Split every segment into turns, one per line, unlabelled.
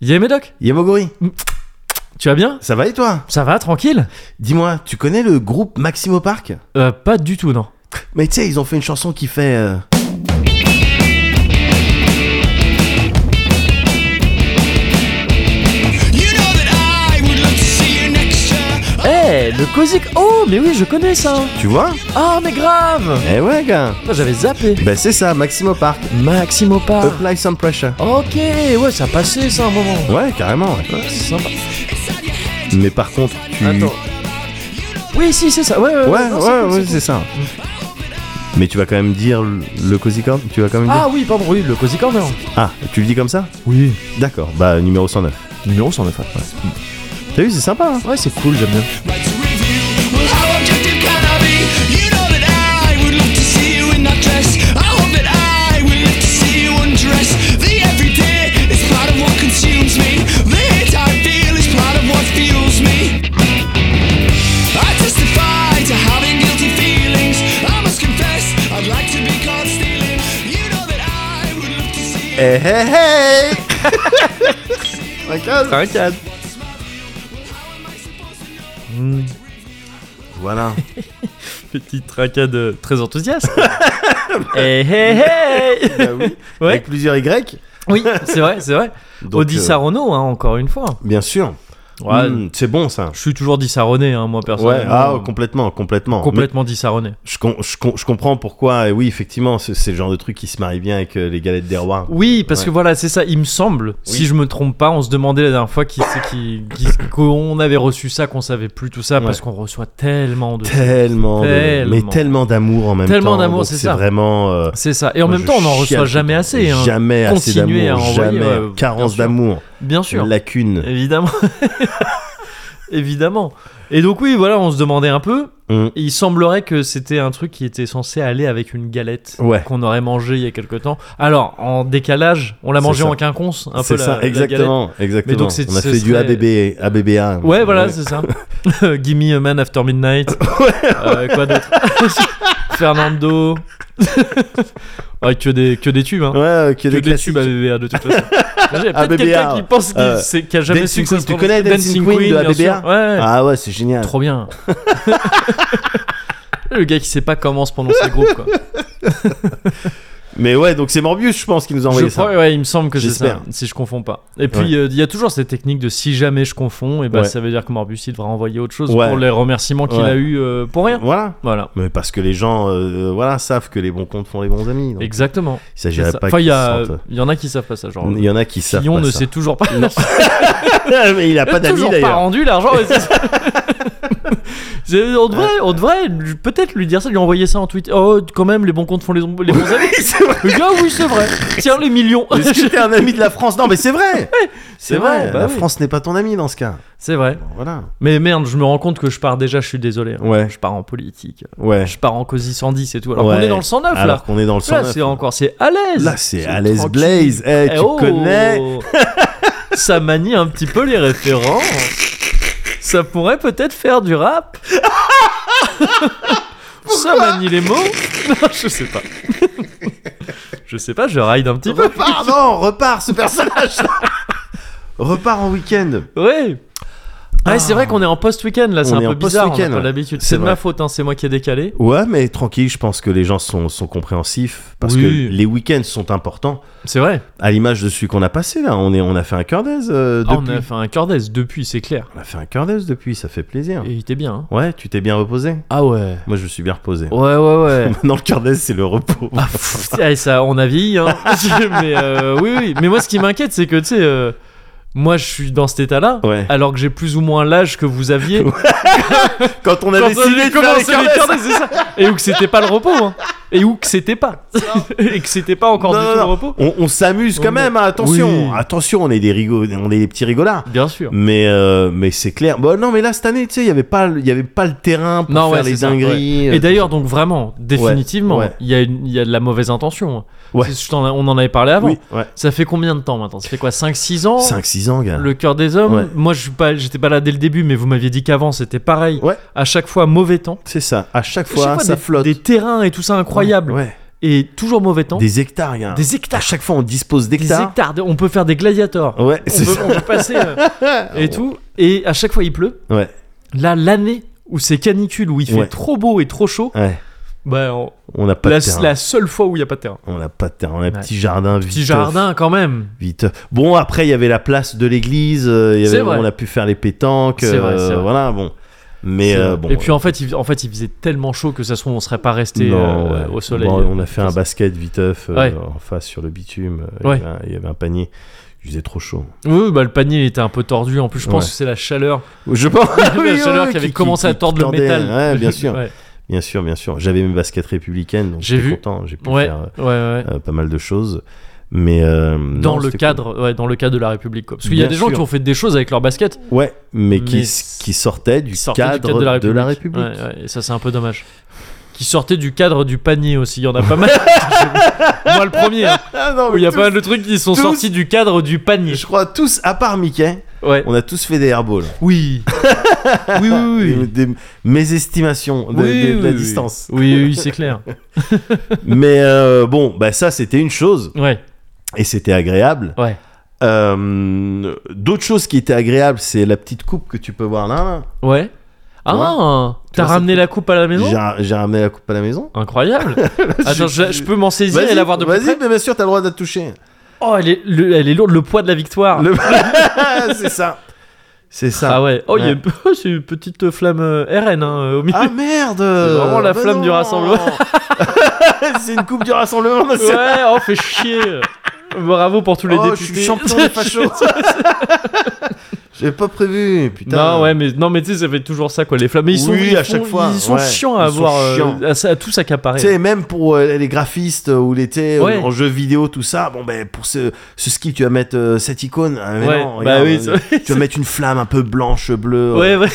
Yé Médoc,
Yamogori,
tu vas bien
ça va et toi
Ça va, tranquille
Dis-moi, tu connais le groupe Maximo Park
euh, Pas du tout, non.
Mais tu sais, ils ont fait une chanson qui fait. euh,
You know that I would love to see you next year.
Eh, le Cosic Oh, mais oui, je connais ça
Tu vois
Ah, mais grave
Eh ouais, gars
Putain, J'avais zappé
Bah c'est ça, Maximo Park.
Maximo Park
Apply some pressure.
Ok, ouais, ça passait ça un moment.
Ouais, carrément. ouais.
Ouais, c'est sympa.
Mais par contre, tu.
Attends. Oui, si, c'est ça. Ouais, ouais,
Ouais,
non,
ouais,
c'est cool,
ouais,
c'est
c'est
cool.
ça. Mais tu vas quand même dire le le Cosicorn Tu vas quand même dire.
Ah oui, pardon, oui, le Cosic Corner.
Ah, tu le dis comme ça
Oui.
D'accord, bah numéro 109.
Numéro 109. Ouais,
T'as vu, c'est sympa. hein
ouais c'est cool, j'aime bien.
Write a review. Well, how objective can I be? You know that I would love to see you in that dress. I hope that I will live to see you undress. The everyday is part of what consumes me. The hate I feel is part of what fuels me. I testify to having guilty feelings. I must confess, I'd like to be caught stealing. You know that I would love to see you.
Eh hey hey Un cadre Voilà.
Petite tracade euh, très enthousiaste. hey, Eh, hey, hey
Bah oui.
Ouais.
Avec plusieurs Y.
Oui, c'est vrai, c'est vrai.
Donc,
Audi
euh,
Sarono, hein, encore une fois.
Bien sûr.
Ouais,
Mm, c'est bon ça.
Je suis toujours dissaronné, hein, moi, personnellement.
Ouais, ah, complètement, complètement.
complètement dissaronné.
Mais Je, com- je com- je comprends pourquoi, et oui, effectivement, c'est c'est le genre de truc qui se marie bien avec euh, les galettes des rois.
Oui, parce
Ouais.
que voilà, c'est ça, il me semble, si je me trompe pas, on se demandait la dernière fois qui, c'est qui- qui- qu'on avait reçu ça, qu'on savait plus tout ça, parce
Ouais.
qu'on reçoit tellement de...
Tellement, de-
Tellement.
mais tellement d'amour en même
Tellement
temps.
d'amour,
donc
c'est ça.
vraiment. euh,
C'est ça. Et en
moi,
même
je
temps, on n'en
chiale
reçoit jamais
tout-
assez. hein.
Jamais assez
Continuez à
d'amour.
envoyer,
Jamais.
ouais,
Carence
bien sûr.
d'amour.
Bien sûr.
Lacune.
Évidemment. Évidemment. Et donc oui, voilà, on se demandait un peu.
Mm.
Et il semblerait que c'était un truc qui était censé aller avec une galette
Ouais.
qu'on aurait mangé il y a quelque temps. Alors, en décalage, on l'a
C'est
mangé
ça.
en quinconce, un peu
C'est
la-
ça,
la galette.
exactement. exactement.
donc, c'est-
On a
ce
fait du
serait-
ABB, ABBA.
Ouais, voilà, c'est ça. Gimme a man after midnight. Euh, quoi d'autre Fernando. ouais, que des que des tubes hein.
Ouais, euh, que
Que
des
des,
classiques.
tubes à BBA de toute façon. Il y a peut-être
ABBA,
quelqu'un qui pense qu'il
euh,
sait- qui a jamais su
Dancing
que ça se
Queen, tu
prononçait
connais Dancing Queen
bien
de
sûr.
ABBA?
Ouais.
Ah ouais, c'est génial.
Trop bien. Le gars qui sait pas comment se prononce le groupe quoi.
Mais ouais, donc c'est Morbius, je pense, qui nous a envoyé
je
ça.
crois, ouais, il me semble que c'est ça,
J'espère.
si je confonds pas. Et puis euh, il y a toujours cette technique de si jamais je confonds, et ben
Ouais.
ça veut dire que Morbus il devra envoyer autre chose
Ouais.
pour les remerciements qu'il
Ouais.
a eu euh, pour rien.
Voilà.
Voilà.
Mais parce que les gens, euh, voilà, savent que les bons comptes font les bons amis. donc
Exactement.
il s'agirait
C'est ça.
pas
Enfin, il
qu'ils
y, a-
se sentent- euh,
il y en a qui savent pas ça, genre.
Il y en a qui savent
Fillon
pas
ne
ça.
sait toujours pas.
mais il a pas d'amis
toujours pas
d'ailleurs.
rendu l'argent. et c'est ça. C'est- on devrait, on devrait lui- peut-être lui dire ça, lui envoyer ça en tweet. Oh, quand même, les bons comptes font les, les bons amis.
C'est vrai.
Le gars, oui, c'est vrai. Tiens, les millions.
Est-ce que t'es un ami de la France Non, mais c'est vrai. C'est
c'est
vrai.
vrai, bah
la
oui.
France n'est pas ton ami dans ce cas.
C'est vrai.
Bon, voilà.
Mais merde, je me rends compte que je pars déjà, je suis désolé. hein.
Ouais.
Je pars en politique.
Ouais.
Je pars en COSI 110 et tout. Alors qu'on
Ouais.
est dans le 109
Alors
là.
qu'on est dans le
Là,
109.
c'est encore, c'est oh. à l'aise.
Là, c'est à
l'aise
l'aise Blaze. Eh, tu connais.
Ça manie un petit peu les référents. Ça pourrait peut-être faire du rap. Ça manie les mots. Non, je sais pas. je sais pas, je ride un petit peu.
Repars, non, repars ce personnage. repars en week-end.
Ouais. Ouais, Ah, c'est vrai qu'on est en post-week-end là, c'est
On
un
est en
peu bizarre, on n'a
post-week-end.
pas l'habitude.
C'est
C'est de
vrai.
ma faute, hein, c'est moi qui ai décalé.
Ouais, mais tranquille, je pense que les gens sont, sont compréhensifs parce
Oui.
que les week-ends sont importants.
C'est vrai.
À l'image de celui qu'on a passé là, on, est, on a fait un cœur d'aise euh,
Ah,
depuis.
on a fait un cœur d'aise depuis, c'est clair.
on a fait un cœur d'aise depuis, ça fait plaisir.
Et il était bien. hein.
Ouais, tu t'es bien reposé
Ah ouais.
Moi, je me suis bien reposé.
Ouais, ouais, ouais.
Maintenant, le cœur d'aise, c'est le repos.
Ah, pff, ouais, ça, on a vieilli, hein. mais euh, oui, oui. Mais moi, ce qui m'inquiète, c'est que, tu sais, euh, moi, je suis dans cet état-là,
Ouais.
alors que j'ai plus ou moins l'âge que vous aviez
Quand on a
quand
décidé
on
de
a
faire les
commencé
cœurs
les
d'aise.
cœurs, c'est ça. Et où que c'était pas le repos, hein. Et où que c'était pas. Et que c'était pas encore
Non,
du
non,
tout
non.
le repos.
On, on s'amuse quand
On-
même, hein, attention,
Oui.
attention, on est des rigo- on est des petits rigolards.
Bien sûr.
Mais euh, mais c'est clair. Bon non, mais là cette année, tu sais, il y avait pas le- il y avait pas le terrain pour
Non,
faire
ouais,
les
c'est ça,
dingueries. Euh,
Et d'ailleurs, donc vraiment, définitivement,
ouais.
il y a une- il y, a de la mauvaise intention. hein.
Ouais.
C'est- je t'en- on en avait parlé avant.
oui, ouais.
Ça fait combien de temps maintenant Ça fait quoi 5-6 ans
5 6 ans, gars.
Oh. Le cœur des hommes.
Ouais.
Moi, je suis pas, j'étais pas là dès le début, mais vous m'aviez dit qu'avant c'était pareil.
Ouais.
À chaque fois, mauvais temps.
C'est ça. À chaque
À chaque
fois,
fois,
ça
des,
flotte.
des terrains et tout ça incroyable.
Ouais.
et toujours mauvais temps.
Des hectares, gars.
Des hectares.
À chaque fois, on dispose
Des
d'hectares.
hectares. On peut faire des gladiators.
Ouais,
On
c'est
peut,
ça.
on peut passer euh, et tout. Et à chaque fois, il pleut.
Ouais,
Là, l'année où c'est canicule, où il fait
Ouais.
trop beau et trop chaud,
ouais.
bah, on-
On n'a pas
la,
de terrain.
la seule fois où il n'y a pas de terrain.
On n'a pas de terrain. On a un
Ouais.
petit jardin vite.
Petit jardin quand même.
Vite. Bon, après, il y avait la place de l'église. euh, il y
C'est
avait-
vrai.
On a pu faire les pétanques. euh,
C'est vrai, c'est vrai.
Voilà, bon. Mais
C'est
euh,
vrai.
bon.
et puis en fait, il, en fait, il faisait tellement chaud que ça se trouve, on serait pas resté
non,
euh,
ouais.
au soleil.
Bon, on a fait un basket viteuf euh,
Ouais.
en face sur le bitume. euh,
Ouais.
Il, y avait un, il y avait un panier. Il faisait trop chaud.
Oui, bah, le panier était un peu tordu. En plus, je pense
Ouais.
que c'est la chaleur,
Je pense.
la chaleur qui avait commencé à tordre le métal.
Ouais, bien sûr.
ouais,
Bien sûr, bien sûr. J'avais mes baskets républicaines, donc
J'ai
j'étais
vu.
content. J'ai pu
ouais,
faire
ouais, ouais.
euh, pas mal de choses. Mais
Dans
euh, non,
le
c'était
cadre, ouais, dans le cadre de la République. quoi. Parce qu'il y a
Bien
des gens
sûr.
qui ont fait des choses avec leur basket.
cool. Ouais, mais, qui,
Mais
qui sortaient du,
qui sortaient
cadre
du cadre de la République.
de la République.
Ouais, ouais, et ça, c'est un peu dommage. Qui sortaient du cadre du panier aussi. Il y en a pas mal. Moi, le premier. hein,
Ah non,
où il y a
tous-
pas mal de trucs qui sont
tous-
sortis du cadre du panier.
Je crois tous, à part Mickey,
Ouais.
on a tous fait des airballs.
Oui. oui, oui, oui.
Des- des- mes estimations de,
Oui,
de- de
oui,
la
oui.
distance.
Oui, oui, c'est clair.
Mais euh, bon, bah ça c'était une chose
Ouais,
et c'était agréable.
ouais,
Euh, D'autres choses qui étaient agréables, c'est la petite coupe que tu peux voir là. là.
ouais.
Tu
Ah,
Tu
t'as
vois,
ramené la coupe à la maison
J'ai ra- J'ai ramené la coupe à la maison.
Incroyable. Attends, je, je peux m'en saisir
Vas-y,
et la voir de plus
Vas-y,
près.
mais bien sûr, t'as le droit de la toucher.
Oh, elle est, le- elle est lourde, le poids de la
Ah.
victoire.
Le- c'est ça. C'est ça.
Ah ouais. Oh, il y a
Ouais.
une, c'est une petite flamme euh, RN hein, au milieu.
Ah, merde Bah
C'est vraiment la flamme du rassemblement.
c'est une coupe du rassemblement. mais c'est-
ouais, oh, fait chier. Bravo pour tous les
oh, je
députés.
suis champion des fachos. J'avais pas prévu, putain.
Non, ouais, mais, non, mais tu sais, ça fait toujours ça, quoi. Les flammes. Mais ils sont,
Oui,
ils
à
font-
chaque fois,
Ils sont
ouais.
chiants à
Ils sont
avoir. euh,
chiants.
à, ça- à tous accaparer.
Tu sais, même pour euh, les graphistes euh, ou les thés, euh,
Ouais.
en jeu vidéo, tout ça, bon, ben pour ce, ce skip, tu vas mettre euh, cette icône. Ah, mais
Ouais,
non,
bah
regarde,
oui,
euh, tu vas mettre une flamme un peu blanche, bleue.
Ouais,
euh,
ouais.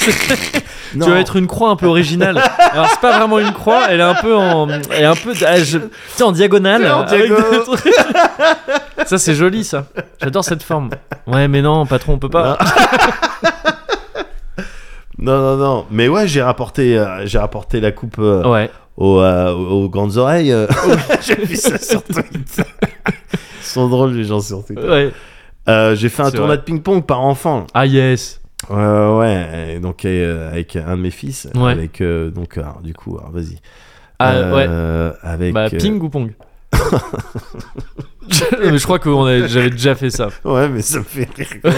non.
Tu vas être une croix un peu originale. Alors c'est pas vraiment une croix, elle est un peu en, elle est un peu, ah, je- tu sais, en diagonale.
C'est en
avec
diagonale.
des trucs. ça c'est joli ça. J'adore cette forme. Ouais mais non patron on peut pas.
Non, non, non. Mais ouais, j'ai rapporté, euh, j'ai rapporté la coupe euh,
Ouais.
aux, euh, aux grandes oreilles. euh. j'ai vu ça sur Twitter. Ils sont drôles, les gens sur Twitter.
Ouais.
Euh, j'ai fait un
C'est
tournoi
vrai.
de ping-pong par enfant.
Ah yes.
Euh, ouais, et donc euh, avec un de mes fils.
Ouais.
Avec, euh, donc, alors, du coup, alors, vas-y.
Ah ouais.
Euh, Avec.
Bah
euh,
ping ou pong. je, mais je crois que on avait- j'avais déjà fait ça.
Ouais, mais ça me fait rire.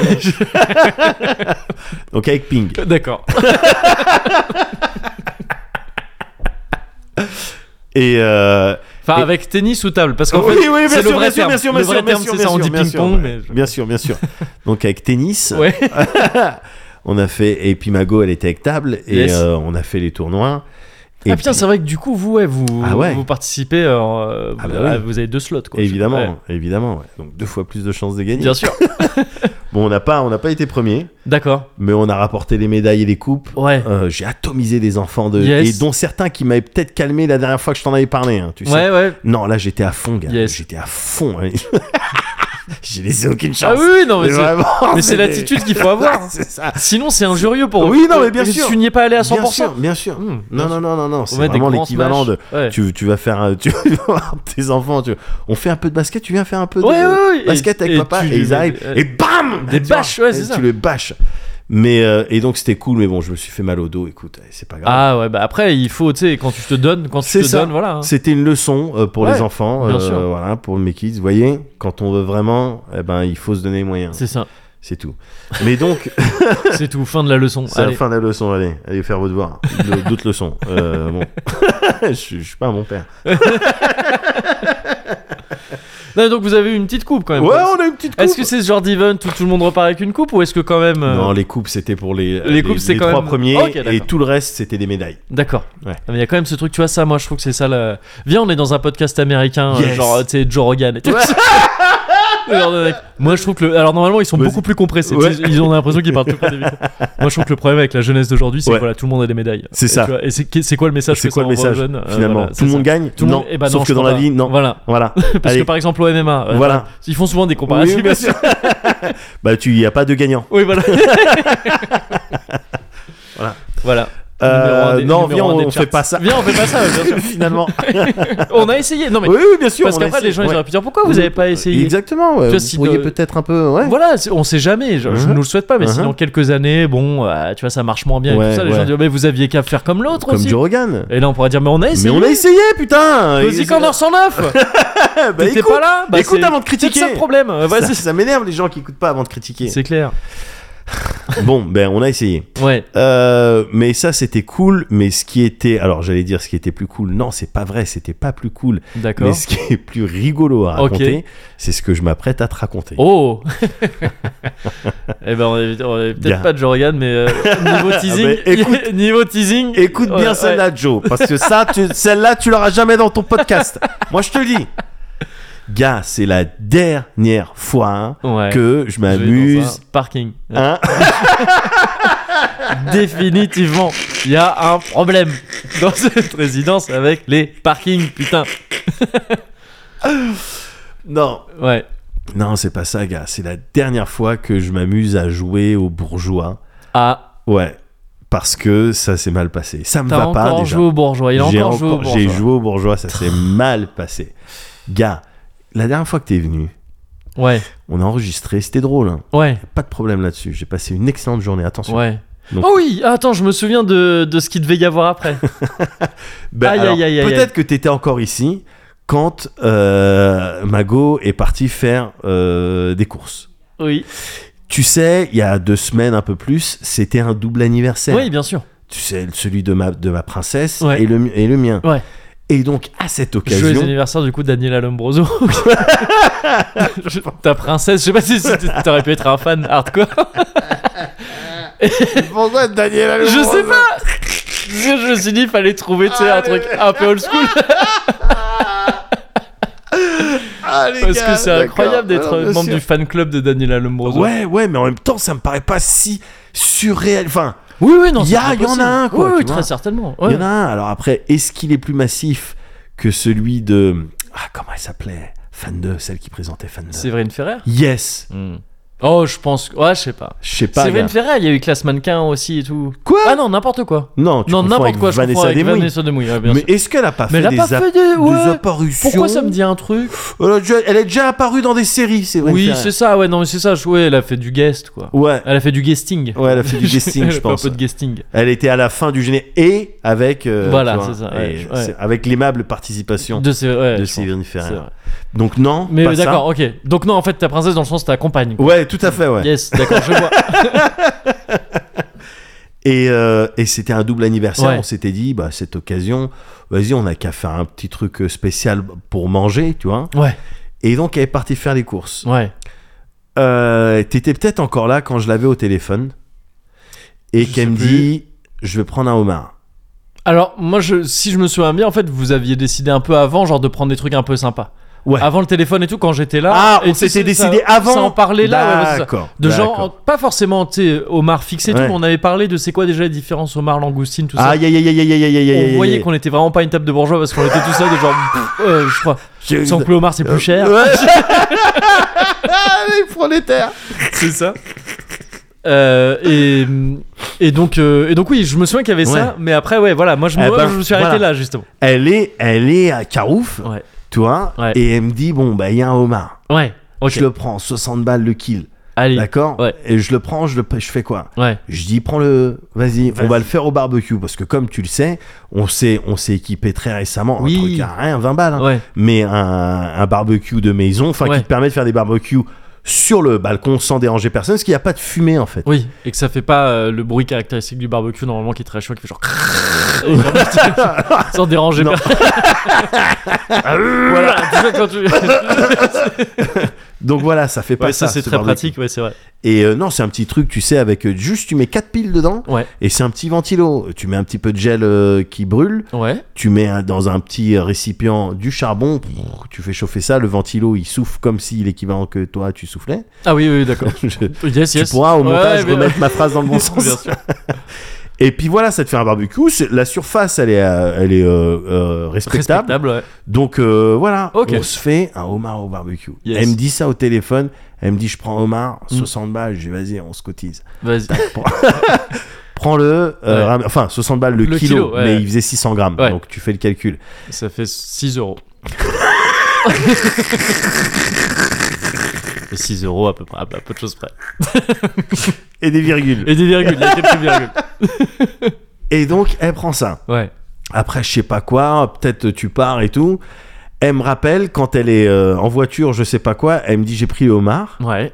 donc avec ping.
D'accord.
Et. euh,
Enfin
Et-
avec tennis ou table parce qu'en
oui,
fait
oui, bien
c'est le
sûr,
vrai
bien sûr,
terme.
bien sûr,
Le
bien
vrai
sûr, bien
terme,
sûr,
c'est
bien
ça, on
sûr,
dit
bien
ping-pong,
sûr,
mais je-
Bien sûr, bien sûr. Donc avec tennis.
ouais.
on a fait et puis Mago elle était avec table et
Yes.
euh, on a fait les tournois et
ah putain
puis-
c'est vrai que du coup vous ouais, vous
Ah ouais.
vous participez euh,
Ah bah ouais.
vous avez deux slots quoi.
évidemment
Ouais.
évidemment ouais. donc deux fois plus de chances de gagner
Bien sûr.
bon on n'a pas on n'a pas été premier
D'accord.
mais on a rapporté les médailles et les coupes
Ouais.
Euh, j'ai atomisé des enfants de
Yes.
et dont certains qui m'avaient peut-être calmé la dernière fois que je t'en avais parlé hein, tu sais
Ouais, ouais.
non là j'étais à fond gars
Yes.
j'étais à fond hein. j'ai laissé aucune chance
Ah oui, oui, non, mais,
Ah, Mais
c'est-
vraiment,
mais c'est
des-
l'attitude qu'il faut avoir.
c'est ça
Sinon, c'est injurieux pour
Oui, non, mais bien
Si
sûr.
tu n'y es pas allé à 100%.
bien sûr bien sûr
Mmh, bien sûr.
non non non non non
On
c'est
met des
vraiment
grands
l'équivalent de
smash. Ouais,
tu, tu vas faire un- tu vas voir tes enfants tu- on fait un peu de basket tu viens faire un peu de
ouais, ouais, ouais.
basket
Et-
avec
et
papa
tu-
et ils arrivent
euh,
et bam
Des
Tu vois,
bâches, ouais,
et
c'est ça.
tu le bâches mais euh, et donc c'était cool mais bon je me suis fait mal au dos écoute eh, c'est pas grave
Ah ouais, bah après, il faut, tu sais, quand tu te donnes, quand tu
C'est
te
ça.
donnes, voilà. hein.
c'était une leçon euh, pour
Ouais,
les enfants
bien
euh,
sûr.
voilà pour mes kids vous voyez quand on veut vraiment eh ben il faut se donner les moyens
C'est ça.
c'est tout mais donc
C'est tout. Fin de la leçon.
c'est la
Allez.
fin de la leçon allez allez faire vos devoirs De- d'autres leçons Euh, bon je, suis- je suis pas mon père
Non, donc, vous avez eu une petite coupe quand
ouais
même.
on a une petite coupe
Est-ce que c'est ce genre d'event où tout le monde repart avec une coupe ou est-ce que quand même. euh,
non les coupes c'était pour les
les coupes, c'est quand
trois
même-
premiers
Ok, d'accord.
et tout le reste c'était des médailles
D'accord. Ah,
Ouais.
Mais il y a quand même ce truc, tu vois, ça, moi, je trouve que c'est ça. La... Viens, on est dans un podcast américain, euh,
Yes.
genre, tu sais, Joe Rogan et tout. Le genre de mec. Moi, je trouve que. le- Alors, normalement, ils sont
Vas-y.
beaucoup plus compressés.
Ouais.
tu sais, Ils ont l'impression qu'ils parlent tout près des micros. Moi, je trouve que le problème avec la jeunesse d'aujourd'hui, c'est que
Ouais.
voilà, tout le monde a des médailles.
C'est
Et
ça.
tu vois, Et c'est que- c'est quoi le message
C'est
que
quoi
ça
le
envoie
message
aux jeunes Euh,
finalement
voilà,
Tout le
c'est
monde
ça.
gagne
Tout le monde-
Non.
eh ben
Sauf
non,
que
je
dans la
comprends
vie,
pas.
non.
Voilà.
Voilà.
Parce
Allez.
que par exemple, au MMA, euh,
Voilà.
ils font souvent des comparatifs.
Oui, bien sûr. bah, tu y a pas de gagnant.
Oui, voilà.
Voilà.
Voilà. Numéro un des-
Euh, non,
numéro
viens,
un des
on fait
charts.
pas ça.
Viens, on fait pas ça, bien sûr.
Finalement.
On a essayé. Non, mais
oui, oui, bien sûr.
parce
on a
qu'après, les gens
essayé.
ils
Ouais.
auraient pu dire pourquoi vous avez pas essayé.
Exactement, ouais.
Tu vois,
Vous
si
pourriez
de-
peut-être un peu. Ouais.
Voilà, c'est- on sait jamais. Je, je
Mhm.
nous le souhaite pas, mais si
Mhm.
dans quelques années, bon, euh, tu vois, ça marche moins bien et
Ouais,
tout ça, les
ouais.
gens disent mais vous aviez qu'à faire comme l'autre
Comme
aussi.
Joe Rogan.
Et là, on pourrait dire mais on a
Mais
essayé.
on a essayé, putain
Vas-y,
Ils-
Corner 109
Ah, bah,
T'étais
écoute,
pas là Bah,
écoute
c'est-
avant de critiquer.
C'est ça le problème. Ouais,
ça,
c'est-
ça m'énerve les gens qui écoutent pas avant de critiquer.
C'est clair.
Bon, ben on a essayé.
Ouais.
Euh, mais ça c'était cool, mais ce qui était, alors j'allais dire ce qui était plus cool, non c'est pas vrai, c'était pas plus cool, mais
D'accord.
ce qui est plus rigolo à
Ok.
raconter, c'est ce que je m'apprête à te raconter.
Oh Eh ben, on est, on est peut-être
Bien.
pas de Jorgan, mais euh, niveau teasing,
Ah, mais écoute-
niveau teasing.
Écoute bien
ouais,
celle-là, Joe, parce que ça, tu- celle-là, tu l'auras jamais dans ton podcast. Moi, je te le dis. Gars, c'est la dernière fois hein,
ouais. Ouais.
que je
Je vais dans
m'amuse.
un Parking.
Hein
Définitivement, il y a un problème dans cette résidence avec les parkings, putain.
non,
Ouais.
non, c'est pas ça, gars. C'est la dernière fois que je m'amuse à jouer aux bourgeois.
Ah,
Ouais, parce que ça s'est mal passé. Ça me
t'as
va pas
encore
déjà.
joué au bourgeois. Il a
J'ai
encore joué au
encore- j'ai
bourgeois.
joué aux bourgeois, ça s'est mal passé. Gars, la dernière fois que t'es venu,
Ouais,
on a enregistré, c'était drôle. hein.
ouais,
Pas de problème là-dessus. J'ai passé une excellente journée. Attention.
ouais.
Donc-
Oh oui, ah, attends, je me souviens de, de ce qu'il devait y avoir après.
Ben,
Aïe,
alors,
aïe, aïe, aïe,
Peut-être que t'étais encore ici quand euh, Mago est parti faire euh, des courses.
Oui,
Tu sais, il y a deux semaines, un peu plus, c'était un double anniversaire.
oui, bien sûr.
Tu sais, celui de ma, de ma princesse
Ouais.
et, le, mi- et le mien.
Ouais.
Et donc, à cette
Joyeux
occasion,
anniversaire du coup Daniela Lombroso. Je- Ta princesse, je sais pas si si t'aurais pu être un fan hardcore.
Pourquoi Daniel
Je sais pas. Je me suis dit, fallait trouver tu sais, un truc un peu old school. Parce que c'est incroyable d'être membre du fan club de Daniela Lombroso.
Euh, Ouais, ouais, mais en même temps, ça me paraît pas si surréel. Enfin,
Oui, oui, non.
Il y a-
c'est pas
il y en a
possible.
un, quoi,
Oui,
tu
oui,
vois.
très certainement.
il
Ouais.
y en a un. Alors après, est-ce qu'il est plus massif que celui de. Ah, comment elle s'appelait Fan 2, celle qui présentait Fan 2.
Séverine Ferrer.
Yes.
Hmm. Oh, je pense. Ouais, je sais pas.
Je sais pas.
Séverine
gars.
Ferrer, il y a eu classe mannequin aussi et tout.
Quoi
Ah non, n'importe quoi.
Non, tu
non,
confonds
n'importe
avec
quoi. Je confonds
Vanessa
avec
Demouy.
Vanessa Demouy. ouais, bien
Mais
sûr.
est-ce qu'elle a pas
Mais elle
fait
a
des,
pas
app-
fait de.
des
ouais.
apparitions
Pourquoi ça me dit un truc
elle, a déjà, elle est déjà apparue dans des séries, c'est vrai.
Oui, c'est ça. Ouais, non, mais c'est ça. je- Ouais, elle a fait du guest, quoi.
Ouais.
Elle a fait du guesting.
Ouais, elle a fait du guesting,
Elle a
je
fait
pense.
Un peu de guesting.
Elle était à la fin du générique et avec. euh,
Voilà,
tu vois,
c'est ça, ouais,
et
ouais.
c'est- Avec l'aimable participation de,
De ces. Ouais, je pense.
Séverine
C'est
Ferrer.
vrai.
Donc non.
Mais
pas ça.
d'accord, ok. Donc non, en fait, ta princesse, dans le sens, t'accompagne.
Ouais, tout à fait, ouais.
Yes, d'accord, je vois.
Et, euh, et c'était un double anniversaire.
Ouais.
On s'était dit, bah, cette occasion, vas-y, on a qu'à faire un petit truc euh, spécial pour manger, tu vois.
Ouais,
Et donc, elle est partie faire les courses.
ouais.
Euh, T'étais peut-être encore là quand je l'avais au téléphone et
Je
qu'elle me
sais plus.
dit je vais prendre un homard.
Alors, moi, je, si je me souviens bien, en fait, vous aviez décidé un peu avant, genre, de prendre des trucs un peu sympas.
Ouais.
Avant le téléphone et tout, quand j'étais là.
ah,
et
on
tu sais,
s'était
ça-
décidé avant.
Ça en parlait là, ouais, ouais, c'est ça.
D'accord.
De
d'accord.
genre, pas forcément, tu sais, homard fixe et tout,
Ouais.
mais on avait parlé de c'est quoi déjà la différence homard, langoustine, tout ça.
Aïe aïe aïe aïe aïe aïe aïe aïe, aïe. aïe.
on voyait qu'on était vraiment pas une table de bourgeois parce qu'on était tout ça de genre, pff, euh, je crois,
J'ai-
sans que le homard c'est
Euh,
plus cher.
Ouais. Les prolétaires.
C'est ça. Euh, et, et, donc, euh, et donc, oui, je me souviens qu'il y avait
Ouais.
ça, mais après, ouais, voilà, moi je me,
Eh ben,
je me suis arrêté
voilà.
là, justement.
Elle est, elle est à Carouf,
Ouais.
tu vois,
Ouais.
et elle me dit bon bah il y a un homard,
Ouais, ok.
je le prends, 60 balles le kill,
Allez.
d'accord,
Ouais.
et je le prends, je le, je fais quoi
Ouais,
Je dis prends le, vas-y, on
Vas-y.
va le faire au barbecue parce que comme tu le sais, on s'est on s'est équipé très récemment
Oui.
un truc à rien 20 balles, hein.
ouais,
mais un, un barbecue de maison, enfin
Ouais.
qui te permet de faire des barbecues sur le balcon sans déranger personne, parce qu'il n'y a pas de fumée en fait.
oui. Et que ça fait pas euh, le bruit caractéristique du barbecue, normalement, qui est très chaud, qui fait genre. sans déranger
Non.
personne. voilà, tu sais, quand tu-
Donc voilà, ça fait pas
Ouais, ça, c'est
ce
très
barbecue.
pratique, ouais, c'est vrai.
Et euh, non, c'est un petit truc, tu sais, avec euh, juste tu mets quatre piles dedans
Ouais,
et c'est un petit ventilo. Tu mets un petit peu de gel euh, qui brûle,
ouais,
tu mets un- dans un petit euh, récipient du charbon, prrr, tu fais chauffer ça, le ventilo il souffle comme si l'équivalent que toi tu soufflais.
ah oui, oui, d'accord.
Je-
Yes, yes.
Tu pourras au
Ouais,
montage
mais-
remettre ma phrase dans le bon sens.
Bien sûr.
Et puis voilà, ça te fait un barbecue. C'est- La surface, elle est, euh, elle est euh, euh, respectable.
Respectable, ouais.
Donc euh, voilà,
Ok.
on se fait un homard au barbecue.
Yes. Mm.
Elle me dit ça au téléphone. Elle me dit je prends homard, 60 balles. Je dis vas-y, on se cotise.
Vas-y.
Prends- prends-le, euh,
Ouais.
ram- enfin 60 balles le,
Le
kilo,
kilo, ouais.
mais il faisait 600 grammes,
Ouais.
donc tu fais le calcul.
Ça fait 6 euros. 6 euros à peu près, à peu de choses près.
Et des virgules.
Et des virgules, il y a quelques virgules.
Et donc, elle prend ça.
Ouais.
Après, je sais pas quoi, peut-être tu pars et tout. Elle me rappelle quand elle est euh, en voiture, je sais pas quoi, elle me dit j'ai pris le homard.
Ouais.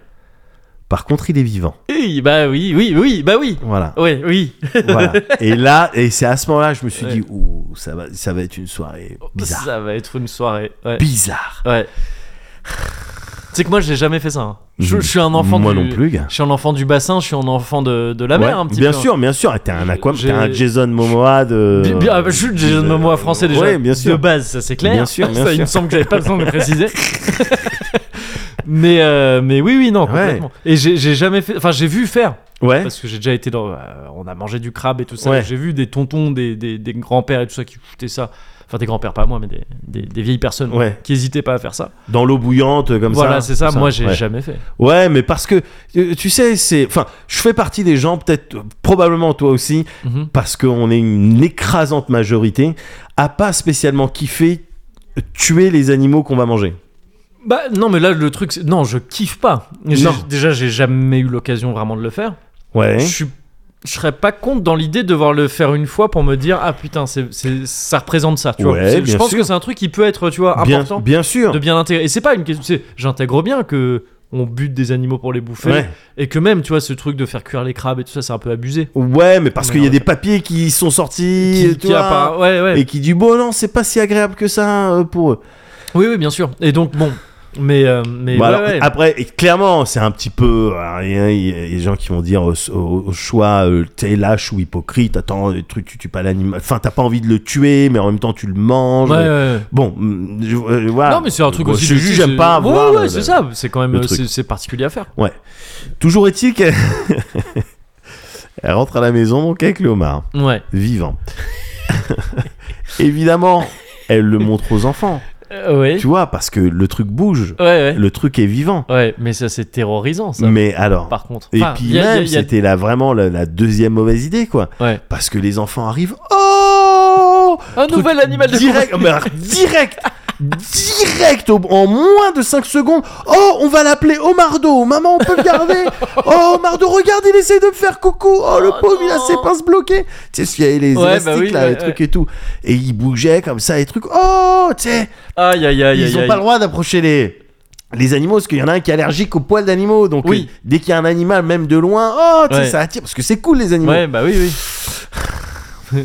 Par contre, il est vivant.
Oui, bah oui, oui, oui, bah oui.
Voilà.
Ouais, oui.
voilà. Et là, et c'est à ce moment-là, je me suis
Ouais. Oh, bah,
dit ouh, ça va, ça va être une soirée bizarre,
Ça va être une soirée. Ouais.
bizarre.
Ouais. Tu sais que moi, j'ai jamais fait ça. hein. Je,
Mhm.
je suis un enfant
Moi
du...
non plus, gars.
Je suis un enfant du bassin, je suis un enfant de, de la mer
Ouais,
un petit
bien
peu. hein.
sûr, bien sûr. Et T'es un Aquaman,
J'ai-
t'es un Jason Momoa de.
Bi- Bien, ah, je suis déjà de moi français déjà.
Euh, Ouais, bien sûr.
De base, ça c'est clair.
Bien sûr, bien
ça, Il
sûr.
me semble que j'avais pas besoin de le préciser. mais, euh, mais oui, oui, non, complètement. Et j'ai j'ai jamais fait. Enfin, j'ai vu faire.
Ouais.
Parce que j'ai déjà été dans. euh, on a mangé du crabe et tout ça.
Ouais.
J'ai vu des tontons, des, des, des grands-pères et tout ça qui foutaient ça. Enfin, des grands-pères, pas moi, mais des, des, des vieilles personnes
Ouais.
qui hésitaient pas à faire ça.
Dans l'eau bouillante, comme ça.
voilà, c'est ça.
comme
Moi, j'ai
Ouais.
jamais fait.
Ouais, mais parce que euh, tu sais, c'est. Enfin, je fais partie des gens, peut-être, euh, probablement toi aussi,
Mhm.
parce qu'on est une écrasante majorité à pas spécialement kiffer tuer les animaux qu'on va manger.
Bah, non, mais là, le truc, c'est- non, je kiffe pas. J'ai-
Non.
Déjà, j'ai jamais eu l'occasion vraiment de le faire.
Ouais.
je suis- je serais pas contre dans l'idée de devoir le faire une fois pour me dire ah putain c'est, c'est- ça représente ça tu vois
Ouais,
C'est- je
bien
pense
sûr.
que c'est un truc qui peut être tu vois
Bien,
important
bien sûr.
de bien intégrer et c'est pas une question c'est, j'intègre bien que on bute des animaux pour les bouffer
Ouais.
et que même tu vois ce truc de faire cuire les crabes et tout ça c'est un peu abusé
ouais, mais parce
Mais
qu'il y a
non,
des papiers qui sont sortis, tu vois,
a pas- ouais ouais
et qui dit bon non, c'est pas si agréable que ça euh, pour eux.
oui oui bien sûr et donc bon mais euh, mais
Bon,
ouais,
Bah alors,
ouais.
Après, et clairement, c'est un petit peu. alors, Il y, a- il y a des gens qui vont dire au, au- au choix, euh, t'es lâche ou hypocrite. Attends, le truc, tu tues pas l'animal. Enfin, t'as pas envie de le tuer, mais en même temps, tu le manges.
Ouais, ouais, ouais.
Bon, mm, je- euh, voilà.
non mais c'est un truc
Bon,
aussi
Je
de-
juge,
c'est-
j'aime pas
ouais,
avoir.
ouais,
le-
c'est ça c'est quand
le
même
truc.
c'est, c'est particulier à faire
Toujours éthique. Elle rentre à la maison donc avec le homard
ouais
vivant. Évidemment, elle le montre aux enfants.
Euh, ouais
Tu vois, parce que le truc bouge,
ouais ouais
le truc est vivant.
ouais mais ça c'est terrorisant ça
Mais alors.
par contre
Et
Enfin,
puis
il y a- il y a-
même,
il y a-
c'était là vraiment la, la deuxième mauvaise idée, quoi.
Ouais.
Parce que les enfants arrivent. Oh
Un
Truc
nouvel animal de
direct, oh, mais alors, direct, direct, au- en moins de 5 secondes. Oh, on va l'appeler Omardo. Maman, on peut le garder. Oh, Omardo, regarde, il essaie de me faire coucou. Oh, le
Oh
pauvre, il a
non.
ses pinces bloquées. Tu sais, il y a les
Ouais, bah
élastiques,
oui,
là,
ouais,
les
ouais.
trucs et tout. Et il bougeait comme ça, les trucs. Oh, tu sais,
Aïe aïe aïe
ils
aïe.
ont
aïe.
pas le droit d'approcher les les animaux parce qu'il y en a un qui est allergique aux poils d'animaux donc
Oui.
euh, dès qu'il y a un animal même de loin oh tu sais,
Ouais.
ça attire parce que c'est cool les animaux
Ouais, bah oui, oui.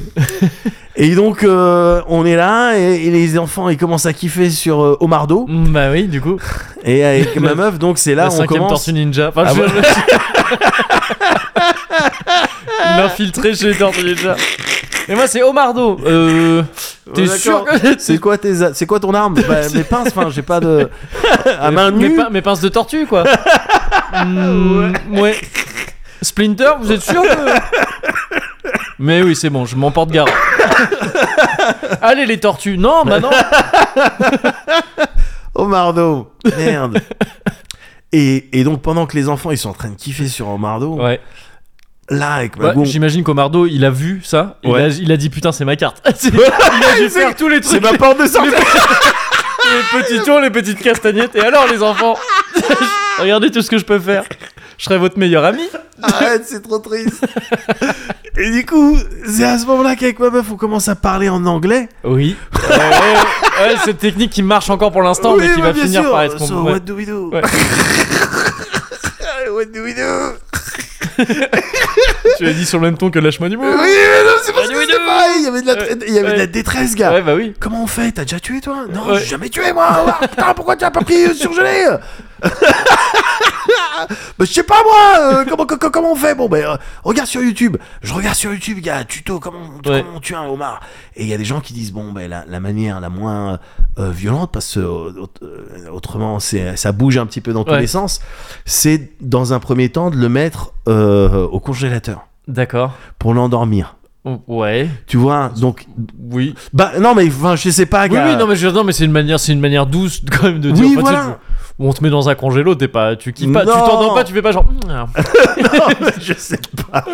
et donc euh, on est là et, et les enfants ils commencent à kiffer sur euh, Omardo
Mm, Bah oui, du coup.
et avec ma meuf donc c'est là
la
où on
cinquième
commence
Tortue Ninja. Enfin,
Ah
je-
ouais.
L'infiltré chez les Tortues Ninja. Et moi, c'est Omardo. Euh. T'es
Oh, d'accord.
sûr que.
c'est quoi tes a- c'est quoi ton arme Bah, mes pinces enfin j'ai pas de à main
mes,
nue
pin- mes pinces de tortue, quoi. Mm, ouais. Splinter, vous êtes sûr que. Mais oui, c'est bon, je m'emporte garde. Allez, les tortues. Non, bah non.
Omardo merde et, et donc pendant que les enfants ils sont en train de kiffer sur Omardo
Ouais.
là avec ma
Ouais,
bombe
Bah, J'imagine qu'Omardo, il a vu ça. Il,
Bah Ouais.
a, il a dit putain, c'est ma carte. il a dû faire tous les
c'est
trucs.
ma porte de sortie
Les petits tours, les petites castagnettes. Et alors, les enfants Regardez tout ce que je peux faire. Je serai votre meilleur ami.
Arrête, c'est trop triste. Et du coup, c'est à ce moment-là qu'avec ma meuf, on commence à parler en anglais.
Oui. Ouais, ouais, ouais, cette technique qui marche encore pour l'instant, mais qui
oui,
va
bien
finir
sûr.
par être
So,
comprise.
what do we do
Ouais.
What do we do
Tu l'as dit sur le même ton que lâche-moi du mot.
Oui, mais non, c'est parce
do
que
we
c'était
do
pareil. Il y avait de la, tra-
Ouais.
il y avait de la
Ouais.
détresse, gars.
Ouais, bah oui.
Comment on fait T'as déjà tué, toi Non,
Ouais.
j'ai jamais tué, moi. Ah, putain, pourquoi t'as pas pris euh, surgelé Bah, je sais pas moi, euh, comment, co- co- comment on fait Bon, bah, euh, regarde sur YouTube. Je regarde sur YouTube, il y a un tuto, comment, on-
Ouais.
comment on tue un homard. Et il y a des gens qui disent, bon, bah, la, la manière la moins euh, violente, parce que euh, aut- euh, autrement, c'est, ça bouge un petit peu dans tous
Ouais.
les sens, c'est dans un premier temps de le mettre euh, au congélateur
D'accord. Oh,
pour l'endormir.
Ouais.
Tu vois, donc,
Oui.
bah, non, mais enfin, je sais pas,
Oui,
gars.
oui, non, mais je non, mais c'est une manière, c'est une manière douce quand même de dire.
Oui,
enfin, tu sais,
voilà.
tu- on te met dans un congélo, t'es pas, tu kiffes pas, tu
Non.
t'endors pas, tu fais pas genre.
Non, mais je sais pas.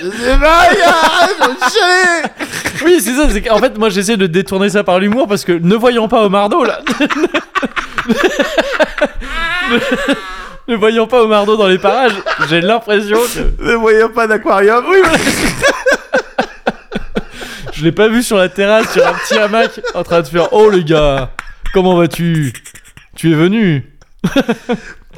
Je sais pas, il arrête de me chialer.
Oui, c'est ça. c'est qu'en fait, moi, j'essaie de détourner ça par l'humour parce que ne voyant pas Omardo, là. ne, ne voyant pas Omardo dans les parages, j'ai l'impression que.
Ne voyant pas d'aquarium. Oui, voilà.
Je l'ai pas vu sur la terrasse, sur un petit hamac, en train de faire Oh les gars, comment vas-tu Tu es venu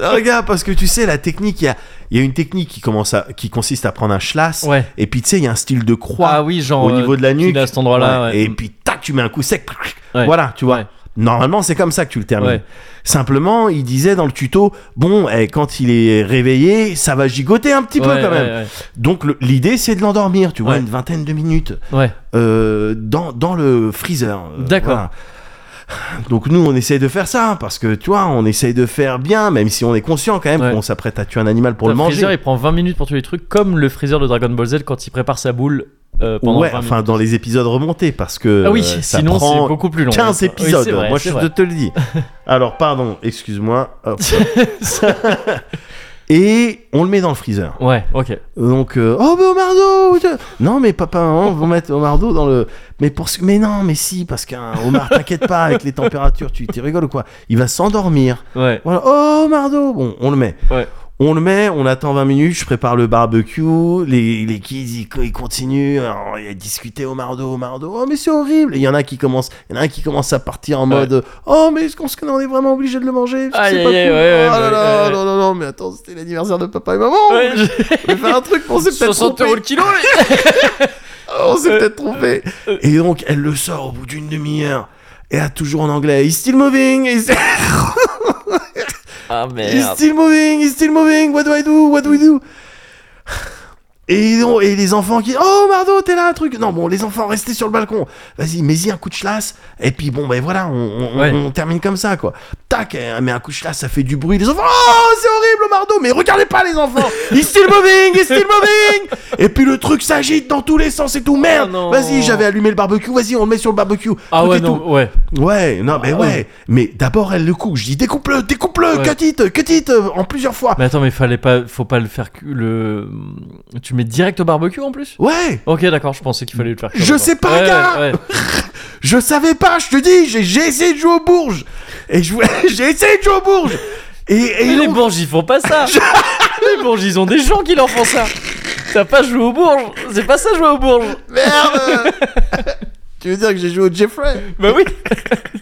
Ah, Regarde, parce que tu sais, la technique, il y a, il y a une technique qui, commence à, qui consiste à prendre un schlass.
Ouais.
Et puis, tu sais, il y a un style de croix
Ah oui, genre.
au niveau de la nuque.
À cet endroit-là.
Ouais.
ouais.
Et puis, tac, tu mets un coup sec.
Ouais.
Voilà, tu vois.
Ouais.
Normalement, c'est comme ça que tu le termines.
Ouais.
Simplement, il disait dans le tuto, bon, eh, quand il est réveillé, ça va gigoter un petit peu
Ouais,
quand même.
ouais,
Donc le- l'idée, c'est de l'endormir, tu vois,
Ouais.
une vingtaine de minutes
ouais. Ouais.
euh, dans, dans le freezer. euh,
D'accord.
voilà. Donc nous, on essaye de faire ça hein, parce que, tu vois, on essaye de faire bien, même si on est conscient quand même
Ouais.
qu'on s'apprête à tuer un animal pour le
Putain,
manger.
Freezer, il prend 20 minutes pour tous les trucs, comme le Freezer de Dragon Ball Z quand il prépare sa boule euh, pendant
ouais,
20
enfin
minutes.
dans les épisodes remontés parce que
Ah oui,
euh, ça
sinon
prend
c'est beaucoup plus long.
15
Oui, c'est
épisodes.
vrai,
Moi,
c'est
je
vrai.
te le dis. Alors, pardon, excuse-moi. Hop. Et on le met dans le freezer.
Ouais, ok.
Donc, euh, oh, mais Omardo tu- Non, mais papa, maman vont mettre Omardo dans le. Mais, pour... ce- mais non, mais si, parce qu'un Omar, t'inquiète pas, avec les températures, tu tu rigoles ou quoi Il va s'endormir.
Ouais,
Voilà, oh, Omardo Bon, on le met.
ouais.
On le met, on attend 20 minutes, je prépare le barbecue, les, les kids ils, ils continuent, alors, ils discutent au mardo, au mardo, oh mais c'est horrible, Et il y en a qui commencent, il y en a un qui commence à partir en
Ouais.
mode, oh mais est-ce qu'on se- on est vraiment obligé de le manger C'est
Aïe,
pas
aïe, aïe,
cool.
ouais, ouais,
oh là
ouais,
là,
ouais, ouais.
non, non, non, mais attends, c'était l'anniversaire de papa et maman,
Ouais,
on peut faire un truc, on s'est peut-être
60
trompé,
euros le Euh, kilo, mais-
on s'est peut-être trompé. Et donc elle le sort au bout d'une demi-heure, et a toujours en anglais, he's still moving, he's still...
Ah
He's
merde.
still moving, he's still moving, what do I do, what do we do et, non, et les enfants qui... Oh Mardo, t'es là un truc Non, bon, les enfants, restez sur le balcon. Vas-y, mets-y un coup de chlasse. Et puis bon, ben voilà, on, on-
Ouais.
on termine comme ça, quoi. Tac, eh, mais un coup de chlasse, ça fait du bruit. Les enfants, oh, c'est horrible Mardo, mais regardez pas les enfants. He's still moving, he's still moving. Et puis le truc s'agite dans tous les sens et tout. Merde,
Oh non.
vas-y, j'avais allumé le barbecue, vas-y, on le met sur le barbecue.
Ah
Truc
ouais,
et
non,
tout.
ouais.
Ouais, non, mais
Ah
ouais.
ouais.
Mais d'abord, elle le coupe. Je dis, découpe-le, découpe-le,
Ouais.
cut it, cut it, euh, en plusieurs fois.
Mais attends, mais fallait pas, faut pas le faire. cu- Le, tu mets direct au barbecue en plus.
Ouais,
Ok, d'accord. Je pensais qu'il fallait le faire. cuire
Je
d'abord.
sais pas,
Ouais,
gars.
ouais, ouais.
je savais pas, je te dis, j'ai, j'ai essayé de jouer au bourge. Et je voulais- j'ai essayé de jouer au bourge. Et,
Mais
et
les
donc-
bourges, ils font pas ça. les bourges, ils ont des gens qui leur font ça. T'as pas joué au bourge. C'est pas ça jouer au bourge.
merde. tu veux dire que j'ai joué au Jeffrey
Bah oui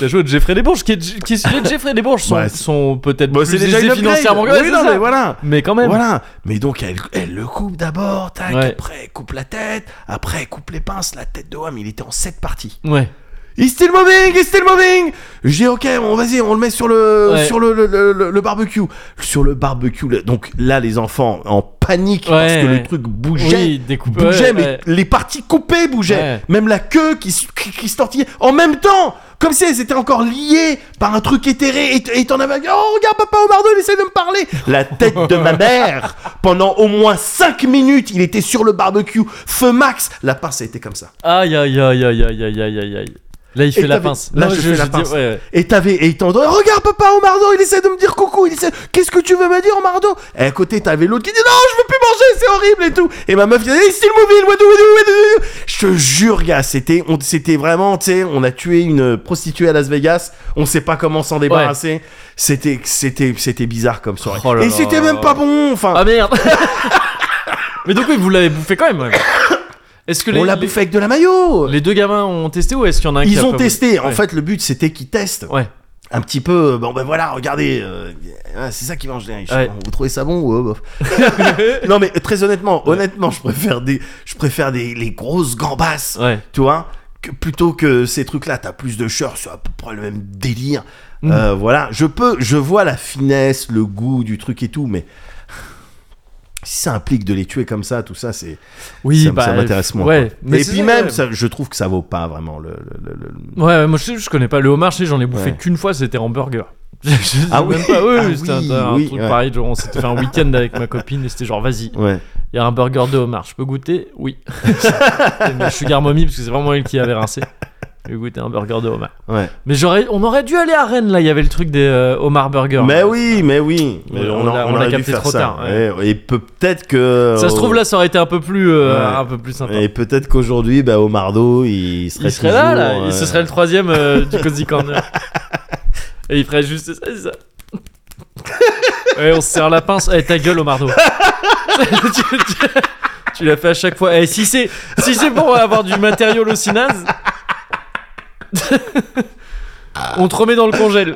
T'as joué au Jeffrey des Bourges, qui est, qui est- les Jeffrey des Bourges sont,
Bah, c'est-
sont peut-être
Bon,
plus
c'est déjà
aisés
une upgrade.
financièrement
Oui,
ouais, c'est
non,
ça.
mais voilà.
Mais quand même
Voilà, mais donc elle, elle le coupe d'abord, tac,
Ouais.
après elle coupe la tête, après elle coupe les pinces, la tête de Wham, il était en 7 parties.
Ouais,
He's still moving, he's still moving. Je dis ok, on vas-y, on le met sur le
Ouais.
sur le, le, le- le barbecue, sur le barbecue. là. Donc là, les enfants en panique parce
Ouais,
que
ouais.
le truc bougeait,
Oui, découpé,
bougeait,
ouais,
mais
ouais.
les parties coupées bougeaient,
Ouais.
même la queue qui s- qui, qui se tortillait en même temps. Comme si elles étaient encore liées par un truc éthéré et t- et t'en avais oh regarde papa Omardo il essaie de me parler la tête de ma mère pendant au moins 5 minutes il était sur le barbecue feu max la pince elle était comme ça
aïe aïe aïe aïe aïe aïe aïe aïe aïe Là il fait la
t'avais-
pince
Là,
Non,
je, fais la
dis-
pince.
ouais, ouais.
Et t'avais, et il t'en donne, regarde papa, Omardo, il essaie de me dire coucou, il essaie, qu'est-ce que tu veux me dire, Omardo Et à côté, t'avais l'autre qui dit, non, je veux plus manger, c'est horrible et tout. Et ma meuf qui dit, Hey, still moving, what do we do, what do we do Je te jure, gars, c'était, on, c'était vraiment, tu sais, on a tué une prostituée à Las Vegas, on sait pas comment s'en débarrasser. C'était, c'était, c'était bizarre comme soirée.
Oh là
et
là.
c'était même pas bon, enfin.
Ah merde Mais donc oui, vous l'avez bouffé quand même ouais. Est-ce que les,
on l'a
les,
bouffé avec de la maillot.
les deux gamins ont testé ou est-ce qu'il y en a un qui a
Ils ont
pas
testé.
voulu
En
Ouais.
fait, le but c'était qu'ils testent.
Ouais,
un petit peu euh, bon ben voilà regardez euh, euh, c'est ça qui mange les riches
Ouais.
vous trouvez ça bon ou euh, bof non mais très honnêtement honnêtement je préfère des je préfère des les grosses gambasses
ouais
tu vois que plutôt que ces trucs là t'as plus de chœur c'est à peu près le même délire
Mhm.
Euh, voilà je peux je vois la finesse le goût du truc et tout mais si ça implique de les tuer comme ça tout ça c'est
Oui,
ça, m-
bah,
ça m'intéresse moins
ouais.
quoi.
Mais
et
c'est
puis
ça,
même
ouais.
ça, je trouve que ça vaut pas vraiment le, le- le- le-
Ouais, ouais, moi je, je connais pas. Le au marché, j'en ai bouffé
Ouais.
qu'une fois, c'était en burger. Je sais
Ah
même
oui.
pas. Oui,
Ah
oui, c'était un-
oui,
un,
oui,
truc
ouais.
pareil. Genre, on s'était fait un week-end avec ma copine et c'était genre, vas-y,
ouais
il y a un burger de homard, je peux goûter Oui. C'était ma sugar mommy parce que c'est vraiment elle qui avait rincé. J'ai goûté un burger de homard.
Ouais.
Mais j'aurais, on aurait dû aller à Rennes là. Il y avait le truc des euh, homard burgers.
Mais oui, mais oui.
On
Mais
l'a-
a-
on l'a
aurait dû
capté
faire
trop
ça.
tard,
Ouais, Et peut- peut-être que.
Ça se trouve là, ça aurait été un peu plus, euh,
Ouais.
un peu plus sympa.
Et peut-être qu'aujourd'hui, bah, Omardo, il serait,
Il serait là, là.
toujours,
Et
euh,
ce serait le troisième euh, du Cozy Corner. Et il ferait juste ça, c'est ça. Ouais, on se serre la pince. Eh, ta gueule, Omardo. tu tu- tu l'as fait à chaque fois. Eh, si c'est si c'est pour avoir du matériau aussi naze, on te remet dans le congèle.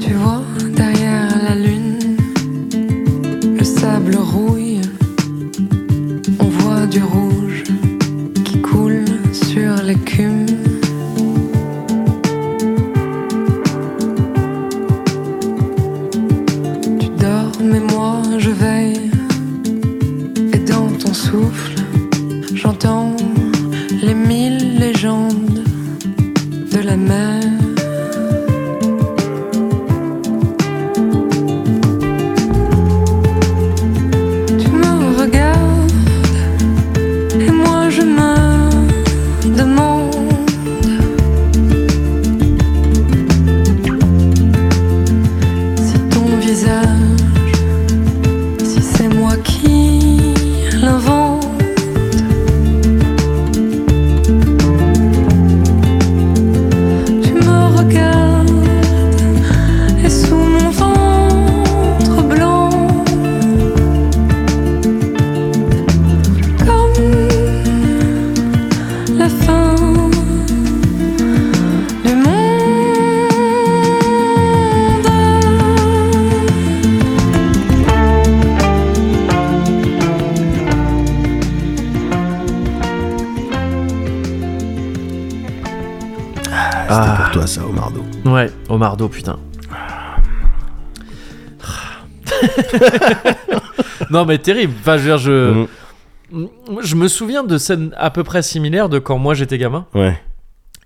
Tu vois derrière la lune, le sable rouille. On voit du rouge qui coule sur l'écume. Tu dors, mais moi je veille. Et dans ton souffle, j'entends les mille légendes de la mer. Tu me regardes et moi je me demande si ton visage, si c'est moi qui l'invente, tu me regardes et sous mon ventre blanc. Comme la fin du monde,
C'était pour toi, ça, Omardo.
Ah, Ouais, Omardo, putain. non, mais terrible. Enfin, je veux dire, je.
Mm.
Je me souviens de scènes à peu près similaires de quand moi j'étais gamin
Ouais,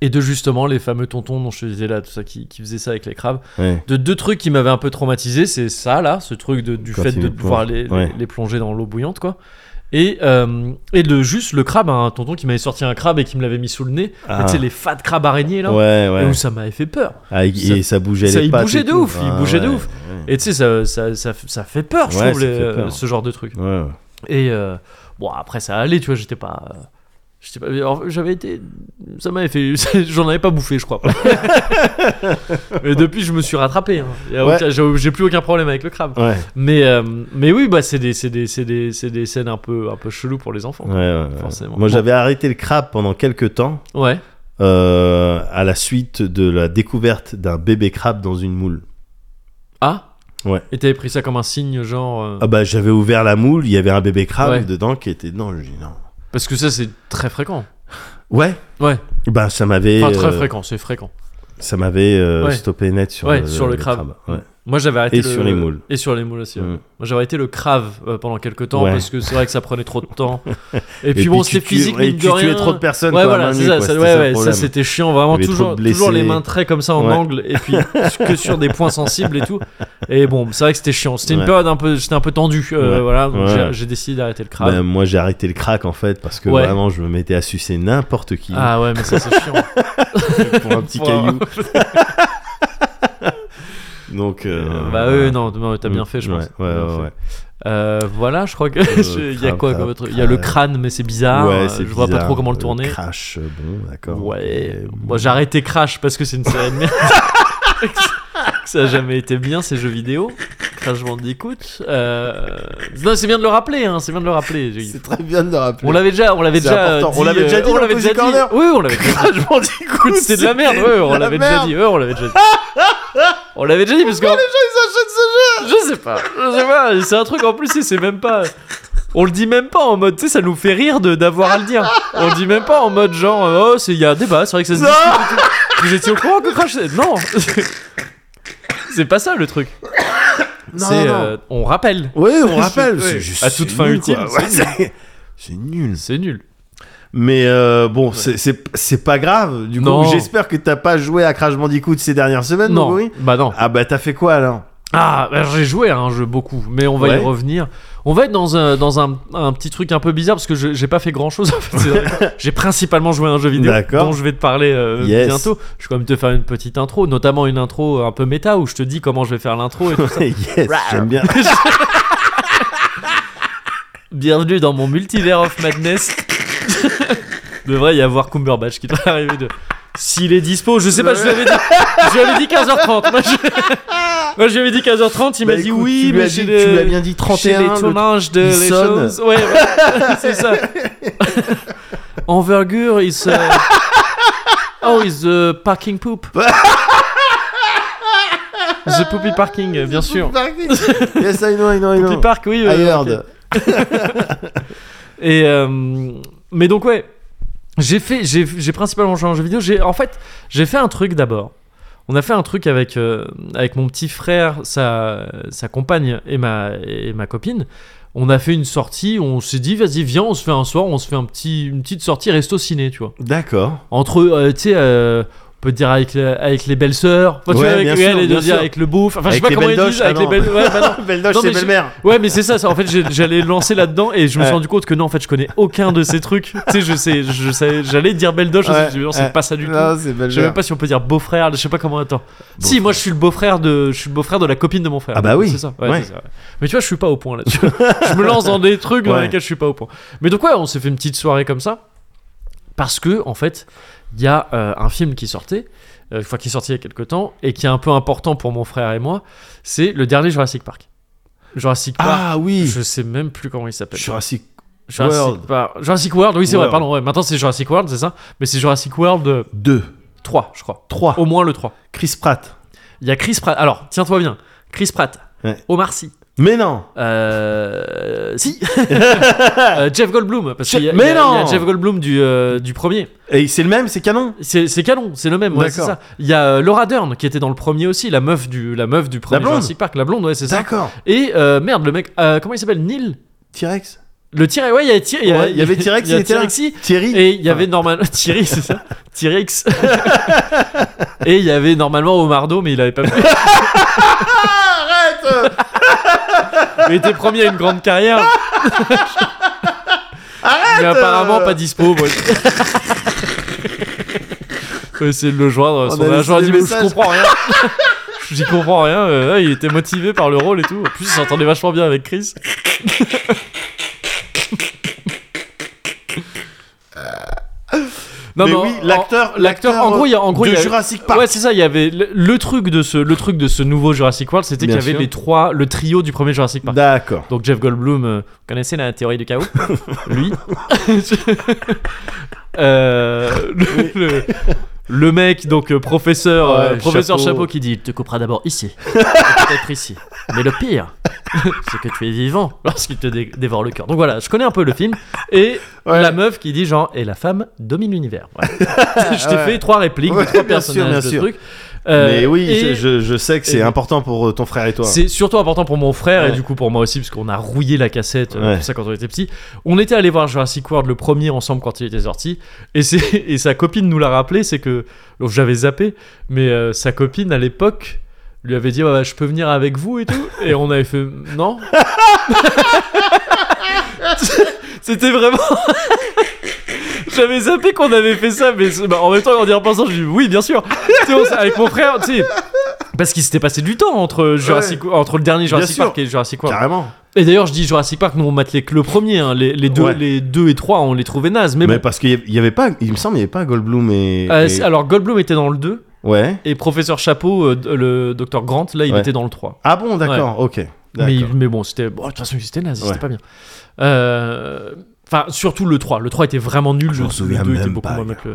et de justement les fameux tontons dont je te disais là, tout ça qui, qui faisait ça avec les crabes.
ouais.
De deux trucs qui m'avaient un peu traumatisé, c'est ça là, ce truc de- du
Quand
fait
il
de
plonge.
pouvoir les, les-
Ouais.
les plonger dans l'eau bouillante quoi. Et, euh, et le, juste le crabe, hein, un tonton qui m'avait sorti un crabe et qui me l'avait mis sous le nez.
Ah.
Tu sais, les fat crabes araignées là,
Ouais,
et où
ouais.
ça m'avait fait peur.
Ah, et,
ça-
et ça bougeait
ça,
les
il
pattes.
bougeait
et
de
tout.
ouf, il
Ah,
bougeait de
ouais,
ouf. Et tu sais, ça, ça, ça, ça fait peur, je
Ouais,
trouve,
ça
les- euh,
fait peur.
ce genre de truc.
Ouais, ouais.
Et euh, bon, après, ça allait, tu vois, j'étais pas. euh, j'étais pas alors, J'avais été. Ça m'avait fait. J'en avais pas bouffé, je crois. Mais depuis, je me suis rattrapé. hein. Y a
Ouais.
aucun- J'ai j'ai plus aucun problème avec le crabe.
Ouais,
Mais, euh, mais oui, bah, c'est des, c'est des, c'est des, c'est des scènes un peu, un peu chelou pour les enfants.
ouais, ouais, ouais.
Forcément. Bon.
Moi, j'avais arrêté le crabe pendant quelques temps
Ouais.
euh, à la suite de la découverte d'un bébé crabe dans une moule.
Ah
Ouais.
Et t'avais pris ça comme un signe, genre. euh,
Ah bah, j'avais ouvert la moule, il y avait un bébé crabe
Ouais.
dedans qui était dedans. Je dis non.
Parce que ça, c'est très fréquent.
Ouais.
Ouais.
Bah, ça m'avait.
Enfin, très
euh,
fréquent, c'est fréquent.
ça m'avait euh,
Ouais.
stoppé net sur,
Ouais,
le,
sur le crabe.
Ouais.
Moi j'avais arrêté
Et
le-
sur les moules.
et sur les moules aussi. ouais.
Mm.
Moi j'avais arrêté le crave euh, pendant quelques temps
Ouais.
parce que c'est vrai que ça prenait trop de temps. Et, puis bon
tu
c'était
tues-
physique
et
mine
tu
de rien.
tuais trop de personnes
ouais
quoi, à
voilà
main
c'est
nue,
ça,
quoi,
ça-
c'était
ouais,
ça le
ouais, ça
problème.
c'était chiant vraiment
Il y avait
toujours
trop de
toujours les
blessés.
mains très comme ça en
Ouais.
angle et puis que sur des points sensibles et tout. Et bon c'est vrai que c'était chiant. C'était une
Ouais.
période un peu j'étais un peu tendu euh,
Ouais.
voilà donc
Ouais.
j'ai- j'ai décidé d'arrêter le crave.
Ben, moi j'ai arrêté le crack en fait parce que
Ouais.
vraiment je me mettais à sucer n'importe qui
ah ouais mais ça c'est chiant.
pour un petit
Pour- Bah
caillou. Donc euh,
bah oui non non, t'as bien
Mm.
fait je
Ouais,
pense.
Ouais
Bien
ouais
fait.
ouais.
Euh, voilà, je crois que
Euh,
il y a
crâne,
quoi
crâne,
comme autre Il y a le crâne, mais c'est bizarre.
Ouais,
euh,
c'est
je vois pas
bizarre.
trop comment le tourner.
Crash euh, bon d'accord.
ouais.
Mais bon.
Moi, j'ai arrêté Crash parce que c'est une série de merde. Ça a jamais été bien ces jeux vidéo. Crash Bandicoot. Euh... Non, c'est bien de le rappeler. Hein, c'est bien de le rappeler. J'ai-
c'est très bien de le rappeler.
On l'avait déjà, on l'avait
C'est
déjà, euh,
important. On l'avait
euh,
déjà dit
on
dans
l'avait
Cozy
déjà dit.
Corner.
Oui, on l'avait déjà dit.
Crash Bandicoot,
C'était de la merde. Ouais, on
de la
l'avait déjà
merde.
dit. Ouais, on l'avait déjà dit. On l'avait déjà dit parce que
Ils achètent ce jeu.
je sais pas, je sais pas, c'est un truc en plus, et c'est même pas. On le dit même pas en mode, tu sais, ça nous fait rire de d'avoir à le dire. On le dit même pas en mode genre, euh, oh, c'est- il y a un débat, c'est vrai que ça se dit.
Non
Vous étiez au courant que Crash. c'est- Non C'est pas ça le truc.
Non,
c'est.
non.
euh, on rappelle.
Ouais, on
Je-
rappelle,
ouais.
c'est juste
À toute
c'est
fin
nul,
utile,
quoi.
c'est
Ouais, c'est- c'est nul.
C'est nul.
Mais euh, bon, c'est- c'est c'est pas grave. Du coup,
Non.
j'espère que t'as pas joué à Crash Bandicoot ces dernières semaines,
Non,
Moguri.
bah non.
Ah bah t'as fait quoi alors
Ah, bah, j'ai joué à un jeu beaucoup, mais on va
Ouais.
y revenir. On va être dans un, dans un, un petit truc un peu bizarre parce que je- j'ai pas fait grand chose. En fait. C'est- j'ai principalement joué à un jeu vidéo
D'accord.
dont je vais te parler euh,
Yes.
bientôt. Je vais quand même te faire une petite intro, notamment une intro un peu méta où je te dis comment je vais faire l'intro. et tout.
Yes, j'aime bien.
Bienvenue dans mon multivers of madness. Devrait y avoir Cumberbatch qui devrait arriver de. S'il est dispo, je sais pas, je lui avais dit, je lui avais dit 15h30. Moi je... Moi, je lui avais dit 15h30, il m'a
Bah,
dit
écoute,
oui,
tu lui
mais
as
j'ai
dit-
des-
tu lui as bien dit
Chez
31.
les
le-
tournages de
il
les
sonne.
choses. Ouais, ouais, c'est ça. Envergure is. uh, Oh, is the parking poop. the poopy parking, euh, bien sûr.
yes, I know, I know, I
Poopy
know.
park, oui. euh,
I heard.
ok. Et euh, mais donc ouais, j'ai fait, j'ai j'ai principalement joué en jeu vidéo. J'ai en fait, j'ai fait un truc d'abord. On a fait un truc avec euh, avec mon petit frère, sa sa compagne et ma et ma copine. On a fait une sortie. On s'est dit vas-y viens, on se fait un soir, on se fait un petit une petite sortie resto ciné, tu vois.
D'accord.
Entre euh, tu sais. euh, on peut dire avec, le- avec les belles sœurs, Enfin, tu
Ouais,
vois, avec,
bien
ouais,
sûr,
les
bien
deux dire
sûr.
avec le bouffe, enfin je sais
Avec
pas
les
comment ils
belles
disent,
doches,
avec
ah
les belles, ouais, bah non.
Belle doche,
Non,
c'est
mais je-
belle-mère.
Ouais, mais c'est ça, ça. En fait, j'ai- j'allais lancer là-dedans et je me suis
Ouais.
rendu compte que non, en fait, je connais aucun de ces trucs. tu sais, je sais, je sais, j'allais dire belle doche, je me suis
Ouais,
dit, non,
ouais.
c'est pas ça du tout.
Non, c'est belle
Je sais même pas si on peut dire beau-frère, je sais pas comment. Attends. si, moi, je suis le beau-frère de, je suis le beau-frère de la copine de mon frère.
Ah bah oui.
C'est ça. ouais,
Ouais.
c'est ça, ouais. Mais tu vois, je suis pas au point là-dessus. je me lance dans des trucs dans
Ouais.
lesquels je suis pas au point. Mais donc ouais, on s'est fait une petite soirée comme ça parce que en fait, il y a euh, un film qui sortait, euh, enfin qui est sorti il y a quelques temps et qui est un peu important pour mon frère et moi, c'est le dernier Jurassic Park. Jurassic Park.
Ah oui.
Je sais même plus comment il s'appelle.
Jurassic.
Jurassic
World.
Park- Jurassic World, oui, c'est vrai,
World.
pardon. ouais. Maintenant, c'est Jurassic World, c'est ça. Mais c'est Jurassic World euh,
2,
3, je crois.
3.
Au moins le 3.
Chris Pratt.
Il y a Chris Pratt. Alors, tiens-toi bien. Chris Pratt.
Ouais.
Omar Sy.
Mais non.
Euh, Si. Euh, Jeff Goldblum. Parce qu'il y, a-
Mais
il y a-
non.
il y a Jeff Goldblum du, euh, du premier.
Et c'est le même, c'est canon.
C'est c'est canon, c'est le même. Ouais, c'est
D'accord.
ça. Il y a euh, Laura Dern qui était dans le premier aussi, la meuf du, la meuf du premier
blonde.
Jurassic Park, la blonde, ouais, c'est ça.
D'accord.
Et euh, merde, le mec. euh, comment il s'appelle Neil
T-Rex.
Le T-Rex. Ouais, il y avait T-Rex.
Ouais, il y avait T-Rex,
il y a
il était là.
T-Rex. si.
Thierry.
Et il y avait normalement Thierry, c'est ça T-Rex. Et il y avait normalement Omardo, mais il avait pas pu.
Arrête
Il était premier à une grande carrière. Mais
euh,
apparemment pas dispo. moi. Faut essayer de le joindre.
On
Son
a laissé
agent a
des
dit, mais je
messages.
comprends rien. J'y comprends rien. euh, ouais, il était motivé par le rôle et tout. En plus, il s'entendait vachement bien avec Chris. Non,
mais
en-
oui, l'acteur, euh,
l'acteur, en gros, il y a- en gros,
de
il y a-
Jurassic Park.
Ouais, c'est ça. Il y avait le, le truc de ce, le truc de ce nouveau Jurassic World, c'était qu'il
Bien
y avait
sûr.
les trois, le trio du premier Jurassic Park.
D'accord.
Donc Jeff Goldblum, euh, vous connaissez la théorie du chaos Lui. Euh, le, le- le mec, donc euh, professeur, euh,
Ouais,
professeur
chapeau.
chapeau. qui dit, il te coupera d'abord ici, et peut-être ici. Mais le pire, c'est que tu es vivant lorsqu'il te dé- dévore le cœur. Donc voilà, je connais un peu le film et
Ouais.
la meuf qui dit genre et la femme domine l'univers. Ouais. je t'ai
Ouais.
fait trois répliques, de
Ouais,
trois
bien sûr, bien
personnages de
sûr.
trucs. Euh,
mais oui,
et-
je, je sais que c'est
et-
important pour euh, ton frère et toi.
c'est surtout important pour mon frère et
Ouais.
du coup pour moi aussi, parce qu'on a rouillé la cassette, euh,
Ouais.
tout ça quand on était petit. On était allé voir Jurassic World le premier ensemble quand il était sorti, et, c'est- et sa copine nous l'a rappelé, c'est que bon, j'avais zappé, mais euh, sa copine à l'époque lui avait dit Ouais, je peux venir avec vous et tout, et on avait fait non. C'était vraiment. J'avais zappé qu'on avait fait ça, mais c'est- bah, en même temps, en y repensant, je dis oui, bien sûr. Tu sais, on s- avec mon frère, tu sais, parce qu'il s'était passé du temps entre Jurassic, entre le dernier Jurassic
sûr.
Park et Jurassic World.
Carrément.
Et d'ailleurs, je dis Jurassic Park, nous on matelait que le premier, hein. les, les deux,
Ouais.
les deux et trois, on les trouvait nazes. Mais,
Mais,
bon.
parce qu'il y avait- il y avait pas, il me semble, il y avait pas Goldblum et.
Euh,
et-
c'est- alors Goldblum était dans le 2
Ouais.
et Professeur Chapeau, euh, d- le docteur Grant, là, il
Ouais.
était dans le 3.
Ah bon, d'accord, ok.
Mais,
D'accord.
mais bon, c'était. bon, de toute façon, c'était naze,
Ouais.
c'était pas bien. Euh, Enfin, surtout le 3. Le 3 était vraiment nul.
Je m'en
le-
souviens
le 2 était
même
beaucoup
pas,
moins bien que le-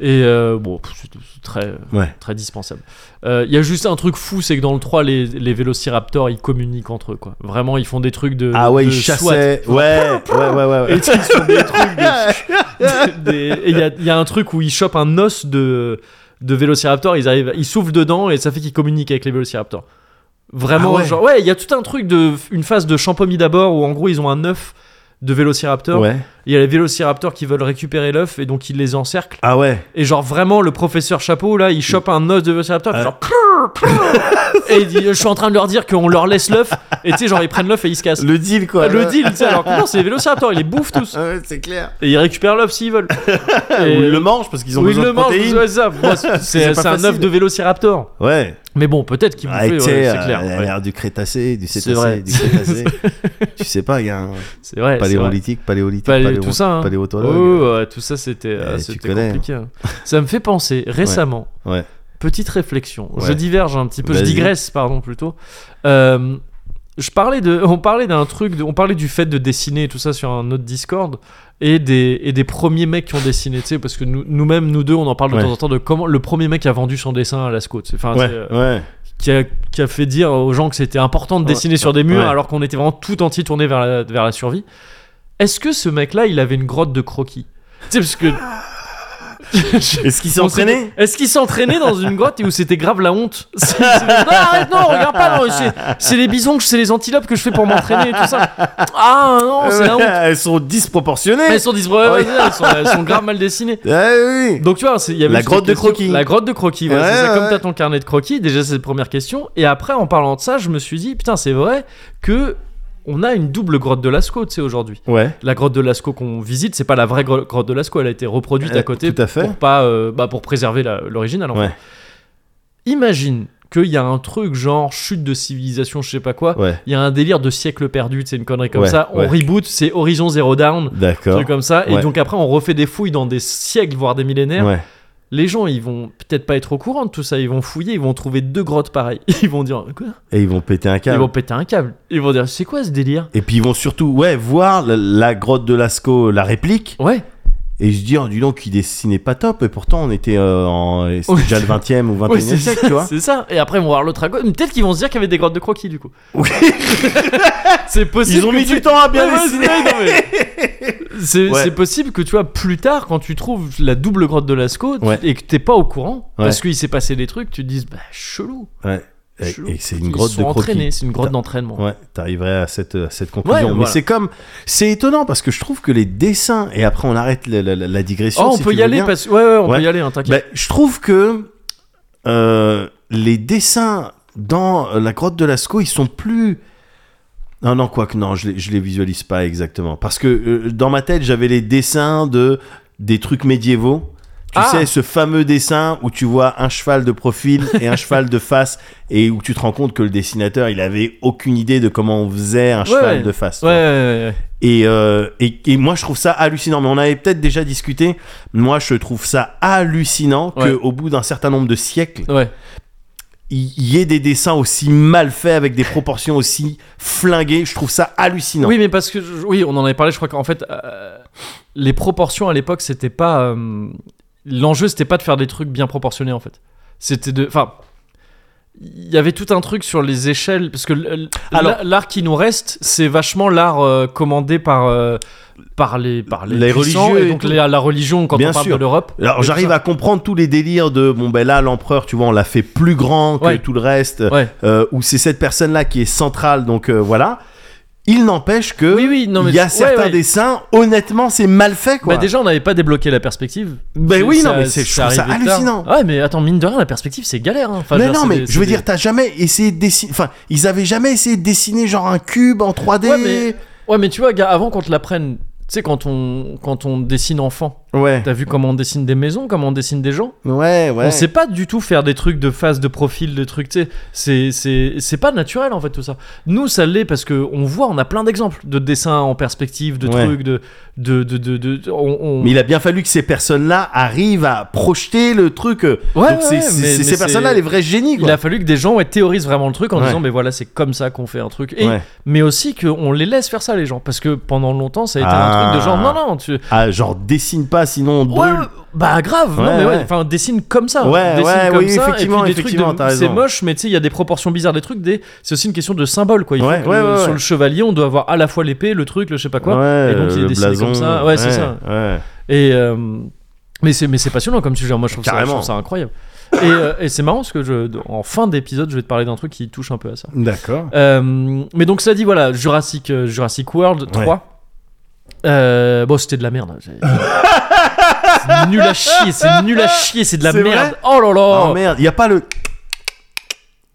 Et euh, bon, pff, c'était c'était très,
Ouais.
très dispensable. Euh, Il y a juste un truc fou, c'est que dans le 3, les, les vélociraptors, ils communiquent entre eux, quoi. Vraiment, ils font des trucs de.
Ah ouais,
Euh, de
il chassait.
SWAT.
Ouais, ouais, ouais, ouais. ouais.
Et tu sais, ils font des trucs de- des- et il y, a- il y a un truc où ils chopent un os de, de vélociraptor, ils arrivent, ils soufflent dedans et ça fait qu'ils communiquent avec les vélociraptors. Vraiment,
Ah ouais.
genre, ouais, il y a tout un truc de une phase de champomis d'abord où en gros ils ont un œuf de vélociraptor
Ouais.
Il y a les vélociraptors qui veulent récupérer l'œuf et donc ils les encerclent.
Ah ouais.
Et genre vraiment, le professeur Chapeau, là, il chope un os de vélociraptor. il fait
Ouais.
genre, prrr, prrr. et il dit Je suis en train de leur dire qu'on leur laisse l'œuf. Et tu sais, genre, ils prennent l'œuf et ils se cassent.
Le deal quoi.
Le deal, tu sais, alors que non, c'est les vélociraptors, ils les bouffent tous.
Ah ouais, c'est clair.
Et ils récupèrent l'œuf s'ils veulent. Et-
Ou ils le mangent parce qu'ils ont
ou ils
besoin
le
de
mangent,
protéines.
ouais, ça. Moi, c'est-
c'est
c'est
pas
c'est un œuf
facile.
de vélociraptor.
Ouais.
Mais bon, peut-être qu'ils
Ah,
bouffaient,
tu
ouais,
sais,
c'est
euh,
clair.
à
ouais.
l'ère du Crétacé, du
C'est
Cétacé,
vrai.
du Crétacé. tu sais pas, il y a un
C'est vrai. c'est vrai.
paléolithique, paléolithique,
Palé-
paléo-
tout ça, hein.
paléontologue.
Oh, ouais, tout ça, c'était euh,
Eh, tu
c'était
connais, hein.
compliqué. hein. Ça me fait penser récemment.
Ouais.
Petite réflexion. Je
Ouais.
diverge un petit peu. Je
Vas-y.
digresse, pardon, plutôt. Euh, je parlais de, on parlait d'un truc, de- on parlait du fait de dessiner et tout ça sur un autre Discord et des, et des premiers mecs qui ont dessiné, tu sais, parce que nous- nous-mêmes, nous, deux, on en parle de
Ouais.
temps en temps de comment le premier mec qui a vendu son dessin à Lascaux, tu sais. enfin,
Ouais,
c'est, euh,
ouais.
qui a, qui a fait dire aux gens que c'était important de
Ouais.
dessiner sur des murs
Ouais.
alors qu'on était vraiment tout entier tourné vers la, vers la survie. Est-ce que ce mec-là, il avait une grotte de croquis Tu sais, parce que. Je-
Est-ce qu'il s'est
on s'est-
entraîné
Est-ce qu'il s'entraînait dans une grotte et où c'était grave la honte C'est- c'est- Non, arrête, non, regarde pas, non, c'est- c'est les bisons, que- c'est les antilopes que je fais pour m'entraîner et tout ça. Ah non, c'est la honte.
Elles sont disproportionnées.
Elles sont, dis- ouais, ouais, ouais, elles sont, elles sont grave mal dessinées.
Ah oui.
Donc tu vois, c'est- il y avait
La
cette
grotte de
question-
croquis.
La grotte de croquis, voilà,
Ouais,
c'est ça.
ouais,
Comme t'as
ouais.
ton carnet de croquis, déjà c'est la première question. Et après, en parlant de ça, je me suis dit, putain, c'est vrai que on a une double grotte de Lascaux, tu sais, aujourd'hui.
Ouais.
La grotte de Lascaux qu'on visite, c'est pas la vraie gro- grotte de Lascaux, elle a été reproduite
Euh,
à côté
tout à fait.
pour pas, euh, bah, pour préserver la- l'origine. Alors,
Ouais.
imagine qu'il y a un truc genre chute de civilisation, je sais pas quoi.
Ouais.
Il y a un délire de siècle perdu, c'est une connerie comme
Ouais,
ça. On
ouais.
reboot, c'est Horizon Zero Down, un
D'accord.
truc comme ça. Et
Ouais.
donc après, on refait des fouilles dans des siècles, voire des millénaires
Ouais.
les gens ils vont peut-être pas être au courant de tout ça, ils vont fouiller, ils vont trouver deux grottes pareilles, ils vont dire quoi
Et ils vont péter un
Ils
câble.
vont péter un câble, ils vont dire c'est quoi ce délire
Et puis ils vont surtout, ouais, voir la, la grotte de Lascaux, la réplique,
Ouais,
et se dire, du donc, qu'il dessinait pas top, et pourtant on était, euh, en, et c'était
Ouais.
déjà le 20e ou 21e
ouais, c'est
siècle, tu
ça,
vois.
c'est ça. Et après ils vont voir l'autre à gauche, Mais peut-être qu'ils vont se dire qu'il y avait des grottes de croquis du coup.
Oui.
c'est possible.
Ils ont
que
mis
tu-
du temps à bien
Ouais, ouais,
dessiner.
c'est vrai, non, mais- C'est
Ouais.
c'est possible que tu vois plus tard quand tu trouves la double grotte de Lascaux tu-
Ouais.
et que t'es pas au courant
Ouais.
parce qu'il s'est passé des trucs, tu te dis bah chelou.
Ouais.
chelou.
Et, et c'est
Ils
une grotte
se
de
sont entraînés,
croquis.
c'est une grotte d'entraînement.
Ouais, t'arriverais à cette, à cette conclusion.
Ouais,
mais
voilà.
c'est comme, c'est étonnant parce que je trouve que les dessins, et après on arrête la, la- la- la digression.
Oh, on
si
peut
tu
y
veux
aller
bien.
parce ouais ouais on peut
Ouais.
y aller hein, t'inquiète.
Ben, je trouve que euh, les dessins dans euh, la grotte de Lascaux, ils sont plus. Non, non, quoique, non, je les, je les visualise pas exactement. Parce que euh, dans ma tête, j'avais les dessins de des trucs médiévaux. Tu
Ah.
sais, ce fameux dessin où tu vois un cheval de profil et un cheval de face, et où tu te rends compte que le dessinateur, il avait aucune idée de comment on faisait un cheval
ouais.
de face. tu
Ouais, ouais, ouais, ouais.
et, euh, et, et moi, je trouve ça hallucinant. Mais on avait peut-être déjà discuté. Moi, je trouve ça hallucinant
Ouais.
qu'au bout d'un certain nombre de siècles,
Ouais.
il il y ait des dessins aussi mal faits, avec des proportions aussi flinguées. Je trouve ça hallucinant.
Oui, mais parce que je- oui, on en avait parlé. Je crois qu'en fait, euh, les proportions à l'époque, c'était pas euh, l'enjeu, c'était pas de faire des trucs bien proportionnés en fait. C'était de, enfin, il y avait tout un truc sur les échelles parce que l- l-
Alors-
la- l'art qui nous reste, c'est vachement l'art euh, commandé par euh, par les par les,
Les
puissants,
religieux
et
et
donc
tout.
les- la religion quand
Bien
on parle
sûr.
de l'Europe.
Alors,
Et
j'arrive
tout ça.
à comprendre tous les délires de bon, ben là, l'empereur, tu vois, on l'a fait plus grand que
Ouais.
tout le reste,
Ouais.
euh, ou c'est cette personne-là qui est centrale, donc euh, voilà. Il n'empêche que.
Oui, oui, non mais
Il y a
ouais,
certains
ouais.
dessins, honnêtement, c'est mal fait quoi.
Bah déjà, on n'avait pas débloqué la perspective.
Ben
C'est-
oui, non, mais c'est- je trouve ça
arrivé tard.
hallucinant.
Ouais, mais attends, mine de rien, la perspective, c'est galère. hein. Enfin,
mais
genre,
non,
c'est
mais
des-
je
c'est
veux
des-
dire, t'as jamais essayé de dessiner. Enfin, ils avaient jamais essayé de dessiner genre un cube en 3D.
Ouais, mais, ouais, mais tu vois, gars, avant qu'on te l'apprenne, tu sais, quand on, quand on dessine enfant,
ouais,
t'as vu comment on dessine des maisons, comment on dessine des gens
ouais, ouais.
On sait pas du tout faire des trucs de face, de profil, de trucs, tu sais. C'est- C'est c'est pas naturel, en fait, tout ça. Nous, ça l'est parce que on voit, on a plein d'exemples de dessins en perspective, de
Ouais.
trucs, de. de, de, de, de- on, on-
Mais il a bien fallu que ces personnes-là arrivent à projeter le truc. Ouais,
Ouais,
Donc c'est
ouais,
c'est-
mais-
c'est
mais
ces personnes-là
c'est-
les vrais génies.
Il
Quoi.
a fallu que des gens ouais, théorisent vraiment le truc en
Ouais.
disant, mais voilà, c'est comme ça qu'on fait un truc. Et,
Ouais.
Mais aussi qu'on les laisse faire ça, les gens. Parce que pendant longtemps, ça a été un
Ah.
truc de genre, non, non, tu,
Ah, genre dessine pas, sinon on te
Ouais,
brûle.
ouais, bah grave, non
Ouais,
mais ouais,
ouais.
enfin dessine comme ça.
Ouais,
dessine
ouais,
comme ça,
oui,
et puis
effectivement,
des trucs de-
effectivement, t'as
C'est
raison.
moche, mais tu sais, il y a des proportions bizarres des trucs. Des... C'est aussi une question de symbole, quoi. Il faut
Ouais,
que
ouais,
le-
ouais,
Sur
ouais.
le chevalier, on doit avoir à la fois l'épée, le truc, le je sais pas quoi.
Ouais,
et donc il est
le
dessiné
blason,
comme ça. Ouais, c'est ça.
ouais.
Et euh, mais c'est mais c'est passionnant comme sujet. Moi, je trouve, ça, je
Carrément.
trouve ça incroyable. et euh, et c'est marrant parce que je, en fin d'épisode, je vais te parler d'un truc qui touche un peu à ça.
D'accord.
Euh, mais donc ça dit voilà Jurassic euh, Jurassic World 3 Euh, bon, c'était de la merde. C'est c'est nul à chier, c'est nul à chier, c'est de la
C'est vrai
merde. Oh là là.
Oh merde, il y a pas le. Tu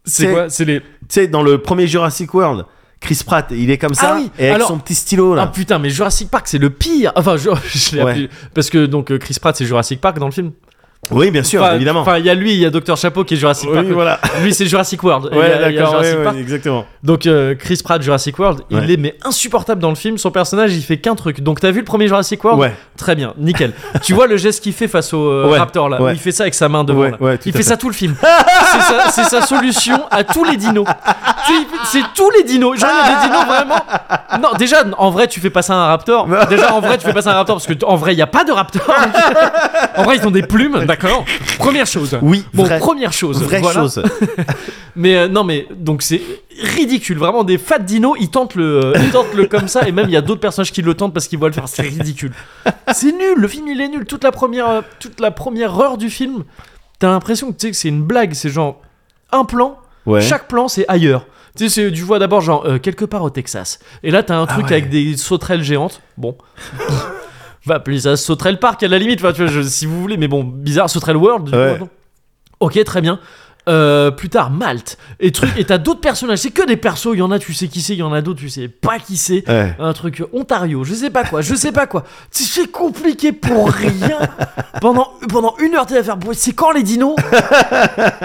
c'est
c'est-
quoi Ah, C'est les.
sais, dans le premier Jurassic World, Chris Pratt, il est comme ça,
Ah oui,
et avec
alors-
son petit stylo
Ah
là.
putain, mais Jurassic Park, c'est le pire. Enfin, je, je l'ai
Ouais.
appelé- parce que donc euh, Chris Pratt, c'est Jurassic Park dans le film.
oui, bien sûr,
ah, Enfin,
évidemment.
Enfin, il y a lui, il y a Docteur Chapeau qui est Jurassic Park.
oui, voilà.
Lui, c'est Jurassic World. Et il y
Ouais,
a- il y a
d'accord, ouais,
Jurassic
ouais,
Park.
exactement.
Donc euh, Chris Pratt Jurassic World, il
Ouais.
est mais insupportable dans le film. Son personnage, il fait qu'un truc. Donc t'as vu le premier Jurassic World
Ouais.
Très bien, nickel. tu vois le geste qu'il fait face au euh,
Ouais,
raptor là où
ouais.
Il fait ça avec sa main devant.
Ouais,
là.
ouais, tout
il
à
fait
fait.
ça tout le film. c'est, sa, c'est sa solution à tous les dinos. Tu sais, il fait- C'est tous les dinos. Genre il y a des dinos vraiment. Non, déjà en vrai tu fais pas ça à un raptor. Déjà en vrai tu fais pas ça à un raptor parce que t- en vrai il y a pas de raptor. en vrai ils ont des plumes, d'accord. Première chose.
Oui,
Bon,
vrai-
première chose.
vraie
voilà.
chose.
Mais euh, non, mais donc c'est ridicule, vraiment des fat dinos, ils tentent le, euh, ils tentent le comme ça, et même il y a d'autres personnages qui le tentent parce qu'ils voient le faire, c'est ridicule. C'est nul, le film il est nul, toute la première, euh, toute la première heure du film, t'as l'impression que tu sais que c'est une blague, c'est genre un plan,
Ouais.
chaque plan c'est ailleurs. Tu sais, c'est- tu vois d'abord genre euh, quelque part au Texas, et là t'as un truc
Ah ouais.
avec des sauterelles géantes, bon. Va appeler ça Sauterelle Park à la limite, enfin, tu vois, je- si vous voulez, mais bon, bizarre, Sauterelle World, du
Ouais.
coup, non. Ok, très bien. Euh, plus tard, Malte. Et truc, et t'as d'autres personnages. C'est que des persos. Il y en a, tu sais qui c'est. Il y en a d'autres, tu sais pas qui c'est.
Ouais.
Un truc euh, Ontario, je sais pas quoi, je sais pas quoi. C'est- C'est compliqué pour rien. Pendant, pendant une heure, t'es à faire. bon, C'est quand les dinos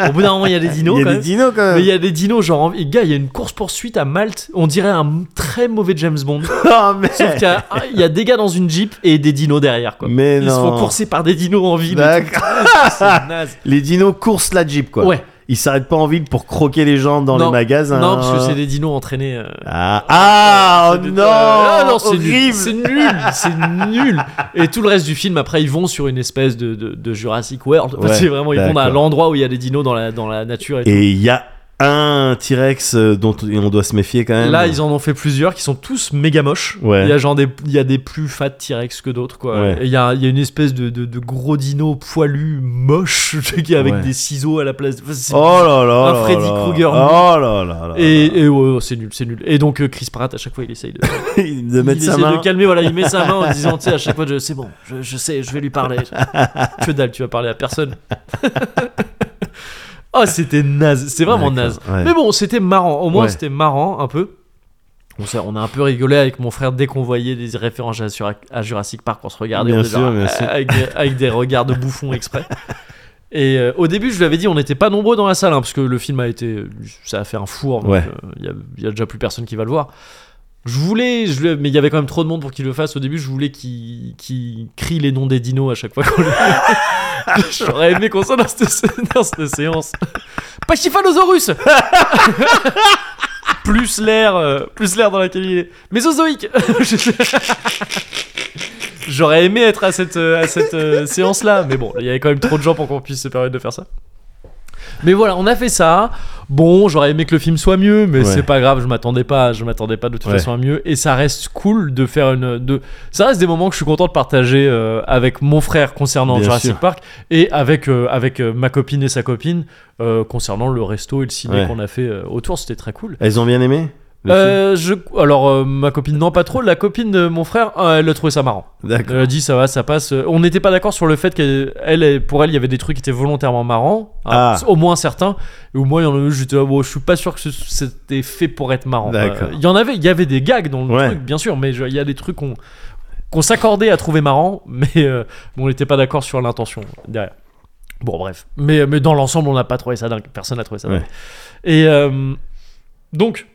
Au bout d'un moment, il y a des
Il
dinos.
y a
quand
des
même.
dinos quand
Mais il
même.
y a des dinos, genre, en- et gars, il y a une course-poursuite à Malte. On dirait un très mauvais James Bond.
Oh, mais...
Sauf qu'il y a- il y, a des gars dans une Jeep et des dinos derrière, quoi.
Mais
Ils se
non.
font courser par des dinos en ville. et tout.
D'accord.
C'est naze.
Les dinos coursent la Jeep quoi.
Ouais.
Ils s'arrêtent pas en ville pour croquer les gens dans
Non.
les magasins.
Non, parce que c'est des dinos entraînés. euh,
Ah, ah, oh
C'est des-
non,
Ah non, c'est nul,
horrible.
c'est nul, c'est nul. Et tout le reste du film, après, ils vont sur une espèce de, de, de Jurassic World.
Ouais,
c'est vraiment, ils vont à
d'accord.
l'endroit où il y a des dinos dans la, dans la nature. Et tout.
Et il y a un T-Rex euh, dont on doit se méfier quand même.
Là, ils en ont fait plusieurs qui sont tous méga moches.
Ouais.
Il y a genre des, il y a des plus fat T-Rex que d'autres, quoi.
Ouais.
Et Il y a, il y a une espèce de, de, de gros dino poilu moche qui est avec
Ouais.
des ciseaux à la place. Enfin, c'est-
Oh là là.
Un
là
Freddy
là.
Krueger.
Oh là là là.
Et, et ouais, ouais, c'est nul, c'est nul. Et donc euh, Chris Pratt à chaque fois il essaye de,
de mettre
il
sa
essaie
main.
de calmer, voilà, il met sa main en disant, tu sais, à chaque fois, je- c'est bon, je, je sais, je vais lui parler. que dalle, tu vas parler à personne. oh, c'était naze, c'était vraiment
D'accord,
naze.
ouais.
Mais bon, c'était marrant, au moins
Ouais.
c'était marrant un peu. On, s'est- on a un peu rigolé avec mon frère dès qu'on voyait des références à, Jura- à Jurassic Park, on se regardait
Bien
on était
sûr,
genre,
bien
euh,
sûr.
Avec, des, avec des regards de bouffons exprès. Et euh, au début, je lui avais dit, on n'était pas nombreux dans la salle, hein, parce que le film a été, ça a fait un four, donc,
Ouais.
euh, il y a- il y, a déjà plus personne qui va le voir. Je voulais, je lui- mais il y avait quand même trop de monde pour qu'il le fasse. Au début, je voulais qu'il qu'il crie les noms des dinos à chaque fois qu'on le. J'aurais aimé qu'on soit dans cette, sé- dans cette séance. Pachyphalosaurus Plus l'air, euh, plus l'air dans laquelle il est. Mésozoïque J'aurais aimé être à cette, euh, à cette euh, séance-là, mais bon, il y avait quand même trop de gens pour qu'on puisse se permettre de faire ça. Mais voilà, on a fait ça. Bon, j'aurais aimé que le film soit mieux, mais
Ouais.
c'est pas grave, je m'attendais pas, je m'attendais pas de toute
Ouais.
façon à mieux. Et ça reste cool de faire une, de, ça reste des moments que je suis content de partager euh, avec mon frère concernant
Bien
Jurassic
sûr.
Park et avec euh, avec euh, ma copine et sa copine euh, concernant le resto et le ciné
Ouais.
qu'on a fait euh, autour. C'était très cool.
Elles ont bien aimé le film
Euh, je, alors euh, ma copine non pas trop. La copine de mon frère, euh, elle a trouvé ça marrant.
D'accord.
Elle a dit ça va, ça passe. Euh, On n'était pas d'accord sur le fait qu'elle, elle, elle- pour elle, il y avait des trucs qui étaient volontairement marrants, hein,
Ah.
au moins certains. Et au moins, il y en a eu, j'étais là, Bon, je suis pas sûr que ce- c'était fait pour être marrant.
D'accord.
Euh, Il y en avait, il y avait des gags dans le
Ouais.
truc, bien sûr, mais je- il y a des trucs qu'on qu'on s'accordait à trouver marrant, mais euh, on n'était pas d'accord sur l'intention derrière. Bon, bref. Mais, euh, mais dans l'ensemble, on n'a pas trouvé ça dingue. Personne n'a trouvé ça dingue. Et euh, donc,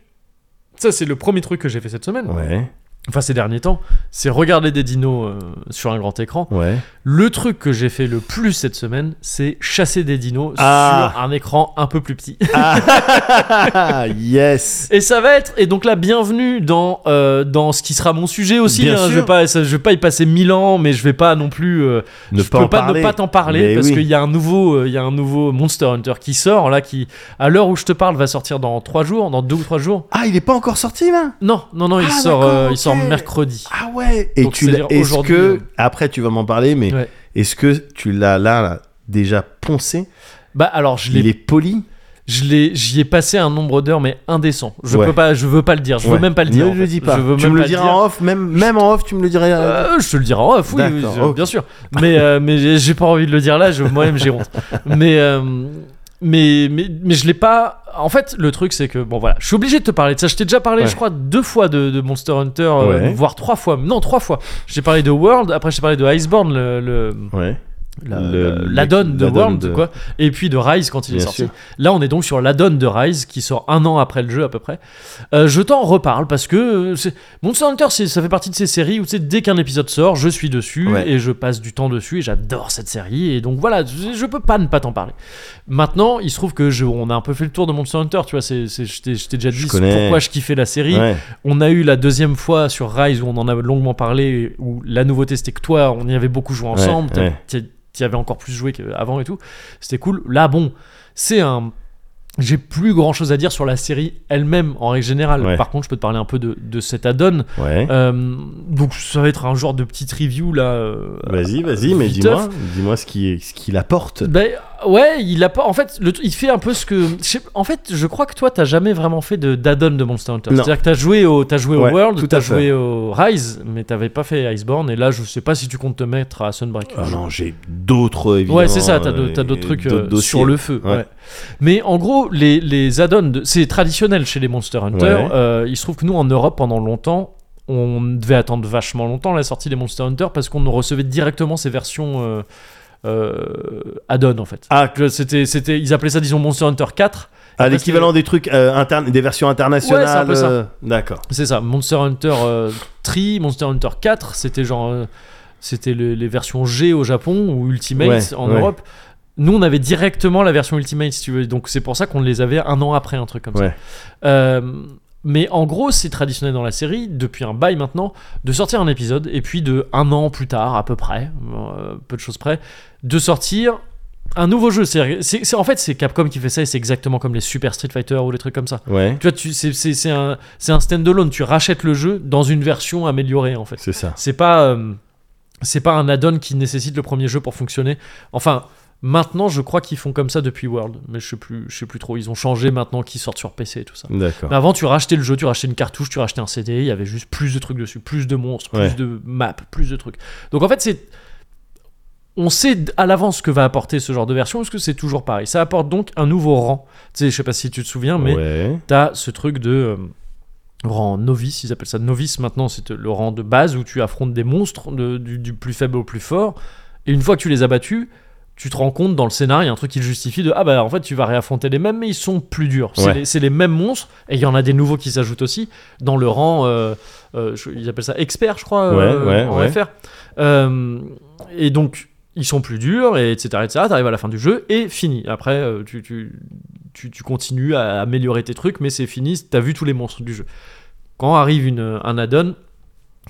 ça, c'est le premier truc que j'ai fait cette semaine
Ouais.
enfin ces derniers temps, c'est regarder des dinos euh, sur un grand écran.
Ouais.
Le truc que j'ai fait le plus cette semaine, c'est chasser des dinos
Ah.
sur un écran un peu plus petit.
Ah, yes.
Et ça va être, et donc là, bienvenue dans, euh, dans ce qui sera mon sujet aussi.
Bien
hein. je,
sûr.
vais pas, ça- je vais pas y passer mille ans, mais je vais pas non plus. euh,
Ne
je
pas
peux
en
pas
parler.
ne pas t'en parler
Mais
parce
oui.
qu'il y a un nouveau, euh, il y a un nouveau Monster Hunter qui sort là, qui à l'heure où je te parle va sortir dans trois jours, dans deux ou trois jours.
Ah, il est pas encore sorti là.
Non, non, non, il
Ah,
sort,
d'accord,
euh, il
ok.
sort mercredi.
Ah ouais. Et
Donc,
tu l'as.
c'est-à-dire
Est-ce
aujourd'hui,
que
euh,
après tu vas m'en parler, mais
Ouais.
est-ce que tu l'as là, là, déjà poncé
Bah alors je l'ai
Il est poli.
je l'ai, j'y ai passé un nombre d'heures mais indécent. Je
Ouais.
peux pas, je veux pas le dire. Je veux
Ouais.
même pas le dire.
Ne
en
le
fait.
dis pas.
Je veux
tu
même
me
pas
le diras en off, même, même en off, tu me le dirais.
Euh, je te le dirai en off, oui, oui,
D'accord,
je-
ok.
bien sûr. Mais, euh, mais j'ai- j'ai pas envie de le dire là, je- moi-même j'ai honte. Mais, euh, mais, mais, mais je l'ai pas. En fait, le truc c'est que, bon voilà, je suis obligé de te parler de ça. Je t'ai déjà parlé,
Ouais.
je crois, deux fois de, de Monster Hunter, euh,
Ouais.
voire trois fois. Non, trois fois. J'ai parlé de World, après j'ai parlé de Iceborne, le, le-
Ouais.
la,
Le-
la- la donne de
la donne
World,
de-
quoi. Et puis de Rise quand il est
Bien
sorti.
sûr.
Là, on est donc sur la donne de Rise qui sort un an après le jeu à peu près. Euh, je t'en reparle parce que euh, c'est- Monster Hunter, c'est- ça fait partie de ces séries où tu sais, dès qu'un épisode sort, je suis dessus
Ouais.
et je passe du temps dessus et j'adore cette série. Et donc voilà, je, je peux pas ne pas t'en parler. Maintenant, il se trouve que je, on a un peu fait le tour de Monster Hunter, tu vois. c'est c'est- je t'ai je t'ai déjà dit
connais.
pourquoi je kiffais la série.
Ouais.
On a eu la deuxième fois sur Rise où on en a longuement parlé, où la nouveauté c'était que toi, on y avait beaucoup joué ensemble,
ouais.
t'y t'y avais encore plus joué qu'avant et tout. C'était cool. Là, bon, c'est un. J'ai plus grand chose à dire sur la série elle-même en règle générale.
Ouais.
Par contre, je peux te parler un peu de, de cet add-on.
Ouais.
Euh, donc, ça va être un genre de petite review là. euh,
Vas-y, vas-y,
euh,
mais
viteuf.
dis-moi, dis-moi ce qui, ce qu'il apporte.
Ben ouais, il a pas. En fait, le, il fait un peu ce que. je sais- en fait, je crois que toi, t'as jamais vraiment fait de d'add-on de Monster Hunter.
Non.
C'est-à-dire que t'as joué au, t'as joué
Ouais,
au World,
tout
t'as
à fait.
joué au Rise, mais t'avais pas fait Iceborne. Et là, je sais pas si tu comptes te mettre à Sunbreak.
Ah non, j'ai d'autres évidemment.
Ouais, c'est ça, t'as de-
euh,
t'as d'autres trucs
d'autres
euh,
dossiers.
sur le feu.
Ouais.
ouais. Mais en gros, les, les add-ons, de- c'est traditionnel chez les Monster Hunter.
Ouais.
Euh, il se trouve que nous, en Europe, pendant longtemps, on devait attendre vachement longtemps la sortie des Monster Hunter parce qu'on recevait directement ces versions euh, euh, add-on en fait.
Ah,
Que c'était, c'était, ils appelaient ça, disons, Monster Hunter 4.
à Ah, l'équivalent des trucs euh, internes, des versions internationales.
Ouais, c'est un peu ça.
euh, D'accord.
C'est ça, Monster Hunter 3, Monster Hunter 4, c'était genre. euh, c'était le- les versions G au Japon ou Ultimate
Ouais,
en
ouais.
Europe. Nous, on avait directement la version Ultimate, si tu veux. Donc, c'est pour ça qu'on les avait un an après, un truc comme
Ouais.
ça. Euh, mais en gros, c'est traditionnel dans la série, depuis un bail maintenant, de sortir un épisode et puis de un an plus tard, à peu près, euh, peu de choses près, de sortir un nouveau jeu. C'est, c'est- c'est- en fait, c'est Capcom qui fait ça et c'est exactement comme les Super Street Fighter ou les trucs comme ça.
Ouais,
Tu vois, tu, c'est, c'est, c'est un, c'est un stand-alone. Tu rachètes le jeu dans une version améliorée, en fait.
c'est ça.
C'est pas, euh, c'est pas un add-on qui nécessite le premier jeu pour fonctionner. Enfin, maintenant, je crois qu'ils font comme ça depuis World. Mais je sais plus, je sais plus trop. Ils ont changé maintenant qu'ils sortent sur PC et tout ça.
D'accord.
Mais avant, tu rachetais le jeu, tu rachetais une cartouche, tu rachetais un CD, il y avait juste plus de trucs dessus, plus de monstres, plus
Ouais.
de maps, plus de trucs. Donc en fait, c'est. On sait d- à l'avance ce que va apporter ce genre de version, parce que c'est toujours pareil. Ça apporte donc un nouveau rang. Tu sais, je sais pas si tu te souviens, mais
Ouais.
t'as ce truc de euh, rang novice, ils appellent ça novice maintenant, c'est le rang de base où tu affrontes des monstres de- du, du plus faible au plus fort, et une fois que tu les as battus, tu te rends compte dans le scénario, il y a un truc qui le justifie de ah bah en fait tu vas réaffronter les mêmes mais ils sont plus durs. C'est
Ouais.
les- C'est les, mêmes monstres et il y en a des nouveaux qui s'ajoutent aussi dans le rang, euh, euh, je- ils appellent ça expert je crois
Ouais,
euh,
ouais,
en
ouais.
FR. Euh, et donc ils sont plus durs, et etc. etc. T'arrives à la fin du jeu et fini. Après, euh, tu, tu, tu, tu continues à améliorer tes trucs, mais c'est fini, t'as vu tous les monstres du jeu. Quand arrive une, un add-on,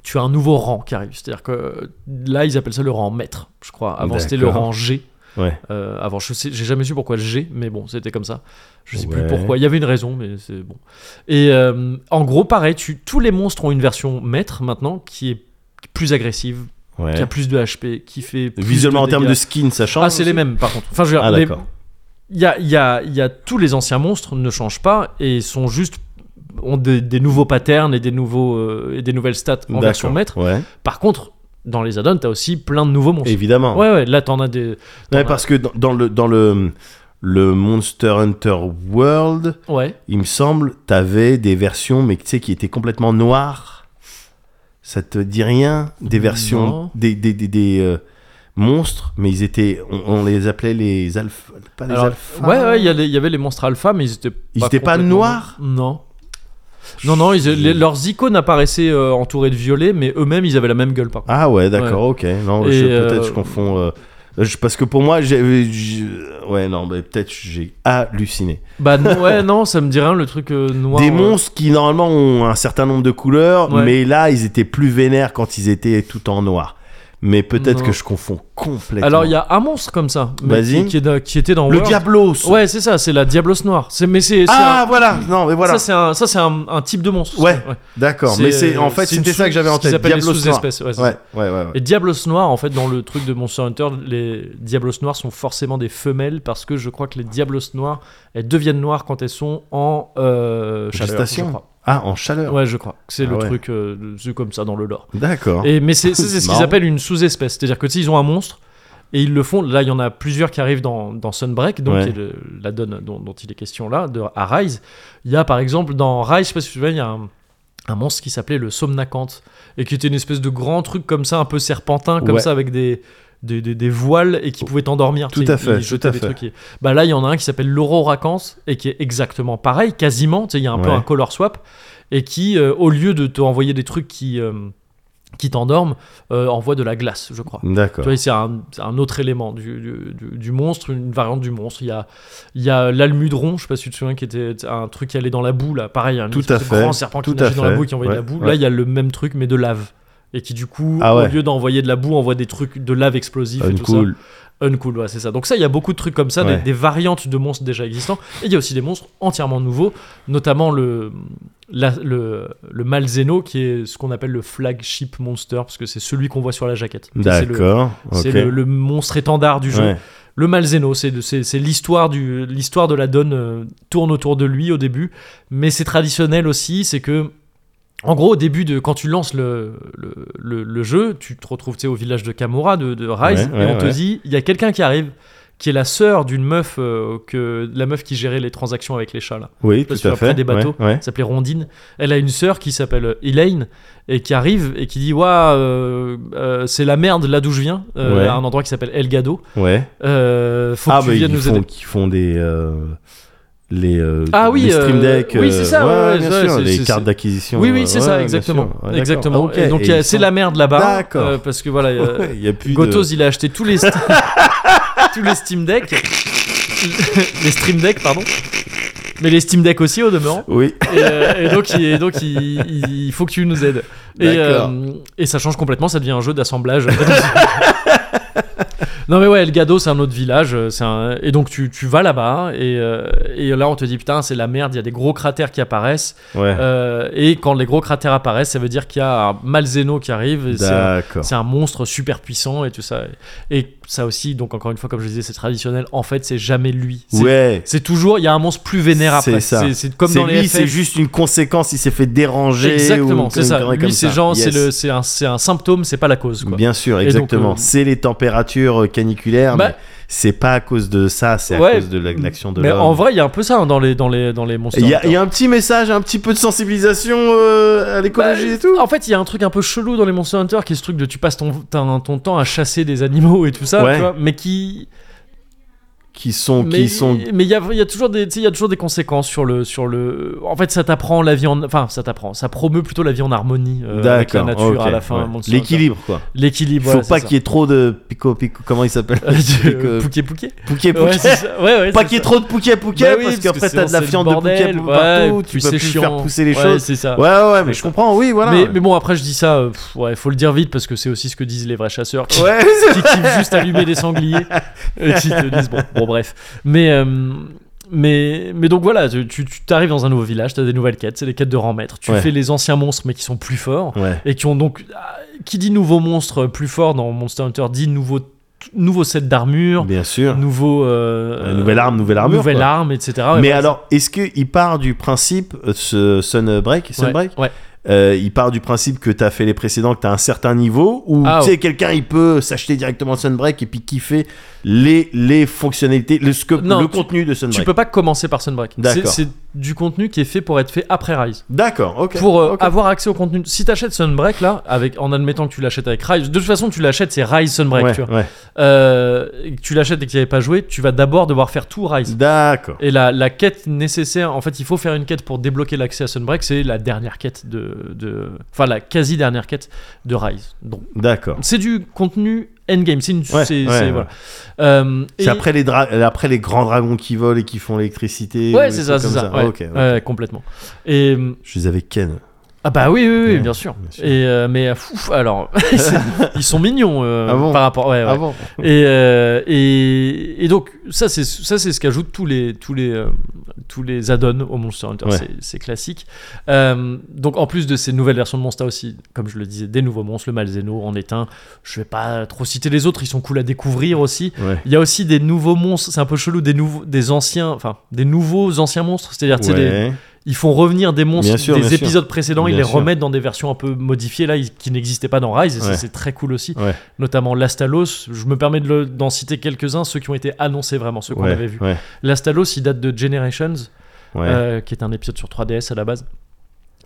tu as un nouveau rang qui arrive. C'est-à-dire que euh, là, ils appellent ça le rang maître, je crois. Avant, c'était le
D'accord.
rang G.
Ouais.
Euh, avant, je sais, j'ai jamais su pourquoi G, mais bon, c'était comme ça. Je sais plus
Ouais.
pourquoi. Il y avait une raison, mais c'est bon. Et euh, en gros, pareil, tu, tous les monstres ont une version maître maintenant qui est plus agressive, qui
Ouais.
a plus de HP, qui fait plus
Visuellement en termes de
dégâts.
skin, ça change.
ah c'est les mêmes par contre. Enfin je veux dire,
Ah
les-
d'accord.
il y a, il y a- il y a tous les anciens monstres ne changent pas et sont juste ont des, des nouveaux patterns et des nouveaux euh, et des nouvelles stats en
D'accord.
version maître.
Ouais.
Par contre dans les add-ons t'as aussi plein de nouveaux monstres.
Évidemment.
Ouais ouais là t'en as des
Ouais,
t'en as-
parce que dans, dans le dans le le Monster Hunter World,
ouais
il me semble, t'avais des versions, mais tu sais, qui étaient complètement noires. Ça te dit rien Des versions,
Non.
des, des, des, des, euh, monstres, mais ils étaient, on, on les appelait les alpha, pas les
Alors,
alphas.
ouais ouais il y, a les- il y avait les monstres alpha mais ils étaient
Ils étaient pas
complètement-
noirs
Non. Non, non, ils- les- leurs icônes apparaissaient euh, entourées de violet, mais eux-mêmes, ils avaient la même gueule, par contre.
Ah ouais, d'accord, ok. Non, je-
Et, euh,
peut-être je confonds. euh, je- parce que pour moi, j'ai, j'ai- ouais, non, mais peut-être j'ai halluciné.
Bah, non, ouais, non, ça me dit rien, le truc euh, noir.
Ah. des
euh,
monstres qui normalement ont un certain nombre de couleurs,
Ouais.
mais là ils étaient plus vénères quand ils étaient tout en noir. mais peut-être
Non.
que je confonds complètement.
Alors il y a un monstre comme ça, mais
Vas-y.
qui, qui est dans- qui était dans
le
World.
Diablos.
Ouais, c'est ça, c'est la Diablos noire. C'est mais c'est c'est
ah
un-
voilà, non mais voilà.
ça c'est un ça c'est un, un type de monstre.
Ouais, D'accord, mais c'est en fait
c'est une
c'était ça
sous-
que j'avais en
ce qu'ils
tête.
appellent les
Diablos noir.
sous-espèces, ouais, c'est
Ouais, ouais, ouais. ouais.
Et Diablos Noir, en fait, dans le truc de Monster Hunter, les Diablos Noirs sont forcément des femelles parce que je crois que les Diablos Noirs, elles deviennent noires quand elles sont en euh, chaleur.
Gestation.
Je crois.
Ah, en chaleur.
Ouais, je crois. C'est
Ah
le
ouais.
truc, euh, c'est comme ça dans le lore.
D'accord.
Et, mais c'est c'est- c'est ce qu'ils
Marrant.
appellent une sous-espèce. C'est-à-dire que s'ils ont un monstre et ils le font, là il y en a plusieurs qui arrivent dans, dans Sunbreak, donc
Ouais.
qui est le- la donne dont, dont il est question là, de, à Rise. Il y a par exemple dans Rise, je sais pas si tu te souviens, il y a un, un monstre qui s'appelait le Somnacanthe et qui était une espèce de grand truc comme ça, un peu serpentin, comme
Ouais. Oh,
ça avec des. Des, des- des voiles et qui pouvait t'endormir.
Tout
Tu sais,
à
il-
fait,
il
tout
jetait
à
des
fait.
trucs et- Bah là, il y en a un qui s'appelle l'Auroracance et qui est exactement pareil, quasiment. Tu sais, il y a un peu
Ouais.
un color swap et qui, euh, au lieu de te envoyer des trucs qui, euh, qui t'endorment, euh, envoie de la glace, je crois. Tu
D'accord.
vois, c'est un, c'est un autre élément du, du- du- du monstre, une variante du monstre. Il y a, il y a l'almudron, je sais pas si tu te souviens, qui était un truc qui allait dans la boue, là. Pareil, un
Tout
espèce
à
de
fait,
grand serpent qui
tout à
nageait dans la
fait,
boue et qui envoyait de la
ouais,
boue.
ouais.
Là, il y a le même truc, mais de lave. Et qui, du coup,
Ah
au
ouais. Ah,
lieu d'envoyer de la boue, envoie des trucs de lave explosive et tout
Uncool.
ça. Uncool, ouais, c'est ça. Donc, ça, il y a beaucoup de trucs comme ça, des-
Ouais.
des, variantes de monstres déjà existants. Et il y a aussi des monstres entièrement nouveaux, notamment le. la- le, le Malzeno qui est ce qu'on appelle le flagship monster parce que c'est celui qu'on voit sur la jaquette C'est le-
D'accord.
c'est
ok.
le, le monstre étendard du jeu.
Ouais.
Le Malzeno, c'est de- c'est c'est l'histoire du l'histoire de la donne euh, tourne autour de lui au début, mais c'est traditionnel aussi, c'est que en gros au début de quand tu lances le, le, le- le jeu, tu te retrouves tu sais, au village de Kamura de, de Rise
Ouais, ouais,
et on te
ouais.
dit il y a quelqu'un qui arrive qui est la sœur d'une meuf euh, que la meuf qui gérait les transactions avec les chats là.
Oui,
Parce
tout à
qu'après,
fait.
des bateaux.
Ouais, ouais.
Elle s'appelait Rondine. Elle a une sœur qui s'appelle euh, Elaine et qui arrive et qui dit Ouah, euh, euh, c'est la merde là d'où je viens, euh,
Ouais.
à un endroit qui s'appelle El Gado.
Ouais.
Euh, faut
ah,
que tu
mais
viennes
ils
nous
font,
aider.
qui font des. euh, Les, euh,
Ah oui,
les stream
euh,
deck,
oui, c'est ça, ouais, ouais,
bien
ouais,
sûr,
c'est-
les
c'est-
cartes d'acquisition.
Oui, oui,
ouais,
c'est
euh, ouais,
ça,
bien
exactement.
sûr, ouais, d'accord. Ah,
exactement.
Ok,
Et donc,
et
il y a-
ils
c'est
sont-
la merde là-bas.
D'accord.
euh, parce que voilà, euh,
Ouais, Il y a plus
Gotos,
de.
il a acheté tous les, tous les Steam Deck. les Stream Deck, pardon. Mais les Steam Deck aussi, au demeurant.
Oui,
et, euh, et donc, il, et donc il, il- il faut que tu nous aides. Et,
D'accord.
euh, et ça change complètement, ça devient un jeu d'assemblage. Non mais ouais, El Gado c'est un autre village, euh, c'est un... et donc tu, tu vas là-bas et, euh, et là on te dit putain c'est la merde, il y a des gros cratères qui apparaissent
ouais.
Euh, et quand les gros cratères apparaissent ça veut dire qu'il y a un Malzeno qui arrive, et c'est un-
D'accord.
c'est un monstre super puissant et tout ça et ça aussi donc encore une fois comme je disais c'est traditionnel en fait c'est jamais lui, C'est-
Ouais.
c'est toujours il y a un monstre plus vénère
C'est
après,
ça.
c'est c'est comme
C'est
dans les
lui,
FF.
c'est juste une conséquence, il s'est fait déranger.
Exactement,
ou
c'est
comme-
ça.
comme-
Lui,
comme
c'est
ça.
genre, c'est
Yes.
le, c'est un, c'est un symptôme, c'est pas la cause. Quoi.
Bien sûr,
Et donc,
exactement.
euh,
C'est les températures euh, caniculaires,
Bah-
mais c'est pas à cause de ça, c'est
Ouais,
à cause de la- l'action de
Mais
l'homme.
en vrai, il y a un peu ça hein, dans les dans les dans les monstres.
il y, a- il y a un petit message, un petit peu de sensibilisation euh, à l'écologie et tout.
Bah, En fait, il y a un truc un peu chelou dans les Monster Hunter qui est ce truc de tu passes ton, ton, ton temps à chasser des animaux et tout ça,
Ouais.
tu vois, mais qui.
Qui sont,
Mais
qui sont.
mais il y a, il y a toujours des tu sais, il y a toujours des conséquences sur le sur le en fait ça t'apprend la vie en enfin ça t'apprend ça promeut plutôt la vie en harmonie euh, avec la
D'accord.
nature
ok,
à la fin
ouais.
un Monster Hunter.
L'équilibre, quoi. Il
l'équilibre
faut pas qu'il y ait trop de pico pico. Comment il s'appelle
ait
que-
pouqué pouqué
Pouquet
Euh, ouais
pouquet.
c'est ça. ouais ouais
euh, Pas
c'est
qu'il y ait
ça.
trop de pouquet pouquet
Bah oui,
parce qu'après
sinon,
t'as de la
c'est le
viande de pouquet
bordel,
partout.
ouais,
Tu
puis
peux
c'est
plus faire
chiant.
pousser les
Ouais,
choses.
c'est ça.
Ouais, ouais, ouais, mais je comprends. Oui, voilà.
Mais, mais bon, après, je dis ça, euh, pff, ouais, faut le dire vite parce que c'est aussi ce que disent les vrais chasseurs qui,
Ouais.
qui kiffent juste allumer des sangliers et qui te disent bon, bon bref. Mais, euh, mais, mais donc voilà, tu tu- tu t'arrives dans un nouveau village, t'as des nouvelles quêtes, c'est des quêtes de rang maître. Tu
Ouais.
fais les anciens monstres mais qui sont plus forts
Ouais.
et qui ont donc. ah, Qui dit nouveau monstre plus fort dans Monster Hunter dit nouveau, nouveau set d'armure,
Bien sûr.
nouveau. euh,
Euh, nouvelle arme, nouvelle armure.
nouvelle
quoi.
arme, etc.
Mais alors, est-ce qu'il part du principe, euh, ce Sunbreak, Sunbreak
ouais.
euh, il part du principe que t'as fait les précédents, que t'as un certain niveau, ou
Ah,
tu sais,
ouais.
quelqu'un il peut s'acheter directement le Sunbreak et puis kiffer les, les fonctionnalités, le, scope,
Non,
le
tu-
contenu de Sunbreak.
Tu peux pas commencer par Sunbreak. C'est-
D'accord.
C'est du contenu qui est fait pour être fait après Rise.
D'accord, ok.
pour euh,
ok.
avoir accès au contenu. Si t'achètes Sunbreak là, avec, en admettant que tu l'achètes avec Rise, de toute façon tu l'achètes c'est Rise Sunbreak,
Ouais,
tu vois.
ouais.
Euh, et que tu l'achètes et que tu n'y avais pas joué, tu vas d'abord devoir faire tout Rise.
D'accord.
Et la, la quête nécessaire, en fait, il faut faire une quête pour débloquer l'accès à Sunbreak, c'est la dernière quête de, de, enfin la quasi dernière quête de Rise. Donc
D'accord.
c'est du contenu endgame, c'est une,
Ouais,
c'est,
ouais,
c'est-
ouais.
voilà. Euh,
C'est
et-
après, les dra- après les grands dragons qui volent et qui font l'électricité. ou
Ouais,
euh, des
c'est
trucs
ça, c'est
comme
ça. ouais.
Ok, ouais.
Ouais, complètement. Et euh,
Je suis avec Ken.
Ah bah oui, oui, oui,
Ouais,
bien sûr.
bien sûr.
Et euh, mais euh, fouf, alors c'est- ils sont mignons euh,
Ah bon
par rapport. ouais, ouais.
Avant.
Et, euh, et, et donc ça c'est ça c'est ce qu'ajoutent tous les tous les euh, tous les add-ons au Monster Hunter.
Ouais.
C'est- C'est classique. Euh, donc en plus de ces nouvelles versions de Monster aussi, comme je le disais, des nouveaux monstres, le Malzeno en est un. Je vais pas trop citer les autres, ils sont cool à découvrir aussi.
Ouais.
Il y a aussi des nouveaux monstres, c'est un peu chelou, des nouveaux, des anciens, enfin des nouveaux anciens monstres, c'est-à-dire tu sais, des-
Ouais.
ils font revenir des monstres
Bien sûr,
des
bien sûr.
épisodes précédents, ils
Bien
les
sûr.
remettent dans des versions un peu modifiées là, ils- qui n'existaient pas dans Rise, et ça
Ouais.
c'est très cool aussi.
Ouais.
Notamment Lastalos, je me permets de le- d'en citer quelques-uns, ceux qui ont été annoncés vraiment, ceux qu'on
Ouais,
avait vus.
Ouais.
Lastalos, il date de Generations,
Ouais.
euh, qui est un épisode sur 3DS à la base.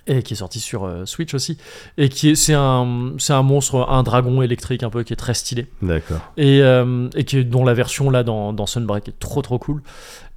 Et qui est sorti sur euh, Switch aussi. Et qui est, c'est un, c'est un monstre, un dragon électrique un peu, qui est très stylé
D'accord.
et, euh, et qui, dont la version là dans, dans Sunbreak est trop trop cool.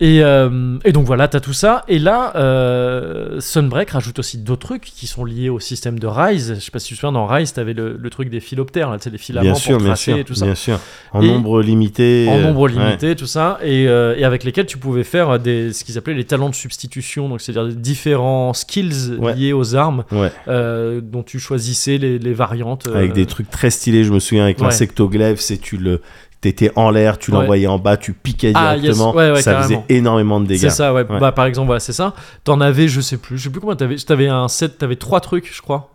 Et, euh, et donc voilà, t'as tout ça. Et là, euh, Sunbreak rajoute aussi d'autres trucs qui sont liés au système de Rise. Je sais pas si tu te souviens, dans Rise, t'avais le, le truc des philoptères, là, tu sais, les filaments
Bien
pour
sûr, bien
tracer
sûr,
et tout ça.
bien sûr. En
Et-
nombre limité.
En
euh,
nombre
ouais.
limité, tout ça, et, euh, et avec lesquels tu pouvais faire euh, des, ce qu'ils appelaient les talents de substitution, donc c'est-à-dire des différents skills
Ouais.
liés aux armes
Ouais.
euh, dont tu choisissais les, les variantes. euh,
Avec des trucs très stylés, je me souviens, avec
Ouais.
l'insectoglyphe, c'est tu le. T'étais en l'air, tu
Ouais.
l'envoyais en bas, tu piquais
Ah, yes,
directement.
ouais, ouais,
ça faisait
carrément.
énormément de
C'est
dégâts.
ça, ouais.
Ouais.
Bah, par exemple, voilà, c'est ça. T'en avais, je sais plus, je sais plus combien t'avais. T'avais un set, t'avais trois trucs, je crois.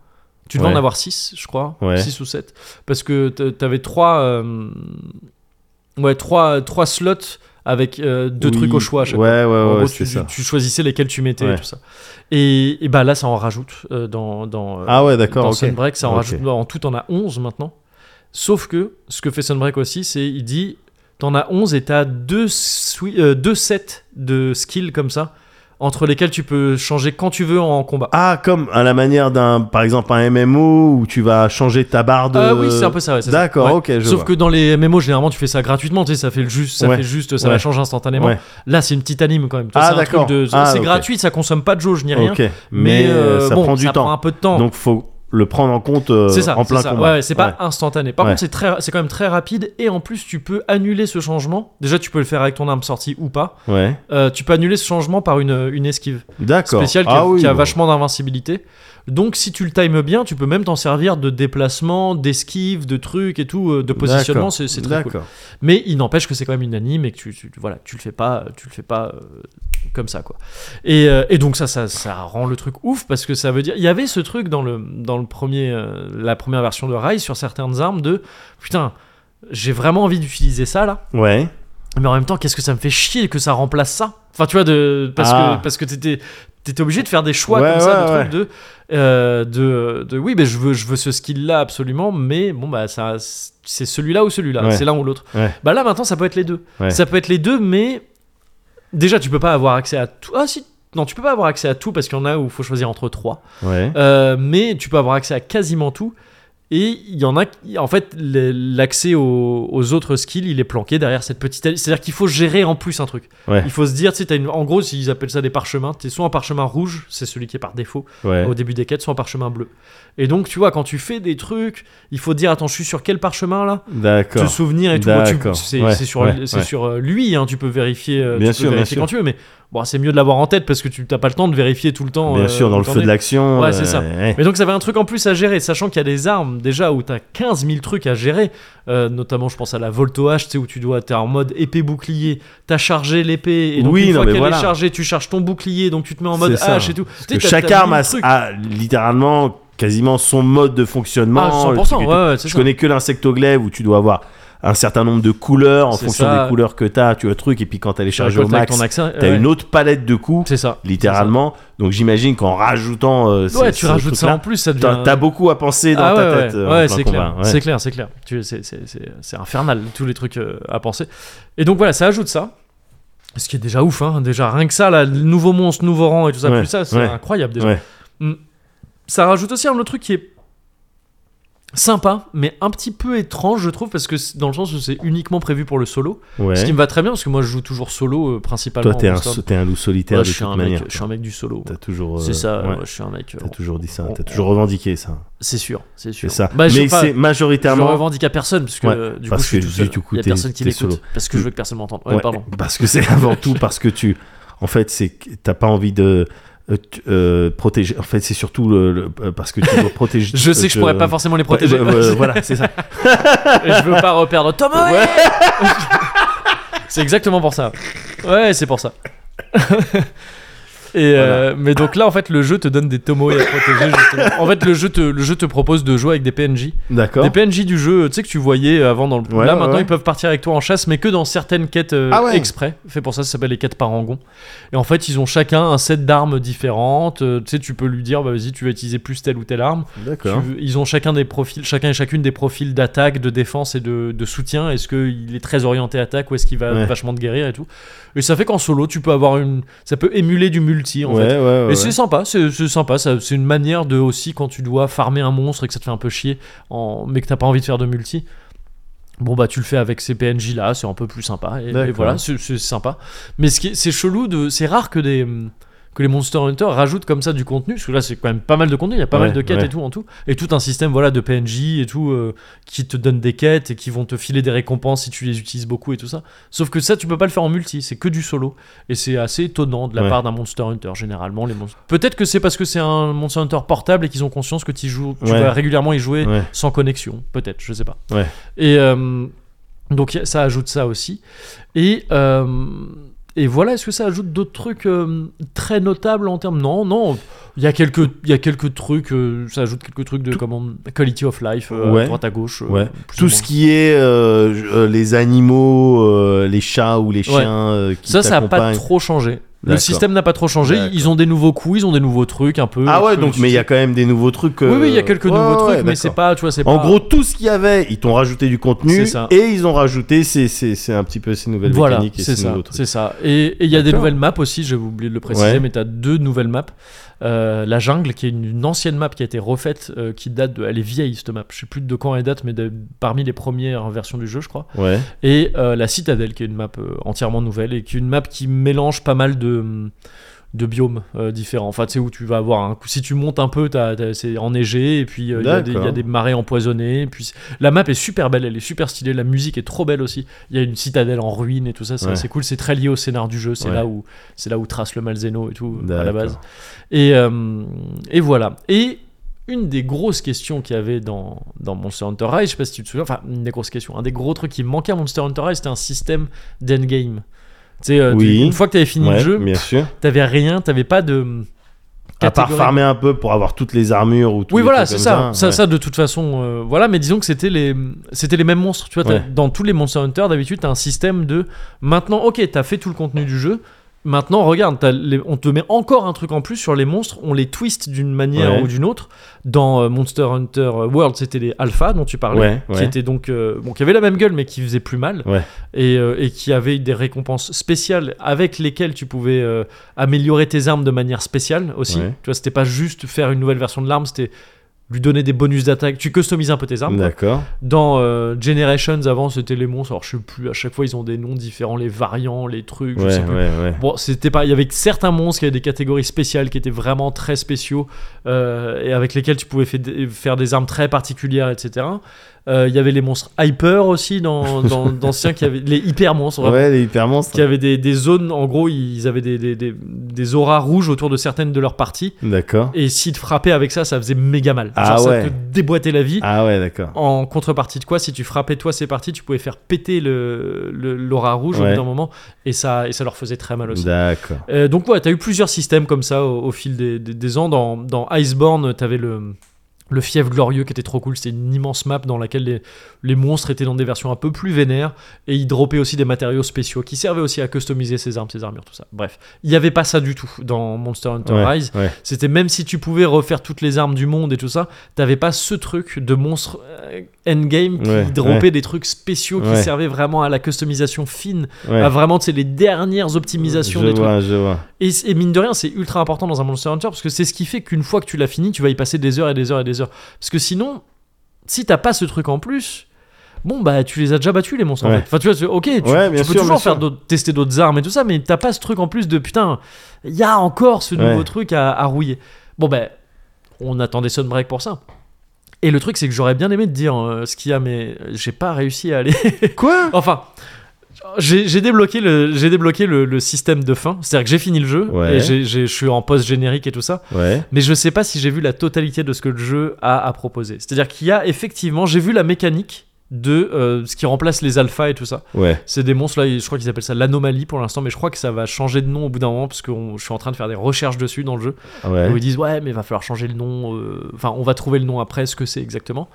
Tu devais
Ouais.
en avoir 6, je crois.
Ouais.
6 ou 7. Parce que t- t'avais trois. euh, Ouais, trois, trois slots avec euh, deux
Oui.
trucs au choix à chaque fois.
Ouais, ouais,
En
ouais,
gros, tu,
c'est ça.
tu choisissais lesquels tu mettais et
Ouais.
tout ça. Et, et bah là, ça en rajoute euh, dans, dans, euh,
Ah ouais, d'accord,
dans
ok.
Sunbreak, ça en
Ok.
rajoute. bah, En tout, t'en as 11 maintenant. Sauf que ce que fait Sunbreak aussi, c'est il dit t'en as 11 et t'as deux, sui- euh, deux sets de skills comme ça, entre lesquels tu peux changer quand tu veux en combat.
Ah, comme à la manière d'un, par exemple, un MMO où tu vas changer ta barre de.
Ah oui, c'est un peu ça, ouais, c'est ça.
D'accord,
Ouais.
ok, je
Sauf
vois.
que dans les MMO, généralement, tu fais ça gratuitement, tu sais, ça fait le juste, ça
Ouais.
fait juste, ça
Ouais.
la change instantanément.
Ouais.
Là, c'est une petite anime quand même. Tu
Ah,
vois, c'est un
d'accord.
truc de-
Ah,
c'est
ok.
gratuit, ça consomme pas de jauge ni rien.
Ok, mais, euh,
euh,
ça
bon,
prend du
ça
temps.
prend un peu de temps.
Donc faut le prendre en compte euh,
C'est ça,
en
c'est
plein
ça.
combat.
Ouais, ouais, c'est pas instantané. Par
Ouais.
contre, c'est très, c'est quand même très rapide et en plus, tu peux annuler ce changement. Déjà, tu peux le faire avec ton arme sortie ou pas.
Ouais. Ouais.
Euh, tu peux annuler ce changement par une, une esquive
D'accord.
spéciale qui,
ah,
a,
oui,
qui a
bon.
vachement d'invincibilité. Donc, si tu le times bien, tu peux même t'en servir de déplacement, d'esquive, de trucs et tout, euh, de positionnement.
D'accord.
C'est c'est très cool.
D'accord.
Mais il n'empêche que c'est quand même une anime et que tu, tu- voilà, tu le fais pas, tu le fais pas euh, comme ça quoi. Et, euh, et donc ça, ça, ça rend le truc ouf parce que ça veut dire, il y avait ce truc dans le dans le premier, euh, la première version de Rise sur certaines armes de putain, j'ai vraiment envie d'utiliser ça là,
Ouais.
mais en même temps qu'est-ce que ça me fait chier que ça remplace ça. Enfin tu vois de parce
Ah.
que parce que t'étais t'étais obligé de faire des choix
Ouais,
comme ça de
ouais,
trucs de, euh, de de oui mais je veux je veux ce skill là absolument mais bon bah ça c'est celui-là ou celui-là
Ouais.
c'est l'un ou l'autre
Ouais.
bah là maintenant ça peut être les deux
Ouais.
ça peut être les deux mais déjà tu peux pas avoir accès à tout ah si non tu peux pas avoir accès à tout parce qu'il y en a où il faut choisir entre trois
Ouais.
Euh, mais tu peux avoir accès à quasiment tout et il y en a qui- en fait le- l'accès aux, aux autres skills il est planqué derrière cette petite c'est à dire qu'il faut gérer en plus un truc
Ouais.
il faut se dire, tu sais, t'as une... en gros, ils appellent ça des parchemins. T'es soit un parchemin rouge, c'est celui qui est par défaut
Ouais.
au début des quêtes, soit un parchemin bleu. Et donc, tu vois, quand tu fais des trucs, il faut dire, attends, je suis sur quel parchemin là Te
D'accord.
souvenir et tout. Bon, tu-
D'accord.
C'est
Ouais,
c'est sur,
ouais,
c'est
ouais.
sur, euh, lui, hein, tu peux vérifier, euh,
Bien
tu peux
sûr, bien
vérifier
sûr.
quand tu veux, mais bon, c'est mieux de l'avoir en tête parce que tu n'as pas le temps de vérifier tout le temps.
Bien
euh,
sûr, dans
où
le
t'en
feu
es.
de l'action.
Ouais, c'est ça.
euh, ouais.
Mais donc ça avait un truc en plus à gérer, sachant qu'il y a des armes déjà où t'as 15 000 trucs à gérer, Euh, notamment je pense à la Volto H, tu sais, où tu dois, t'es en mode épée bouclier, t'as chargé l'épée, et donc
Oui,
une
non,
fois
mais
qu'elle
voilà.
est chargée, tu charges ton bouclier, donc tu te mets en mode
C'est ça.
H et tout.
Parce
Tu
que
sais, t'as-
chaque
t'as
arme
mille
a,
trucs.
a littéralement quasiment son mode de fonctionnement.
Ah,
le
100%,
truc et
ouais,
tout.
ouais, c'est
Je
ça.
connais que l'insectoglaive où tu dois avoir un certain nombre de couleurs en
C'est
fonction
ça.
des couleurs que t'as, tu as le truc et puis quand elle est
Tu
chargée au
récoltes avec
max,
ton accent,
t'as
ouais.
une autre palette de coups,
C'est ça.
littéralement. Donc j'imagine qu'en rajoutant, euh,
Ouais,
ces-
tu
ces
rajoutes ça
trucs-là,
en plus, ça devient.
T'as t'as beaucoup à penser dans
Ah
ta
ouais,
tête.
ouais.
euh, en
Ouais,
plein
c'est
combat,
clair,
ouais.
c'est clair, c'est clair. Tu- c'est- c'est- C'est c'est infernal, tous les trucs euh, à penser. Et donc voilà, ça ajoute ça. Ce qui est déjà ouf, hein. déjà rien que ça, là, le nouveau monstre, nouveau rang et tout ça,
Ouais,
plus ça, c'est
ouais.
incroyable déjà. Mm.
Ouais.
ça rajoute aussi un autre truc qui est sympa, mais un petit peu étrange, je trouve, parce que c'est- dans le sens où c'est uniquement prévu pour le solo,
Ouais.
ce qui me va très bien, parce que moi je joue toujours solo euh, principalement.
Toi, t'es
en
un,
Monster Hunter.
t'es un loup solitaire
Ouais,
de
je, suis
toute
un mec,
manière.
je suis un mec du solo.
T'as toujours. euh,
C'est ça,
ouais,
ouais, je suis un mec. euh,
T'as toujours dit ça.
on-
T'as toujours revendiqué ça.
C'est sûr, c'est sûr.
C'est ça.
Bah, je,
Mais
sais pas,
c'est
je le
majoritairement.
revendique à personne, parce que
Ouais,
euh, du
parce
coup je suis
que
tout
du-
seul.
du coup,
Il y a
t'es-
personne qui
t'es
l'écoute,
solo.
parce que je
Tu-
veux que personne m'entende. Ouais,
Ouais,
pardon.
Parce que c'est avant tout parce que tu. En fait, c'est que t'as pas envie de euh, tu- euh, protéger. En fait, c'est surtout le, le- euh, parce que tu dois protéger.
Je sais que je
te-
pourrais pas forcément les protéger.
Ouais, ouais, ouais, voilà, c'est ça.
je veux pas reperdre Tomoe C'est exactement pour ça. Ouais, c'est pour ça. Et euh, mais donc là en fait le jeu te donne des Tomoe à protéger justement. En fait le jeu te, le jeu te propose de jouer avec des PNJ.
D'accord.
Des PNJ du jeu, tu sais que tu voyais avant dans le
Ouais,
Là
ouais,
maintenant
ouais.
ils peuvent partir avec toi en chasse mais que dans certaines quêtes euh,
Ah ouais.
exprès. Fait pour ça ça s'appelle les quêtes parangon. Et en fait ils ont chacun un set d'armes différentes, Euh, tu sais tu peux lui dire bah vas-y tu vas utiliser plus telle ou telle arme. Tu-
D'accord.
ils ont chacun des profils, chacun et chacune des profils d'attaque, de défense et de, de soutien. Est-ce qu'il est très orienté attaque ou est-ce qu'il va
Ouais.
vachement te guérir et tout. Et ça fait qu'en solo, tu peux avoir une, ça peut émuler du multi en
ouais,
fait.
ouais, ouais,
Et
ouais.
c'est sympa, c'est c'est sympa. ça- C'est une manière de aussi quand tu dois farmer un monstre et que ça te fait un peu chier, en, mais que t'as pas envie de faire de multi. Bon bah tu le fais avec ces PNJ là, c'est un peu plus sympa. Et, et
D'accord.
voilà, c'est c'est sympa. Mais ce qui est- c'est chelou de, c'est rare que des que les Monster Hunter rajoutent comme ça du contenu, parce que là c'est quand même pas mal de contenu, il y a pas
Ouais,
mal de quêtes
ouais.
et tout en tout, et tout un système voilà de PNJ et tout euh, qui te donnent des quêtes et qui vont te filer des récompenses si tu les utilises beaucoup et tout ça. Sauf que ça tu peux pas le faire en multi, c'est que du solo. Et c'est assez étonnant de la
Ouais.
part d'un Monster Hunter, généralement. les monstres. Peut-être que c'est parce que c'est un Monster Hunter portable et qu'ils ont conscience que t'y joues- tu
Ouais.
vas régulièrement y jouer
Ouais.
sans connexion. Peut-être, je sais pas.
Ouais.
Et euh, donc y a- ça ajoute ça aussi. Et, euh, et voilà, est-ce que ça ajoute d'autres trucs euh, très notables en termes. Non, non, il y, a quelques- il y a quelques trucs, euh, ça ajoute quelques trucs de comment, quality of life, euh, à
Ouais.
droite à gauche. euh,
Ouais.
plus ou
Tout ce
moins.
qui est euh, je- euh, les animaux, euh, les chats ou les chiens euh, qui
Ça, ça n'a pas
t'accompagnent.
trop changé. Le
D'accord.
système n'a pas trop changé.
D'accord.
Ils ont des nouveaux coups, ils ont des nouveaux trucs un peu.
Ah ouais,
que
donc
tu
mais il y
sais.
a quand même des nouveaux trucs.
Oui,
euh,
oui, il y a quelques
ouais,
nouveaux
ouais,
trucs,
ouais,
mais c'est
d'accord.
pas, tu vois, c'est pas.
En gros, tout ce qu'il y avait, ils t'ont rajouté
Ah.
du
C'est
contenu
ça.
et ils ont rajouté ces, ces- ces- un petit peu ces nouvelles
voilà,
mécaniques et
c'est
ces
ça,
nouveaux trucs.
c'est ça. Et et il y a des
D'accord.
nouvelles maps aussi. J'avais oublié de le préciser,
Ouais.
mais t'as deux nouvelles maps. Euh, la jungle, qui est une, une ancienne map qui a été refaite, euh, qui date de, elle est vieille cette map. Je sais plus de quand elle date, mais de- parmi les premières versions du jeu, je crois.
Ouais,
et euh, la citadelle qui est une map euh, entièrement nouvelle et qui est une map qui mélange pas mal de de biomes euh, différents. Enfin, tu sais où tu vas avoir un coup. Si tu montes un peu, t'as- t'as- c'est enneigé et puis euh, il y a des- il y, a
D'accord.
des marées empoisonnées. Et puis c'est- la map est super belle, elle est super stylée, la musique est trop belle aussi. Il y a une citadelle en ruine et tout ça, c'est
Ouais.
assez cool. C'est très lié au scénar du jeu. C'est
Ouais.
là où c'est là où trace le Malzeno et tout à la
D'accord.
base. Et euh, et voilà. Et une des grosses questions qu'il y avait dans, dans Monster Hunter Rise, je sais pas si tu te souviens, enfin une des grosses questions, un des gros trucs qui manquait à Monster Hunter Rise, c'était un système d'endgame. Tu sais, euh, tu-
Oui.
une fois que t'avais fini le
ouais,
jeu,
bien sûr.
t'avais rien, t'avais pas de.
À part
catégorie.
farmer un peu pour avoir toutes les armures ou tout.
Oui, voilà, c'est ça. Ça, ça, de toute façon, euh, voilà. Mais disons que c'était les, c'était les mêmes monstres. Tu vois, t'as-
Ouais.
dans tous les Monster Hunter, d'habitude, t'as un système de. Maintenant, ok, t'as fait tout le contenu du jeu. Maintenant, regarde, t'as les- on te met encore un truc en plus sur les monstres. On les twist d'une manière
Ouais.
ou d'une autre. Dans euh, Monster Hunter World, c'était les alphas dont tu parlais,
Ouais,
qui
ouais.
étaient donc euh, bon, qui avaient la même gueule, mais qui faisaient plus mal,
Ouais.
et, euh, et qui avaient des récompenses spéciales avec lesquelles tu pouvais euh, améliorer tes armes de manière spéciale aussi.
Ouais.
Tu vois, c'était pas juste faire une nouvelle version de l'arme, c'était lui donner des bonus d'attaque. Tu customises un peu tes armes.
D'accord.
Dans euh, Generations, avant, c'était les monstres. Alors, je sais plus, à chaque fois, ils ont des noms différents, les variants, les trucs, je
Ouais,
sais
ouais,
plus.
ouais.
Bon, c'était pas. Il y avait que certains monstres qui avaient des catégories spéciales qui étaient vraiment très spéciaux euh, et avec lesquels tu pouvais fait- faire des armes très particulières, etc. Euh, Il y avait les monstres hyper aussi dans dans d'anciens qui avaient les hyper monstres. vraiment,
Ouais, les hyper monstres.
Qui avaient des, des zones, en gros, ils avaient des, des, des, des auras rouges autour de certaines de leurs parties.
D'accord.
Et si te frappais avec ça, ça faisait méga mal.
Ah
Genre,
ouais.
ça te déboîtait la vie.
Ah ouais, d'accord.
En contrepartie de quoi, si tu frappais toi ces parties, tu pouvais faire péter le le- l'aura rouge au
Ouais.
bout d'un moment. Et ça, et ça leur faisait très mal aussi.
D'accord.
Euh, donc ouais, t'as eu plusieurs systèmes comme ça au, au fil des, des- des ans. Dans, dans Iceborne, t'avais le le fief glorieux qui était trop cool, c'était une immense map dans laquelle les, les monstres étaient dans des versions un peu plus vénères et ils droppaient aussi des matériaux spéciaux qui servaient aussi à customiser ses armes, ses armures, tout ça. Bref, il n'y avait pas ça du tout dans Monster Hunter
Ouais,
Rise.
ouais.
C'était même si tu pouvais refaire toutes les armes du monde et tout ça, t'avais pas ce truc de monstre euh, endgame qui
Ouais,
dropait
ouais.
des trucs spéciaux qui
Ouais.
servaient vraiment à la customisation fine,
Ouais.
à vraiment tu sais, les dernières optimisations
je
des trucs.
vois, je vois.
Et, et mine de rien, c'est ultra important dans un Monster Hunter parce que c'est ce qui fait qu'une fois que tu l'as fini, tu vas y passer des heures et des heures et des heures. Parce que sinon, si t'as pas ce truc en plus, bon bah tu les as déjà battus les monstres. En
Ouais.
fait. Enfin tu vois, tu- ok, tu,
Ouais, bien
tu peux
sûr,
toujours
bien
faire
sûr.
d'autres- tester d'autres armes et tout ça, mais t'as pas ce truc en plus de putain, il y a encore ce nouveau
Ouais.
truc à, à rouiller. Bon bah, on attendait Sunbreak pour ça. Et le truc, c'est que j'aurais bien aimé te dire euh, ce qu'il y a, mais j'ai pas réussi à aller.
Quoi
enfin, j'ai j'ai débloqué le, j'ai débloqué le, le système de fin. C'est-à-dire que j'ai fini le jeu
Ouais.
et j'ai- j'ai- je suis en post générique et tout ça.
Ouais.
Mais je sais pas si j'ai vu la totalité de ce que le jeu a à proposer. C'est-à-dire qu'il y a effectivement, j'ai vu la mécanique de euh, ce qui remplace les alphas et tout ça.
Ouais.
C'est des monstres là, ils- je crois qu'ils appellent ça l'anomalie pour l'instant, mais je crois que ça va changer de nom au bout d'un moment parce que on- je suis en train de faire des recherches dessus dans le jeu
Ouais.
où ils disent ouais mais va falloir changer le nom. euh, Enfin, on va trouver le nom après, ce que c'est exactement.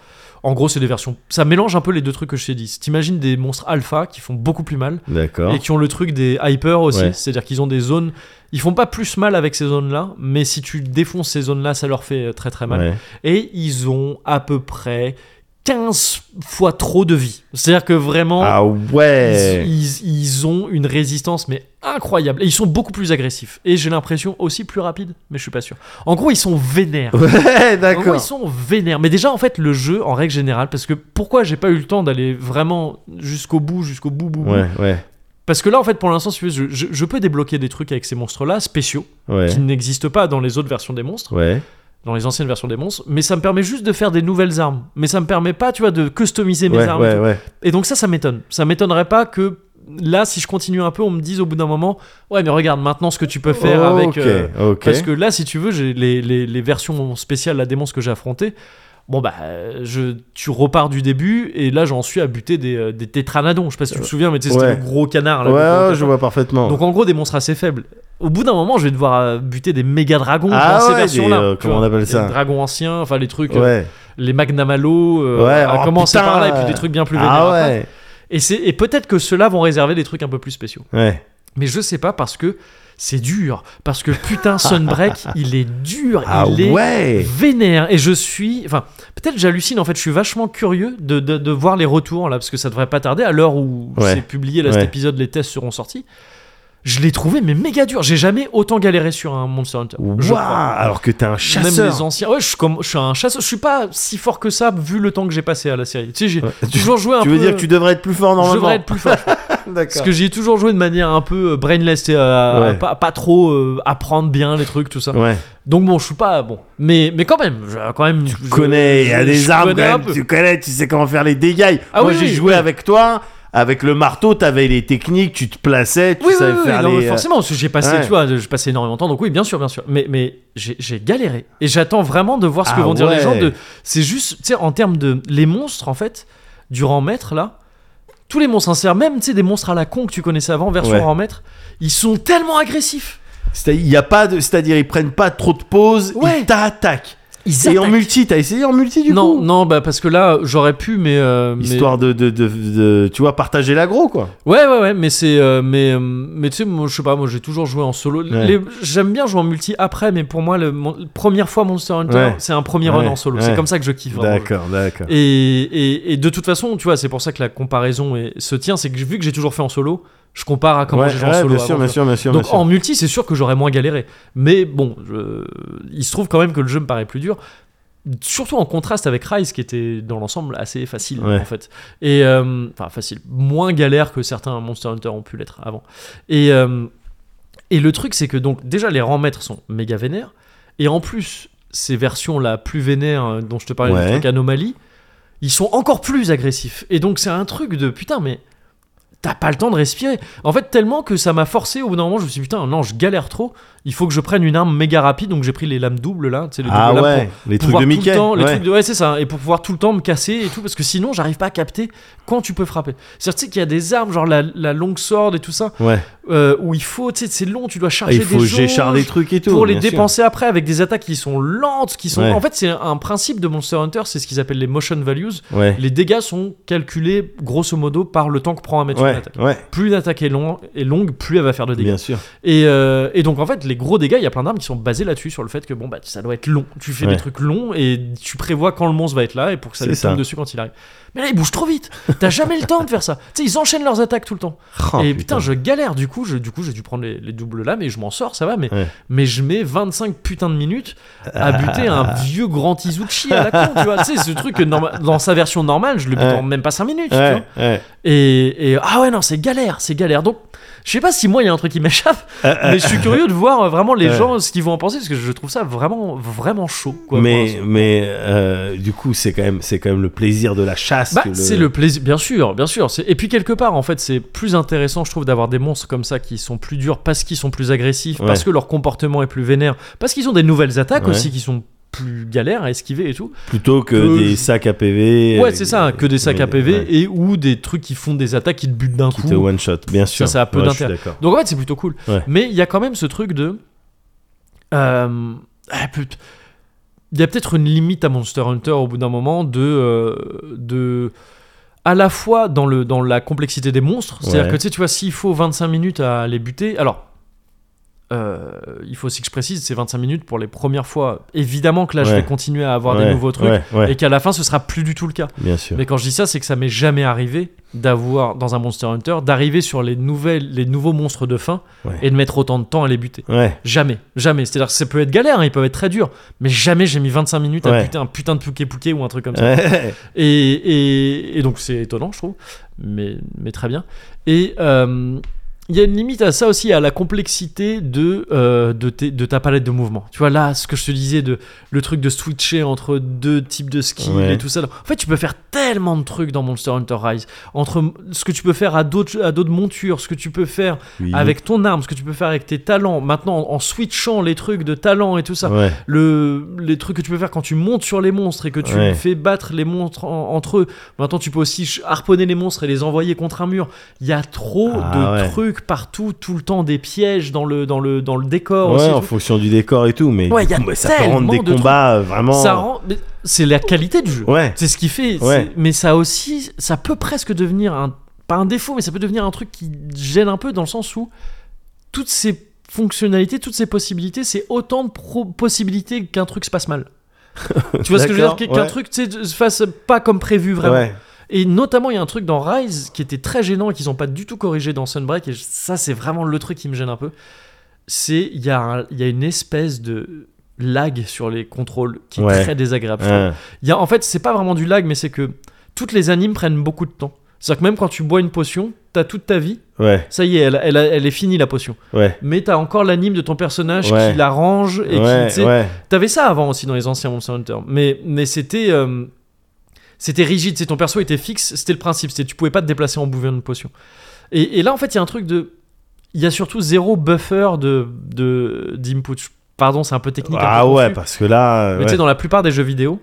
En gros, c'est des versions. Ça mélange un peu les deux trucs que je t'ai dit. T'imagines des monstres alpha qui font beaucoup plus mal
D'accord.
et qui ont le truc des hyper aussi,
Ouais.
c'est-à-dire qu'ils ont des zones, ils font pas plus mal avec ces zones-là, mais si tu défonces ces zones-là, ça leur fait euh, très très mal.
Ouais.
Et ils ont à peu près 15 fois trop de vie. C'est-à-dire que vraiment,
Ah ouais.
ils, ils- ils ont une résistance mais incroyable. Et ils sont beaucoup plus agressifs. Et j'ai l'impression aussi plus rapides, mais je suis pas sûr. En gros, ils sont vénères.
Ouais,
En gros, Ah ils
d'accord.
sont vénères. Mais déjà, en fait, le jeu, en règle générale, parce que pourquoi j'ai pas eu le temps d'aller vraiment jusqu'au bout, jusqu'au bout, bout, bout,
Ouais, ouais,
parce que là, en fait, pour l'instant, si tu veux, je, je- je peux débloquer des trucs avec ces monstres-là, spéciaux,
ouais.
qui n'existent pas dans les autres versions des monstres,
Ouais.
dans les anciennes versions des monstres, mais ça me permet juste de faire des nouvelles armes. Mais ça me permet pas, tu vois, de customiser mes
Ouais,
armes. et
ouais,
tout.
ouais.
Et donc ça, ça m'étonne. Ça m'étonnerait pas que là, si je continue un peu, on me dise au bout d'un moment, ouais, mais regarde maintenant ce que tu peux faire avec...
Ok,
euh,
ok.
Parce que là, si tu veux, j'ai les, les- les versions spéciales là, des monstres que j'ai affrontées. Bon bah, je, tu repars du début et là j'en suis à buter des, euh, des tétranadons. Je sais pas si tu te souviens, mais tu sais, c'était
Euh, Ouais.
le gros canard là.
Ouais,
le gros
ouais,
canard.
je vois parfaitement.
Donc en gros des monstres assez faibles. Au bout d'un moment, je vais devoir euh, buter des méga dragons
Ah
dans
ouais,
ces versions-là.
des, euh,
tu
comment
vois.
on appelle
Des
ça
Dragons anciens, enfin les trucs, euh,
ouais.
les magnamalo, euh,
Ouais,
à
oh,
commencer
putain,
par là et puis
ouais.
des trucs bien plus vénères.
Ah
après.
ouais.
Et c'est et peut-être que ceux-là vont réserver des trucs un peu plus spéciaux.
Ouais.
Mais je sais pas parce que c'est dur, parce que putain Sunbreak, il est dur,
Ah
il est
ouais.
vénère et je suis enfin peut-être j'hallucine en fait je suis vachement curieux de, de- de voir les retours là parce que ça devrait pas tarder à l'heure où
Ouais.
c'est publié là cet
Ouais.
épisode les tests seront sortis je l'ai trouvé mais méga dur j'ai jamais autant galéré sur un Monster Hunter je crois.
Waouh. Alors que t'es un
même
chasseur.
les anciens ouais je suis, comme, je suis un chasseur je suis pas si fort que ça vu le temps que j'ai passé à la série tu sais j'ai
Ouais.
toujours joué un
Tu
peu
veux dire que tu devrais être plus fort
je
normalement
devrais être plus fort parce
D'accord.
que j'ai toujours joué de manière un peu euh, brainless et à- à
Ouais.
pas, pas trop euh, apprendre bien les trucs tout ça
Ouais.
donc bon, je suis pas bon, mais mais quand même, je- quand même. je-
Tu connais, il y a
je-
des
je
armes
connais
quand
un
même,
peu.
tu connais, tu sais comment faire les dégâts.
Ah
Moi
oui,
j'ai
oui,
joué
oui.
avec toi, avec le marteau, t'avais les techniques, tu te plaçais, tu
Oui, oui,
savais
oui, oui,
faire
non, mais
les. euh,
forcément, parce que j'ai passé,
ouais.
tu vois, j'ai passé énormément de temps, donc oui, bien sûr, bien sûr. Mais mais j'ai j'ai galéré et j'attends vraiment de voir ce que
Ah
vont dire les
ouais.
gens. De c'est juste, tu sais, en termes de les monstres en fait, du rang maître là. Tous les monstres sincères, même tu sais des monstres à la con que tu connaissais avant, version
Ouais.
rang maître, ils sont tellement agressifs.
c'est- euh, Il y a pas de, c'est-à-dire ils prennent pas trop de pauses,
Ouais.
ils t'attaquent.
Ils
Et en multi, t'as essayé en multi du
non,
coup
non, bah parce que là j'aurais pu, mais, euh, mais-
Histoire de, de, de, de- tu vois, partager l'aggro quoi.
Ouais, ouais, ouais, mais c'est. euh, mais euh, mais tu sais, moi, je sais pas, moi j'ai toujours joué en solo.
Ouais.
Les- J'aime bien jouer en multi après, mais pour moi, le, mon- première fois Monster Hunter,
Ouais.
c'est un premier
Ouais,
run en solo.
ouais.
C'est comme ça que je kiffe vraiment.
D'accord, d'accord.
Et, et, et de toute façon, tu vois, c'est pour ça que la comparaison est- se tient, c'est que vu que j'ai toujours fait en solo, je compare à comment
Ouais,
j'ai joué en
ouais,
solo.
bien
avant,
sûr,
tu
bien
vois.
sûr, bien sûr,
Donc
bien sûr.
en multi, c'est sûr que j'aurais moins galéré. Mais bon, je- il se trouve quand même que le jeu me paraît plus dur. Surtout en contraste avec Rise, qui était dans l'ensemble assez facile
Ouais.
en fait. Et euh, enfin facile, moins galère que certains Monster Hunter ont pu l'être avant. Et euh, et le truc, c'est que donc déjà les rangs maîtres sont méga vénères, et en plus ces versions là plus vénères euh, dont je te parlais,
Ouais.
le truc anomalie, ils sont encore plus agressifs. Et donc c'est un truc de putain, mais t'as pas le temps de respirer. En fait, tellement que ça m'a forcé au bout d'un moment, je me suis dit putain, non, je galère trop. Il faut que je prenne une arme méga rapide, donc j'ai pris les lames doubles là, tu sais, les doubles
ah
lames
ouais,
pour
les trucs
pouvoir
de
tout
Mickey.
le temps, les
ouais.
trucs de- ouais, c'est ça, et pour pouvoir tout le temps me casser et tout, parce que sinon j'arrive pas à capter quand tu peux frapper. C'est-à-dire tu sais, qu'il y a des armes, genre la, la longue sword et tout ça,
Ouais.
euh, où il faut, tu sais, c'est long, tu dois
Ah,
charger
il faut
des jauges
géchar des trucs et tout.
pour les
bien sûr.
dépenser après avec des attaques qui sont lentes, qui sont.
Ouais.
En fait, c'est un principe de Monster Hunter, c'est ce qu'ils appellent les motion values.
Ouais.
Les dégâts sont calculés grosso modo par le temps que prend à mettre une
Ouais,
attaque.
ouais,
Plus l'attaque est, long, est longue, plus elle va faire de dégâts.
bien sûr.
Et, euh, et donc en fait, les gros dégâts, il y a plein d'armes qui sont basées là-dessus, sur le fait que bon bah ça doit être long. Tu fais
Ouais.
des trucs longs et tu prévois quand le monstre va être là et pour que ça
C'est
lui
ça.
tombe dessus quand il arrive. Mais là, il bouge trop vite. T'as jamais le temps de faire ça. Tu sais, ils enchaînent leurs attaques tout le temps.
Oh,
et putain, je galère. Du coup, je, du coup, j'ai dû prendre les, les doubles là, mais je m'en sors, ça va. Mais
Ouais. Ah.
mais je mets 25 putains de minutes à buter un vieux grand Izuchi à la con. Tu vois, tu sais, ce truc que norma- dans sa version normale, je le bute
Ouais.
en même pas 5 minutes. tu vois.
Ouais, ouais.
Et, et- ah ouais non c'est galère c'est galère donc Je sais pas si moi il y a un truc qui m'échappe,
Euh,
mais je suis curieux de voir euh, vraiment les
Ouais.
gens ce qu'ils vont en penser parce que je trouve ça vraiment vraiment chaud. Quoi, pour
mais
l'instant.
mais euh, du coup, c'est quand même c'est quand même le plaisir de la chasse.
Bah,
que
c'est le plaisir, bien sûr, bien sûr. c'est- Et puis quelque part, en fait, c'est plus intéressant, je trouve, d'avoir des monstres comme ça qui sont plus durs parce qu'ils sont plus agressifs,
Ouais.
parce que leur comportement est plus vénère, parce qu'ils ont des nouvelles attaques
Ouais.
aussi qui sont plus galères à esquiver et tout.
plutôt que
que-
des sacs à PV.
ouais,
euh,
c'est ça, que des sacs à
mais-
PV
ouais,
et ou des trucs qui font des attaques qui te butent d'un
qui
coup.
te one shot, bien sûr.
ça a peu
Ouais, je suis
d'intérêt.
d'accord.
Donc en fait, c'est plutôt cool.
Ouais.
Mais il y a quand même ce truc de. euh, ah, put- Il y a peut-être une limite à Monster Hunter au bout d'un moment de. euh, de à la fois dans, le, dans la complexité des monstres, c'est-à-dire
Ouais.
que tu sais, tu vois, s'il faut 25 minutes à les buter, alors, euh, il faut aussi que je précise, c'est 25 minutes pour les premières fois. Évidemment que là, je
Ouais.
vais continuer à avoir
Ouais,
des nouveaux trucs,
ouais, ouais,
et qu'à la fin, ce sera plus du tout le cas.
bien sûr.
Mais quand je dis ça, c'est que ça m'est jamais arrivé d'avoir dans un Monster Hunter d'arriver sur les nouvelles, les nouveaux monstres de fin
Ouais.
et de mettre autant de temps à les buter.
Ouais,
Jamais, jamais. C'est-à-dire que ça peut être galère, hein, ils peuvent être très durs, mais jamais j'ai mis 25 minutes à
Ouais.
buter un putain de pouquet pouquet ou un truc comme ça.
ouais,
Et, et- et donc c'est étonnant, je trouve, mais, mais très bien. Et euh, il y a une limite à ça aussi, à la complexité de, euh, de, tes- de ta palette de mouvements. Tu vois, là, ce que je te disais, de, le truc de switcher entre deux types de skills
Ouais.
et tout ça. En fait, tu peux faire tellement de trucs dans Monster Hunter Rise. Entre ce que tu peux faire à d'autres à d'autres montures, ce que tu peux faire
Oui.
avec ton arme, ce que tu peux faire avec tes talents. Maintenant, en, en switchant les trucs de talent et tout ça
ouais,
le, les trucs que tu peux faire quand tu montes sur les monstres et que tu
Ouais.
fais battre les monstres en- entre eux. Maintenant, tu peux aussi ch- harponner les monstres et les envoyer contre un mur. Il y a trop
Ah
de
ouais.
trucs partout, tout le temps, des pièges dans le, dans le, dans le décor. aussi,
Ouais,
et
en
tout.
fonction du décor et tout, mais
Ouais,
du
y a
coup, bah, ça peut rendre
tellement
des
de trucs.
combats euh, vraiment.
Ça rend- mais C'est la qualité du jeu.
Ouais,
C'est ce qui fait. c'est-
Ouais.
Mais ça aussi, ça peut presque devenir un. Pas un défaut, mais ça peut devenir un truc qui gêne un peu dans le sens où toutes ces fonctionnalités, toutes ces possibilités, c'est autant de pro- possibilités qu'un truc se passe mal. tu vois ce que je veux dire
D'accord,
Qu'un
ouais.
truc tu sais, se fasse pas comme prévu vraiment.
ouais,
Et notamment, il y a un truc dans Rise qui était très gênant et qu'ils n'ont pas du tout corrigé dans Sunbreak, et ça, c'est vraiment le truc qui me gêne un peu. C'est, il y, a un- il y a une espèce de lag sur les contrôles qui est
Ouais.
très désagréable. je trouve.
hein,
Il y a- en fait, c'est pas vraiment du lag, mais c'est que toutes les animes prennent beaucoup de temps. C'est-à-dire que même quand tu bois une potion, t'as toute ta vie,
ouais,
ça y est, elle, elle a- elle est finie la potion.
ouais,
Mais t'as encore l'anime de ton personnage
Ouais.
qui la range et qui.
ouais,
tu sais,
ouais,
T'avais ça avant aussi dans les anciens Monster Hunter, mais, mais c'était. euh, c'était rigide, c'est ton perso était fixe, c'était le principe, c'était tu pouvais pas te déplacer en bouillon de potion. Et, et là en fait il y a un truc de, il y a surtout zéro buffer de de- d'input. Pardon, c'est un peu technique. un peu
Ah
confus.
ouais, parce que
Mais
là.
tu
Euh, ouais.
sais, dans la plupart des jeux vidéo,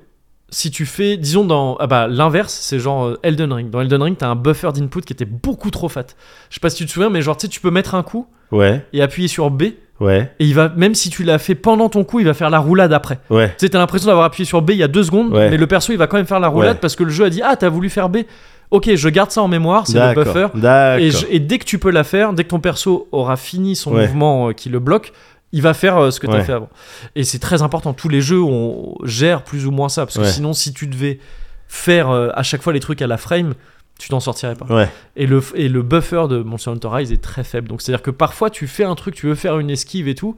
si tu fais, disons, dans. Ah bah, l'inverse, c'est genre euh, Elden Ring. Dans Elden Ring, t'as un buffer d'input qui était beaucoup trop fat. Je sais pas si tu te souviens, mais genre, tu sais, tu peux mettre un coup
Ouais,
et appuyer sur B, et
ouais,
il va, même si tu l'as fait pendant ton coup, il va faire la roulade après.
ouais,
Tu sais, t'as l'impression d'avoir appuyé sur B il y a deux secondes,
Ouais.
mais le perso, il va quand même faire la roulade
Ouais.
parce que le jeu a dit Ah, t'as voulu faire B. Ok, je garde ça en mémoire, c'est le buffer.
d'accord, d'accord.
Et, je- et dès que tu peux la faire, dès que ton perso aura fini son
Ouais.
mouvement euh, qui le bloque, il va faire euh, ce que tu as
Ouais.
fait avant. Et c'est très important. Tous les jeux on gère plus ou moins ça. Parce que
Ouais.
sinon, si tu devais faire euh, à chaque fois les trucs à la frame, tu t'en sortirais pas.
Ouais,
Et le, et le buffer de Monster Hunter Rise est très faible. Donc c'est-à-dire que parfois, tu fais un truc, tu veux faire une esquive et tout.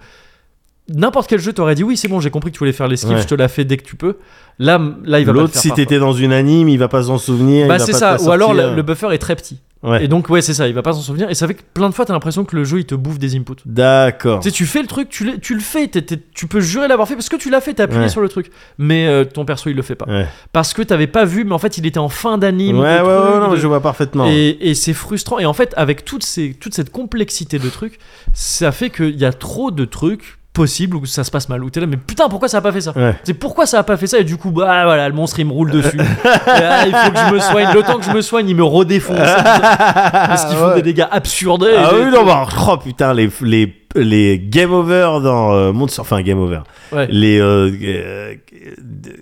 N'importe quel jeu t'aurait dit oui, c'est bon, j'ai compris que tu voulais faire l'esquive,
Ouais.
je te la fais dès que tu peux. Là, m- là il va pas le
l'autre,
faire
si
parfois.
t'étais dans une anime, il va pas s'en souvenir.
Bah
il va
c'est
pas
ça,
te la
ou alors
sortir.
le, le buffer est très petit.
Ouais.
Et donc, ouais, c'est ça, il va pas s'en souvenir. Et ça fait que plein de fois, t'as l'impression que le jeu, il te bouffe des inputs.
D'accord.
Tu sais, tu fais le truc, tu, l'es- tu le fais, t'es- t'es- tu peux jurer l'avoir fait parce que tu l'as fait, t'as appuyé
Ouais.
sur le truc. Mais euh, ton perso, il le fait pas.
Ouais.
Parce que t'avais pas vu, mais en fait, il était en fin
Ouais,
d'anime.
ouais,
de
ouais,
trucs,
non,
de-
mais je vois parfaitement.
Et, et c'est frustrant. Et en fait, avec toutes ces, toute cette complexité de trucs, ça fait qu'il y a trop de trucs possibles où ça se passe mal. Où t'es là, mais putain, pourquoi ça a pas fait ça
Ouais.
C'est pourquoi ça a pas fait ça Et du coup, bah voilà, le monstre il me roule dessus. Et, ah, il faut que je me soigne. Le temps que je me soigne, il me redéfonce. Parce qu'ils font
Ah, Ouais.
des dégâts absurdes. Et
Ah
j'ai-
oui, non, bah, oh putain, les, les, les game over dans euh, Monster. Enfin, game over.
Ouais.
Les. euh, euh,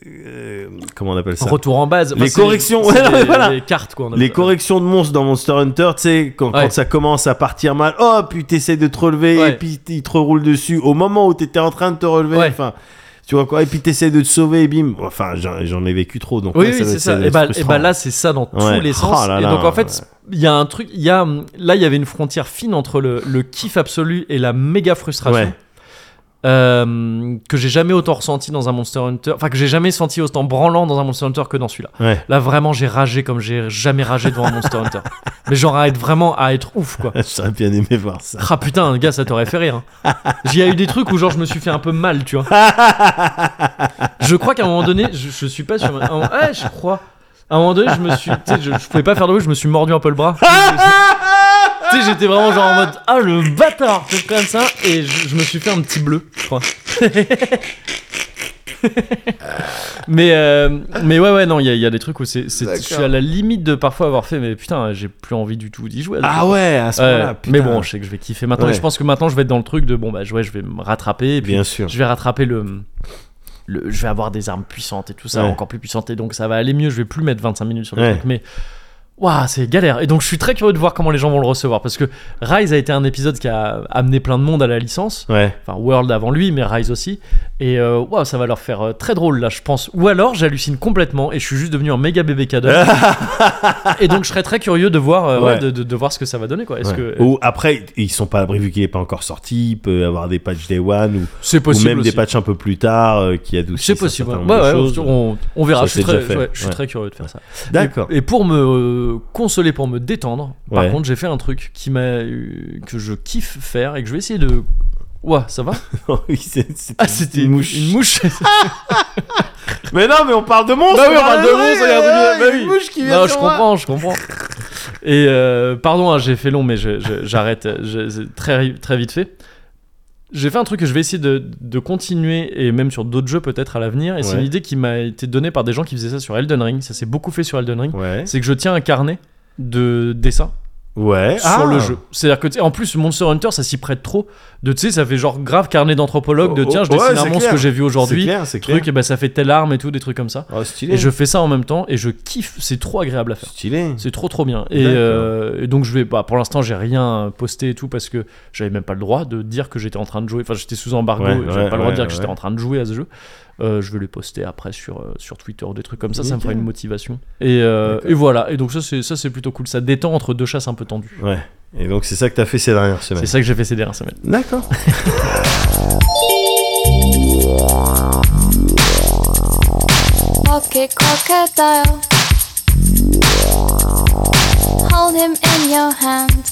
euh, comment on appelle ça
Retour en base.
Les
c'est
corrections,
c'est
ouais, non, mais
les-
voilà.
les cartes, quoi. on appelle
Les
ça.
corrections de monstres dans Monster Hunter, tu sais, quand, quand
Ouais.
ça commence à partir mal, oh, puis t'essayes de te relever,
Ouais.
et puis il te roule dessus au moment où t'étais en train de te relever,
Ouais.
enfin, tu vois quoi, et puis t'essayes de te sauver, et bim, enfin, j'en j'en ai vécu trop, donc
Oui,
ouais,
oui,
doit-
c'est
doit
ça.
être euh,
Et bah, et
frustrant.
bah là, c'est ça dans
Ouais.
tous les sens.
Oh là
et
là,
donc en fait,
ouais.
il y a un truc. Il y a hum, là, il y avait une frontière fine entre le, le kiff absolu et la méga frustration.
Ouais.
euh, que j'ai jamais autant ressenti dans un Monster Hunter, enfin que j'ai jamais senti autant branlant dans un Monster Hunter que dans celui-là.
Ouais.
Là vraiment j'ai ragé comme j'ai jamais ragé devant un Monster Hunter. Mais genre à être vraiment à être ouf quoi.
J'aurais bien aimé voir ça.
Ah putain, gars, ça t'aurait fait rire. hein. J'y ai eu des trucs où genre je me suis fait un peu mal, tu vois. Je crois qu'à un moment donné, je, je suis pas sur. ma- un- Ouais, je crois. À un moment donné, je me suis, tu sais, je, je pouvais pas faire de bruit, je me suis mordu un peu le bras. Tu sais, j'étais vraiment genre en mode ah le bâtard, c'est comme ça, et je, je me suis fait un petit bleu, je crois. mais euh, mais ouais ouais non, il y, a- il y a des trucs où c'est, c'est- je suis à la limite de parfois avoir fait, mais putain, j'ai plus envie du tout d'y jouer.
Ah ouais, à ce
Ouais,
moment-là. putain.
mais bon, je sais que je vais kiffer maintenant.
Ouais.
Et je pense que maintenant, je vais être dans le truc de bon, bah ouais, je vais me rattraper. Et puis,
bien sûr.
je vais rattraper le, le- Je vais avoir des armes puissantes et tout ça,
Ouais.
encore plus puissantes. Et donc, ça va aller mieux. Je vais plus mettre 25 minutes sur le
Ouais.
truc. Mais. Waouh, c'est galère. Et donc, je suis très curieux de voir comment les gens vont le recevoir. Parce que Rise a été un épisode qui a amené plein de monde à la licence.
Ouais.
Enfin, World avant lui, mais Rise aussi. Et euh, waouh, ça va leur faire euh, très drôle là, je pense. Ou alors, j'hallucine complètement et je suis juste devenu un méga bébé cadeau. et donc, je serais très curieux de voir, euh, ouais,
Ouais.
de, de- de voir ce que ça va donner quoi. Est-ce
Ouais.
que
Ou après, ils sont pas à l'abri vu qu'il est pas encore sorti. Il peut avoir des patchs day one ou,
C'est
ou
possible.
même
aussi.
des patchs un peu plus tard euh, qui adoucissent.
C'est
un
possible. hein.
certain
ouais.
nombre de
Ouais, ouais,
choses.
on, on verra.
Ça,
je suis,
c'est
très,
déjà fait.
ouais, je suis
Ouais.
très curieux de faire ça.
D'accord.
Et, et pour me euh, consoler, pour me détendre, par
Ouais.
contre, j'ai fait un truc qui m'a eu- que je kiffe faire et que je vais essayer de. Ouah, ça va
Oui, c'est- c'est
Ah, c'était
une mouche.
Une mouche.
Mais non, mais on parle de monstres.
Bah oui, on parle de monstres, il y a un truc-
euh,
bah
il y a
oui.
Une mouche qui vient
non, je
sur moi.
comprends, je comprends. Et euh, pardon, hein, j'ai fait long, mais je- je- j'arrête euh, je- c'est très, très vite fait. J'ai fait un truc que je vais essayer de, de continuer, et même sur d'autres jeux peut-être à l'avenir, et c'est
Ouais.
une idée qui m'a été donnée par des gens qui faisaient ça sur Elden Ring, ça s'est beaucoup fait sur Elden Ring,
Ouais.
c'est que je tiens un carnet de dessin
Ouais.
sur
Ah.
le jeu. C'est-à-dire que, tu sais, en plus, Monster Hunter, ça s'y prête trop. De, tu sais, ça fait genre grave carnet d'anthropologue, de
Oh, oh,
tiens, je
ouais,
dessine un
c'est
monstre
clair.
que j'ai vu
C'est
aujourd'hui,
clair, c'est clair.
truc, et ben ça fait telle arme et tout, des trucs comme ça.
Oh, stylé.
Et je fais ça en même temps et je kiffe, c'est trop agréable à faire.
Stylé.
C'est trop trop bien. Et,
D'accord.
euh, et donc je vais, bah, pour l'instant j'ai rien posté et tout parce que j'avais même pas le droit de dire que j'étais en train de jouer. Enfin j'étais sous embargo,
Ouais,
et j'avais
ouais,
pas le droit de
ouais,
dire que j'étais
ouais.
en train de jouer à ce jeu. Euh, je vais les poster après sur, euh, sur Twitter ou des trucs comme ça, ça me fera
Nickel.
une motivation. Et, euh,
D'accord.
et voilà, et donc ça c'est, ça c'est plutôt cool, ça détend entre deux chasses un peu tendues.
Ouais. Et donc c'est ça que t'as fait ces dernières
C'est
semaines.
ça que j'ai fait ces dernières semaines.
D'accord.
Okay, crocodile. Hold him in your hand.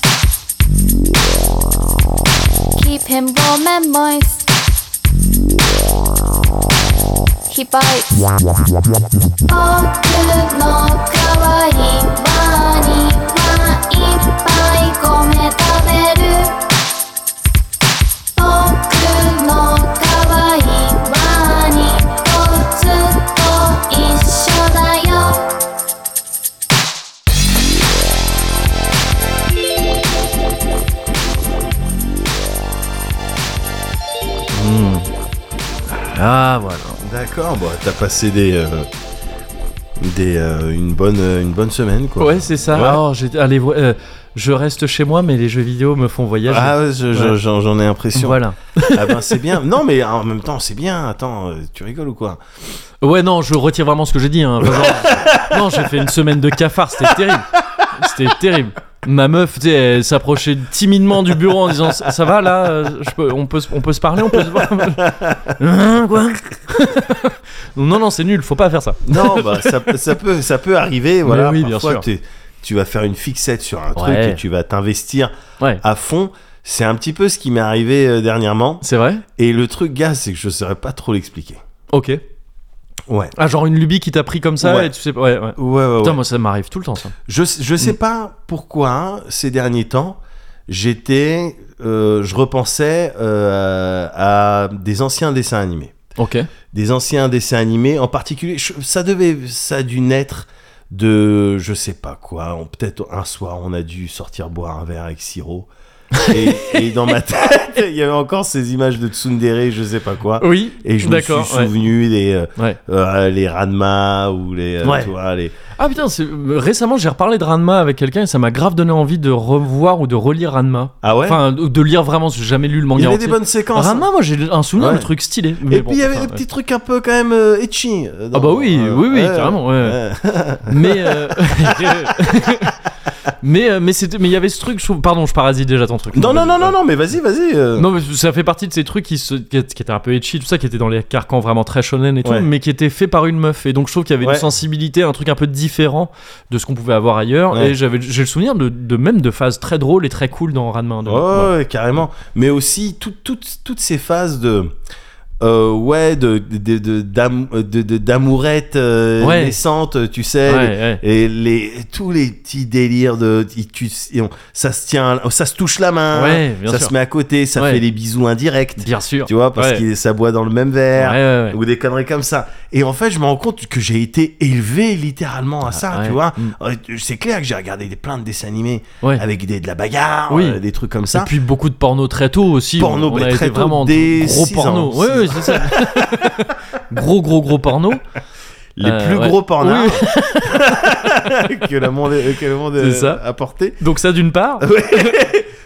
Keep him warm and moist. He bites. Boku no kawaii bunny wa ippai gome taberu. Boku no kawaii bunny to zutto issho da yo.
Ah voilà.
D'accord. Bon, t'as passé des euh, des euh, une bonne euh, une bonne semaine quoi.
Ouais c'est ça.
Ouais.
Alors, j'étais- allez, vo- euh, je reste chez moi mais les jeux vidéo me font voyager.
Ah ouais, je- je-
Ouais.
j'en j'en ai l'impression.
voilà.
Ah ben c'est bien. Non mais en même temps c'est bien. Attends, euh, tu rigoles ou quoi
Ouais, non, je retire vraiment ce que j'ai dit. hein. Enfin, genre, non, j'ai fait une semaine de cafard, c'était terrible. C'était terrible. Ma meuf, tu sais, elle s'approchait timidement du bureau en disant Ça ça va là euh, je peux, on, peut, se- on peut se parler On peut se voir Hein, Quoi Non, non, c'est nul, faut pas faire ça.
Non, bah ça, ça peut ça peut arriver. Voilà.
oui, bien
Parfois,
sûr.
t'es- Tu vas faire une fixette sur un truc
Ouais.
et tu vas t'investir
Ouais,
à fond. C'est un petit peu ce qui m'est arrivé euh, dernièrement.
c'est vrai
Et le truc, gars, c'est que je saurais pas trop l'expliquer.
Ok.
Ouais.
Ah, genre une lubie qui t'a pris comme ça
Ouais.
et tu sais pas. Ouais, ouais.
Ouais, ouais,
Putain,
ouais.
moi ça m'arrive tout le temps ça.
Je, je sais pas pourquoi, hein, ces derniers temps, j'étais. euh, je repensais euh, à des anciens dessins animés.
Ok.
Des anciens dessins animés, en particulier. je- ça devait. Ça a dû naître de. Je sais pas quoi. on- Peut-être un soir, on a dû sortir boire un verre avec Siro. Et, et dans ma tête, il y avait encore ces images de Tsundere, je sais pas quoi.
Ah, Oui,
Et je me suis
d'accord. ouais.
souvenu des euh,
Ouais.
euh, les Ranma ou les euh,
Ouais.
tu vois, les
Ah putain, c'est- récemment j'ai reparlé de Ranma avec quelqu'un et ça m'a grave donné envie de revoir ou de relire Ranma.
ah ouais.
Enfin, de de lire vraiment, parce que j'ai jamais lu le
il y
manga.
avait des
entier.
bonnes séquences. hein.
Ranma, moi j'ai un souvenir
Ouais.
de truc stylé. mais
Et
bon,
puis il y avait
enfin,
des petits trucs un peu quand même euh, etchi. euh, dans-
Ah bah oui,
euh,
oui, oui,
ouais,
carrément, ouais.
ouais.
ouais. Mais. euh, Mais euh, mais c'était- mais il y avait ce truc. je trouve- Pardon, je parasite déjà ton truc.
Non, non, non, non, non, mais vas-y, vas-y. euh.
Non, mais ça fait partie de ces trucs qui, se, qui qui étaient un peu etchy, tout ça, qui étaient dans les carcans vraiment très shonen et tout,
Ouais.
mais qui étaient faits par une meuf. Et donc je trouve qu'il y avait
Ouais.
une sensibilité, un truc un peu différent de ce qu'on pouvait avoir ailleurs.
Ouais.
Et j'avais, j'ai le souvenir de, de même de phases très drôles et très cool dans Ranma 1.
Ouais, ouais, ouais, carrément. Mais aussi tout- toutes- toutes ces phases de. euh, ouais, de de- de- d'am- de- de- d'amourettes euh,
Ouais.
naissantes, tu sais. Et les, tous les petits délires de. ils- tu- et on- ça se tient, ça se touche la main,
Ouais, bien
ça
sûr.
se met à côté, ça
Ouais.
fait les bisous indirects,
Bien sûr.
tu vois, parce
Ouais.
que ça boit dans le même
Ouais,
verre.
ouais, ouais.
Ou des conneries comme ça. Et en fait, je me rends compte que j'ai été élevé littéralement à ça,
Ah, ouais.
tu vois.
Mm.
Euh, C'est clair que j'ai regardé des, plein de dessins animés
Ouais.
avec des, de la bagarre,
Oui.
euh, des trucs comme ça.
Et puis beaucoup de porno très tôt aussi.
Porno,
on
bah,
a
très
été
tôt,
vraiment
dès
gros
six
porno.
ans,
Ouais,
six
ouais, c'est ça. gros, gros, gros porno.
les
Euh,
plus
ouais.
gros pornos que le monde, euh, que le monde euh,
C'est ça.
a porté.
Donc ça d'une part,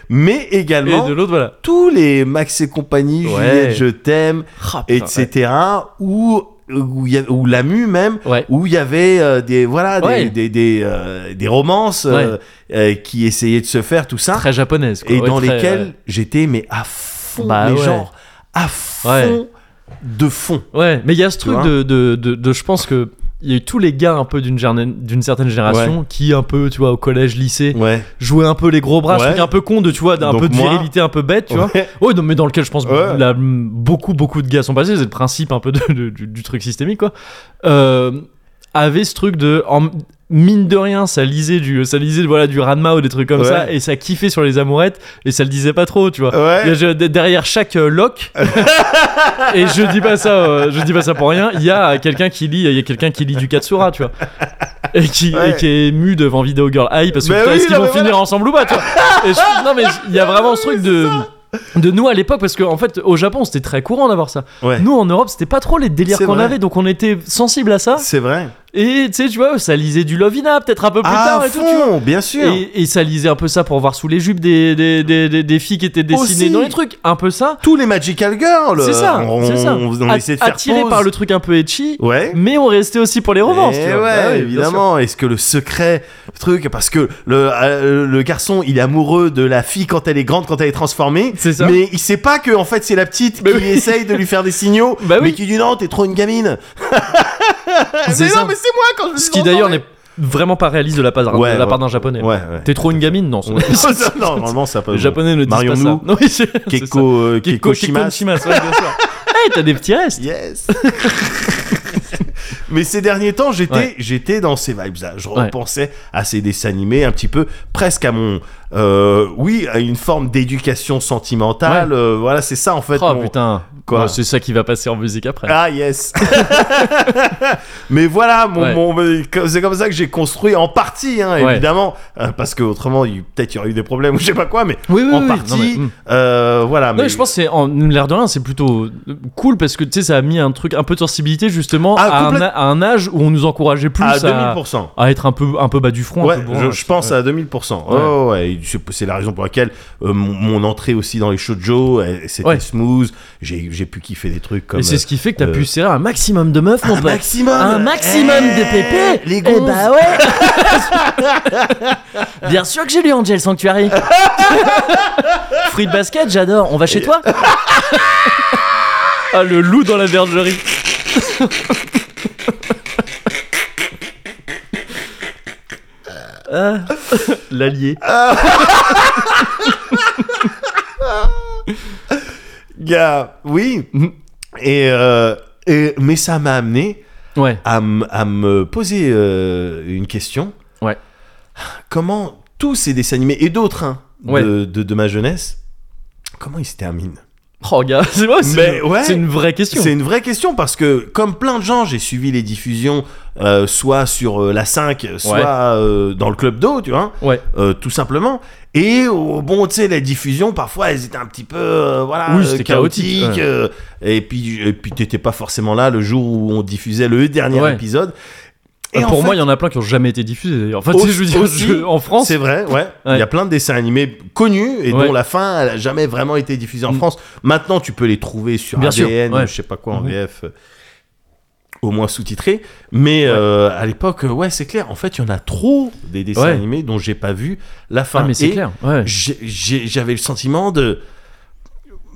Mais
et
également
de l'autre, voilà.
tous les Max et compagnie,
Ouais.
Juliette, je t'aime,
Ah, putain,
etc. Ou où, il y a- où l'AMU même.
Ouais.
Où il y avait euh, des voilà des
Ouais.
des, des, euh, des romances euh, euh, qui essayaient de se faire tout ça
Très japonaise. quoi.
et
Ouais,
dans
très,
lesquelles
ouais.
j'étais mais à fond
Bah
mais
ouais.
genre à fond
Ouais.
de fond
Ouais, mais il y a ce
Tu
truc
vois
de, de, de, de- je pense que il y a eu tous les gars un peu d'une gerne- d'une certaine génération qui un peu tu vois au collège lycée
ouais
jouaient un peu les gros bras
Ouais.
ce truc un peu con de tu vois d'un
Donc
peu de
moi-
virilité un peu bête tu vois
Ouais.
ouais non mais dans lequel je pense
Ouais.
la- beaucoup beaucoup de gars sont passés c'est le principe un peu de- de- du, du truc systémique quoi euh, avait ce truc de en, mine de rien ça lisait du ça lisait voilà du Ranma ou des trucs comme
Ouais.
ça et ça kiffait sur les amourettes et ça le disait pas trop tu vois
Ouais.
Il y a- je- d- derrière chaque euh, lock et je dis pas ça euh, je dis pas ça pour rien il y a quelqu'un qui lit il y a quelqu'un qui lit du Katsura tu vois et qui,
Ouais.
et qui est ému devant Video Girl High parce que
Mais
putain,
oui,
est-ce qu'ils
non,
vont
mais
finir ensemble ou pas tu vois Et je- non mais il y a vraiment ce truc de de nous à l'époque parce qu'en fait au Japon c'était très courant d'avoir ça
Ouais.
nous en Europe c'était pas trop les délires
C'est
qu'on
vrai.
avait donc on était sensible à ça
c'est vrai
et tu sais tu vois ça lisait du Lovina peut-être un peu plus
à
tard et tout tu vois.
fond bien sûr
Et, et ça lisait un peu ça pour voir sous les jupes des, des, des, des- des filles qui étaient dessinées
Aussi.
dans les trucs. Un peu ça.
tous les magical girls euh,
C'est ça.
on,
c'est ça.
on, on
At-
essayait de faire
attiré
pause.
par le truc un peu etchy.
ouais
Mais on restait aussi pour les romances.
Eh
tu vois.
ouais,
Bah oui, bien sûr.
évidemment. Est-ce que le secret, le truc, parce que le, euh, le garçon, il est amoureux de la fille quand elle est grande, quand elle est transformée.
C'est ça.
Mais il sait pas que, en fait, c'est la petite
Bah
qui
oui.
essaye de lui faire des signaux.
Bah
mais
oui.
qui dit non, t'es trop une gamine.
C'est
mais
ça.
non, mais c'est moi quand je me
Ce
suis
qui d'ailleurs n'est
transformé.
vraiment pas réaliste de la part,
Ouais,
de la part
ouais.
d'un japonais.
Ouais, ouais.
T'es trop une gamine Non. c'est-
non, non, normalement, ça peut.
les japonais ne disent
Marions
pas ça.
nous.
Non, oui, c'est- c'est ça.
Keiko, euh,
Keiko
Keiko
Keiko
Shimas.
Shimas, ouais, bien sûr. Eh, t'as des petits restes.
Yes. Mais ces derniers temps, j'étais,
Ouais.
j'étais dans ces vibes-là. Je
Ouais.
repensais à ces dessins animés un petit peu, presque à mon, euh, oui, à une forme d'éducation sentimentale. euh, voilà, c'est ça en fait.
Oh
mon-
putain.
Quoi
Oh, C'est ça qui va passer en musique après.
Ah yes. Mais voilà, mon,
Ouais.
mon- c'est comme ça que j'ai construit en partie, hein,
Ouais.
évidemment, euh, parce que autrement, il- peut-être il y aurait eu des problèmes ou je sais pas quoi, mais
Oui, oui,
en
oui.
partie,
Non, mais, hmm.
euh, voilà.
Non, mais je pense que c'est en l'air de rien, c'est plutôt euh, cool parce que tu sais, ça a mis un truc un peu de sensibilité justement
Ah,
à, un,
complète-
a- à un âge où on nous encourageait plus
à
à,
2000%.
à être un peu, un peu bas du front. un
Ouais,
peu bourrin,
je, je pense à 2000%. Ouais,
hein, Ouais.
ouais, Oh, ouais. Et C'est c'est la raison pour laquelle euh, mon, mon entrée aussi dans les shoujo, elle- c'était
Ouais.
smooth. J'ai j'ai pu kiffer des trucs comme.
Et c'est ce qui fait que t'as
euh,
pu serrer un maximum de meufs, mon
un
pote.
maximum
Un maximum
Eh,
de pépés
Les
Eh
gonzes
bah ouais Bien sûr que j'ai lu Angel Sanctuary Fruit basket, j'adore, on va chez toi Ah, le loup dans la bergerie Ah, L'allié.
Gars, oui. Et, euh, et- mais ça m'a amené
Ouais,
à, m- à me poser euh, une question.
Ouais.
Comment tous ces dessins animés et d'autres hein,
Ouais.
de, de- de ma jeunesse, comment ils se terminent
oh gars, c'est vrai,
Mais
c'est une-
ouais.
c'est une vraie question.
C'est une vraie question parce que, comme plein de gens, j'ai suivi les diffusions euh, soit sur euh, la 5, soit
Ouais.
euh, dans le club d'eau, tu vois,
Ouais.
euh, tout simplement. Et oh, bon, tu sais, les diffusions, parfois, elles étaient un petit peu euh, voilà,
Oui,
euh,
c'était
chaotiques.
chaotique, ouais.
euh, et puis, et puis t'étais pas forcément là le jour où on diffusait le dernier
Ouais.
épisode.
Euh,
en
pour
fait,
moi, il y en a plein qui ont jamais été diffusés d'ailleurs. Enfin,
Aussi-
tu sais, je veux dire,
aussi,
je- en France,
c'est vrai, ouais. Il y a
Ouais.
plein de dessins animés connus et
Ouais.
dont la fin, elle a jamais vraiment été diffusée en
Mm.
France. Maintenant, tu peux les trouver sur
Bien sûr, Mm-hmm.
ADN,
ouais.
je sais pas quoi, en
Mhm.
VF. euh, au moins sous-titré. Mais euh, à l'époque, euh, ouais, c'est clair. En fait, il y en a trop des dessins
Ouais.
animés dont j'ai pas vu la fin.
Ah, mais c'est
Et
clair. Ouais.
j'ai- j'ai- J'avais le sentiment de.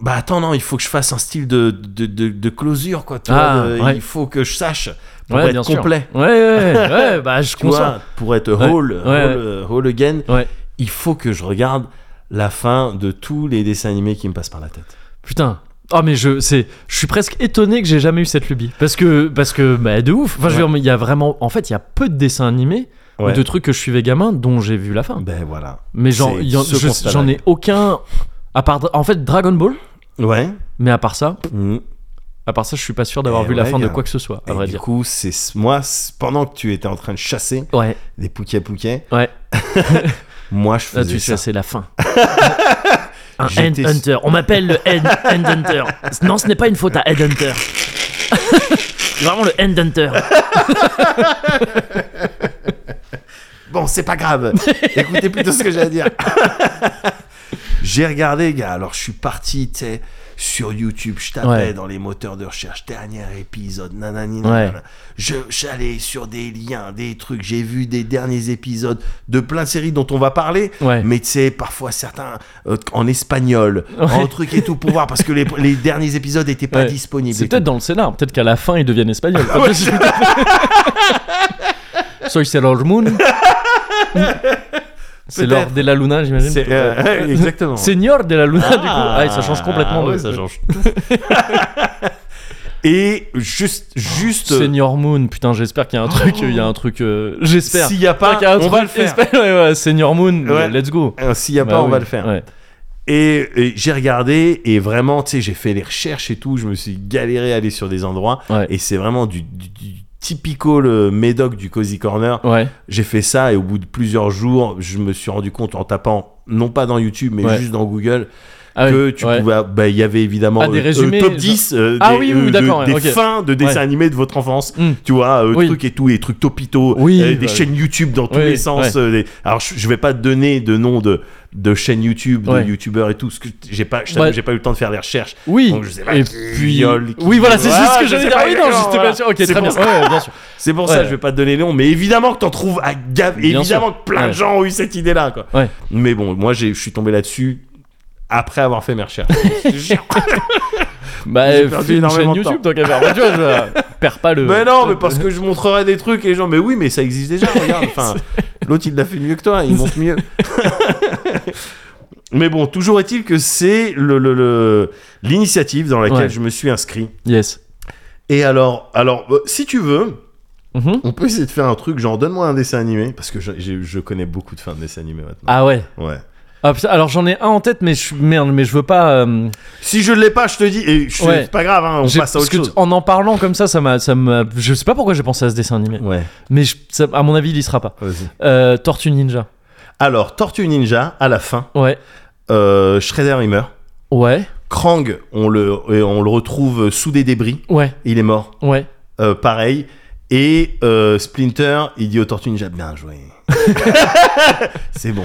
Bah attends, non, il faut que je fasse un style de, de, de- de closure, quoi. tu vois,
Ah,
de-
ouais.
Il faut que je sache pour
Ouais,
être
bien sûr.
complet.
Ouais, ouais, ouais, ouais, bah je
Tu
conçois.
vois, pour être
Ouais,
whole,
ouais,
whole, euh, whole again,
Ouais.
il faut que je regarde la fin de tous les dessins animés qui me passent par la tête.
Putain. Ah mais je c'est je suis presque étonné que j'ai jamais eu cette lubie parce que parce que bah de ouf. Enfin je veux dire, mais il y a vraiment en fait il y a peu de dessins animés
Ouais.
ou de trucs que je suivais gamin dont j'ai vu la fin.
Ben voilà.
Mais genre
C'est
il y en-
ce
je-
constat-là.
j'en ai aucun à part en fait Dragon Ball
Ouais.
mais à part ça
Mm.
à part ça je suis pas sûr d'avoir
Eh
vu la
ouais,
fin de
gars.
quoi que ce soit à
Et
vrai
du
dire.
coup, c'est ce- moi, c'est- pendant que tu étais en train de chasser
Ouais
des pouquets pouquets,
ouais
moi je faisais
là tu
ça.
sais c'est la fin. Un
J'étais-
Headhunter. On m'appelle le Head- Headhunter. Non, ce n'est pas une faute à Headhunter. Vraiment le Headhunter.
Bon, c'est pas grave. Écoutez plutôt ce que j'ai à dire. j'ai regardé, gars. Alors, je suis parti, tu sais, sur YouTube. Je tapais
Ouais.
dans les moteurs de recherche. Dernier épisode, nanani,
Ouais.
nanana. Je J'allais sur des liens, des trucs. J'ai vu des derniers épisodes de plein de séries dont on va parler.
Ouais.
Mais tu sais, parfois certains euh, en espagnol, en
Ouais.
truc et tout pour voir parce que les, les derniers épisodes n'étaient pas
Ouais.
disponibles.
C'est peut-être dans le scénar, peut-être qu'à la fin ils deviennent espagnols. Soy Sailor Moon. C'est l'or de la Luna, j'imagine.
C'est- euh, exactement.
Senior de la Luna, du coup.
Ah.
Ah, et ça change complètement
Ah
de.
ouais, ça change. Et juste, juste.
Senior Moon, putain, j'espère qu'il y a un truc, il y a un truc, euh, j'espère.
S'il y a pas,
Qu'il y a un
on
truc
va le faire.
espagn- ouais, ouais, Senior Moon,
Ouais.
let's go.
Euh, S'il n'y a
Bah
pas, on
oui,
va le faire.
ouais.
Et, et j'ai regardé, et vraiment, tu sais, j'ai fait les recherches et tout. Je me suis galéré à aller sur des endroits.
Ouais.
Et c'est vraiment du, du- du typico le médoc du Cozy Corner.
Ouais.
J'ai fait ça, et au bout de plusieurs jours, je me suis rendu compte en tapant, non pas dans YouTube, mais
Ouais.
juste dans Google,
Ah oui,
que tu
ouais.
pouvais. bah, Il y avait évidemment
Ah, des
euh, euh,
résumés,
top
genre.
10 euh,
Ah
des,
oui, oui,
euh, de-
d'accord, ouais,
des
ok.
fins de dessins
Ouais.
animés de votre enfance.
Mm.
Tu vois, euh,
Oui.
trucs et tout, les trucs topito,
Oui,
euh,
bah.
des chaînes YouTube dans tous
Oui,
les sens.
ouais.
euh, des- Alors, je, je vais pas te donner de nom de de chaînes YouTube, de
Ouais.
youtubeurs et tout, parce que j'ai pas, je t'avoue,
Ouais.
j'ai pas eu le temps de faire des recherches.
Oui.
Donc, je sais pas
et
qui
puis
viole, qui-
oui, voilà, c'est
Voilà,
juste ce que
je
j'allais
sais
dire.
pas,
Oui, non,
genre,
j'étais
voilà.
pas sûr. Ok,
C'est
très
pour
bien.
ça.
Ouais, ouais, bien sûr.
C'est pour
Ouais.
ça, je vais pas te donner le nom, mais évidemment que t'en trouves à gave,
Bien
évidemment
sûr.
que plein de
Ouais.
gens ont eu cette idée-là, quoi.
Ouais.
Mais bon, moi, j'ai- je suis tombé là-dessus après avoir fait mes recherches.
Bah,
J'ai
fais
perdu
une
énormément
chaîne
de temps.
YouTube, tant qu'à faire. Bah, tu vois, je euh, perds pas le.
Mais non, mais parce que je montrerai des trucs et les gens, mais oui, mais ça existe déjà, regarde. Enfin, l'autre il l'a fait mieux que toi, il monte mieux. mais bon, toujours est-il que c'est le- le- le- l'initiative dans laquelle
Ouais.
je me suis inscrit.
Yes.
Et alors, alors euh, si tu veux,
Mhm.
on peut essayer de faire un truc genre donne-moi un dessin animé, parce que je, j'ai- je connais beaucoup de fins de dessins animés maintenant.
Ah ouais.
Ouais.
Ah, putain, alors j'en ai un en tête, mais je merde, mais je veux pas. euh,
Si je l'ai pas, je te dis, et je-
Ouais.
c'est pas grave, hein, on
j'ai-
passe à
parce
autre
que
chose.
t- en en parlant comme ça, ça m'a, ça m'a. Je sais pas pourquoi j'ai pensé à ce dessin animé,
Ouais,
mais je- ça- à mon avis, il y sera pas.
vas-y.
Euh, Tortue Ninja.
Alors, Tortue Ninja, à la fin,
Ouais.
euh, Shredder il meurt.
Ouais.
Krang, on le, et on le retrouve sous des débris.
Ouais.
Il est mort.
Ouais.
Euh, pareil. Et euh, Splinter, il dit au Tortue Ninja Bien joué. c'est bon.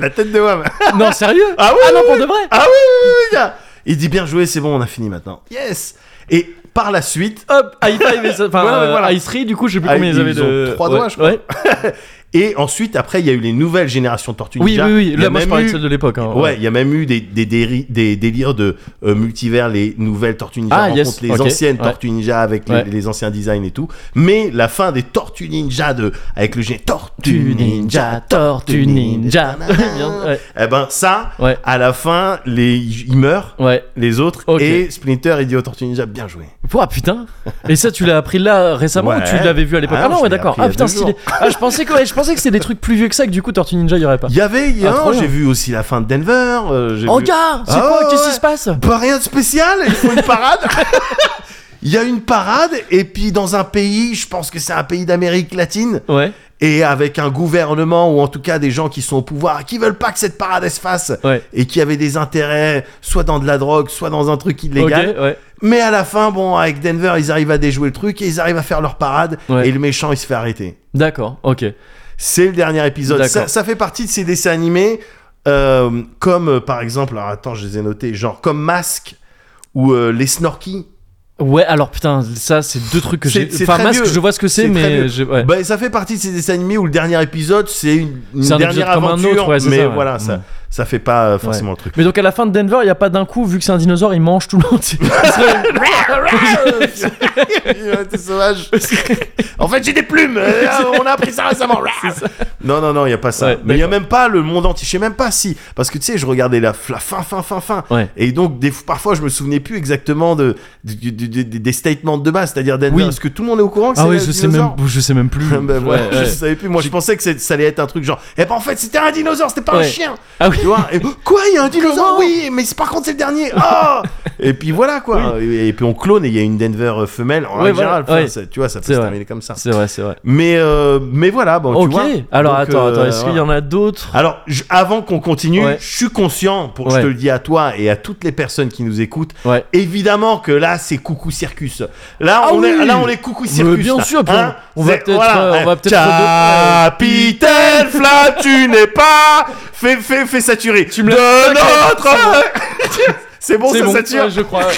La tête de Wam.
non, sérieux
Ah oui,
Ah non,
oui,
pour
oui.
de vrai
Ah oui, oui, oui, oui, gars. Il dit Bien joué, c'est bon, on a fini maintenant. Yes. Et par la suite.
Hop, high five et ça. Enfin,
Voilà,
euh,
voilà.
Ice Three, du coup, je sais plus
Ah,
combien ils,
ils
avaient
ont
de.
trois
ouais.
doigts, je crois.
Ouais.
Et ensuite, après, il y a eu les nouvelles générations de Tortue
Oui,
Ninja.
oui, oui.
Il y a
Là, moi, je
même
parlais
eu-
de celle de l'époque. hein.
Ouais, il y a même eu des, des, déri- des délires de euh, multivers, les nouvelles Tortues Ninja
Ah,
rencontrent
yes,
les
ok,
anciennes
ouais.
Tortues Ninja avec les,
Ouais.
les anciens designs et tout. Mais la fin des Tortues Ninja de, avec le génie Tortue
Tortue
Ninja,
Ninja,
Tortue
Tortue Ninja. Bien, ouais.
Eh ben ça,
Ouais.
à la fin, les, ils meurent,
Ouais.
les autres,
Ok.
et Splinter, il dit aux Tortues Ninja, bien joué.
Pouah, putain. Et ça, tu l'as appris là récemment
Ouais.
ou tu l'avais vu à l'époque
Ah
Ah,
non,
non,
je
ouais,
l'ai
d'accord.
appris il y
Ah
a
putain,
deux
stylé.
jours.
Ah, je pensais que, ouais, je pensais que c'était des trucs plus vieux que ça, que du coup, Tortue Ninja, il y aurait pas.
Il y avait, il y a
Ah,
un,
trop bien.
j'ai vu aussi la fin de Denver. euh, j'ai
Oh,
vu-
gars C'est
Ah,
quoi
ouais,
Qu'est-ce
ouais.
qui se passe
Pas rien de spécial, il faut une parade. Il y a une parade, et puis dans un pays, je pense que c'est un pays d'Amérique latine,
Ouais,
et avec un gouvernement, ou en tout cas des gens qui sont au pouvoir, qui veulent pas que cette parade elle se fasse,
ouais.
et qui avaient des intérêts, soit dans de la drogue, soit dans un truc
Ok,
illégal.
ouais.
Mais à la fin, bon, avec Denver, ils arrivent à déjouer le truc, et ils arrivent à faire leur parade,
Ouais.
et le méchant, il se fait arrêter.
D'accord, ok.
C'est le dernier épisode.
D'accord.
Ça, ça fait partie de ces dessins animés, euh, comme euh, par exemple, alors attends, je les ai notés, genre comme Masque ou euh, les Snorky.
Ouais, alors putain, ça c'est deux trucs que
C'est-
j'ai.
c'est
Enfin,
très
masque,
vieux.
je vois ce que c'est,
C'est très vieux.
mais j'ai- ouais.
Bah, ça fait partie de ces dessins animés où le dernier épisode, c'est une, une
C'est un
dernière
épisode comme un
aventure,
autre, ouais, c'est
mais
ça, ouais.
voilà,
Mm.
ça, ça fait pas euh, forcément le truc.
Mais donc à la fin de Denver, il n'y a pas d'un coup, vu que c'est un dinosaure, il mange tout le monde.
Ouais, T'es sauvage. en fait, j'ai des plumes. euh, on a appris ça récemment. non, non, non, il y a pas ça.
Ouais,
mais il y a
d'accord.
même pas le monde entier. Je sais même pas si, parce que tu sais, je regardais la, la fin, fin, fin, fin.
Ouais.
Et donc, des, parfois, je me souvenais plus exactement de, du- du- du- des statements de base, c'est-à-dire d'être
Oui.
parce que tout le monde est au courant que
Ah
c'est
oui,
le
je sais même,
dinosaure.
je sais même plus.
Ben voilà,
Ouais,
je
ouais.
savais plus. Moi, je pensais que c'est- ça allait être un truc genre, eh ben en fait, c'était un dinosaure, c'était pas un
Ouais.
chien.
Ah oui.
Tu vois et, Quoi Il y a un dinosaure
Comment
Oui, mais c'est- par contre, c'est le dernier. Ah Et puis voilà quoi. Et, et puis on clone et il y a une Denver euh, femelle. En
Ouais,
règle
voilà,
générale, enfin,
ouais.
ça- tu vois, ça peut se
C'est vrai.
terminer comme ça.
C'est vrai, c'est vrai.
Mais euh, mais voilà, bon, tu
ok.
vois.
alors
Donc,
attends,
euh,
attends, est-ce qu'il y
voilà.
en
Ah,
a d'autres
Alors, je- avant qu'on continue,
Ouais.
je suis conscient, pour que je
Ouais.
te le dis à toi et à toutes les personnes qui nous écoutent,
Ouais.
évidemment que là, c'est coucou circus. Là,
Ah
on est,
oui.
là, on est coucou circus.
Mais bien
là.
sûr, puis on-
Hein
on va
C'est-
peut-être,
voilà,
euh, on
hein.
va peut-être
Capitaine Flamme, tu n'es pas. Fais, fais, fais saturer.
Tu me
de
l'as-
notre. c'est bon,
C'est
ça
bon,
sature.
ouais, je crois. ouais.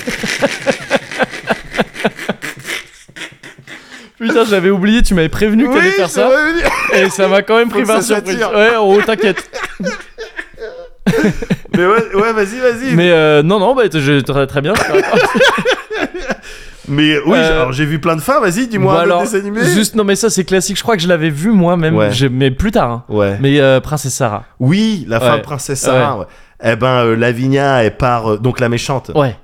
Putain, j'avais oublié, tu m'avais prévenu que t'allais
Oui,
faire
je
ça.
t'aurais dit.
Et ça m'a quand même pris
que
par
ça
surprise.
s'attire.
Ouais, oh, t'inquiète.
Mais ouais, ouais, vas-y, vas-y. Mais,
Mais euh, non, non, bah, t- je- très, très bien.
oui,
Euh,
alors j'ai vu plein de fins, vas-y, dis-moi
Bon,
un
alors,
autre dessin animé.
Juste, non, mais ça, c'est classique. Je crois que je l'avais vu moi-même,
Ouais.
j'ai- mais plus tard. hein.
Ouais.
Mais euh, Princesse Sarah.
Oui, la fin
Ouais.
de Princesse Sarah. ouais. Eh ben, euh, Lavinia, elle part, euh, donc la méchante.
Ouais.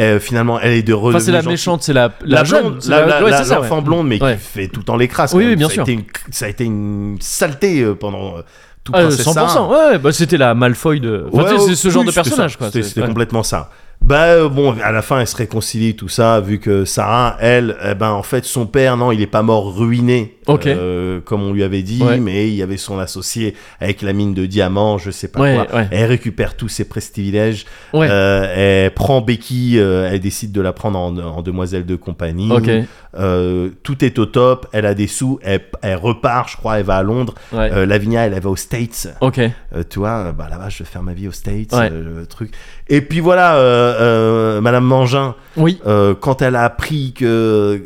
Euh, finalement, elle est de redevenue
Enfin, c'est la
gentille.
méchante, c'est la,
La,
jeune,
blonde,
c'est
la, la-
ouais,
la-
c'est ça,
l'enfant
ouais.
blonde, mais
Ouais.
qui fait tout le temps les crasses.
Oui,
quand
oui,
même.
bien
ça
sûr.
A été une, ça a été une saleté euh, pendant euh, tout
Ah,
Princesse
100%,
Sarah.
ouais, ouais, bah, c'était la Malfoy de. Enfin, tu sais, c'est ce genre de personnage, quoi.
C'était
c'est-
c'était
ouais.
complètement ça. Bah euh, bon, à la fin, elle se réconcilie tout ça, vu que Sarah, elle, eh ben en fait, son père, non, il est pas mort ruiné,
Ok.
euh, comme on lui avait dit,
Ouais.
mais il y avait son associé avec la mine de diamants, je sais pas
Ouais,
quoi.
ouais.
Elle récupère tous ses prestivilèges,
Ouais.
euh, elle prend Becky, euh, elle décide de la prendre en, en demoiselle de compagnie.
Ok.
Euh, tout est au top, elle a des sous, elle, elle repart, je crois, elle va à Londres.
Ouais.
Euh, Lavinia, elle, elle va aux States.
Ok.
Euh, tu vois, euh, bah, là-bas, je vais faire ma vie aux States,
Ouais.
euh, le truc. Et puis voilà, euh, euh, Madame Mangin,
Oui.
euh, quand elle a appris que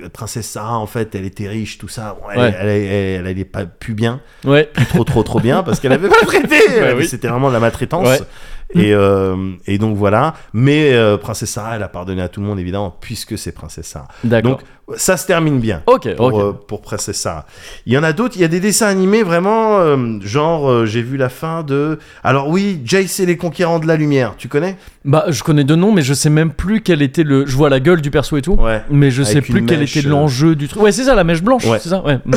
euh, Princesse Sarah, en fait, elle était riche, tout ça, bon, elle,
Ouais.
elle, elle- elle- elle allait pas plus bien,
Ouais.
plus trop, trop, trop bien, parce qu'elle avait pas traité.
Bah
Elle-
oui.
C'était vraiment de la maltraitance.
Ouais.
Et, euh, et donc voilà. Mais euh, Princesse Sarah, elle a pardonné à tout le monde, évidemment, puisque c'est Princesse Sarah.
D'accord.
Donc ça se termine bien
Ok,
pour,
ok.
euh, pour presser ça. Il y en a d'autres, il y a des dessins animés vraiment, euh, genre, euh, j'ai vu la fin de... Alors oui, Jace et les conquérants de la lumière, tu connais
Bah, je connais deux noms, mais je sais même plus quel était le. Je vois la gueule du perso et tout.
Ouais.
Mais je
Avec
sais
une
plus quel
mèche,
était
euh.
l'enjeu du truc. Ouais, c'est ça, la mèche blanche.
Ouais.
C'est ça, ouais. Mm.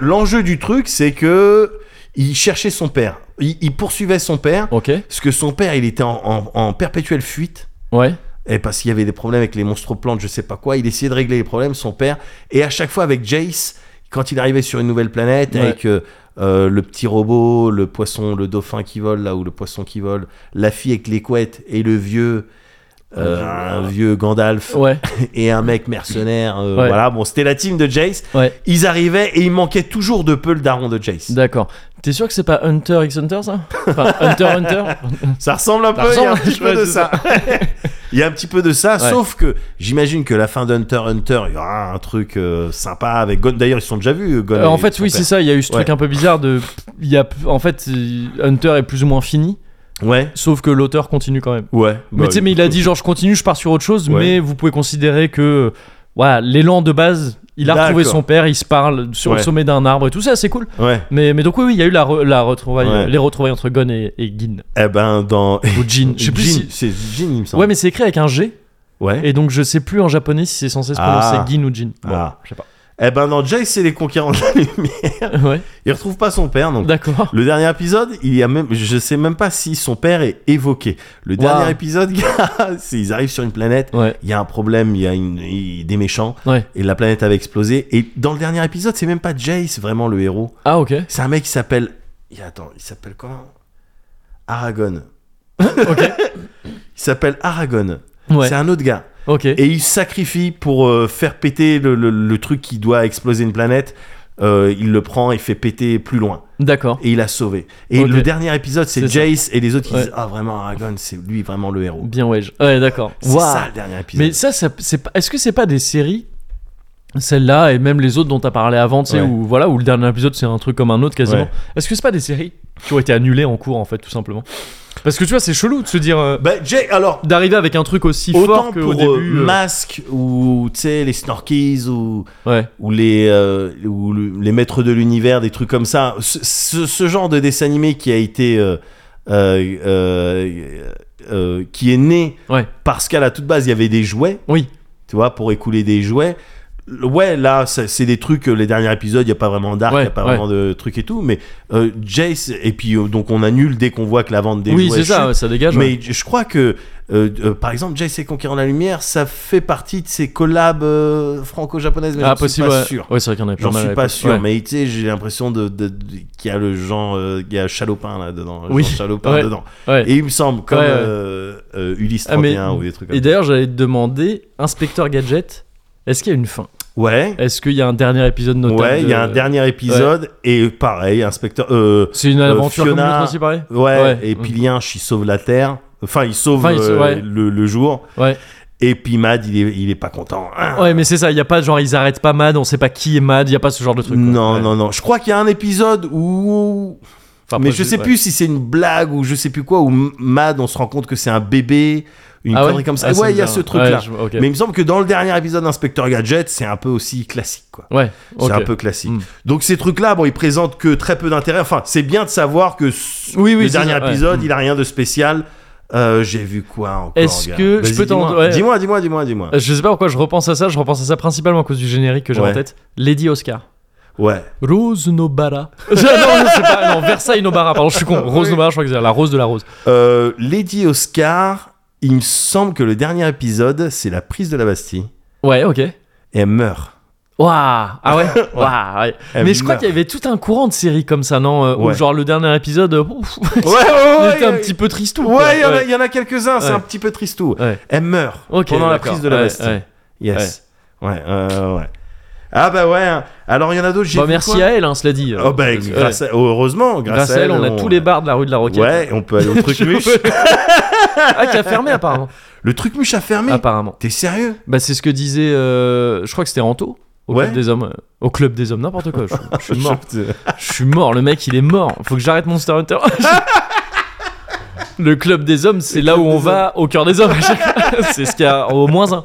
L'enjeu du truc, c'est que il cherchait son père. Il, il poursuivait son père,
ok.
parce que son père, il était en, en- en perpétuelle fuite.
Ouais.
Et Eh, parce qu'il y avait des problèmes avec les monstres plantes, je sais pas quoi, il essayait de régler les problèmes, son père. Et à chaque fois avec Jace, quand il arrivait sur une nouvelle planète,
Ouais.
avec euh, euh, le petit robot, le poisson, le dauphin qui vole, là, ou le poisson qui vole, la fille avec les couettes, et le vieux, euh, un vieux Gandalf,
Ouais.
et un mec mercenaire, euh,
Ouais.
voilà, bon, c'était la team de Jace.
Ouais.
Ils arrivaient et il manquait toujours de peu le daron de Jace.
D'accord. T'es sûr que c'est pas Hunter x Hunter ça Enfin, Hunter Hunter
Ça ressemble un peu, il y a un
ressemble,
petit peu
ouais,
de
c'est
ça. Il y a un petit peu de ça,
Ouais.
sauf que j'imagine que la fin d'Hunter x Hunter, il y aura un truc euh, sympa avec Gon. D'ailleurs, ils se sont déjà vus, Gon.
Euh, En fait, oui, c'est ça. Il y a eu ce truc
Ouais.
un peu bizarre de. Il y a... En fait, il- Hunter est plus ou moins fini,
Ouais.
sauf que l'auteur continue quand même.
Ouais.
mais tu sais, mais il a dit genre je continue, je pars sur autre chose,
Bah Ouais.
mais vous pouvez considérer que voilà, l'élan de base, il a retrouvé
D'accord.
son père, ils se parlent sur
Ouais.
le sommet d'un arbre et tout ça, c'est cool.
Ouais.
Mais, mais donc oui, oui, il y a eu la, re- la retrouvaille,
Ouais.
les retrouvailles entre Gon et, et Gin.
Eh ben, dans.
Ou Jin, je sais plus
Jin,
si...
c'est Jin, il me semble.
Ouais, mais c'est écrit avec un G,
Ouais.
et donc je sais plus en japonais si c'est censé se
Ah.
prononcer Gin ou Jin. Bon,
Ah.
je sais pas.
Eh ben, dans Jace, c'est les conquérants de la lumière.
ouais,
Il retrouve pas son père, donc.
d'accord.
Le dernier épisode, il y a même, je sais même pas si son père est évoqué. Le dernier
Waouh.
épisode, gars, c'est ils arrivent sur une planète,
Ouais,
il y a un problème, il y a une- il- des méchants,
ouais.
et la planète avait explosé. Et dans le dernier épisode, c'est même pas Jace vraiment le héros.
Ah, ok.
C'est un mec qui s'appelle. il- Attends, il s'appelle comment Aragon. il s'appelle Aragon.
Ouais,
C'est un autre gars.
ok.
Et il se sacrifie pour euh, faire péter le, le- le truc qui doit exploser une planète. euh, il le prend et fait péter plus loin.
D'accord.
Et il a sauvé. Et
Ok.
le dernier épisode, c'est
C'est ça.
Jace et les autres qui
Ouais.
disent Ah, vraiment, Aragorn, c'est lui vraiment le héros.
Bien ouais. je- Ouais, d'accord.
C'est
Waouh.
ça le dernier épisode.
Mais ça, ça c'est pas- est-ce que c'est pas des séries celle-là et même les autres dont t'as parlé avant, tu sais,
Ouais.
où, voilà, où le dernier épisode c'est un truc comme un autre quasiment.
Ouais.
Est-ce que c'est pas des séries qui ont été annulées en cours en fait, tout simplement Parce que tu vois, c'est chelou de se dire. euh,
Bah, Jay, alors,
D'arriver avec un truc aussi
autant
fort
pour
qu'au début.
euh,
euh,
Masque ou tu sais, les Snorkies ou,
Ouais,
ou, les, euh, ou le- les Maîtres de l'Univers, des trucs comme ça, ce, ce- ce genre de dessin animé qui a été. euh, euh, euh, euh, qui est né
ouais,
parce qu'à la toute base, il y avait des jouets.
oui.
tu vois, pour écouler des jouets. Le- Ouais, là, c'est c'est des trucs, euh, les derniers épisodes, il n'y a pas vraiment d'arc, il
Ouais,
a pas
ouais.
vraiment de trucs et tout, mais euh, Jace, et puis euh, donc on annule dès qu'on voit que la vente des
Oui,
jouets
c'est ça,
chute.
ouais, ça dégage. ouais.
Mais je je crois que, euh, euh, par exemple, Jace et Conquérant la Lumière, ça fait partie de ces collabs euh, franco-japonaises, mais
ah,
je ne suis
possible,
pas
ouais.
sûr.
Ouais, c'est vrai qu'il y en a pas
J'en
mal à
suis pas
l'époque.
sûr,
Ouais.
mais tu sais, j'ai l'impression de, de- de- qu'il y a le genre, euh, il y a Chalopin là dedans,
Oui,
Jean Chalopin
ouais.
dedans.
Ouais.
Et il me semble, comme
Ouais, ouais.
euh, euh, Ulysse
Ah, mais-
31 ou des trucs comme
Et d'ailleurs, j'allais te demander, Inspecteur Gadget, est-ce qu'il y a une fin
ça. Ouais.
Est-ce qu'il y a un dernier épisode notable
Ouais, il y a un
de-
dernier épisode et pareil, inspecteur. euh,
C'est une aventure comme
Fiona-
l'autre aussi, pareil
ouais,
Ouais.
et puis Lynch, il sauve la Terre. Enfin, il sauve
Enfin, il sauve,
euh,
ouais.
le, le jour.
Ouais.
Et puis Mad, il est, il est pas content. Ah.
Ouais, mais c'est ça, il y a pas genre ils arrêtent pas Mad, on sait pas qui est Mad, il y a pas ce genre de truc. quoi.
non,
Ouais.
non, non. Je crois qu'il y a un épisode où.
Enfin,
mais
après,
je sais
ouais.
plus si c'est une blague ou je sais plus quoi, où M- Mad, on se rend compte que c'est un bébé, une
Ah ouais
connerie comme ça.
Ah,
ouais,
me
il y a
dit
ce
rien.
truc-là.
Ouais, je- ok.
Mais il me semble que dans le dernier épisode d'Inspecteur Gadget, c'est un peu aussi classique, quoi.
Ouais,
C'est
ok.
un peu classique.
Mm.
Donc ces trucs-là, bon, ils présentent que très peu d'intérêt. Enfin, c'est bien de savoir que s-
Oui, oui,
le
c'est
dernier
ça, ouais.
épisode,
Mm.
il a rien de spécial. Euh, J'ai vu quoi encore
Est-ce
gars
que je
Vas-y,
peux t'en-
dis-moi.
ouais.
dis-moi, dis-moi, dis-moi, dis-moi.
Euh, Je sais pas pourquoi je repense à ça, je repense à ça principalement à cause du générique que j'ai
Ouais.
en tête. Lady Oscar.
Ouais.
Rose Nobara. non, je sais pas, non, Versailles Nobara, pardon, je suis con. Rose Nobara, je crois que c'est la rose de la rose.
Euh, Lady Oscar, il me semble que le dernier épisode, c'est la prise de la Bastille
Ouais, ok.
et elle meurt.
Waouh Ah ouais Waouh ouais.
Elle
Mais je crois
meurt.
qu'il y avait tout un courant de séries comme ça, non euh, où
Ouais.
genre le dernier épisode, euh, ouf,
Ouais, ouais, ouais.
il était un
ouais.
petit peu tristou. quoi.
Ouais, il y en a- il y en a, quelques-uns. C'est
Ouais.
un petit peu tristou.
Ouais.
Elle meurt
Ok,
pendant la
d'accord.
prise de la
Ouais,
Bastille.
ouais.
Yes. Ouais. euh, ouais. Ah bah ouais. hein. Alors il y en a d'autres. j'ai
Bah,
vu
merci
quoi
à elle, hein, cela dit.
Oh bah,
Ouais.
grâce à- heureusement, grâce,
Grâce à elle, on a tous les bars de la rue de la Roquette.
Ouais, on peut aller au truc muche.
Ah, qui a fermé apparemment.
Le truc muche a fermé.
Apparemment.
T'es sérieux
Bah, c'est ce que disait. euh, je crois que c'était Anto. Au
Ouais.
club des hommes. euh, Au club des hommes, n'importe quoi. Je, je suis mort.
Je-
Je suis mort. Le mec, il est mort. Faut que j'arrête Monster Hunter. Le club des hommes, c'est là où on va au cœur des hommes. à chaque fois. c'est ce qu'il y a au moins un.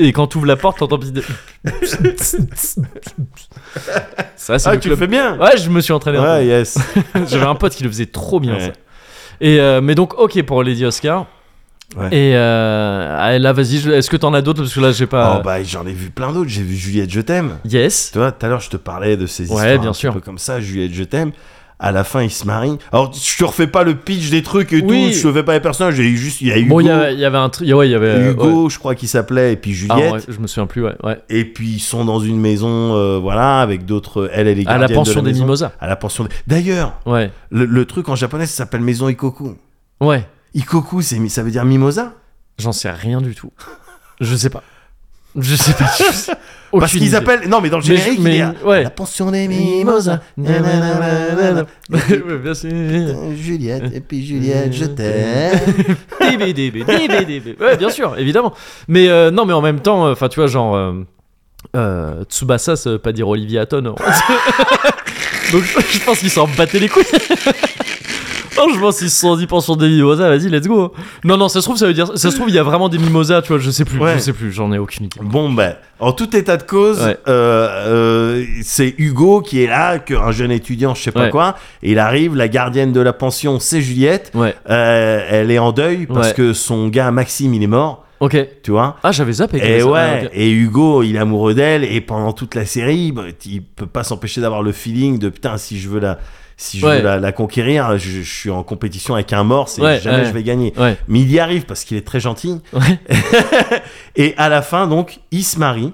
Et quand t'ouvres la porte, t'entends pis. Ça, c'est
Ah,
le
tu le
club.
fais bien.
Ouais, je me suis entraîné. un peu.
Ouais, yes.
J'avais un pote qui le faisait trop bien
Ouais.
ça. Et euh, mais donc ok pour Lady Oscar.
Ouais.
Et euh, allez, là vas-y, je- est-ce que t'en as d'autres parce que là j'ai pas.
Oh bah j'en ai vu plein d'autres. J'ai vu Juliette, je t'aime.
Yes.
Tu vois, tout à l'heure je te parlais de ces
Ouais,
histoires
bien
un
sûr.
petit peu comme ça. Juliette, je t'aime. À la fin, ils se marient. Alors, je te refais pas le pitch des trucs et
Oui.
tout. Je te fais pas les personnages. J'ai juste, il y a Hugo.
Bon il y avait il y avait un truc, ouais il y avait euh, ouais.
Hugo, je crois qu'il s'appelait, et puis
Ah,
Juliette,
ouais, je me souviens plus ouais. ouais.
et puis ils sont dans une maison, euh, voilà, avec d'autres. Elle, elle est
À la
gardienne de
pension des
maison.
mimosas.
À la pension. des- D'ailleurs,
Ouais.
Le, le truc en japonais, ça s'appelle maison Ikoku.
Ouais.
Ikoku, c'est, ça veut dire mimosa.
J'en sais rien du tout. Je sais pas. Je sais pas. je sais-
Parce
Aucune
qu'ils
idée.
appellent. Non, mais dans le
Mais-
générique,
mais-
il y a
ouais.
la pension des mimosas. nananana,
Ouais, bien sûr.
Juliette, et puis Juliette, je t'aime.
DBDB, DBDB. Ouais, bien sûr, évidemment. Mais euh, non, mais en même temps, enfin, tu vois, genre. euh, euh, Tsubasa, ça veut pas dire Olivier Hatton. hein. Donc, je pense qu'ils s'en battaient les couilles. Non, je pense qu'ils se sont dit pension des mimosas, vas-y, let's go. hein. Non, non, ça se trouve, ça veut dire. Ça se trouve, il y a vraiment des mimosas, tu vois, je sais plus,
Ouais.
je sais plus, j'en ai aucune idée.
Bon, ben, en tout état de cause,
Ouais.
euh, euh, c'est Hugo qui est là, que- un jeune étudiant, je sais pas
Ouais.
quoi. Et il arrive, la gardienne de la pension, c'est Juliette.
Ouais,
Euh, elle est en deuil parce
Ouais.
que son gars Maxime, il est mort,
ok.
tu vois.
Ah, j'avais zappé. que
Et
ça-
Eh ouais,
ah, ok.
et Hugo, il est amoureux d'elle, et pendant toute la série, bah, il peut pas s'empêcher d'avoir le feeling de putain, si je veux la, si je
Ouais.
veux la, la conquérir, je, je suis en compétition avec un mort, c'est
Ouais,
jamais
ouais.
je vais gagner.
Ouais,
Mais il y arrive parce qu'il est très gentil.
ouais,
Et à la fin, donc, il se marie,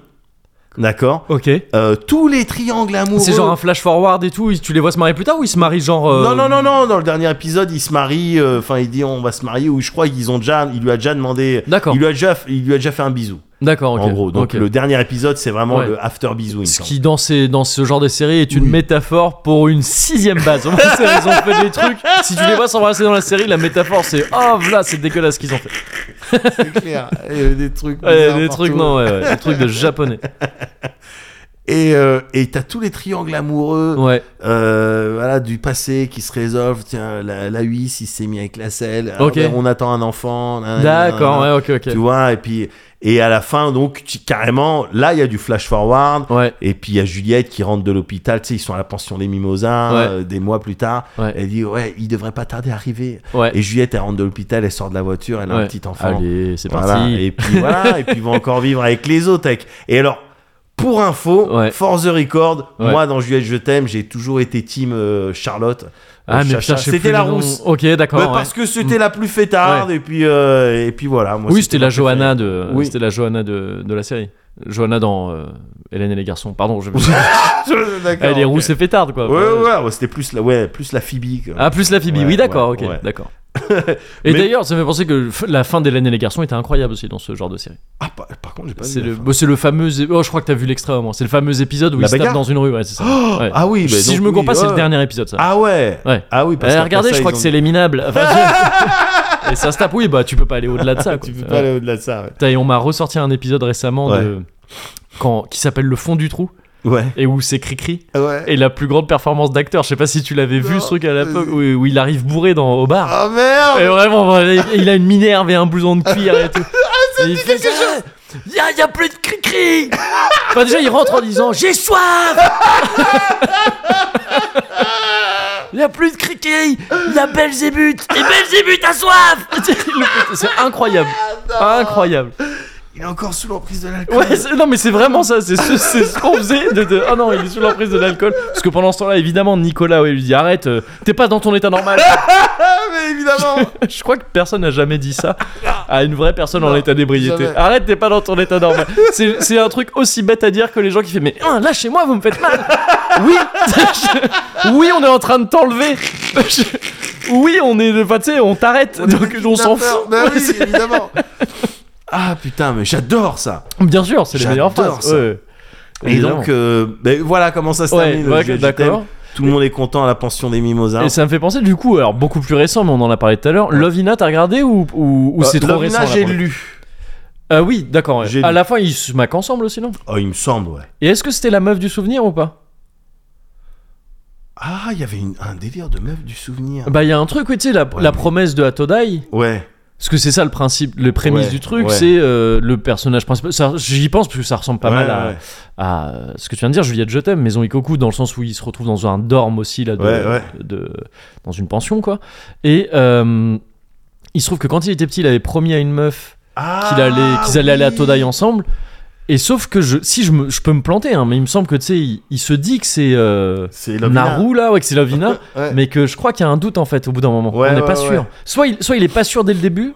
d'accord
ok.
Euh, Tous les triangles amoureux.
Ah, C'est genre un flash forward et tout, ils- tu les vois se marier plus tard ou ils se marient genre. euh,
Non, non, non, non, dans le dernier épisode, il se marie, euh, enfin, il dit on va se marier, ou je crois qu'ils ont déjà, il lui a déjà demandé,
D'accord.
il lui a déjà, il lui a déjà fait un bisou.
D'accord, ok.
En gros, donc
ok.
le dernier épisode, c'est vraiment
Ouais.
le after bisou. il me
Ce
semble.
qui, dans, ces, dans ce genre de série, est une
Oui.
métaphore pour une sixième base. En fait, ils ont fait des trucs. Si tu les vois s'embrasser dans la série, la métaphore, c'est oh, voilà, c'est dégueulasse ce qu'ils ont fait.
C'est clair. Il y avait des trucs.
Ouais,
bizarres
des
partout.
trucs, non, ouais, ouais, des trucs de japonais.
Et euh, et t'as tous les triangles amoureux
Ouais,
euh, voilà, du passé qui se résolvent. Tiens, la, la 8, il s'est mis avec la selle. Ah,
Ok.
ben, on attend un enfant. nan, nan, nan,
d'accord,
nan.
ouais, ok, ok.
Tu vois, et puis. Et à la fin, donc, tu- carrément, là, il y a du flash forward.
Ouais,
Et puis il y a Juliette qui rentre de l'hôpital, tu sais, ils sont à la pension des Mimosas,
Ouais.
euh, des mois plus tard.
Ouais.
Elle dit, ouais, il devrait pas tarder à arriver.
ouais.
Et Juliette, elle rentre de l'hôpital, elle sort de la voiture, elle a un
ouais.
petit enfant.
Allez, c'est
Voilà.
parti.
Et puis voilà, et puis ils vont encore vivre avec les autres. avec- Et alors, pour info,
Ouais.
for the record,
Ouais.
moi dans Juliette, je t'aime, j'ai toujours été team euh, Charlotte.
Ah,
Euh,
mais
Chacha.
putain, je sais
c'était
plus
la
le nom.
rousse.
Ok,
Bah,
d'accord. Oh, ouais. Mm.
Parce que c'était la plus fêtarde, et, puis, euh, et puis voilà. Moi,
Oui, c'était la
ma préférée.
Johanna de,
Oui.
c'était la Johanna de, de la série. Johanna dans euh, Hélène et les garçons. Pardon, je...
D'accord,
elle est
ok.
rousse et pétarde quoi.
Ouais, ouais, ouais, c'était plus la, ouais, plus la Phoebe. quoi.
Ah, plus la Phoebe,
Ouais,
oui, d'accord,
ouais,
ok,
ouais.
d'accord. Et
Mais-
d'ailleurs, ça me fait penser que f- la fin d'Hélène et les garçons était incroyable aussi dans ce genre de série.
Ah, par, par contre, j'ai pas vu
C'est
la
le,
fin.
bah, c'est le fameux. é- Oh, je crois que t'as vu l'extrait au moins. C'est le fameux épisode où
La
il se tape
bagarre
dans une rue, ouais, c'est ça. Ouais.
Ah oui, bah
si
donc
je me
oui,
comprends pas, c'est
ouais.
le dernier épisode ça.
Ah ouais.
Ouais.
Ah oui, parce
Eh,
qu'après
regardez,
ça,
je
ils
crois que
ont-
c'est les minables. Enfin, je- et ça se tape, oui, bah tu peux pas aller au-delà de ça. Quoi.
Tu peux
Euh,
pas aller au-delà de ça.
putain, et on m'a ressorti un épisode récemment de... Quand... qui s'appelle Le fond du trou
Ouais.
et où c'est Cricri.
Ouais. Ah ouais.
Et la plus grande performance d'acteur, je sais pas si tu l'avais vu
Non,
ce truc à l'époque
vas-y.
où, où il arrive bourré dans... au bar.
Oh merde.
Et vraiment, voilà, il il a une minerve et un blouson de cuir et tout. Et il fait Ah, ça Il y a, il y a plus de cri-cri Enfin, déjà, il rentre en disant J'ai soif Il n'y a plus de cri-cri Il y a Belzébuth Et Belzébuth a soif C'est incroyable Incroyable
Il est encore sous l'emprise de l'alcool.
Ouais, c'est- non, mais c'est vraiment ça, c'est ce, c'est ce qu'on faisait. De, de- Ah non, il est sous l'emprise de l'alcool. Parce que pendant ce temps-là, évidemment, Nicolas ouais, lui dit Arrête, euh, t'es pas dans ton état normal.
Ah mais évidemment.
Je crois que personne n'a jamais dit ça à une vraie personne en
Non,
état d'ébriété.
jamais.
Arrête, t'es pas dans ton état normal. C'est c'est un truc aussi bête à dire que les gens qui font Mais hein, là, chez moi, vous me faites mal. Oui, oui, on est en train de t'enlever. Oui, on est. Enfin, tu sais, on t'arrête. Donc, on s'en
Peur.
fout.
Bah
Ouais,
oui,
c'est-
évidemment. Ah putain, mais j'adore ça.
Bien sûr, c'est les meilleures
J'adore
phrases.
ça.
ouais.
Et
Évidemment.
donc, euh, ben voilà comment ça se
Ouais,
termine. le
ouais,
jeu du
d'accord.
thème. hein. Tout le monde est content à la pension des mimosas.
Et ça me fait penser, du coup, alors beaucoup plus récent, mais on en a parlé tout à l'heure. Lovina, t'as regardé ou, ou, ou
Euh,
c'est trop récent
Lovina,
là,
j'ai
pour le-
lu.
Ah oui, d'accord. ouais.
J'ai
À
lu.
la fin, ils se maquent ensemble aussi, non
Oh, il me semble, ouais.
Et est-ce que c'était la meuf du souvenir ou pas
Ah, il y avait une- un délire de meuf du souvenir.
Bah, il y a un truc, oui, tu sais, la, la
mais-
promesse de Hatodai.
Ouais.
Parce que c'est ça le principe, le prémisse
Ouais,
du truc,
ouais.
c'est euh, le personnage principal. Ça, J'y pense parce que ça ressemble pas
Ouais,
mal hein. à,
ouais.
à, euh, ce que tu viens de dire, Juliette, je t'aime, Maison Ikoku, dans le sens où il se retrouve dans un dorme aussi, là, de,
Ouais, ouais.
de- dans une pension, quoi. Et euh, il se trouve que quand il était petit, il avait promis à une meuf
Ah,
qu'il allait, qu'ils allaient aller à
oui.
Todai ensemble. Et sauf que je, si je, me- je peux me planter, hein, mais il me semble que tu sais, il, il se dit que c'est euh,
C'est Lovina.
Naru là, ouais, que c'est Lovina.
Ouais.
mais que je crois qu'il y a un doute en fait au bout d'un moment.
Ouais,
on n'est
ouais,
pas sûr.
ouais.
Soit il, soit il est pas sûr dès le début,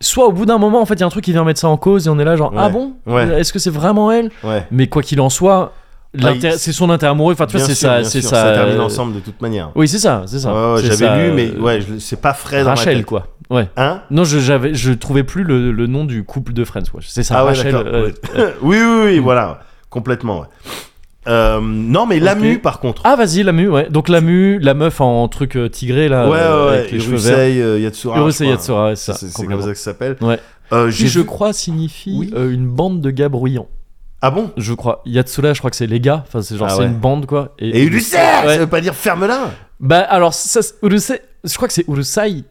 soit au bout d'un moment en fait il y a un truc qui vient mettre ça en cause et on est là genre
Ouais.
ah bon
Ouais.
Est-ce que c'est vraiment elle
Ouais.
Mais quoi qu'il en soit, l'intérêt-
Ah, il-
c'est son intérêt amoureux. Enfin tu vois
Bien
c'est
sûr,
ça,
bien
c'est
sûr,
ça.
termine
euh,
ensemble de toute manière.
Oui c'est ça, c'est ça.
Ouais, ouais,
C'est ça,
j'avais lu, mais
euh,
ouais, je- c'est pas frais dans ma
Rachel
tête.
quoi. Ouais.
Hein
Non je j'avais je trouvais plus le, le nom du couple de Friends. ouais. C'est ça
Ah ouais,
Rachel.
d'accord,
euh, euh,
Oui, oui, oui, voilà, complètement. ouais. Euh, non, mais Lamu, par contre.
Ah vas-y la mue ouais. Donc la mue, la meuf en truc euh, tigré là
ouais, ouais,
euh,
ouais,
avec les cheveux verts.
Urusei, euh, Yatsura.
Urusei
je crois.
Yatsura, ouais, c'est
C'est
ça.
c'est comme
complètement.
ça que ça s'appelle.
Ouais.
Euh, j'ai
qui je
vu-
crois signifie
Oui.
euh, une bande de gars bruyants.
Ah bon
Je crois. Yatsula, je crois que c'est les gars. Enfin, c'est genre
Ah
c'est
ouais.
une bande quoi.
Et Ulysses Ça
Ouais.
veut pas dire ferme-la
Bah alors ça, c'est- Urusei- je crois que c'est Urusai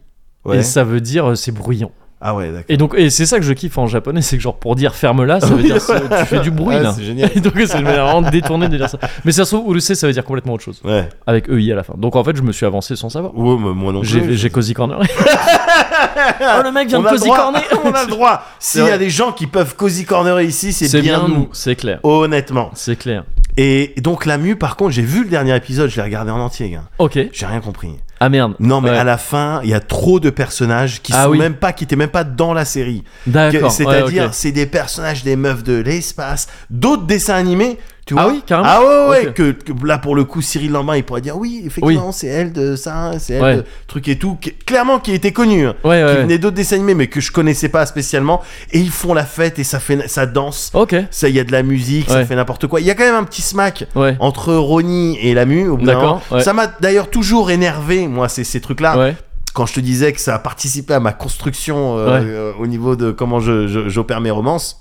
Ouais.
et ça veut dire euh, c'est bruyant.
Ah ouais, d'accord.
Et donc et c'est ça que je kiffe en japonais, c'est que genre pour dire ferme là, ça veut dire c'est- tu fais du bruit
Ah,
là.
C'est génial.
Et donc c'est une manière vraiment détournée de dire ça. Mais ça se trouve Urusei ça veut dire complètement autre chose
Ouais.
avec EI à la fin. Donc en fait, je me suis avancé sans savoir.
Ouais, mais moi non plus.
J'ai j'ai Cozy Corner. oh le mec vient
on
de
a le
Cozy
droit-
Corner.
On a le droit. S'il y a
vrai.
des gens qui peuvent cozy cornerer ici, c'est bien nous.
c'est clair.
Honnêtement.
C'est clair.
Et donc Lamu, par contre, j'ai vu le dernier épisode, je l'ai regardé en entier, gars.
Ok.
J'ai rien compris.
Ah merde.
Non, mais
Ouais.
à la fin, il y a trop de personnages qui
Ah
sont
oui.
même pas, qui étaient même pas dans la série.
D'accord.
C'est-à-dire,
ouais, ok.
c'est des personnages des meufs de l'espace, d'autres dessins animés. Tu
Ah
vois
oui, carrément
Ah ouais, ouais,
Ok.
que, que là pour le coup, Cyril Lambin, il pourrait dire oui, effectivement, c'est elle de ça, c'est elle
Ouais.
de truc et tout. qui- clairement, qui était connu, hein,
Ouais,
qui
ouais.
venait d'autres dessins animés, mais que je connaissais pas spécialement. Et ils font la fête et ça fait, ça danse.
Ok.
Ça, il y a de la musique, ça
Ouais.
fait n'importe quoi. Il y a quand même un petit smack
Ouais.
entre Ronnie et Lamu. Au bout d'un
D'accord,
moment.
ouais.
Ça m'a d'ailleurs toujours énervé, moi, ces, ces trucs-là.
Ouais.
Quand je te disais que ça a participé à ma construction euh,
Ouais.
euh, au niveau de comment je- je- j'opère mes romances.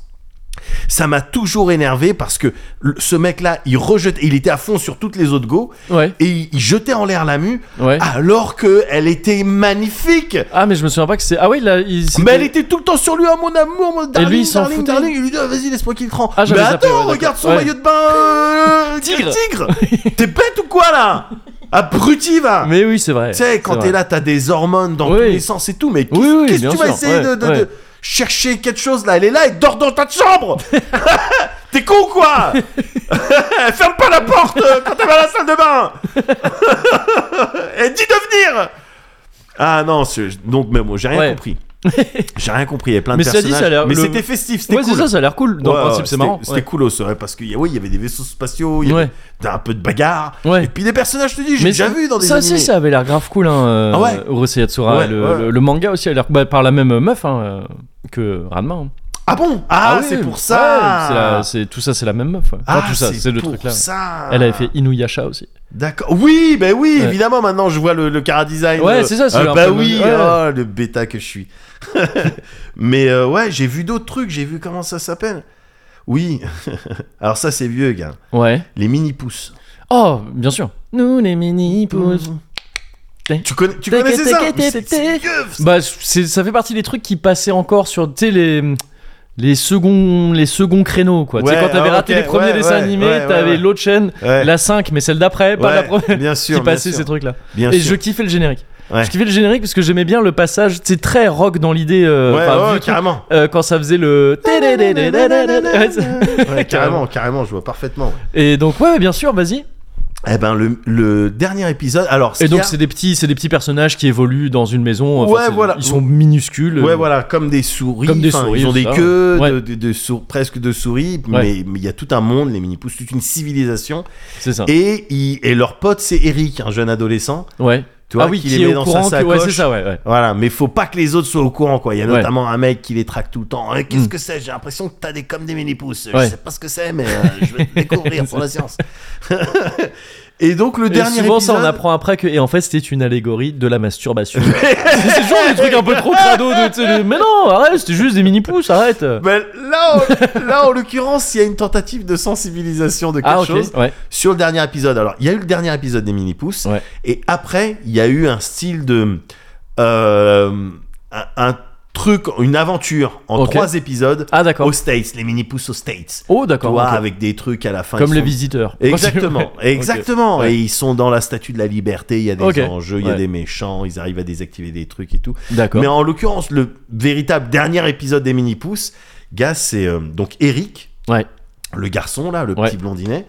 Ça m'a toujours énervé parce que le- ce mec-là, il rejetait, il était à fond sur toutes les autres go
Ouais.
et il, il jetait en l'air la mue
Ouais. Ah.
alors que elle était magnifique.
mais je me souviens pas que c'est. Ah oui, là. Il...
Mais elle
c'était-
était tout le temps sur lui, ah mon amour, mon darling,
lui, il s'en
darling,
foutait.
darling. Il lui dit, ah, vas-y, laisse-moi qu'il te rend.
Ah, j'avais
mais
zappé,
attends,
ouais,
regarde son
d'accord.
maillot de bain. euh,
Tigre.
Tigre. T'es bête ou quoi là Abruti va.
Mais oui, c'est vrai.
Tu sais, quand
C'est
t'es
vrai.
là, t'as des hormones dans
Oui.
tous les sens et tout, mais qu'est-ce
Oui, oui,
qu'est-ce que
bien
tu vas
sûr,
essayer de,
ouais,
de-
ouais.
de chercher quelque chose là Elle est là et dort dans ta chambre T'es con ou quoi Ferme pas la porte euh, quand t'es à la salle de bain Et dis de venir Ah non, c'est- donc, mais bon, j'ai rien
Ouais.
compris. J'ai rien compris, il y avait plein
Mais
de
ça dit,
personnages.
ça a l'air-
mais
le-
c'était festif, c'était
Ouais, c'est
cool.
ça, ça a l'air cool. Dans
Ouais,
le
ouais,
principe, c'est
c'était-
marrant.
C'était cool aussi, ouais, parce qu'il y, a- ouais, il y avait des vaisseaux spatiaux, il y
Ouais.
avait t'as un peu de bagarre,
Ouais.
et puis des personnages, je te dis, j'ai
Mais
déjà
ça-
vu dans des
Ça
animés.
aussi, ça avait l'air grave cool. Hein, euh,
Ah ouais
Urusei Yatsura.
Ouais,
le,
ouais.
le- le manga aussi a l'air bah, par la même meuf hein, euh, que Ranma. hein.
Ah bon Ah,
oui,
c'est pour
ouais,
ça
c'est la- c'est- Tout ça, c'est la même meuf. ouais. Enfin,
Ah,
tout ça, c'est le
pour
truc là.
ça.
Elle avait fait Inuyasha aussi.
D'accord. Oui, ben oui,
Ouais.
évidemment, maintenant je vois le, le chara-design.
Ouais,
euh,
c'est ça, c'est
Ah,
un
bah
peu-
oui,
ouais.
oh, le bêta que je suis. Mais euh, ouais, j'ai vu d'autres trucs, j'ai vu comment ça s'appelle. Oui. Alors ça, c'est vieux, gars.
Ouais.
Les mini-pouces.
Oh, bien sûr. Nous les mini pouces.
Tu, connais, tu connaissais ça Mais c'est- c'est vieux, ça.
Bah, c'est- ça fait partie des trucs qui passaient encore sur, tu sais, les, les, seconds, les seconds créneaux, quoi. tu sais,
Ouais,
quand t'avais
ah,
raté
ok,
les premiers
ouais,
dessins
ouais,
animés,
ouais, ouais,
t'avais
ouais.
l'autre chaîne,
Ouais.
la 5, mais celle d'après, pas
Ouais,
Bah, la première.
Bien sûr.
qui passait
bien
ces
sûr.
trucs-là.
Bien
Et
sûr.
je kiffais le générique.
Ouais.
Je kiffais le générique parce que j'aimais bien le passage, c'est très rock dans l'idée. euh,
Ouais,
enfin,
ouais,
vu le truc,
carrément.
euh, quand ça faisait le. Ouais, ça-
Ouais, carrément, carrément, je vois parfaitement. ouais.
Et donc, ouais, bien sûr, vas-y.
Eh ben, le, le dernier épisode. Alors, ce
Et
qu'il y
donc,
a-
c'est des petits, c'est des petits personnages qui évoluent dans une maison. enfin,
Ouais,
c'est-
voilà.
Ils sont minuscules.
Ouais,
euh,
voilà, comme des souris.
Comme des
enfin,
souris,
Ils ont des
ça, ouais.
queues,
Ouais.
de, de- de sou- presque de souris,
Ouais.
mais mais il y a tout un monde, les mini-pouces, toute une civilisation.
C'est ça.
Et, ils- et leur pote, c'est Eric, un jeune adolescent.
Ouais.
Tu vois,
ah oui,
qui
qui
les
est au
met dans sa
courant que- Ouais,
sacoche.
c'est ça, ouais. ouais.
Voilà, mais faut pas que les autres soient au courant, quoi. Il y a
Ouais.
notamment un mec qui les traque tout le temps. Hein, Qu'est-ce
Mm.
que c'est J'ai l'impression que t'as des comme des mini-pouces. Je
Ouais.
sais pas ce que c'est, mais euh, je vais te découvrir pour la science. et donc, le
Et
dernier
souvent,
épisode.
ça, on apprend après que. Et en fait, c'était une allégorie de la masturbation. c'est toujours des trucs un peu trop crado. De... tu sais, Mais non, arrête, c'était juste des mini-pouces, arrête.
Ben, là, en- là, en l'occurrence, il y a une tentative de sensibilisation de quelque
ah, ok.
chose.
Ouais.
sur le dernier épisode. Alors, il y a eu le dernier épisode des mini pouces,
Ouais.
et après, il y a eu un style de euh, un, un truc, une aventure en
Ok.
trois épisodes
Ah, d'accord.
aux States, les mini pouces aux States.
Oh,
Tu
d'accord.
vois,
ok.
avec des trucs à la fin.
Comme
ils
les
sont-
visiteurs.
Exactement,
Ouais.
exactement.
Ok. Ouais.
Et ils sont dans la statue de la liberté, il y a des
Ok.
enjeux, il y a
Ouais.
des méchants, ils arrivent à désactiver des trucs et tout.
D'accord.
Mais en l'occurrence, le véritable dernier épisode des mini-pouces, gars, c'est euh, donc Eric,
Ouais.
le garçon là, le
Ouais.
petit blondinet,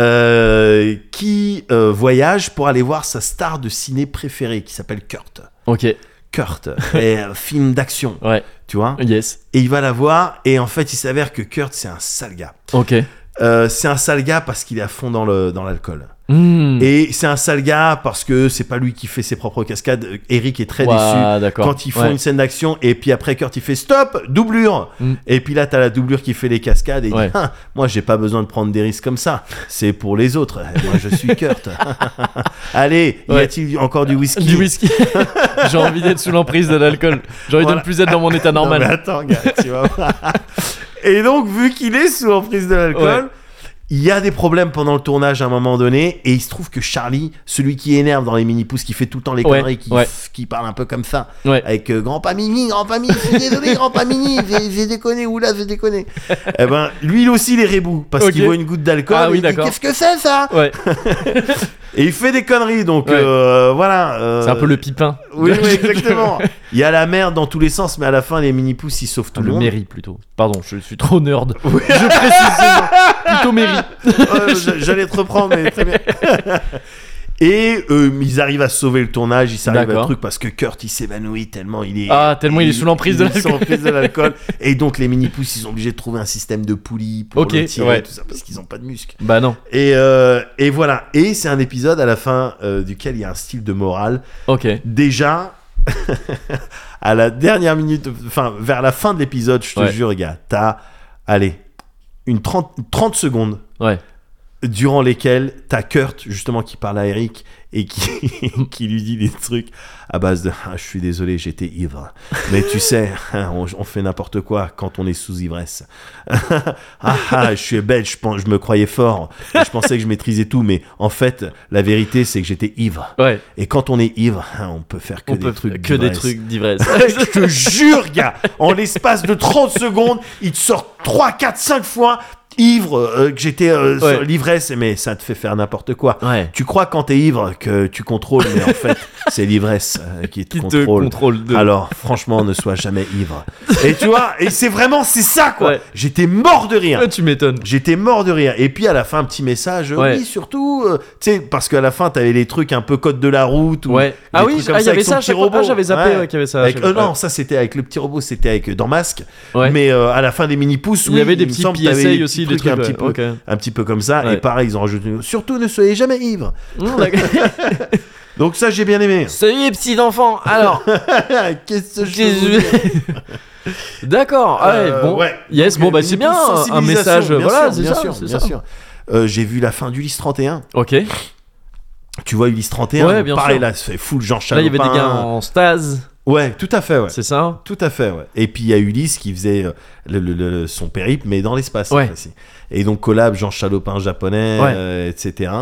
euh, qui euh, voyage pour aller voir sa star de ciné préférée qui s'appelle Kurt.
Ok.
Kurt, et, euh, film d'action,
Ouais.
tu vois.
Yes.
Et il va la voir, et en fait, il s'avère que Kurt, c'est un sale gars.
Ok.
Euh, c'est un sale gars parce qu'il est à fond dans le- dans l'alcool.
Hmm.
et c'est un sale gars parce que c'est pas lui qui fait ses propres cascades. Eric est très déçu
Ouah, d'accord.
quand ils font
Ouais.
une scène d'action et puis après Kurt il fait stop doublure
Mm.
et puis là t'as la doublure qui fait les cascades et il dit,
Ouais.
Ah, moi j'ai pas besoin de prendre des risques comme ça c'est pour les autres Eh, moi je suis Kurt allez y
Ouais.
a-t-il encore du whisky
Du whisky. J'ai envie d'être sous l'emprise de l'alcool. J'ai envie de
Voilà.
ne plus être dans mon état
Non,
normal.
mais attends gars tu vas voir. et donc vu qu'il est sous l'emprise de l'alcool
Ouais.
Il y a des problèmes pendant le tournage à un moment donné, et il se trouve que Charlie, celui qui énerve dans les mini-pouces, qui fait tout le temps les
Ouais,
conneries, qui,
ouais.
qui parle un peu comme ça,
Ouais.
avec euh, grand pas mini, grand pas mini, je suis désolé, grand pas mini, j'ai j'ai déconné, oula, j'ai déconné. eh ben, lui il aussi, il est rébou, parce
Ok.
qu'il voit une goutte d'alcool,
Ah
et
oui,
il dit
d'accord.
qu'est-ce que c'est ça
Ouais.
Et il fait des conneries, donc
Ouais.
euh, voilà. euh,
C'est un peu le pipin.
Oui, oui, exactement. Il y a la merde dans tous les sens, mais à la fin, les mini-pouces, ils sauvent tout
le
le monde.
mairie plutôt. Pardon, je suis trop nerd. Je précise. c'est bon. plutôt mairie.
Euh, Ouais, j- J'allais te reprendre, mais très bien. Et euh, ils arrivent à sauver le tournage, ils s'arrivent à un
D'accord.
truc parce que Kurt il s'évanouit tellement il est.
Ah, tellement il est sous l'emprise de
il est sous
l'alcool.
l'emprise de l'alcool. et donc les mini pousses ils sont obligés de trouver un système de poulie pour
Ok,
le tirer
ouais.
et tout ça parce qu'ils ont pas de muscles.
Bah non.
Et, euh, et voilà. Et c'est un épisode à la fin euh, duquel il y a un style de morale.
Ok.
Déjà, à la dernière minute, enfin, vers la fin de l'épisode, je te
Ouais.
jure, gars, t'as, allez, une 30, 30 secondes
Ouais.
durant lesquelles t'as Kurt, justement, qui parle à Eric et qui, qui lui dit des trucs à base de Ah, Je suis désolé, j'étais ivre. Mais tu sais, hein, on, on fait n'importe quoi quand on est sous ivresse. ah, ah, je suis bête, je, pense, je me croyais fort. Je pensais que je maîtrisais tout, mais en fait, la vérité, c'est que j'étais ivre.
Ouais.
Et quand on est ivre, hein, on peut faire que
on
des
peut
trucs.
que des
d'ivresse.
trucs d'ivresse.
Je te jure, gars, en l'espace de 30 secondes, il te sort 3, 4, 5 fois ivre euh, que j'étais euh, sur
Ouais.
l'ivresse, mais ça te fait faire n'importe quoi.
ouais.
Tu crois quand t'es ivre que tu contrôles, mais en fait, c'est l'ivresse euh, qui te
Qui te
contrôle.
contrôle de.
Alors, franchement, ne sois jamais ivre. Et tu vois, et c'est vraiment, c'est ça, quoi.
Ouais.
J'étais mort de rire.
Ouais, Ah, tu m'étonnes.
J'étais mort de rire. Et puis à la fin, un petit message. euh,
Ouais.
Oui, surtout, euh, tu sais, parce qu'à la fin, t'avais les trucs un peu code de la route. Ou
Ouais.
des
Ah oui,
trucs comme
ah, il y
avec
avait
son
ça à
petit
chaque fois.
robot.
Ah, j'avais zappé, ouais, qu'il y avait ça à
Avec-
chaque
euh,
fois.
non, ça c'était avec le petit robot, c'était avec euh, dans Masque.
Ouais.
Mais euh, à la fin des mini pouces,
il y avait des petits PSA
PSA
aussi, des
un
trucs,
petit peu,
ouais, ok.
un petit peu comme ça.
Ouais.
Et pareil, ils ont rajouté. Surtout, ne soyez jamais ivre.
Mmh, d'accord.
Donc ça, j'ai bien aimé.
Salut petit enfant. Alors,
Qu'est-ce que je peux vous
Jésus.
dire
D'accord. Ah ouais,
Euh,
bon.
ouais.
Yes.
Donc,
Bon bah
une
c'est bien
sensibilisation,
un message.
bien
voilà,
sûr,
c'est
bien
ça.
sûr,
c'est
bien
ça.
sûr. Euh, J'ai vu la fin d'Ulysse 31.
Ok. Là
Tu vois Ulysse 31,
Ouais,
donc
bien
pareil
sûr.
là, c'est full Jean
il
Chalopin.
y avait des gars en stase.
Ouais, tout à fait, ouais.
C'est ça.
Tout à fait, ouais. Et puis il y a Ulysse qui faisait euh, le- le- le- son périple, mais dans l'espace. cette
Ouais.
fois-ci. Et donc collab Jean Chalopin japonais,
Ouais.
euh, etc.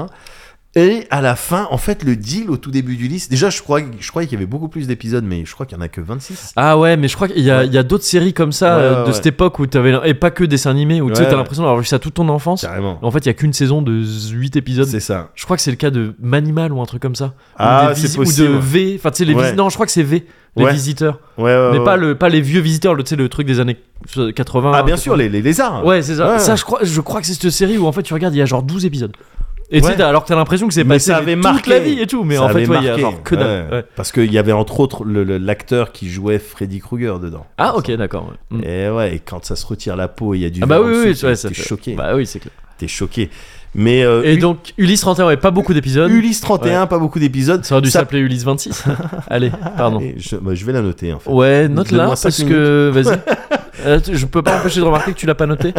Et à la fin, en fait, le deal au tout début d'Ulysse, déjà je crois, je croyais qu'il y avait beaucoup plus d'épisodes, mais je crois qu'il y en a que 26.
Ah ouais, mais je crois qu'il y a,
Ouais.
il y a d'autres séries comme ça
Ouais,
euh,
ouais,
de
ouais.
cette époque où t'avais et pas que dessins animés où tu sais,
Ouais,
t'as
ouais.
l'impression d'avoir vu ça toute ton enfance.
Carrément.
En fait, il y a qu'une saison de 8 épisodes.
C'est ça.
Je crois que c'est le cas de Manimal ou un truc comme ça. Ou
Ah,
des
c'est
visi-
possible.
Ou de V. Enfin, tu sais, les
Ouais.
visi- Non, je crois que c'est V, les
Ouais. Euh,
visiteurs.
Ouais, ouais,
mais
ouais.
pas, le, pas les vieux visiteurs, le, tu sais, le truc des années 80.
Ah, bien
80.
sûr, les, les lézards.
Ouais, c'est ça.
Ouais.
Ça, je crois, je crois que c'est cette série où en fait tu regardes, il y a genre 12 épisodes. Et tu sais,
Ouais.
t'as- alors que t'as l'impression que c'est
Mais
passé
ça
mais
avait
toute
marqué.
la vie et tout. Mais
Ça
en fait,
avait
ouais, il y a
marqué,
genre que dalle.
ouais.
Ouais.
Parce qu'il y avait entre autres le- le- l'acteur qui jouait Freddy Krueger dedans.
Ah, ok, d'accord. ouais. Mm.
Et ouais, et quand ça se retire la peau, il y a du.
Ah, bah
verre en
oui,
dessous,
oui,
t'es-
ouais, ça
T'es
fait-
choqué.
Bah oui, c'est clair.
T'es choqué. Mais euh,
Et
Ul-
donc, Ulysse 31, ouais, pas beaucoup d'épisodes.
Ulysse 31, pas beaucoup d'épisodes.
Ça aurait dû
Ça-
s'appeler Ulysse 26. Allez, pardon.
Et Je, bah, je vais la noter en fait.
Ouais, note là
Donne-moi cinq
parce que vas-y. Euh, tu- je peux pas empêcher de remarquer que tu l'as pas noté.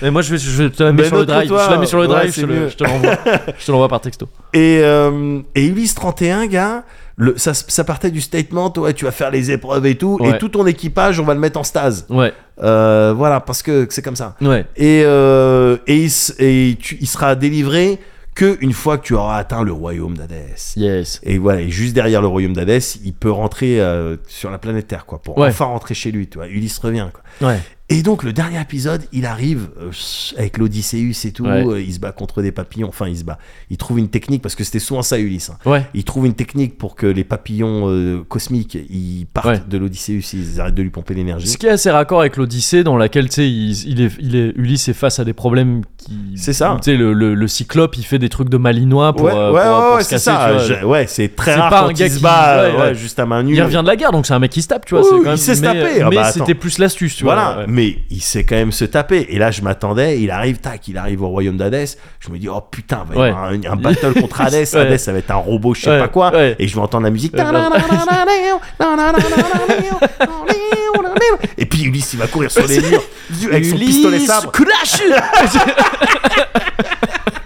Mais moi je vais, je vais te la mets
Mais
sur le drive,
note-le-toi.
je la mets sur le
Ouais,
drive,
c'est
je, te le-
mieux.
je te l'envoie. Je te l'envoie par texto.
Et, euh, et Ulysse 31, gars, le, ça, ça partait du statement ouais, tu vas faire les épreuves et tout,
Ouais.
et tout ton équipage, on va le mettre en stase.
Ouais,
Euh, voilà, parce que c'est comme ça.
ouais,
Et, euh, et, il, s- et tu- il sera délivré que une fois que tu auras atteint le royaume d'Hadès.
yes.
Et voilà, et juste derrière le royaume d'Hadès, il peut rentrer euh, sur la planète Terre, quoi, pour
Ouais.
enfin rentrer chez lui, tu vois. Ulysse revient, quoi.
Ouais,
Et donc le dernier épisode, il arrive euh, avec l'Odysseus et tout,
Ouais.
euh, il se bat contre des papillons, enfin il se bat. Il trouve une technique, parce que c'était souvent ça Ulysse. hein.
ouais,
Il trouve une technique pour que les papillons euh, cosmiques, ils partent
Ouais.
de l'Odysseus, ils arrêtent de lui pomper l'énergie.
Ce qui est assez raccord avec l'Odyssée, dans laquelle tu sais, il, il est, il est- Ulysse est face à des problèmes qui.
C'est ça.
Tu sais, le, le- le cyclope, il fait des trucs de malinois pour.
ouais,
euh,
ouais,
pour-
ouais,
pour
ouais,
se
c'est
casser,
ça.
tu vois.
Je- ouais, c'est très
C'est
rare
pas un
quand
gars
il se
qui-
bat euh,
ouais, ouais.
ouais, juste à main nue.
Il revient de la guerre, donc c'est un mec qui se tape, tu vois. c'est
Oui,
quand
il
même-
sait se
mais-
taper. Ah
Mais
bah, attends.
c'était plus l'astuce, tu
voilà,
vois. ouais.
euh, mais il sait quand même se taper. Et là, je m'attendais, il arrive, tac, il arrive au royaume d'Hadès. Je me dis, oh putain, il va
Ouais.
y avoir un, un battle contre Hades.
Ouais.
Hades, ça va être un robot, je sais
Ouais,
pas quoi.
ouais.
Et je vais entendre la musique.
Ouais, bah,
Et puis Ulysse, il va courir sur les murs avec son pistolet sabre.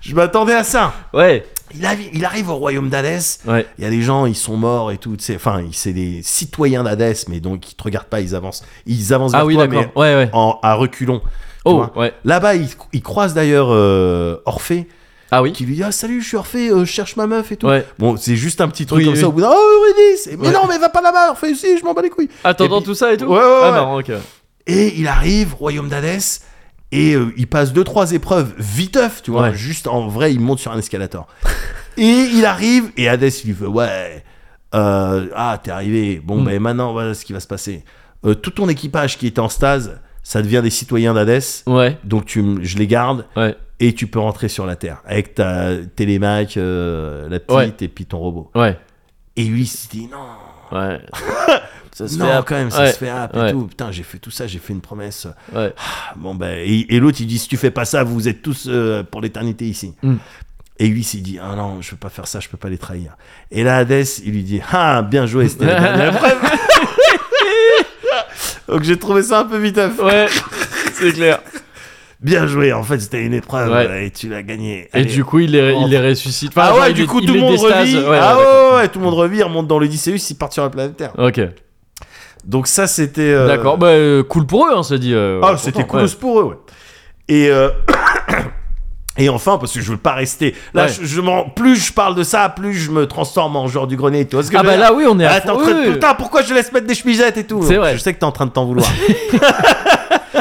Je m'attendais à ça.
Ouais,
Il, arri- il arrive au royaume d'Hadès.
ouais.
Il y a des gens, ils sont morts et tout. tu sais. Enfin, c'est des citoyens d'Hadès, mais donc ils te regardent pas, ils avancent. Ils avancent
Ah
vers
oui,
toi,
d'accord.
mais
Ouais, ouais.
en, à reculons. tu
Oh,
vois.
ouais.
Là-bas, ils ils croisent d'ailleurs euh, Orphée,
Ah oui.
qui lui dit Ah, salut, je suis Orphée, euh, je cherche ma meuf et tout.
Ouais.
Bon, c'est juste un petit truc
Oui,
comme
oui.
ça au bout d'un Oh, Eurydice Mais
Ouais.
non, mais va pas là-bas, Orphée, si, je m'en bas les couilles.
Attendant
Et puis-
tout ça et tout.
Ouais, ouais,
Ah,
ouais.
marrant, ok.
Et il arrive, royaume d'Hadès, et euh, il passe deux, trois épreuves, viteuf, tu vois.
Ouais.
Juste en vrai, il monte sur un escalator. et il arrive, et Hadès il lui fait Ouais, euh, ah, t'es arrivé, bon,
Mm.
ben maintenant, voilà ce qui va se passer. Euh, tout ton équipage qui était en stase, ça devient des citoyens d'Hadès,
Ouais,
donc tu, m- je les garde.
ouais.
et tu peux rentrer sur la Terre avec ta télémac, euh, la petite
Ouais.
et puis ton robot.
Ouais,
Et lui, il se dit non,
ouais. ça
non,
hap.
quand même, ça
Ouais,
se fait hap et
ouais.
tout. Putain, j'ai fait tout ça, j'ai fait une promesse.
Ouais.
Ah, Bon, ben, et, et l'autre, il dit si tu fais pas ça, vous êtes tous euh, pour l'éternité ici.
Mm.
Et lui, il s'est dit ah non, je peux pas faire ça, je peux pas les trahir. Et là, Hades, il lui dit ah, bien joué, c'était la dernière preuve. Donc j'ai trouvé ça un peu vite à
Ouais, c'est clair.
Bien joué, en fait, c'était une épreuve
Ouais.
et tu l'as gagnée.
Et
Allez.
du coup, il les, il les ressuscite. Enfin,
ah
genre,
ouais,
il
du
les-
coup,
il
tout le
les
monde
déstase.
revit.
Ouais,
ah
ouais,
ouais,
d'accord.
ouais, tout le monde revit, il remonte dans l'Odysseus, il part sur la planète Terre.
Ok,
Donc ça, c'était... euh,
d'accord. Bah, euh, cool pour eux, hein, ça dit. euh,
Ah,
content,
c'était
ouais.
cool pour eux, ouais. Et... euh, Et enfin, parce que je veux pas rester. Là,
Ouais.
je, je m'en- plus je parle de ça, plus je me transforme en joueur du grenier. Tu vois ce que
Ah
je
bah
veux
là, oui, on est
dire
à
Ah, t'es en
fond.
train de-
Oui, oui.
Putain, pourquoi je laisse mettre des chemisettes et tout
C'est vrai.
Je sais que t'es en train de t'en vouloir.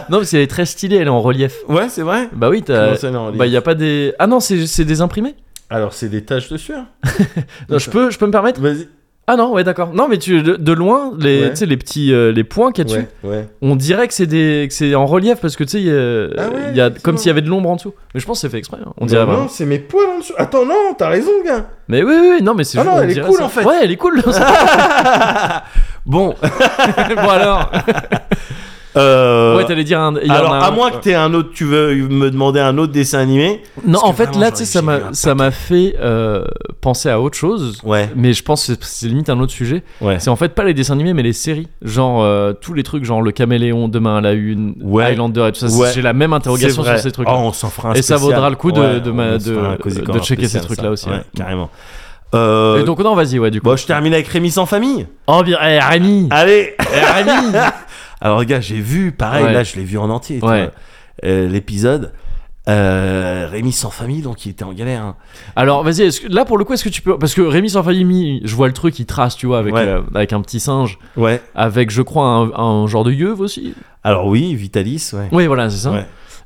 Non, parce qu'elle est très stylée, elle est en relief.
ouais, c'est vrai.
Bah oui, t'as.
Comment ça, elle est en relief
Bah, y a pas des. Ah non, c'est c'est des imprimés
Alors, c'est des taches de sueur.
Non,
euh,
je peux, je peux me permettre
Vas-y.
Ah non, ouais, d'accord. Non, mais tu, de, de loin, les,
Ouais.
tu sais, les petits euh, les points qu'il y a dessus,
Ouais, ouais.
on dirait que c'est des, que c'est en relief parce que tu sais, il y a-
Ah ouais,
il y a comme
effectivement.
s'il y avait de l'ombre en dessous. Mais je pense que c'est fait exprès. hein. On dirait
Non,
vraiment.
non, c'est mes poils en dessous. Attends, non, t'as raison, gars.
Mais oui, oui, oui, non, mais c'est.
Ah
juste-
non,
on
elle est
dirait
cool,
ça.
en fait.
Ouais, elle est cool. bon
Bon,
alors.
euh,
Ouais, t'allais dire un. il y en
alors
a
à
un-
moins que t'aies un autre, tu veux me demander un autre dessin animé
Non,
Parce
en
que
fait,
vraiment,
là, tu sais,
j'en ai-
ça
j'ai vu
m'a,
un
ça m'a fait euh, penser à autre chose.
Ouais,
Mais je pense que c'est- c'est limite un autre sujet.
ouais.
C'est en fait pas les dessins animés, mais les séries. Genre, euh, tous les trucs, genre Le Caméléon, Demain à la Une,
Ouais.
Highlander et tout ça.
Ouais.
J'ai la même interrogation
C'est vrai.
sur ces trucs.
Oh, on s'en fera un
Et ça
spécial.
vaudra le coup de-
Ouais,
de ma-
on se
de-
fera un Cozy
de
Corner
checker ces
spécial,
trucs-là
ça.
aussi,
Ouais,
ouais.
carrément. Euh,
Et donc, non, vas-y, ouais, du coup.
Bon, je termine avec Rémi sans famille.
Oh, bien, eh, Rémi
Allez
Eh, Rémi
Alors, gars, j'ai vu, pareil,
Ouais.
là, je l'ai vu en entier, tu
Ouais.
vois, euh, l'épisode. Euh, Rémi sans famille, donc il était en galère. hein.
Alors, vas-y, est-ce que- là, pour le coup, est-ce que tu peux. Parce que Rémi sans failli, mi- je vois le truc, il trace, tu vois, avec,
Ouais.
euh, avec un petit singe,
Ouais.
avec, je crois, un, un genre de yeuve aussi.
Alors, oui, Vitalis, ouais.
Oui, voilà, c'est ça.
Ouais.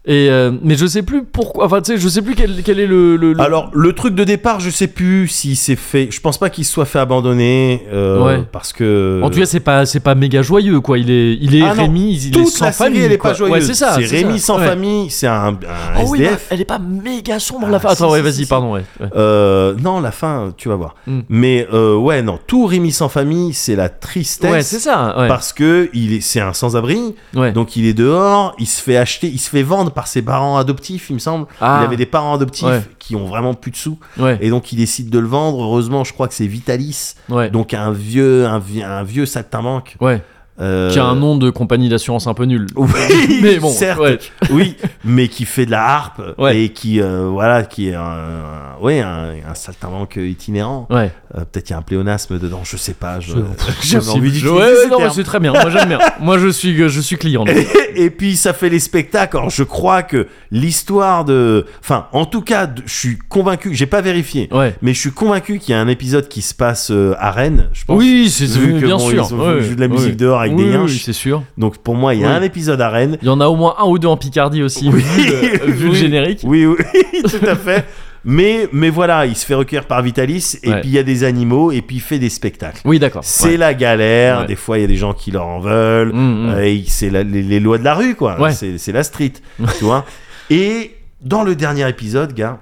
Et, euh, mais je sais plus pourquoi. Enfin, tu sais, je sais plus quel, quel est le. le- le-
Alors, le truc de départ, je sais plus si c'est fait. Je pense pas qu'il se soit fait abandonner. euh,
Ouais.
Parce que.
En tout cas, c'est pas, c'est pas méga joyeux, quoi. Il est, il est
Ah non.
Rémi, il est
toute
sans
la série,
famille.
elle est
quoi.
pas joyeuse.
Ouais, c'est ça.
C'est Rémi
ça.
sans
Ouais.
famille. C'est un, un
Ah oui,
SDF.
bah, elle est pas méga sombre
Ah,
la fin.
si,
Attends,
si,
ouais,
si,
vas-y,
si.
pardon, ouais. ouais.
Euh, non, la fin, tu vas voir.
Mm.
Mais euh, ouais, non, tout Rémi sans famille, c'est la tristesse.
Ouais, c'est ça. Ouais.
Parce que il est, c'est un sans-abri,
Ouais.
donc il est dehors, il se fait acheter, il se fait vendre par ses parents adoptifs, il me semble.
Ah.
Il avait des parents adoptifs
Ouais.
qui ont vraiment plus de sous,
ouais.
et donc il décide de le vendre. Heureusement, je crois que c'est Vitalis,
ouais.
donc un vieux, un, vie- un vieux saltimbanque.
ouais.
euh,
Qui a un nom de compagnie d'assurance un peu nul.
Oui,
Mais bon,
certes,
ouais.
oui, mais qui fait de la harpe
Ouais.
et qui, euh, voilà, qui est un, un- ouais, un, un saltimbanque itinérant.
Ouais.
Euh, Peut-être il y a un pléonasme dedans, je sais pas. je-
Je-
J'avais envie
Ouais,
d'utiliser
ouais,
ces
non, mais
termes.
c'est très bien. Moi, j'aime bien. Moi, je suis, je suis client. donc.
Et, et puis ça fait les spectacles. Alors je crois que l'histoire de, enfin, en tout cas, de- je suis convaincu. J'ai pas vérifié,
Ouais.
mais je suis convaincu qu'il y a un épisode qui se passe euh, à Rennes. Je pense.
Oui, c'est
Vu que,
bien
bon,
sûr.
ils ont- ils jouent de la musique dehors avec
Oui,
des
oui,
yinches.
oui, c'est sûr.
Donc pour moi, il y a
Oui.
un épisode à Rennes.
Il y en a au moins un ou deux en Picardie aussi,
Oui.
vu, le, vu le
Oui.
générique.
Oui, oui, tout à fait. Mais, mais voilà, il se fait recueillir par Vitalis, et
Ouais.
puis il y a des animaux, et puis il fait des spectacles.
Oui, d'accord.
C'est
Ouais.
la galère,
Ouais.
des fois il y a des gens qui leur en veulent,
Mm, mm.
Euh, et c'est la- les, les lois de la rue, quoi.
Ouais.
C'est c'est la street, tu vois. Et dans le dernier épisode, gars,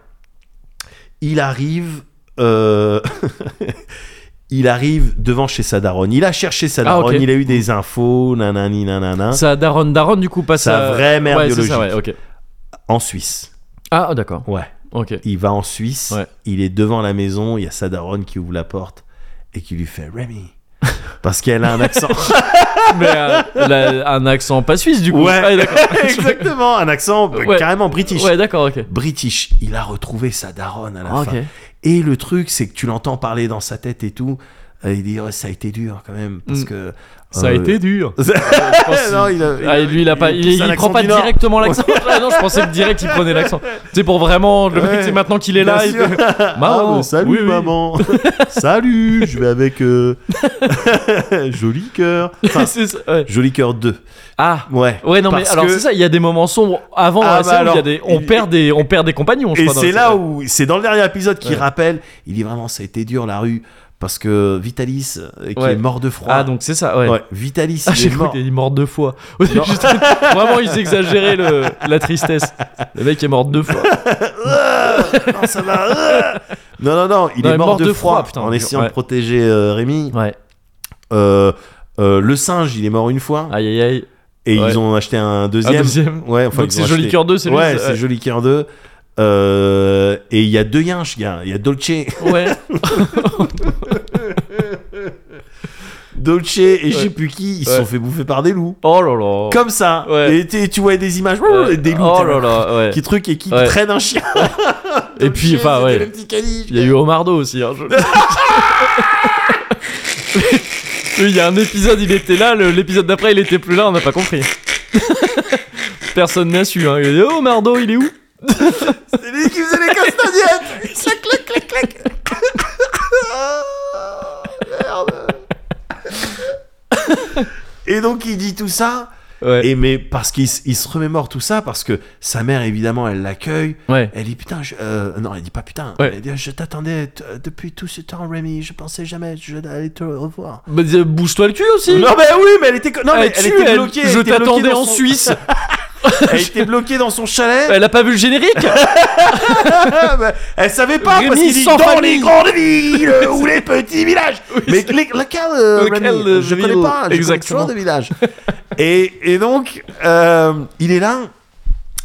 il arrive. euh, Il arrive devant chez sa daronne. Il a cherché sa
Ah, ok.
daronne, il a eu des infos, nanani, nanana,
Ça Daron Daron du coup passe
Sa
à...
vraie mère
ouais, c'est ça, ouais,
biologique.
ok.
en Suisse.
Ah d'accord.
Ouais.
Ok.
Il va en Suisse,
Ouais.
il est devant la maison, il y a sa daronne qui ouvre la porte et qui lui fait Rémi. Parce qu'elle a un accent.
Mais euh, la- un accent pas suisse du coup.
Ouais.
Ah, d'accord.
Exactement, un accent bah,
Ouais.
carrément british.
Ouais, d'accord, ok.
British, il a retrouvé sa daronne à la
Ok.
fin. Et le truc, c'est que tu l'entends parler dans sa tête et tout. et il dit Oh, ça a été dur quand même parce
Mm.
que
Ça a
euh,
été dur.
non, il a-
Ah, et lui, il a pas, il,
pousse
il prend
un accent
pas
du Nord.
directement l'accent. Ah non, je pensais que direct il prenait l'accent. C'est pour vraiment, le mec,
Ouais.
c'est maintenant qu'il est là.
Bien
il
sûr.
fait-
Ah,
Maman,
mais salut
oui, oui.
maman. salut, je vais avec euh, joli cœur. Enfin,
C'est ça, ouais.
joli cœur 2.
Ah.
Ouais.
Ouais non mais
Parce
alors
que-
c'est ça il y a des moments sombres avant
Ah,
la
bah
scène où
alors,
il y a des on
il-
perd des on perd des compagnons je
Et
crois, dans
c'est
la-
là où, c'est dans le dernier épisode qu'il
Ouais.
rappelle, il dit vraiment, ça a été dur la rue, Parce que Vitalis, euh, qui
Ouais.
est mort de froid.
Ah, donc c'est ça, ouais.
Ouais, Vitalis,
Ah,
il
j'ai
est
cru
mort.
qu'il est mort deux fois. Juste- vraiment, ils exagéraient le, la tristesse. Le mec est mort deux fois.
Ah, non, ça va. ah. non, non, non, il
Non,
est mort, de froid,
putain,
en
je-
essayant
ouais.
de protéger euh, Rémi.
Ouais.
Euh, euh, le singe, il est mort une fois.
Aïe aïe aïe.
Et
ouais.
ils ont acheté un deuxième.
Un deuxième.
Ouais, enfin,
Donc
ils ont
c'est Joli
acheté-
Cœur 2, c'est lui,
Ouais,
ça,
c'est
ouais.
Joli Cœur 2. Euh, et il y a deux yinches, gars. Il y a Dolce.
Ouais.
Dolce et je
Ouais.
sais plus qui, ils se
Ouais.
sont fait bouffer par des loups.
Oh là là.
Comme ça.
Ouais.
Et t'es- tu vois des images.
Ouais.
Des loups.
Oh
t'es-
là là, ouais.
Qui truc et qui
Ouais.
traîne un chien.
Et puis, enfin,
C'était
ouais.
le petit caniche,
Il y a eu Omardo aussi. hein, je- Lui, il y a un épisode, il était là, le- l'épisode d'après, il était plus là, on n'a pas compris. Personne n'a su. Hein. Il a dit, oh, Omardo, il est où
C'est lui qui faisait les castagnettes Clac, clac, clac, clac Ah, Merde Et donc il dit tout ça,
Ouais.
et mais parce qu'il s- il se remémore tout ça, parce que sa mère évidemment elle l'accueille,
Ouais.
elle dit putain, je- euh, non elle dit pas putain,
Ouais.
elle dit je t'attendais t- euh, depuis tout ce temps Rémi, je pensais jamais je allais te revoir.
Bah, dis- bouge-toi le cul aussi
Non mais oui mais elle était, co- non, mais
Eh,
elle,
tu,
était
elle-
bloquée, elle
Je
était bloquée
t'attendais
dans
en
son-
Suisse
elle était bloquée dans son chalet,
Elle a pas vu le générique
Ah, bah, elle savait pas
Rémi
parce qu'il dit
sans
dans
famille.
les grandes villes euh, ou les petits villages. Mais les, lequel, euh,
Lequel,
Rémi
euh,
Je
ville
connais pas. Je connais
Exactement.
toujours de village. et, et donc, euh, il est là.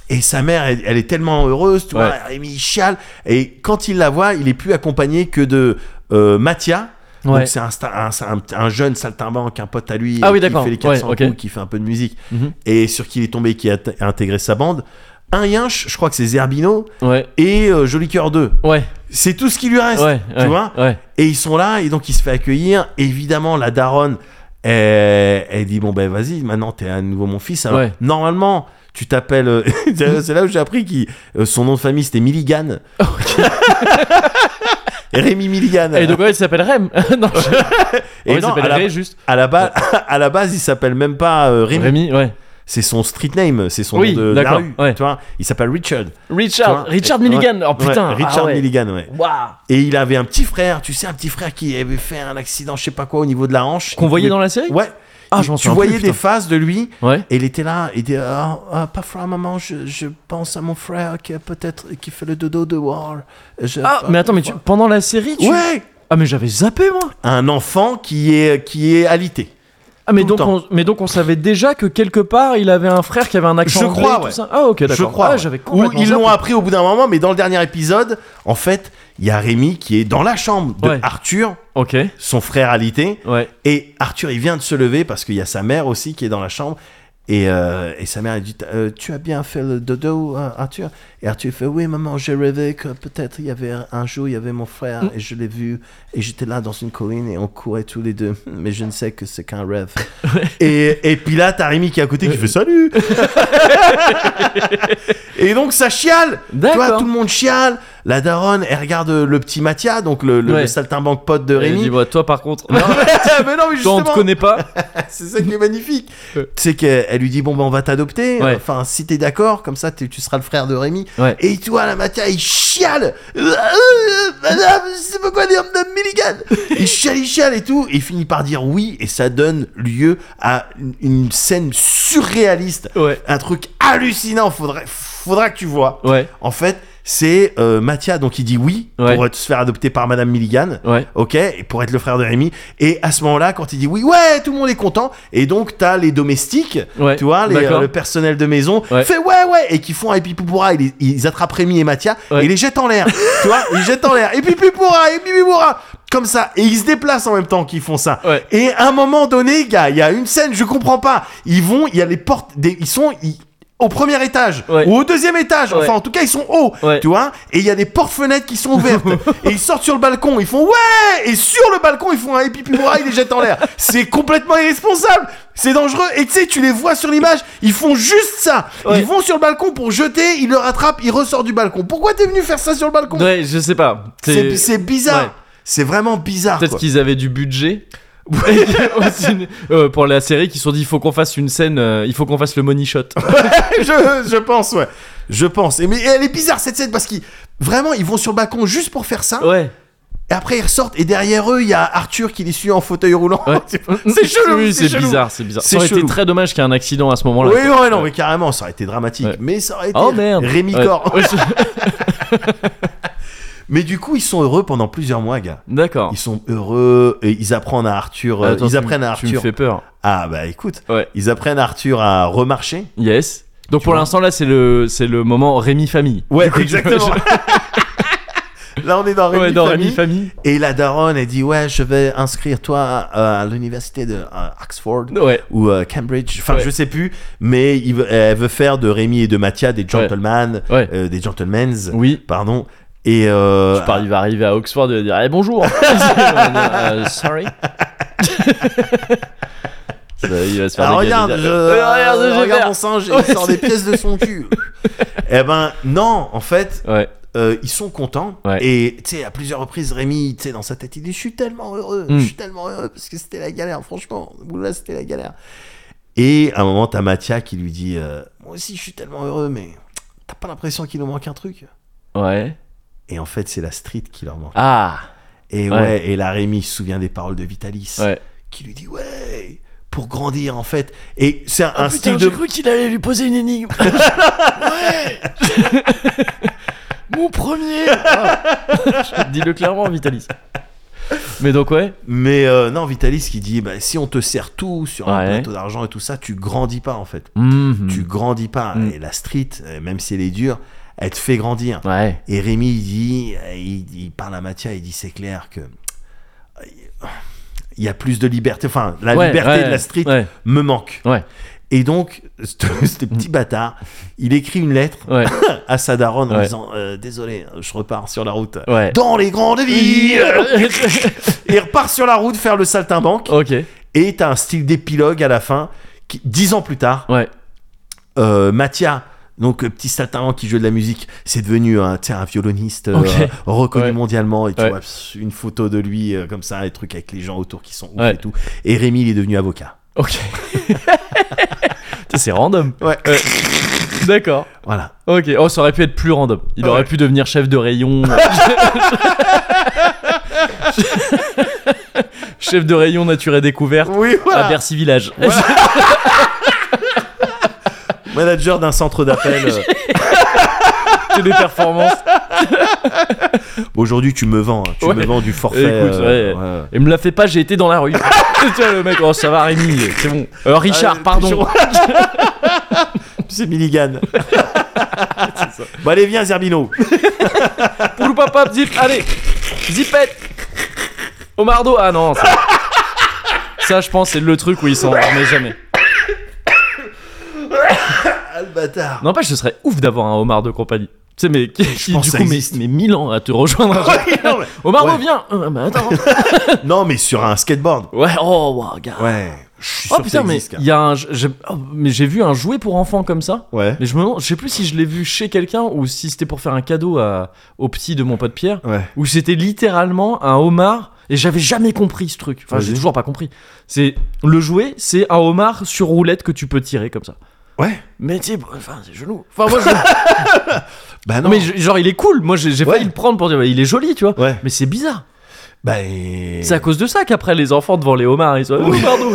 Et sa mère, elle, elle est tellement heureuse, tu vois,
Ouais.
Rémi il chiale. Et quand il la voit, il est plus accompagné que de euh, Mathia.
Ouais.
Donc c'est un, sta- un- c'est un- un jeune saltimbanque, un pote à lui,
Ah
euh,
oui,
qui
d'accord.
fait les
Ouais,
400
ok.
coups, qui fait un peu de musique,
Mhm.
et sur qui il est tombé, qui a t- a intégré sa bande. Un yinche, je crois que c'est Zerbino,
Ouais.
et euh, Joli Cœur 2.
Ouais.
C'est tout ce qui lui reste,
Ouais.
tu
ouais,
vois
Ouais.
Et ils sont là, et donc il se fait accueillir. Évidemment, la daronne, elle, elle dit Bon, ben vas-y, maintenant t'es à nouveau mon fils. Alors,
Ouais.
normalement, tu t'appelles. euh, c'est là où j'ai appris qui son nom de famille c'était Milligan. Rémi Milligan.
Et donc, ouais, il s'appelle Rem. non, je-
Et
Ouais, il
non,
s'appelle
à, la,
Ray, juste.
à la base, à la base, il s'appelle même pas euh, Rémi.
Rémi, ouais.
C'est son street name, c'est son
Oui,
nom de la
d'accord,
rue.
ouais.
Tu vois, il s'appelle Richard.
Richard,
Tu vois
Richard
Ouais.
Milligan. Oh putain,
Ouais, Richard
ah ouais.
Milligan, ouais.
Waouh.
Et il avait un petit frère, tu sais, un petit frère qui avait fait un accident, je sais pas quoi, au niveau de la hanche.
Qu'on voyait
Il-
dans la série
Ouais.
Ah,
Il-
je m'en
tu
souviens plus,
voyais des
putain.
phases de lui,
Ouais.
et il était là, il était Ah, ah, parfois, maman, je, je pense à mon frère qui a peut-être qui fait le dodo de War.
Ah, mais attends, mais tu, pendant la série, tu.
Ouais
Ah, mais j'avais zappé, moi
Un enfant qui est, qui est alité.
Ah, mais
Tout le
donc, on, mais donc on savait déjà que quelque part il avait un frère qui avait un accent
Je
anglais
crois,
et tout
ouais.
ça. Ah, ok, d'accord.
Je crois.
Ah,
ouais.
j'avais
Ou
complètement
ils l'ont
zappé.
appris au bout d'un moment, mais dans le dernier épisode, en fait, il y a Rémi qui est dans la chambre de
Ouais.
Arthur,
Ok,
son frère alité.
ouais.
Et Arthur, il vient de se lever parce qu'il y a sa mère aussi qui est dans la chambre. Et, euh, et sa mère, elle dit Euh, Tu as bien fait le dodo, euh, Arthur Et Arthur il fait Oui, maman, j'ai rêvé que peut-être il y avait un jour, il y avait mon frère
Mm.
et je l'ai vu. Et j'étais là dans une colline et on courait tous les deux. Mais je ne sais que c'est qu'un rêve. et, et puis là, t'as Rémi qui est à côté qui
Euh.
fait Salut Et donc, ça chiale Tu vois,
D'accord.
tout le monde chiale. La daronne, elle regarde le petit Mathia, donc le, le,
Ouais.
le saltimbanque pote de
Et il
Euh, Rémi.
dit, bah, toi par contre,
Non, mais, mais non, mais
toi on
justement,
te connaît pas.
c'est ça qui est magnifique.
Ouais.
c'est qu'elle elle lui dit Bon, ben on va t'adopter.
Ouais.
Enfin, si t'es d'accord, comme ça tu, tu seras le frère de Rémi.
Ouais.
Et toi, la matin, il chiale Euh, Madame, je sais pas quoi dire, Madame Milligan Il chiale, il chiale et tout. Et il finit par dire oui, et ça donne lieu à une, une scène surréaliste.
Ouais,
Un truc hallucinant, faudrait, faudra que tu vois.
ouais,
En fait, c'est euh, Mathia, donc il dit oui
Ouais.
pour se faire adopter par Madame Milligan
ouais.
ok, et pour être le frère de Rémi. Et à ce moment-là, quand il dit oui, ouais, tout le monde est content, et donc t'as les domestiques,
Ouais,
tu vois, les-
d'accord.
euh, le personnel de maison,
Ouais.
fait ouais, ouais, et qui font et puis Poupoura, ils, ils attrapent Rémi et Mathia,
Ouais.
et ils les jettent en l'air, tu vois, ils jettent en l'air, et puis Poupoura, et puis Poupoura, comme ça, et ils se déplacent en même temps qu'ils font ça.
Ouais.
Et à un moment donné, gars, il y a une scène, je comprends pas, ils vont, il y a les portes, des, ils sont. ils- au premier étage
Ouais.
ou au deuxième étage,
Ouais.
enfin en tout cas ils sont hauts,
Ouais.
tu vois, et il y a des portes-fenêtres qui sont ouvertes, et ils sortent sur le balcon, ils font ouais, et sur le balcon ils font un hippie ils les jettent en l'air. C'est complètement irresponsable, c'est dangereux, et tu sais, tu les vois sur l'image, ils font juste ça,
Ouais.
ils vont sur le balcon pour jeter, ils le rattrapent, ils ressortent du balcon. Pourquoi t'es venu faire ça sur le balcon
Ouais, je sais pas.
C'est c'est bizarre,
Ouais.
c'est vraiment bizarre.
Peut-être
quoi.
qu'ils avaient du budget. Et que- au ciné- euh, pour la série, qui se sont dit il faut qu'on fasse une scène, euh, il faut qu'on fasse le money shot.
je, je pense, ouais. Je pense. Et mais elle est bizarre cette scène parce qu'ils vraiment ils vont sur le balcon juste pour faire ça.
Ouais,
Et après, ils ressortent. Et derrière eux, il y a Arthur qui les suit en fauteuil roulant.
Ouais.
c'est chelou.
Oui, c'est
chelou.
bizarre, c'est bizarre.
C'est
Ça aurait été
chelou.
très dommage qu'il y ait un accident à ce moment-là.
Oui, ouais, non,
Ouais.
mais carrément, ça aurait été dramatique.
Ouais.
Mais ça aurait été
Oh merde.
Rémi
Ouais.
Corps.
Ouais, c'est-
Mais du coup, ils sont heureux pendant plusieurs mois, gars.
D'accord.
Ils sont heureux et ils apprennent à Arthur. euh,
Ah. Attends,
ils
tu-
apprennent à
Tu me
Arthur.
fais peur.
Ah bah écoute,
Ouais.
ils apprennent à Arthur à remarcher.
Yes. Donc pour
vois.
l'instant là c'est le c'est le moment Rémi famille.
Ouais,
Du coup,
exactement. Là, on est dans Rémi
ouais dans
Famille.
Rémi famille.
Et la daronne, elle dit Ouais, je vais inscrire toi à, à l'université de à Oxford
Ouais.
ou euh, Cambridge. Enfin,
Ouais.
je sais plus. Mais il veut- elle veut faire de Rémi et de Mathia des gentlemen.
Ouais.
euh, des gentlemen's.
Oui.
Pardon. Et. euh,
Je pars, il va arriver à Oxford et va dire Eh, bonjour. Euh, sorry. Ça, il va se faire
Ah,
dégager,
regarde,
dire,
je,
Euh, regarde, j'ai
regarde
peur.
mon singe, il
Ouais,
sort des
c'est-
pièces de son cul. eh ben, non, en fait,
Ouais.
euh, ils sont contents.
Ouais.
Et tu sais, à plusieurs reprises, Rémi, tu sais, dans sa tête, il dit Je suis tellement heureux,
Mm.
je suis tellement heureux, parce que c'était la galère, franchement. Là, c'était la galère. Et à un moment, t'as Mathia qui lui dit euh, Moi aussi, je suis tellement heureux, mais t'as pas l'impression qu'il nous manque un truc
Ouais.
Et en fait, c'est la street qui leur manque.
Ah.
Et ouais,
Ouais.
et là, Rémi se souvient des paroles de Vitalis,
Ouais.
qui lui dit Ouais pour grandir en fait et c'est un, un style de
Oh, cru qu'il allait lui poser une énigme. Mon premier. Dis-le clairement, Vitalis. Mais donc ouais.
Mais euh, non, Vitalis qui dit bah, si on te sert tout sur un
Ouais.
plateau d'argent et tout ça, tu grandis pas en fait.
Mhm.
Tu grandis pas.
Mm.
Et la street, euh, même si elle est dure, elle te fait grandir.
Ouais.
Et Rémi, il dit euh, il, il parle à Mathia, il dit c'est clair que. euh, Il y a plus de liberté. Enfin, la
Ouais,
liberté
ouais,
de la street
Ouais.
me manque.
Ouais. Mm.
Et donc, ce ce petit bâtard, il écrit une lettre
Ouais.
à sa daronne en
Ouais.
disant euh, Désolé, je repars sur la route.
Ouais.
Dans les grandes villes Et il repart sur la route faire le saltimbanque.
ok.
Et t'as un style d'épilogue à la fin. Qui, dix ans plus tard,
Ouais.
euh, Mathia, donc le petit saltimbanque qui joue de la musique, c'est devenu un, tu sais, un violoniste euh,
Ok.
reconnu
Ouais.
mondialement. Et tu
Ouais.
vois pss, une photo de lui euh, comme ça, des trucs avec les gens autour qui sont ouf
Ouais.
et tout. Et Rémi, il est devenu avocat.
Ok. Putain, C'est random.
Ouais.
D'accord.
Voilà.
Ok. Oh, ça aurait pu être plus random. Il aurait pu devenir chef de rayon. chef de rayon nature et découverte
Oui,
à Bercy Village.
Manager d'un centre d'appel. euh,
Téléperformance.
Aujourd'hui, tu me vends. hein, Tu
Ouais.
me vends du forfait.
Écoute,
euh,
ouais.
ouais.
Et me la fait pas, j'ai été dans la rue. tu vois, le mec, oh, ça va, Rémi, c'est bon. Euh, Richard,
Euh,
pardon.
Richard. C'est Milligan. Bon, allez, viens, Zerbino.
Poulou papa, zip, allez, zipette. Omardo, ah non, ça. Ça, je pense, c'est le truc où il s'en remet jamais.
Ah, le bâtard.
N'empêche, ce serait ouf d'avoir un homard de compagnie. Tu sais, mais qui, qui,
pense
du
que ça
coup, mais,
existe.
mais mille ans à te rejoindre.
Ouais, non, mais-
Omardo,
Ouais.
viens. Euh, bah, attends.
Non, mais sur un skateboard.
Ouais, oh, wow, gars.
Ouais. Je suis sûr
Oh putain,
que ça
mais
existe,
il y a un. j'ai- oh, mais j'ai vu un jouet pour enfants comme ça.
gars. Ouais.
Mais je me demande, je sais plus si je l'ai vu chez quelqu'un ou si c'était pour faire un cadeau à, au petit de mon pote Pierre,
Ouais.
où c'était littéralement un homard et j'avais jamais compris ce truc. Enfin, j'ai
Vas-y.
toujours pas compris. C'est le jouet, c'est un homard sur roulette que tu peux tirer comme ça.
Ouais.
Mais tu sais, bon, enfin, c'est genou. Enfin, moi, je-
Bah non.
non, mais je- genre, il est cool. Moi, j'ai j'ai
Ouais.
failli le prendre pour dire, bah, il est joli, tu vois.
Ouais.
Mais c'est bizarre.
Bah. et-
C'est à cause de ça qu'après les enfants devant les homards, ils sont. Oh, pardon.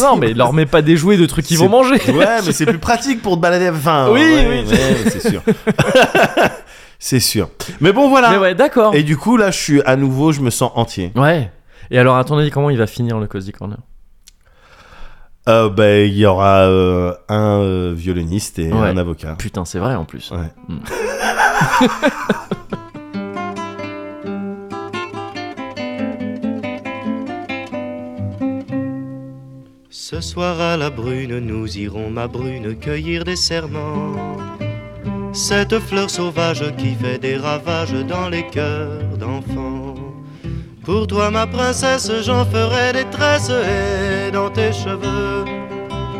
non, mais leur mets pas des jouets de trucs qu'ils vont
C'est-
manger.
Ouais, mais c'est plus pratique pour te balader. Enfin.
Oui,
ouais,
oui.
ouais, c'est sûr. c'est sûr. Mais bon, voilà.
Mais ouais, d'accord.
Et du coup, là, je suis à nouveau, je me sens entier.
Ouais. Et alors, attendez, comment il va finir le Cozy Corner
Euh, bah, il y aura euh, un euh, violoniste et
Ouais.
un avocat.
Putain, c'est vrai en plus.
Ouais.
Ce soir à la brune, nous irons, ma brune, cueillir des serments. Cette fleur sauvage qui fait des ravages dans les cœurs d'enfants. Pour toi, ma princesse, j'en ferai des tresses et dans tes cheveux.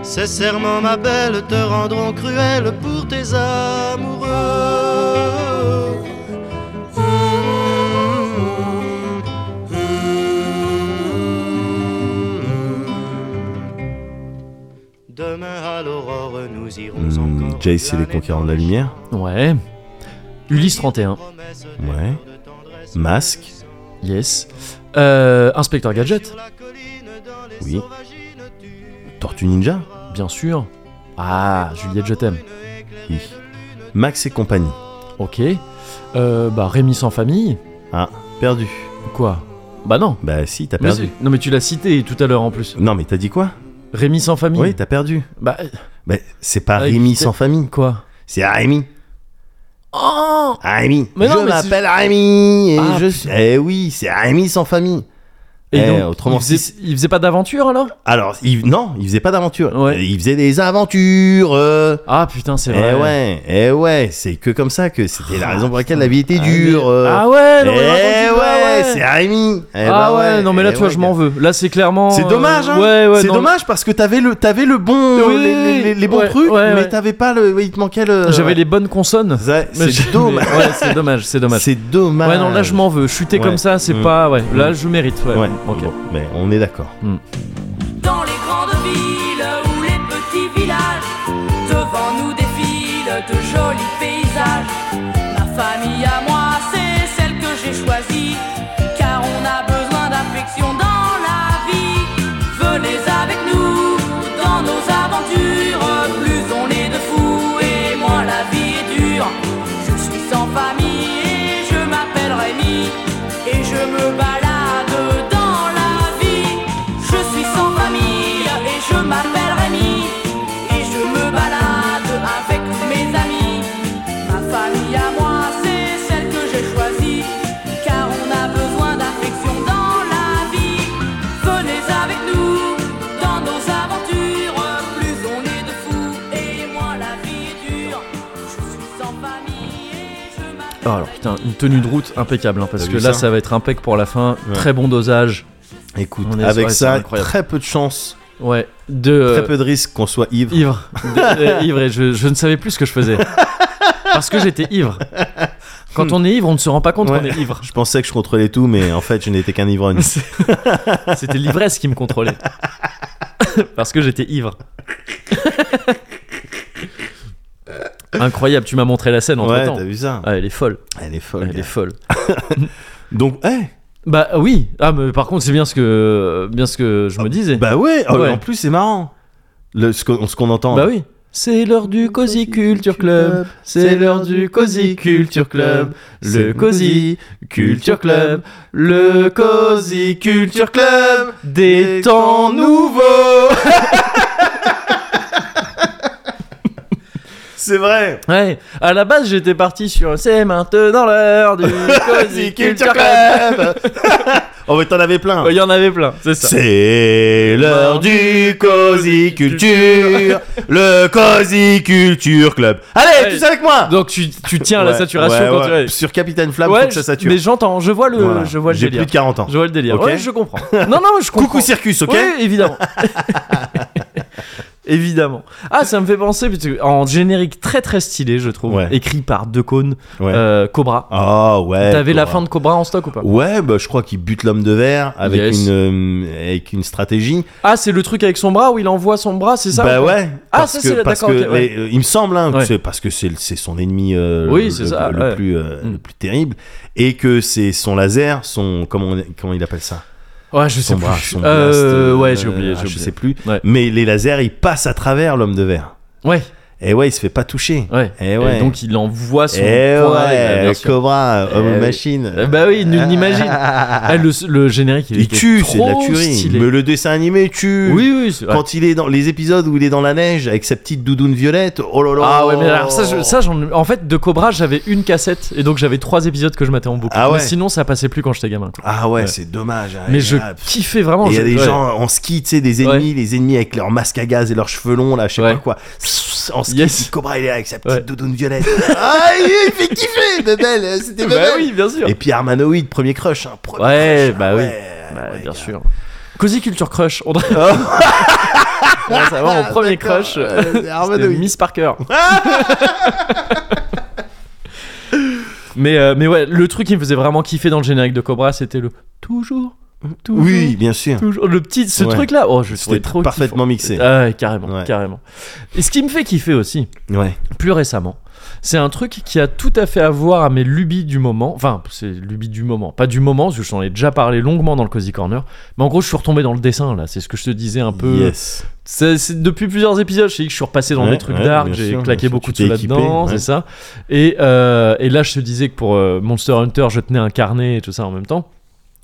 Ces serments, ma belle, te rendront cruelle pour tes amoureux. Demain à l'aurore, nous irons
Hmm,
encore.
Jay, c'est les conquérants de la lumière.
Ouais. Ulysse 31.
Promesse
Ouais. Masque.
Yes. Euh, Inspecteur Gadget,
Oui. Tortue Ninja
bien sûr. Ah, Juliette, je t'aime.
Oui. Max et compagnie.
Ok. Euh, bah, Rémi sans famille.
Ah, perdu.
Quoi Bah non.
Bah si, t'as
Mais
perdu.
c'est- non, mais tu l'as cité tout à l'heure en plus.
Non, mais t'as dit quoi
Rémi sans famille.
Oui, t'as perdu.
Bah,
Bah, c'est pas
Ah,
Rémi
putain.
sans famille.
quoi
C'est Rémi.
Oh
Rémi.
Mais non,
je
mais c'est-
m'appelle Rémi. Et
Ah,
je
putain.
suis. Eh oui, c'est Rémi sans famille.
Et
Eh,
donc,
autrement,
il faisait,
si-
il faisait pas d'aventure alors
Alors, il... non, il faisait pas d'aventure.
Ouais.
Il faisait des aventures. euh.
Ah putain, c'est
Eh
vrai.
ouais, eh ouais, c'est que comme ça que c'était la raison pour laquelle la vie était
Ah,
dure.
mais-
euh.
Ah ouais,
eh
non, mais
ouais,
raconte-lui pas, ouais.
c'est Rémi. Eh
Ah
bah
ouais, non mais là
eh
tu vois,
ouais,
je m'en veux. Là c'est clairement.
C'est
euh,
dommage, hein.
Ouais, ouais,
c'est
non,
dommage parce que t'avais le, t'avais le bon,
Oui,
les, les- les- les bons
ouais,
trucs,
ouais,
mais
ouais.
t'avais pas le, ouais, il te manquait le.
J'avais
ouais.
les bonnes consonnes.
Ouais,
Mais
euh. C'est
j'ai-
dommage.
Ouais, c'est dommage, c'est dommage.
C'est dommage.
Ouais, non, là je m'en veux. Chuter
Ouais.
comme ça, c'est
Mm.
pas. Ouais, là
Mm.
je mérite. Ouais,
Ouais,
ok.
bon, mais on est d'accord.
dans les grandes villes ou les petits villages. Devant nous défilent de jolis paysages. Ma famille à moi, c'est celle que j'ai choisie, car on a besoin d'affection dans la vie. Venez avec nous dans nos aventures, plus on est de fous et moins la vie est dure. Je suis sans famille et je m'appelle Rémi et je me balade dans la vie. Je suis sans famille et je m'appelle Rémi Et je me balade avec mes amis Ma famille à moi c'est celle que j'ai choisie Car on a besoin d'affection dans la vie Venez avec nous dans nos aventures Plus on est de fous et moins la vie est dure Je suis sans famille et je m'appelle
Oh, alors putain, une tenue de route impeccable, hein, parce
T'as
que
vu
là
ça
ça va être impec pour la fin.
Ouais.
Très bon dosage.
Écoute,
On est-
avec
ouais, c'est
ça,
incroyable.
très peu de chance,
Ouais, de. euh,
très peu de risque qu'on soit ivre.
Ivre. De- euh, ivre, et je, je ne savais plus ce que je faisais. Parce que j'étais ivre. Quand on est ivre, on ne se rend pas compte
Hmm. Ouais.
qu'on est ivre.
Je pensais que je contrôlais tout, mais en fait, je n'étais qu'un ivrogne.
C'était l'ivresse qui me contrôlait. Parce que j'étais ivre. Incroyable, tu m'as montré la scène entre
Ouais,
temps.
t'as vu ça
Ah, elle est folle.
Elle est folle.
Elle
gars.
est folle.
Donc, eh,
Bah oui. Ah, mais par contre, c'est bien ce que, bien ce que je me disais.
bah ouais, oh,
Ouais.
en plus, c'est marrant. Le, ce qu'on ce qu'on entend.
Bah oui. C'est l'heure du Cozy Culture Club. C'est l'heure du Cozy Culture Club. Le Cozy Culture Club. Le Cozy Culture Club. Des temps nouveaux.
C'est vrai.
Ouais. À la base, j'étais parti sur c'est maintenant l'heure du Cozy Culture Club.
Club. oh, mais t'en avais plein.
Ouais, Il y en avait plein, c'est ça.
C'est l'heure du Cozy Culture, le Cozy Culture Club. Allez,
Ouais.
tous avec moi
Donc tu, tu tiens à la
Ouais,
saturation
ouais,
quand
ouais.
tu arrives.
Sur Capitaine Flamme, faut que ça sature.
mais j'entends, je vois le,
Voilà.
je vois le
J'ai
délire.
plus de 40 ans.
Je vois le délire.
Ok.
Ouais, je comprends. Non, non, je comprends.
Coucou Circus, ok
Oui, évidemment. évidemment. Ah, ça me fait penser parce que en générique très très stylé, je trouve,
Ouais.
écrit par Decaune,
Ouais.
euh, Cobra.
Oh ouais.
T'avais la
Cobra.
fin de Cobra en stock ou pas
Ouais, bah je crois qu'il bute l'homme de verre avec
Yes.
une euh, avec une stratégie.
Ah, c'est le truc avec son bras où il envoie son bras, c'est ça
bah
ou pas
ouais.
Ah,
parce
ça,
que,
c'est la-
parce que
d'accord, ok, ouais.
les- euh, il me semble hein, que
Ouais.
c'est parce que c'est le- c'est son ennemi euh,
Oui,
le-
c'est
le,
ça,
le
ouais.
plus euh,
Mm.
le plus terrible et que c'est son laser, son comment on- comment il appelle ça
Ouais, je sais
son
plus.
bras, son blast,
Euh,
euh,
ouais, j'ai oublié,
ah,
j'ai
Je
oublié.
sais plus.
Ouais.
Mais les lasers, ils passent à travers l'homme de verre.
Ouais,
Et ouais, il se fait pas toucher.
ouais.
Et Eh ouais.
donc il envoie son
Eh
poing,
ouais,
bien sûr.
Cobra,
Eh
homme
oui.
machine.
Eh Bah oui, nul n'imagine.
Ah.
Ah, le, le générique, il,
il
était
tue,
trop
c'est de la tuerie.
stylé.
Mais le dessin animé tue.
Oui, oui, c'est-
Quand il est dans les épisodes où il est dans la neige avec sa petite doudoune violette, oh là là.
Ah ouais, mais alors ça,
Oh.
je- ça, j'en- en fait, de Cobra, j'avais une cassette et donc j'avais trois épisodes que je matais en boucle.
Ah ouais.
Mais sinon, ça passait plus quand j'étais gamin. quoi.
Ah ouais,
Ouais.
c'est dommage. hein,
mais
et
je
là, pff,
kiffais vraiment.
et Il y a
je-
des
ouais.
gens en ski, tu sais, des ennemis, les ennemis avec leur masque à gaz et leurs cheveux longs, là, je sais
Ouais.
pas quoi. En ski,
Yes.
le Cobra, il est là avec sa petite
Ouais.
doudoune violette. ah, il fait kiffer, Bebel, euh, c'était
Bah
Bebel.
oui, bien sûr.
Et puis Armanoïde, premier crush. Hein, premier
Ouais,
crush,
bah
ah
oui.
ouais,
Bah,
ouais,
bien
gars.
sûr. Cozy Culture Crush. On devrait on va savoir mon
Ah,
premier
d'accord,
crush.
euh,
C'était
Armanoïde.
Miss Parker. mais, euh, mais ouais, le truc qui me faisait vraiment kiffer dans le générique de Cobra, c'était le toujours Toujours,
Oui, bien sûr.
toujours. Le petit, ce
Ouais.
truc-là, oh, je
C'était
suis trop
parfaitement
kiffant.
mixé.
Ah, ouais, carrément,
Ouais.
carrément. Et ce qui me fait kiffer aussi,
Ouais.
plus récemment, c'est un truc qui a tout à fait à voir à mes lubies du moment. Enfin, c'est lubies du moment, pas du moment, parce que j'en ai déjà parlé longuement dans le Cozy Corner. Mais en gros, je suis retombé dans le dessin, là. C'est ce que je te disais un peu.
Yes.
Ça, c'est- depuis plusieurs épisodes, je sais que je suis repassé dans
Ouais,
des trucs
ouais,
d'art,
bien
j'ai
sûr,
claqué
bien sûr,
beaucoup de
tu
sous
t'es équipé,
là-dedans,
ouais.
c'est ça. Et, euh, et là, je te disais que pour euh, Monster Hunter, je tenais un carnet et tout ça en même temps.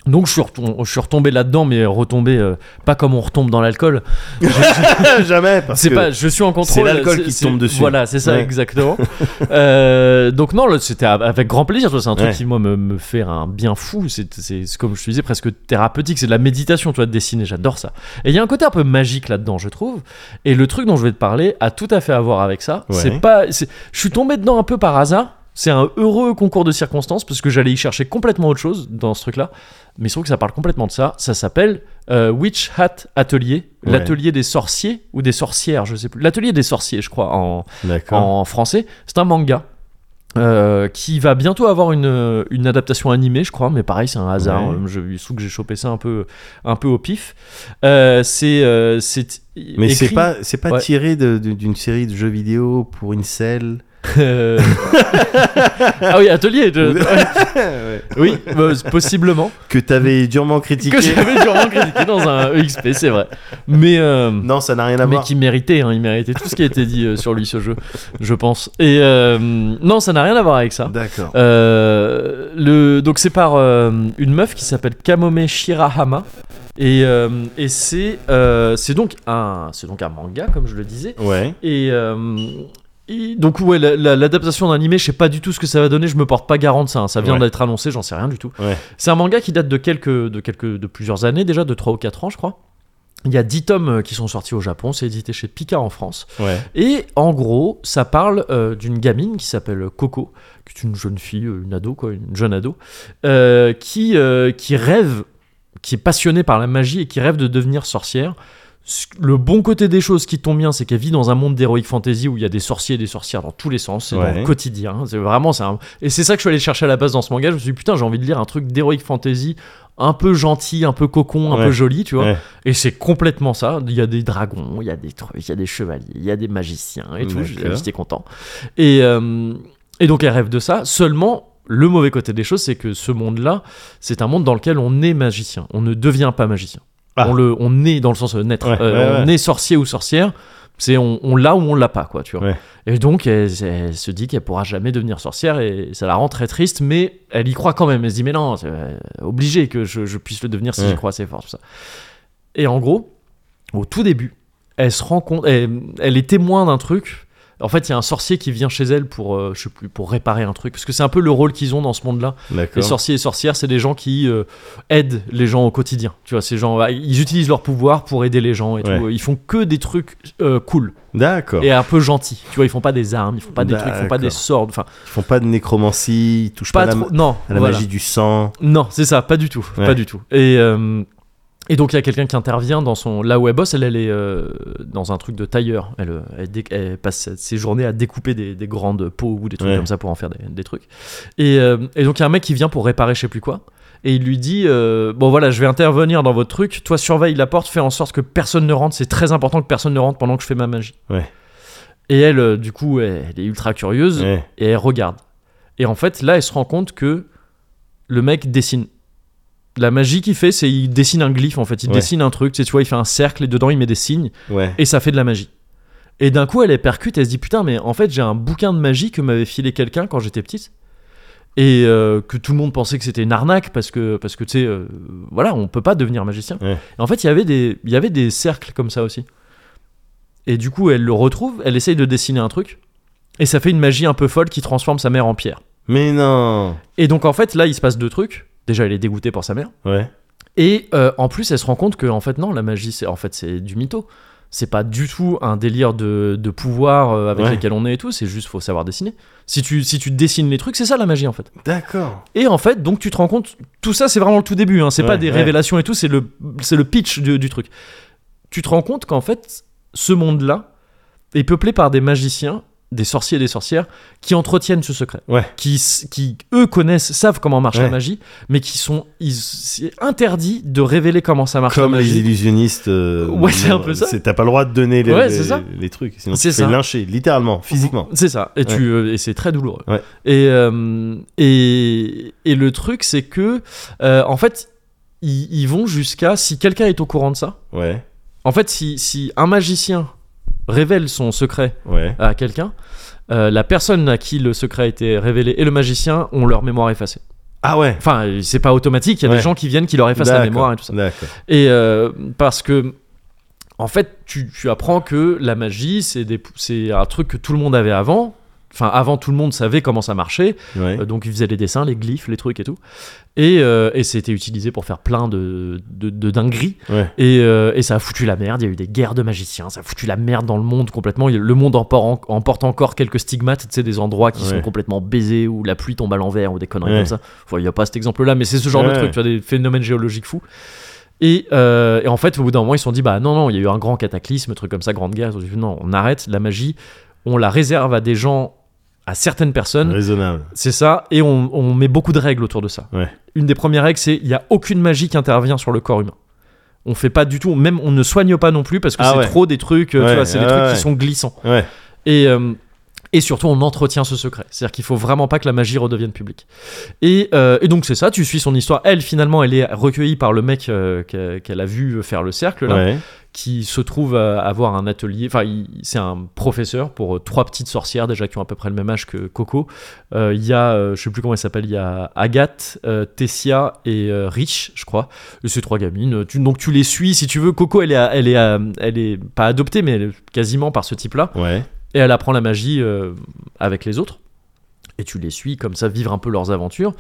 Donc je suis, retom- je suis retombé là-dedans, mais retombé euh, pas comme on retombe dans l'alcool. Ah,
Jamais parce
C'est
que
pas, je suis en contrôle.
c'est l'alcool
c'est-
qui te
c'est-
tombe dessus.
Voilà, c'est ça
Ouais.
exactement. Euh, donc non, là, c'était a- avec grand plaisir. tu vois, C'est un truc
Ouais.
qui moi me, me fait un bien fou. C'est c'est- c'est comme je te disais, presque thérapeutique. C'est de la méditation, tu vois, de dessiner. J'adore ça. Et il y a un côté un peu magique là-dedans, je trouve. Et le truc dont je vais te parler a tout à fait à voir avec ça.
Ouais.
C'est pas, c'est- je suis tombé dedans un peu par hasard. C'est un heureux concours de circonstances parce que j'allais y chercher complètement autre chose dans ce truc-là. Mais il se trouve que ça parle complètement de ça. Ça s'appelle euh, Witch Hat Atelier,
Ouais.
l'atelier des sorciers ou des sorcières, je sais plus. L'atelier des sorciers, je crois, en,
D'accord.
en français. C'est un manga. euh, qui va bientôt avoir une, euh, une adaptation animée, je crois, mais pareil, c'est un hasard.
Ouais.
Euh, Je il se trouve que j'ai chopé ça un peu, un peu au pif. Euh, c'est, euh, c'est
Mais c'est
écrit-
pas c'est pas
Ouais.
tiré de- de- d'une série de jeux vidéo pour une selle.
Euh, ah oui, atelier. je-
Ouais.
Oui, bah, possiblement.
Que t'avais durement critiqué.
Que j'avais durement critiqué dans un EXP, c'est vrai. Mais euh,
Non, ça n'a rien à
mais
voir.
qui méritait, hein, il méritait tout ce qui a été dit euh, sur lui ce jeu, je pense. Et euh, non, ça n'a rien à voir avec ça.
D'accord.
Euh, le, donc c'est par euh, une meuf qui s'appelle Kamome Shirahama et, euh, et c'est euh, c'est donc un c'est donc un manga comme je le disais
Ouais.
et, euh, et donc ouais la- la- l'adaptation d'un animé je sais pas du tout ce que ça va donner je me porte pas garant de ça hein. ça vient
Ouais.
d'être annoncé j'en sais rien du tout
Ouais.
c'est un manga qui date de quelques de quelques de plusieurs années déjà de 3 ou 4 ans je crois il y a 10 tomes euh, qui sont sortis au Japon, c'est édité chez Pika en France.
Ouais.
Et en gros, ça parle euh, d'une gamine qui s'appelle Coco, qui est une jeune fille, euh, une ado, quoi, une jeune ado, euh, qui, euh, qui rêve, qui est passionnée par la magie et qui rêve de devenir sorcière. Ce- Le bon côté des choses qui tombe bien, c'est qu'elle vit dans un monde d'heroic fantasy où il y a des sorciers et des sorcières dans tous les sens, c'est dans
Ouais.
le quotidien. hein. C'est vraiment c'est un- Et c'est ça que je suis allé chercher à la base dans ce manga. Je me suis dit, putain, j'ai envie de lire un truc d'heroic fantasy un peu gentil, un peu cocon, un
Ouais.
peu joli, tu vois.
Ouais.
Et c'est complètement ça. Il y a des dragons, il y a des trucs, il y a des chevaliers, il y a des magiciens et tout.
D'accord.
J'étais content. Et, euh, et donc elle rêve de ça. Seulement, le mauvais côté des choses, c'est que ce monde-là, c'est un monde dans lequel on est magicien. On ne devient pas magicien.
Ah.
On, le, on est dans le sens de naître.
Ouais,
Euh,
ouais,
on
ouais.
est sorcier ou sorcière. C'est on, on l'a ou on l'a pas, quoi, tu vois.
Ouais.
Et donc, elle, elle se dit qu'elle pourra jamais devenir sorcière et ça la rend très triste, mais elle y croit quand même. Elle se dit, mais non, c'est euh, obligé que je, je puisse le devenir si
Ouais.
j'y crois assez fort, tout ça. Et en gros, au tout début, elle se rend compte, elle, elle est témoin d'un truc. En fait, il y a un sorcier qui vient chez elle pour, euh, je sais plus, pour réparer un truc, parce que c'est un peu le rôle qu'ils ont dans ce monde-là. Les
D'accord.
sorciers et sorcières, c'est des gens qui euh, aident les gens au quotidien. Tu vois, ces gens, bah, ils utilisent leur pouvoir pour aider les gens et
Ouais.
tout. Ils font que des trucs euh, cool
D'accord.
et un peu gentils. Tu vois, ils font pas des armes, ils font pas des trucs, ils font pas des
D'accord.
sorts. Enfin,
Ils font pas de nécromancie, ils touchent pas,
pas
à la,
trop. Non,
à la
voilà.
magie du sang.
Non, c'est ça, pas du tout,
Ouais.
pas du tout. Et euh, et donc il y a quelqu'un qui intervient dans son là où elle bosse, elle, elle est euh, dans un truc de tailleur. Elle, euh, elle, dé- elle passe ses journées à découper des, des grandes peaux ou des trucs
Ouais.
comme ça pour en faire des, des trucs. Et, euh, et donc il y a un mec qui vient pour réparer je sais plus quoi. Et il lui dit euh, bon voilà je vais intervenir dans votre truc. Toi surveille la porte, fais en sorte que personne ne rentre. C'est très important que personne ne rentre pendant que je fais ma magie.
Ouais.
Et elle euh, du coup elle, elle est ultra curieuse
Ouais.
et elle regarde. Et en fait, là, elle se rend compte que le mec dessine. La magie qu'il fait, c'est il dessine un glyphe en fait. Il
Ouais.
dessine un truc, tu sais, tu vois, il fait un cercle et dedans il met des signes
Ouais.
et ça fait de la magie. Et d'un coup, elle est percute, elle se dit putain, mais en fait, j'ai un bouquin de magie que m'avait filé quelqu'un quand j'étais petite et euh, que tout le monde pensait que c'était une arnaque parce que parce que tu sais, euh, voilà, on peut pas devenir magicien.
Ouais.
Et en fait, il y avait des il y avait des cercles comme ça aussi. Et du coup, elle le retrouve, elle essaye de dessiner un truc et ça fait une magie un peu folle qui transforme sa mère en pierre.
Mais non.
Et donc en fait, là, il se passe deux trucs. Déjà, elle est dégoûtée pour sa mère.
Ouais.
Et euh, en plus, elle se rend compte que en fait non, la magie, c'est en fait c'est du mytho. C'est pas du tout un délire de, de pouvoir euh, avec
Ouais.
lesquels on est et tout. C'est juste faut savoir dessiner. Si tu si tu dessines les trucs, c'est ça la magie en fait.
D'accord.
Et en fait, donc tu te rends compte, tout ça c'est vraiment le tout début, hein, c'est
Ouais,
pas des
ouais.
révélations et tout, c'est le, c'est le pitch du, du truc. Tu te rends compte qu'en fait, ce monde-là est peuplé par des magiciens des sorciers et des sorcières qui entretiennent ce secret,
Ouais.
qui, s- qui eux connaissent, savent comment marche
Ouais.
la magie, mais qui sont ils, c'est interdit de révéler comment ça marche
Comme
la
les
magie.
illusionnistes. euh,
Ouais, c'est un peu ça.
c'est- T'as pas le droit de donner les,
Ouais,
les-
c'est ça.
les trucs, sinon tu
C'est
te fais
ça.
lyncher, littéralement, physiquement.
C'est ça, et, tu, euh, et c'est très douloureux.
Ouais.
Et, euh, et, et le truc, c'est que, euh, en fait, ils, ils vont jusqu'à, si quelqu'un est au courant de ça,
Ouais,
en fait, si, si un magicien révèle son secret
ouais.
à quelqu'un, euh, la personne à qui le secret a été révélé et le magicien ont leur mémoire effacée.
Ah ouais.
Enfin, c'est pas automatique, il y a
Ouais.
des gens qui viennent qui leur effacent la
D'accord,
mémoire et tout ça.
D'accord.
Et euh, parce que, en fait, tu, tu apprends que la magie, c'est des- c'est un truc que tout le monde avait avant. Enfin, avant, tout le monde savait comment ça marchait.
Ouais.
Euh, donc, ils faisaient les dessins, les glyphes, les trucs et tout. Et, euh, et c'était utilisé pour faire plein de, de, de dingueries.
Ouais.
Et, euh, et ça a foutu la merde. Il y a eu des guerres de magiciens. Ça a foutu la merde dans le monde complètement. Il- Le monde emporte, en- emporte encore quelques stigmates, tu sais, des endroits qui
Ouais.
sont complètement baisés, où la pluie tombe à l'envers, ou des conneries
Ouais.
comme ça. Enfin, il n'y a pas cet exemple-là, mais c'est ce genre
Ouais.
de truc, tu vois, des phénomènes géologiques fous. Et, euh, et en fait, au bout d'un moment, ils se sont dit, bah non, non, il y a eu un grand cataclysme, truc comme ça, grande guerre. Ils ont dit, non, on arrête la magie, on la réserve à des gens, à certaines personnes.
Raisonnable.
C'est ça, et on, on met beaucoup de règles autour de ça.
Ouais.
Une des premières règles, c'est il n'y a aucune magie qui intervient sur le corps humain. On fait pas du tout, même on ne soigne pas non plus parce que
Ah
c'est
ouais.
trop des trucs, euh,
Ouais,
tu vois, c'est
ouais,
des trucs
ouais.
qui sont glissants.
Ouais.
Et, euh, et surtout, on entretient ce secret. C'est-à-dire qu'il faut vraiment pas que la magie redevienne publique. Et, euh, et donc, c'est ça, tu suis son histoire. Elle, finalement, elle est recueillie par le mec euh, qu'a- qu'elle a vu faire le cercle, là,
Ouais.
qui se trouve à avoir un atelier. Enfin, il- c'est un professeur pour euh, trois petites sorcières, déjà qui ont à peu près le même âge que Coco. Euh, Il y a, euh, je sais plus comment elle s'appelle, il y a Agathe, euh, Tessia et euh, Rich, je crois. Et ces trois gamines. euh, Tu- donc, tu les suis si tu veux. Coco, elle est, à- elle est, à- elle est pas adoptée, mais elle est quasiment par ce type-là
Ouais.
et elle apprend la magie euh, avec les autres. Et tu les suis comme ça, vivre un peu leurs aventures.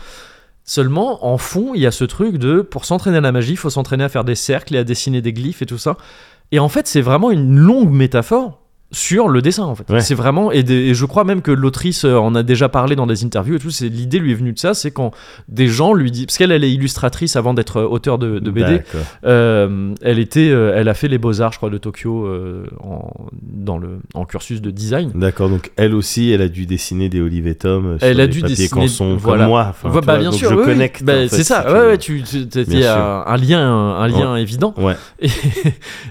Seulement, en fond, il y a ce truc de pour s'entraîner à la magie, il faut s'entraîner à faire des cercles et à dessiner des glyphes et tout ça. Et en fait, c'est vraiment une longue métaphore sur le dessin en fait.
Ouais.
C'est vraiment et, des- et je crois même que l'autrice euh, en a déjà parlé dans des interviews et tout, c'est l'idée lui est venue de ça, c'est quand des gens lui disent parce qu'elle elle est illustratrice avant d'être euh, auteur de, de BD.
D'accord.
Euh, elle était, euh, elle a fait les beaux arts, je crois, de Tokyo euh, en, dans le en cursus de design.
D'accord, donc elle aussi, elle a dû dessiner des Olivetum.
Elle a dû
papiers
dessiner-
Canson,
voilà.
Comme moi. Enfin,
Ouais,
tu
bah,
vois,
bien
donc
sûr,
Je
oui, oui.
connecte.
Bah,
en fait,
c'est
si
ça.
tu
ouais,
veux.
ouais, tu, tu- t'as-
Bien
il y
sûr.
a un lien, un lien évident.
Ouais.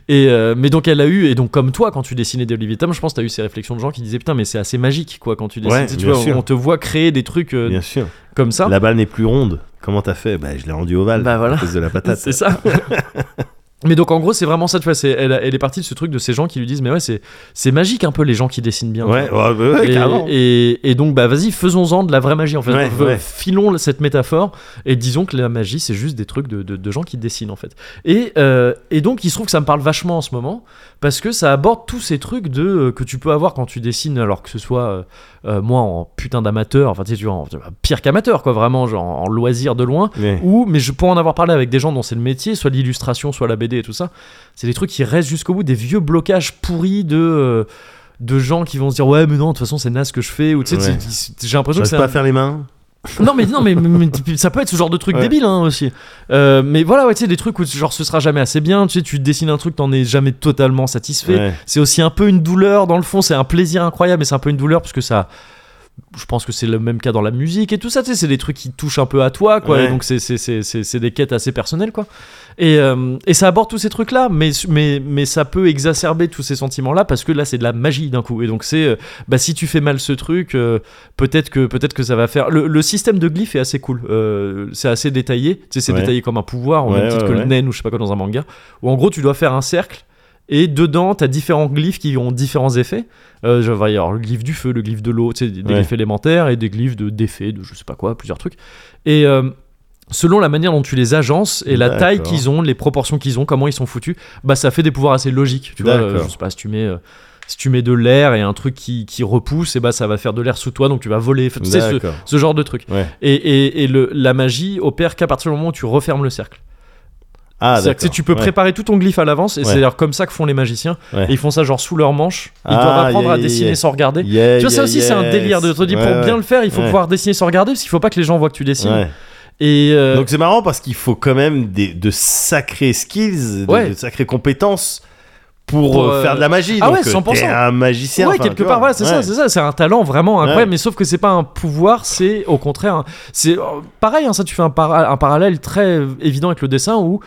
Et, et, euh, mais donc elle a eu et donc comme toi, quand tu dessinais des Olivier Tam, je pense que t'as eu ces réflexions de gens qui disaient putain, mais c'est assez magique quoi quand tu dessines.
Ouais,
tu
bien
vois,
sûr.
on te voit créer des trucs euh,
Bien sûr.
comme ça.
La balle n'est plus ronde. Comment t'as fait Bah, je l'ai rendue ovale.
Bah, voilà.
À cause de la patate.
C'est ça. Mais donc en gros c'est vraiment ça tu vois, c'est- elle, elle est partie de ce truc de ces gens qui lui disent mais ouais c'est c'est magique un peu les gens qui dessinent bien. tu vois.
Ouais, ouais, ouais, ouais,
et,
carrément.
et- et donc, bah, vas-y, faisons-en de la vraie magie. En fait,
Ouais,
F-
ouais.
filons cette métaphore et disons que la magie, c'est juste des trucs de, de- de gens qui dessinent en fait. Et, euh, et donc, il se trouve que ça me parle vachement en ce moment parce que ça aborde tous ces trucs de euh, que tu peux avoir quand tu dessines, alors que ce soit euh, euh, moi en putain d'amateur, enfin tu sais, tu vois, en- pire qu'amateur quoi, vraiment, genre en en loisir de loin.
Ouais.
Ou, mais je pourrais en avoir parlé avec des gens dont c'est le métier, soit l'illustration, soit la BD et tout ça. C'est des trucs qui restent jusqu'au bout, des vieux blocages pourris de, euh, de gens qui vont se dire ouais, mais non, de toute façon, c'est naze ce que je fais. Ou tu sais,
Ouais.
c'est- c'est- j'ai l'impression que
J'ose
c'est.
pas
un-
faire les mains.
Non, mais, non mais, mais- mais ça peut être ce genre de truc
Ouais.
débile hein, aussi. Euh, mais voilà, ouais, tu sais, des trucs où genre ce sera jamais assez bien. Tu sais, tu dessines un truc, t'en es jamais totalement satisfait.
Ouais.
C'est aussi un peu une douleur dans le fond, c'est un plaisir incroyable, mais c'est un peu une douleur parce que ça. Je pense que c'est le même cas dans la musique et tout ça, tu sais, c'est des trucs qui touchent un peu à toi, quoi.
Ouais.
Et donc, c'est- c'est c'est- c'est- c'est des quêtes assez personnelles, quoi. Et, euh, et ça aborde tous ces trucs-là, mais, mais, mais ça peut exacerber tous ces sentiments-là parce que là, c'est de la magie d'un coup. Et donc, c'est euh, bah, si tu fais mal ce truc, euh, peut-être que, peut que ça va faire. Le, le système de glyphes est assez cool, euh, c'est assez détaillé, tu sais, c'est
Ouais.
détaillé comme un pouvoir, au
Ouais,
même titre
ouais,
que
ouais.
le nen ou je sais pas quoi dans un manga, où en gros, tu dois faire un cercle et dedans, t'as différents glyphes qui ont différents effets. Euh, genre, il va y avoir le glyphe du feu, le glyphe de l'eau, tu sais, des, des
Ouais.
glyphes élémentaires et des glyphes de- d'effets, de, je sais pas quoi, plusieurs trucs. Et euh, selon la manière dont tu les agences et la
D'accord.
taille qu'ils ont, les proportions qu'ils ont, comment ils sont foutus, bah ça fait des pouvoirs assez logiques. Tu vois,
D'accord.
euh, je sais pas, si tu mets. euh, si tu mets de l'air et un truc qui, qui repousse, et bah ça va faire de l'air sous toi, donc tu vas voler. Enfin, Tu sais, ce,
D'accord.
ce genre de truc.
Ouais.
Et, et- et le- la magie opère qu'à partir du moment où tu refermes le cercle.
Ah,
C'est-à-dire que tu sais,
d'accord.
tu peux
Ouais.
préparer tout ton glyphe à l'avance, et
Ouais.
c'est d'ailleurs comme ça que font les magiciens.
Ouais.
Et ils font ça genre sous leur manche. Ils doivent
Ah,
apprendre
yeah,
à
yeah,
dessiner
yeah.
sans regarder.
Yeah,
tu vois, ça
yeah,
aussi, c'est un
yes.
délire de te dire
Ouais,
pour
ouais.
bien le faire, il faut
Ouais.
pouvoir dessiner sans regarder, parce qu'il faut pas que les gens voient que tu dessines.
Ouais.
Et euh,
Donc c'est marrant parce qu'il faut quand même des, de sacrées skills, de,
Ouais.
de sacrées compétences pour,
Pour,
euh,
euh,
faire de la magie.
ah
donc,
ouais,
euh,
100%.
t'es un magicien.
ouais,
enfin,
quelque
tu
part,
vois,
voilà, c'est ça,
ouais.
c'est ça, c'est un talent vraiment incroyable,
Ouais.
mais sauf que c'est pas un pouvoir, c'est au contraire, un- c'est euh, pareil, hein, ça, tu fais un, para- un parallèle très évident avec le dessin où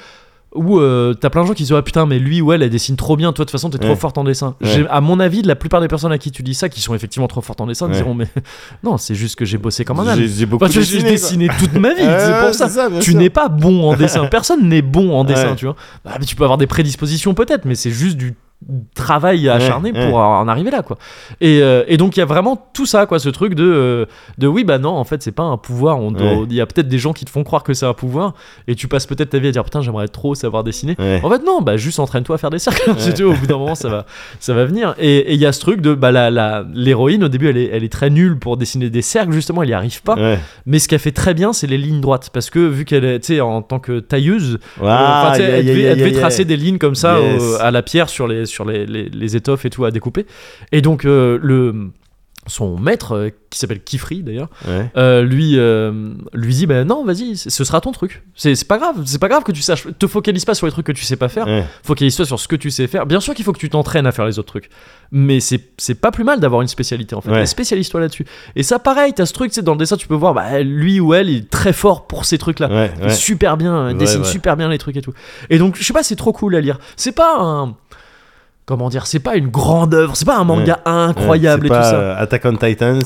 où euh, t'as plein de gens qui se disent ah putain mais lui ou elle elle dessine trop bien toi de toute façon t'es trop
Ouais.
forte en dessin
Ouais.
J'ai- à mon avis la plupart des personnes à qui tu dis ça qui sont effectivement trop fortes en dessin
Ouais.
diront mais non c'est juste que j'ai bossé comme un âne
J'ai- J'ai beaucoup
Enfin, j'ai j'ai
dessiné, quoi.
dessiné toute ma vie
Ouais,
c'est
ouais,
pour ça
bien
tu
sûr.
n'es pas bon en dessin. Personne n'est bon en dessin,
Ouais.
tu vois. Bah, mais tu peux avoir des prédispositions peut-être, mais c'est juste du travail acharné
Ouais, ouais.
pour en arriver là, quoi. Et, euh, et donc il y a vraiment tout ça, quoi, ce truc de, euh, de oui, bah non, en fait c'est pas un pouvoir. On doit- Il
Ouais.
y a peut-être des gens qui te font croire que c'est un pouvoir, et tu passes peut-être ta vie à dire putain j'aimerais trop savoir dessiner.
Ouais.
En fait non, bah juste entraîne-toi à faire des cercles. C'est tout, au bout d'un moment ça va, ça va venir. Et et il y a ce truc de bah la- la- l'héroïne au début elle est, elle est très nulle pour dessiner des cercles justement, elle y arrive pas.
Ouais.
Mais ce qu'elle fait très bien, c'est les lignes droites. Parce que vu qu'elle est, tu sais, en tant que tailleuse, euh, enfin,
Ah,
tu sais,
yeah,
elle
yeah,
devait,
yeah,
elle devait
yeah.
tracer des lignes comme ça
Yes.
euh, à la pierre sur les, sur les, les- les étoffes et tout à découper. Et donc, euh, le, son maître, euh, qui s'appelle Kifri d'ailleurs,
Ouais.
euh, lui, euh, lui dit Ben non, vas-y, c- ce sera ton truc. C'est c'est pas grave, c'est pas grave que tu saches. Te focalise pas sur les trucs que tu sais pas faire
Ouais.
focalise-toi sur ce que tu sais faire. Bien sûr qu'il faut que tu t'entraînes à faire les autres trucs, mais c'est c'est pas plus mal d'avoir une spécialité en fait.
Ouais.
Et Spécialise-toi là-dessus. Et ça, pareil, t'as ce truc, tu sais, dans le dessin, tu peux voir, bah, lui ou elle, il est très fort pour ces trucs-là.
Ouais,
Il est
ouais.
super bien, il
Ouais,
dessine
ouais.
super bien les trucs et tout. Et donc, je sais pas, c'est trop cool à lire. C'est pas un. Comment dire, c'est pas une grande œuvre, c'est pas un manga incroyable
Ouais,
et tout
c'est pas,
ça.
euh, Attack on Titans,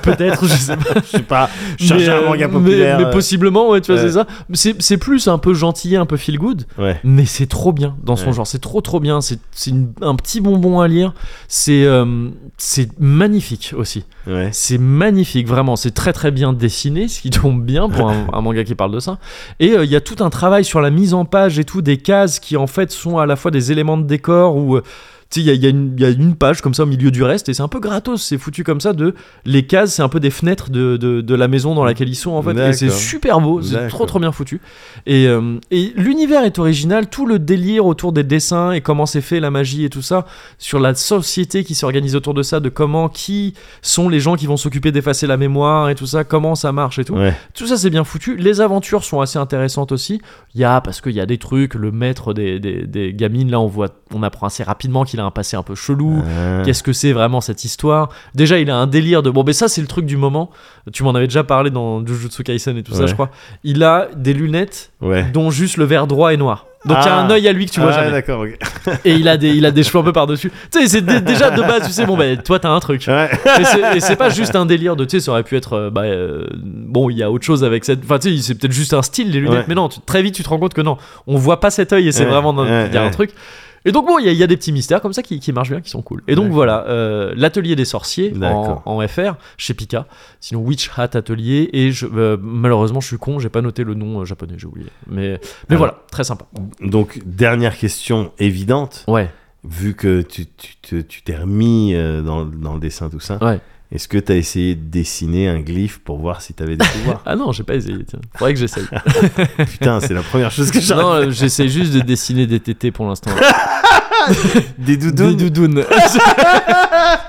Peut-être, je sais pas.
je sais pas, chercher
euh,
un manga
mais-
populaire.
Mais,
euh,
possiblement, ouais, tu vois,
Ouais.
c'est ça. C'est c'est plus un peu gentil, un peu feel good.
Ouais.
mais c'est trop bien dans son
Ouais.
genre c'est trop trop bien c'est c'est une- un petit bonbon à lire c'est euh, c'est magnifique aussi
Ouais.
c'est magnifique vraiment c'est très très bien dessiné ce qui tombe bien pour un, un manga qui parle de ça et euh, il y a tout un travail sur la mise en page et tout des cases qui en fait sont à la fois des éléments de décor ou euh, tu sais, il y a, il y a une- il y a une page comme ça au milieu du reste et c'est un peu gratos, c'est foutu comme ça de les cases, c'est un peu des fenêtres de, de- de la maison dans laquelle ils sont en fait et c'est
D'accord.
super beau, c'est trop
D'accord.
trop bien foutu. Et, euh, et l'univers est original, tout le délire autour des dessins et comment c'est fait, la magie et tout ça, sur la société qui s'organise autour de ça, de comment, qui sont les gens qui vont s'occuper d'effacer la mémoire et tout ça, comment ça marche et tout.
Ouais.
Tout ça c'est bien foutu, les aventures sont assez intéressantes aussi. Il y a, parce qu'il y a des trucs, le maître des, des- des gamines, là on voit, on apprend assez rapidement qu'il a un passé un peu chelou,
Ah.
Qu'est-ce que c'est vraiment cette histoire Déjà, il a un délire de bon, mais ça c'est le truc du moment. Tu m'en avais déjà parlé dans Jujutsu Kaisen et tout ça,
Ouais.
je crois. Il a des lunettes
Ouais.
dont juste le verre droit est noir. Donc il y a
Ah.
un œil à lui que tu vois
ah,
jamais.
d'accord. ok.
Et il a des, il a des cheveux un peu par dessus. Tu sais, c'est dé- déjà de base, tu sais, bon, bah, toi t'as un truc.
Ouais.
Et c'est- Et c'est pas juste un délire de, tu sais, ça aurait pu être, euh, bah, euh, bon, il y a autre chose avec cette. Enfin, tu sais, c'est peut-être juste un style, les lunettes,
Ouais.
mais non, tu- très vite tu te rends compte que non, on voit pas cet œil et c'est
Ouais,
vraiment. dans- Il
ouais,
y a un
ouais.
truc. Et donc, bon, il y, a- il y a des petits mystères comme ça qui, qui marchent bien, qui sont cool. Et donc,
D'accord.
voilà, euh, l'atelier des sorciers en,
D'accord.
en FR chez Pika, sinon Witch Hat Atelier. Et je, euh, malheureusement, je suis con, j'ai pas noté le nom euh, japonais, j'ai oublié. Mais, mais
Alors.
voilà, très sympa.
Donc, dernière question évidente,
Ouais.
vu que tu tu- tu- tu t'es remis euh, dans, dans le dessin, tout ça.
Ouais.
Est-ce que t'as essayé de dessiner un glyphe pour voir si t'avais des pouvoirs
Ah non, j'ai pas essayé, tiens. Faudrait que j'essaye.
Putain, c'est la première chose que j'ai.
non, euh, j'essaie juste de dessiner des tétés pour l'instant.
Des
Des
doudous.
doudounes. Pour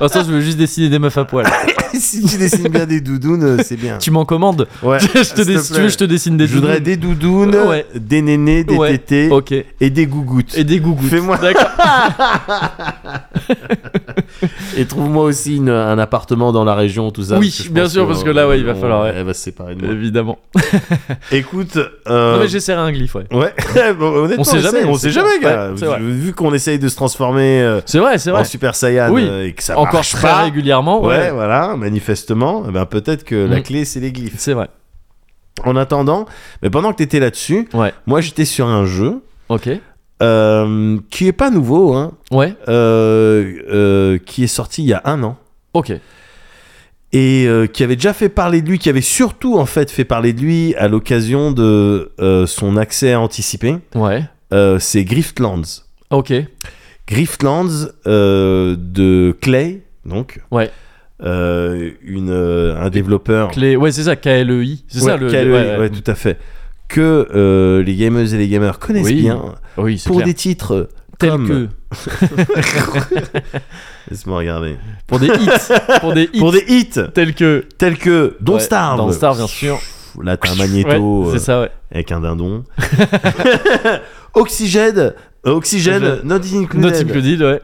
l'instant, je veux juste dessiner des meufs à poil.
Ah. si tu dessines bien des doudounes, euh, c'est bien.
Tu m'en commandes
Ouais,
je te
s'il te
dé- Si tu veux,
plaît.
je te dessine des
Je voudrais
doudounes.
des doudounes,
Ouais.
des nénés, des
Ouais.
tétés
Ok.
et des gougouttes.
Et des gougouttes.
Fais-moi.
D'accord.
Et trouve-moi aussi une- un appartement dans la région, tout ça.
Oui,
parce que je
bien
pense
sûr,
que,
parce que
euh,
là, ouais, il va
on-
falloir, ouais.
Elle va se séparer de moi.
Évidemment.
Écoute. euh,
Non, mais j'essaierai un glyphe, ouais.
Ouais, Bon, honnêtement,
On sait
essaye,
jamais,
on
c'est
sait jamais,
clair.
gars.
Ouais, c'est vrai.
Vu vu qu'on essaye de se transformer euh,
C'est vrai, c'est
en
vrai.
Super Saiyan
Oui.
euh, et que ça
Encore
marche
très
pas,
régulièrement.
ouais,
Ouais.
voilà, manifestement, eh ben peut-être que la
Mm.
clé c'est les glyphes.
C'est vrai.
En attendant, mais pendant que t'étais là-dessus,
Ouais.
moi j'étais sur un jeu
Ok.
euh, qui est pas nouveau, hein,
Ouais.
euh, euh, qui est sorti il y a un an.
Ok.
et euh, qui avait déjà fait parler de lui, qui avait surtout en fait fait parler de lui à l'occasion de euh, son accès anticipé,
Ouais.
euh, c'est Griftlands.
Ok.
Griftlands euh, de Clay, donc.
Ouais.
Euh, une, euh, un développeur.
Clé. Ouais, c'est ça. KLEI. C'est ça
Ouais,
le.
KLE,
ouais, ouais.
ouais, tout à fait. Que euh, les gameuses et les gamers connaissent
Oui,
bien
Oui, c'est
pour
clair.
des titres
Tels
comme-
que.
Laisse-moi regarder.
Pour des hits. Pour des hits.
Pour des hits
Tels que.
tels que Don't
Ouais,
Starve.
Don't Starve, bien sûr.
Là, t'as un magnéto.
Ouais,
euh,
c'est ça, ouais.
avec un dindon. Oxygène, Euh, Oxygène, Not Included,
Not Included, ouais.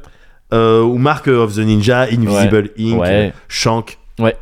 euh, ou Mark of the Ninja, Invisible Ink,
Ouais.
Shank.
Ouais.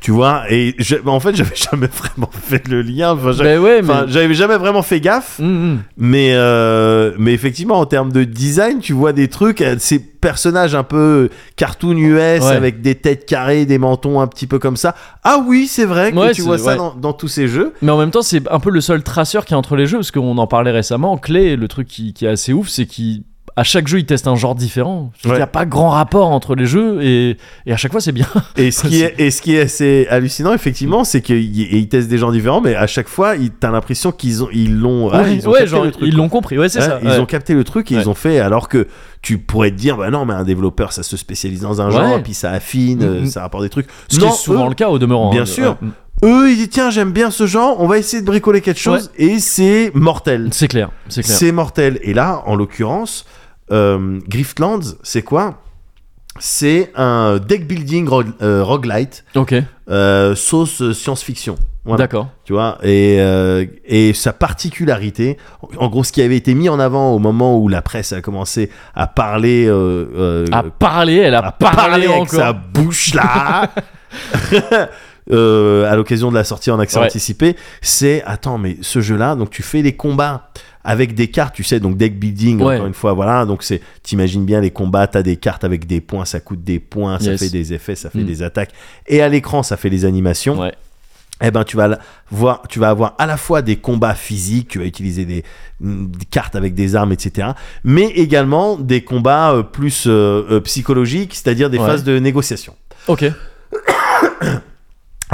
Tu vois, et je- bah, en fait, j'avais jamais vraiment fait le lien. Enfin, j'a-
Ben ouais, mais.
enfin, j'avais jamais vraiment fait gaffe.
Mm, mm.
Mais, euh, mais effectivement, en termes de design, tu vois des trucs, euh, ces personnages un peu cartoon US avec des têtes carrées, des mentons un petit peu comme ça. Ah oui, c'est vrai que
Ouais,
tu
c'est-
vois ça
ouais.
dans, dans tous ces jeux.
Mais en même temps, c'est un peu le seul traceur qui est entre les jeux, parce qu'on en parlait récemment. Clé, le truc qui, qui est assez ouf, c'est qu'il. À chaque jeu, il teste un genre différent. Il n'y
Ouais.
a pas grand rapport entre les jeux et, et à chaque fois, c'est bien.
Et ce qui est, et ce qui est assez hallucinant,
Mm.
effectivement, c'est qu'ils ils testent des gens différents, mais à chaque fois, ils- t'as l'impression qu'ils ont, ils l'ont, ah,
ouais,
ils ont
ouais,
capté
genre,
le truc,
ils
quoi.
l'ont compris. Ouais, c'est
Hein,
ça.
ils
ouais.
ont capté le truc et
Ouais.
ils ont fait alors que tu pourrais te dire bah non mais un développeur ça se spécialise dans un genre
Ouais.
et puis ça affine euh,
Mhm.
ça rapporte des trucs
Ce qui
non,
est souvent
eux,
le cas au demeurant.
Bien
hein, de-
sûr.
ouais.
eux ils disent tiens j'aime bien ce genre on va essayer de bricoler quelque chose et c'est mortel
C'est clair. C'est clair.
c'est mortel et là en l'occurrence euh, Griftlands c'est quoi c'est un deck building rog- euh, roguelite
Ok.
euh, sauce science-fiction Voilà.
D'accord.
tu vois et, euh, et sa particularité en gros ce qui avait été mis en avant au moment où la presse a commencé à parler euh, euh,
À parler, elle a
à parler
parlé
avec
encore.
sa bouche là Euh, à l'occasion de la sortie en accès
Ouais.
anticipé c'est attends mais ce jeu là donc tu fais des combats avec des cartes tu sais donc deck building
Ouais.
encore une fois voilà donc c'est t'imagines bien les combats t'as des cartes avec des points ça coûte des points ça
Yes.
fait des effets ça fait
Mm.
des attaques et à l'écran ça fait des animations
Ouais.
eh ben tu vas la- voir, tu vas avoir à la fois des combats physiques, tu vas utiliser des, mm, des cartes avec des armes, etc. Mais également des combats euh, plus euh, euh, psychologiques, c'est-à-dire des
Ouais.
phases de négociation.
Ok.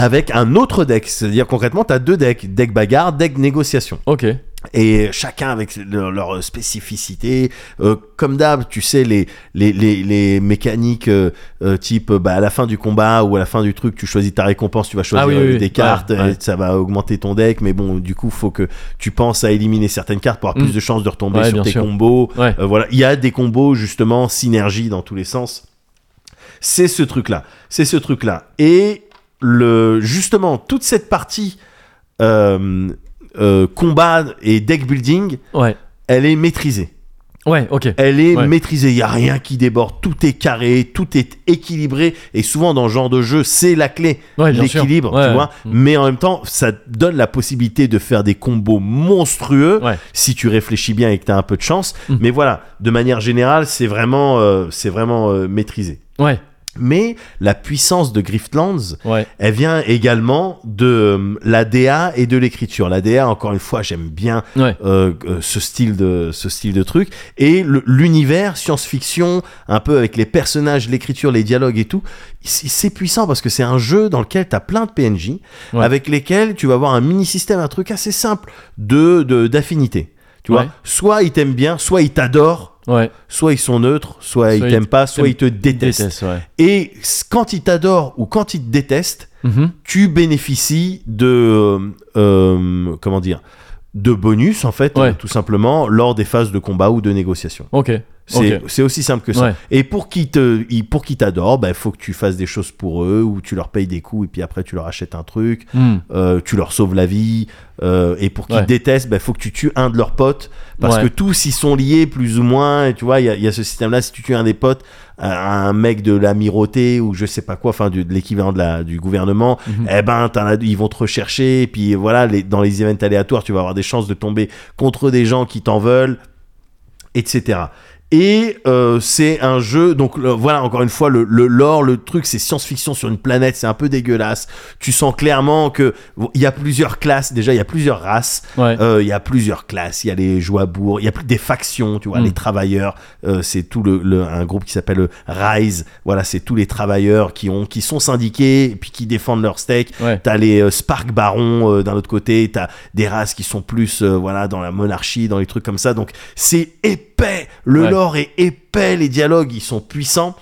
Avec un autre deck, c'est-à-dire concrètement, tu as deux decks, deck bagarre, deck négociation.
Ok.
Et chacun avec leur, leur spécificité. Euh, comme d'hab, tu sais, les, les, les, les mécaniques euh, euh, type euh, bah, à la fin du combat ou à la fin du truc, tu choisis ta récompense, tu vas choisir
Ah oui,
euh,
oui, oui.
des cartes,
Ouais, ouais.
et ça va augmenter ton deck. Mais bon, du coup, faut que tu penses à éliminer certaines cartes pour avoir
Mm.
plus de chances de retomber
Ouais,
sur
bien
tes
sûr.
combos.
Ouais.
Euh, voilà, il y a des combos justement synergie dans tous les sens. C'est ce truc-là. C'est ce truc-là. Et le, justement, toute cette partie euh, euh, combat et deck building,
Ouais.
elle est maîtrisée.
Ouais. Ok.
Elle est
Ouais.
maîtrisée. Il n'y a rien qui déborde. Tout est carré, tout est équilibré. Et souvent, dans ce genre de jeu, c'est la clé.
Ouais, bien sûr.
L'équilibre,
Ouais,
tu
ouais. Mm.
vois. Mais en même temps, ça donne la possibilité de faire des combos monstrueux
Ouais.
si tu réfléchis bien et que tu as un peu de chance.
Mm.
Mais voilà, de manière générale, c'est vraiment, euh, c'est vraiment euh, maîtrisé.
Ouais.
Mais la puissance de Griftlands,
Ouais.
elle vient également de euh, la DA et de l'écriture. La DA, encore une fois, j'aime bien
Ouais.
euh, euh, ce style de ce style de truc et le- l'univers science-fiction, un peu avec les personnages, l'écriture, les dialogues et tout. c- C'est puissant parce que c'est un jeu dans lequel t'as plein de PNJ
Ouais.
avec lesquels tu vas avoir un mini système, un truc assez simple de de- d'affinité. Tu vois,
Ouais.
soit ils t'aiment bien, soit ils t'adorent,
Ouais.
soit ils sont neutres, soit, ils
ils
t'aiment pas, soit
t'aiment-
ils te détestent.
Déteste. Ouais.
Et c- quand ils t'adorent ou quand ils te détestent
Mhm.
tu bénéficies de euh, euh, comment dire de bonus en fait
Ouais.
euh, tout simplement lors des phases de combat ou de négociation
Ok.
c'est
Ok.
c'est aussi simple que ça
Ouais.
et pour qu'ils te ils- pour qu'ils t'adorent bah, faut que tu fasses des choses pour eux ou tu leur payes des coups et puis après tu leur achètes un truc
Hmm.
euh, tu leur sauves la vie euh, et pour qu'ils
Ouais.
te détestent bah, faut que tu tues un de leurs potes parce
Ouais.
que tous ils sont liés plus ou moins et tu vois il y a, il y a ce système là si tu tues un des potes un- un mec de l'amirauté ou je sais pas quoi enfin du- de l'équivalent de la- du gouvernement
Mhm.
eh ben t'en as- ils vont te rechercher et puis voilà les, dans les events aléatoires tu vas avoir des chances de tomber contre des gens qui t'en veulent etc et euh, c'est un jeu donc le- voilà encore une fois le, le lore le truc c'est science-fiction sur une planète c'est un peu dégueulasse tu sens clairement que bon, il y a plusieurs classes déjà il y a plusieurs races
Ouais.
euh, il y a plusieurs classes, il y a les joabours, il y a plus des factions, tu vois,
Mm.
les travailleurs, euh, c'est tout le, le- un groupe qui s'appelle Rise, voilà, c'est tous les travailleurs qui ont qui sont syndiqués et puis qui défendent leur steak.
Ouais.
T'as les euh, Spark Barons euh, d'un autre côté, t'as des races qui sont plus euh, voilà dans la monarchie, dans les trucs comme ça. Donc c'est épais, le
Ouais.
lore est épais, les dialogues ils sont puissants.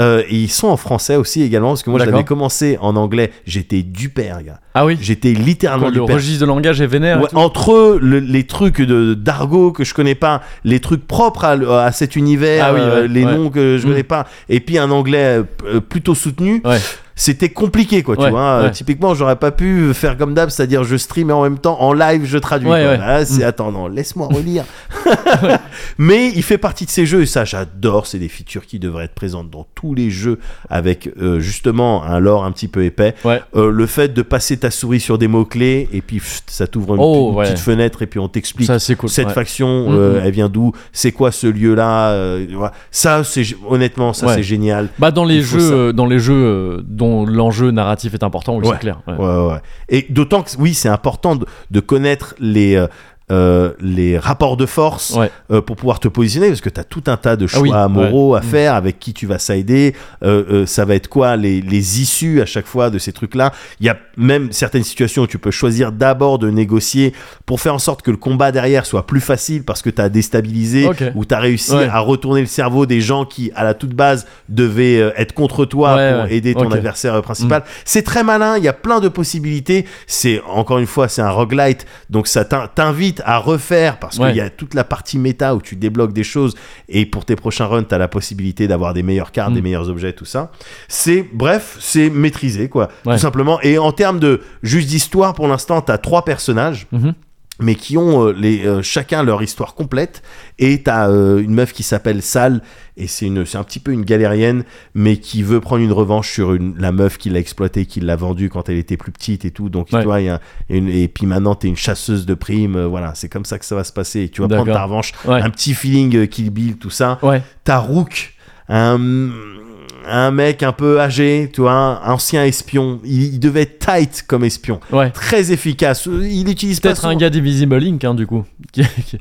Euh, et ils sont en français aussi également parce que moi
D'accord.
j'avais commencé en anglais, j'étais du père, gars.
Ah oui.
J'étais littéralement
Quoi,
du
le
père.
registre de langage est vénère. et
Ouais,
tout.
entre le- les trucs de d'argot que je connais pas, les trucs propres à, à cet univers,
Ah oui, ouais,
euh, les
ouais.
noms que je
Mm.
connais pas, et puis un anglais euh, p- euh, plutôt soutenu,
Ouais.
c'était compliqué, quoi,
Ouais,
tu vois. Euh,
ouais.
Typiquement, j'aurais pas pu faire comme d'hab, c'est-à-dire je stream et en même temps en live je traduis.
Ouais,
quoi.
ouais. Mm.
Là, c'est attends, non, laisse-moi relire. Mais il fait partie de ces jeux et ça, j'adore. C'est des features qui devraient être présentes dans tous les jeux avec euh, justement un lore un petit peu épais.
Ouais.
Euh, le fait de passer ta souris sur des mots-clés et puis pff, ça t'ouvre une,
Oh,
une
ouais.
petite fenêtre et puis on t'explique
Ça, c'est cool.
cette
ouais.
faction, euh,
Mhm.
elle vient d'où C'est quoi ce lieu-là euh, voilà. Ça, c'est gé- honnêtement, ça
Ouais.
c'est génial.
Bah dans les
Il faut
jeux,
ça.
euh, dans les jeux euh, dont l'enjeu narratif est important, oui,
Ouais.
c'est clair. ouais.
Ouais, ouais, ouais. Et d'autant que oui, c'est important de, de connaître les euh, euh, les rapports de force
Ouais.
euh, pour pouvoir te positionner parce que tu as tout un tas de choix
oui,
moraux à
Mm.
faire avec qui tu vas s'aider euh, euh, ça va être quoi les, les issues à chaque fois de ces trucs là il y a même certaines situations où tu peux choisir d'abord de négocier pour faire en sorte que le combat derrière soit plus facile parce que tu as déstabilisé
Ok.
ou tu as réussi
Ouais.
à retourner le cerveau des gens qui à la toute base devaient euh, être contre toi
Ouais,
pour
ouais.
aider ton
Ok. Mm.
adversaire euh, principal c'est très malin il y a plein de possibilités c'est encore une fois c'est un roguelite donc ça t'in- t'invite à refaire parce
Ouais.
qu'il y a toute la partie méta où tu débloques des choses et pour tes prochains runs t'as la possibilité d'avoir des meilleures cartes
Mm.
des meilleurs objets tout ça c'est bref c'est maîtrisé quoi
Ouais.
tout simplement et en termes de juste d'histoire pour l'instant t'as trois personnages
Mhm.
mais qui ont euh, les, euh, chacun leur histoire complète. Et t'as euh, une meuf qui s'appelle Sal, et c'est une, c'est un petit peu une galérienne, mais qui veut prendre une revanche sur une, la meuf qui l'a exploitée, qui l'a vendue quand elle était plus petite et tout. Donc,
Ouais.
tu vois, il y a une, et puis maintenant, t'es une chasseuse de primes, euh, voilà, c'est comme ça que ça va se passer. Et tu vas prendre
D'accord.
ta revanche,
Ouais.
un petit feeling euh, Kill Bill, tout ça.
Ouais.
T'as Rook, un, un mec un peu âgé, tu vois, un ancien espion. Il, il devait être tight comme espion.
Ouais.
Très efficace. Euh, Il utilise pas
Peut-être
son-
un gars d'Invisible Link, hein, du coup. Qui- qui-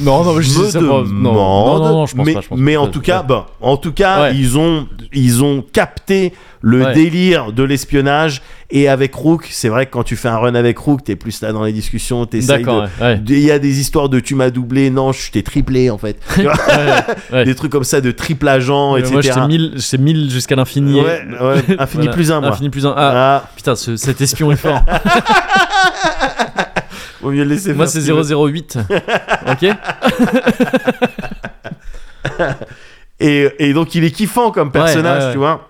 non, non, je
me
dis ça pour- non,
demande,
non, non, non, je pense
mais,
pas. je pense
mais
pas.
en tout cas, bah, en tout cas,
Ouais.
ils ont ils ont capté le
Ouais.
délire de l'espionnage et avec Rook, c'est vrai que quand tu fais un run avec Rook, t'es plus là dans les discussions, t'essayes
d'accord.
de
ouais, ouais.
il y a des histoires de tu m'as doublé, non, je t'ai triplé en fait. Tu vois,
ouais.
Des trucs comme ça de triple agent,
Mais
etc.
Moi, j'étais 1000 c'est 1000 jusqu'à l'infini.
Ouais, ouais, infini
Voilà.
plus un, moi.
Infini plus un. Ah,
Ah,
putain, ce- cet espion est fort.
vaut mieux le laisser
moi,
faire
c'est
ce qu'il veut.
008. ok
Et, et donc il est kiffant comme personnage,
ouais, ouais.
tu vois.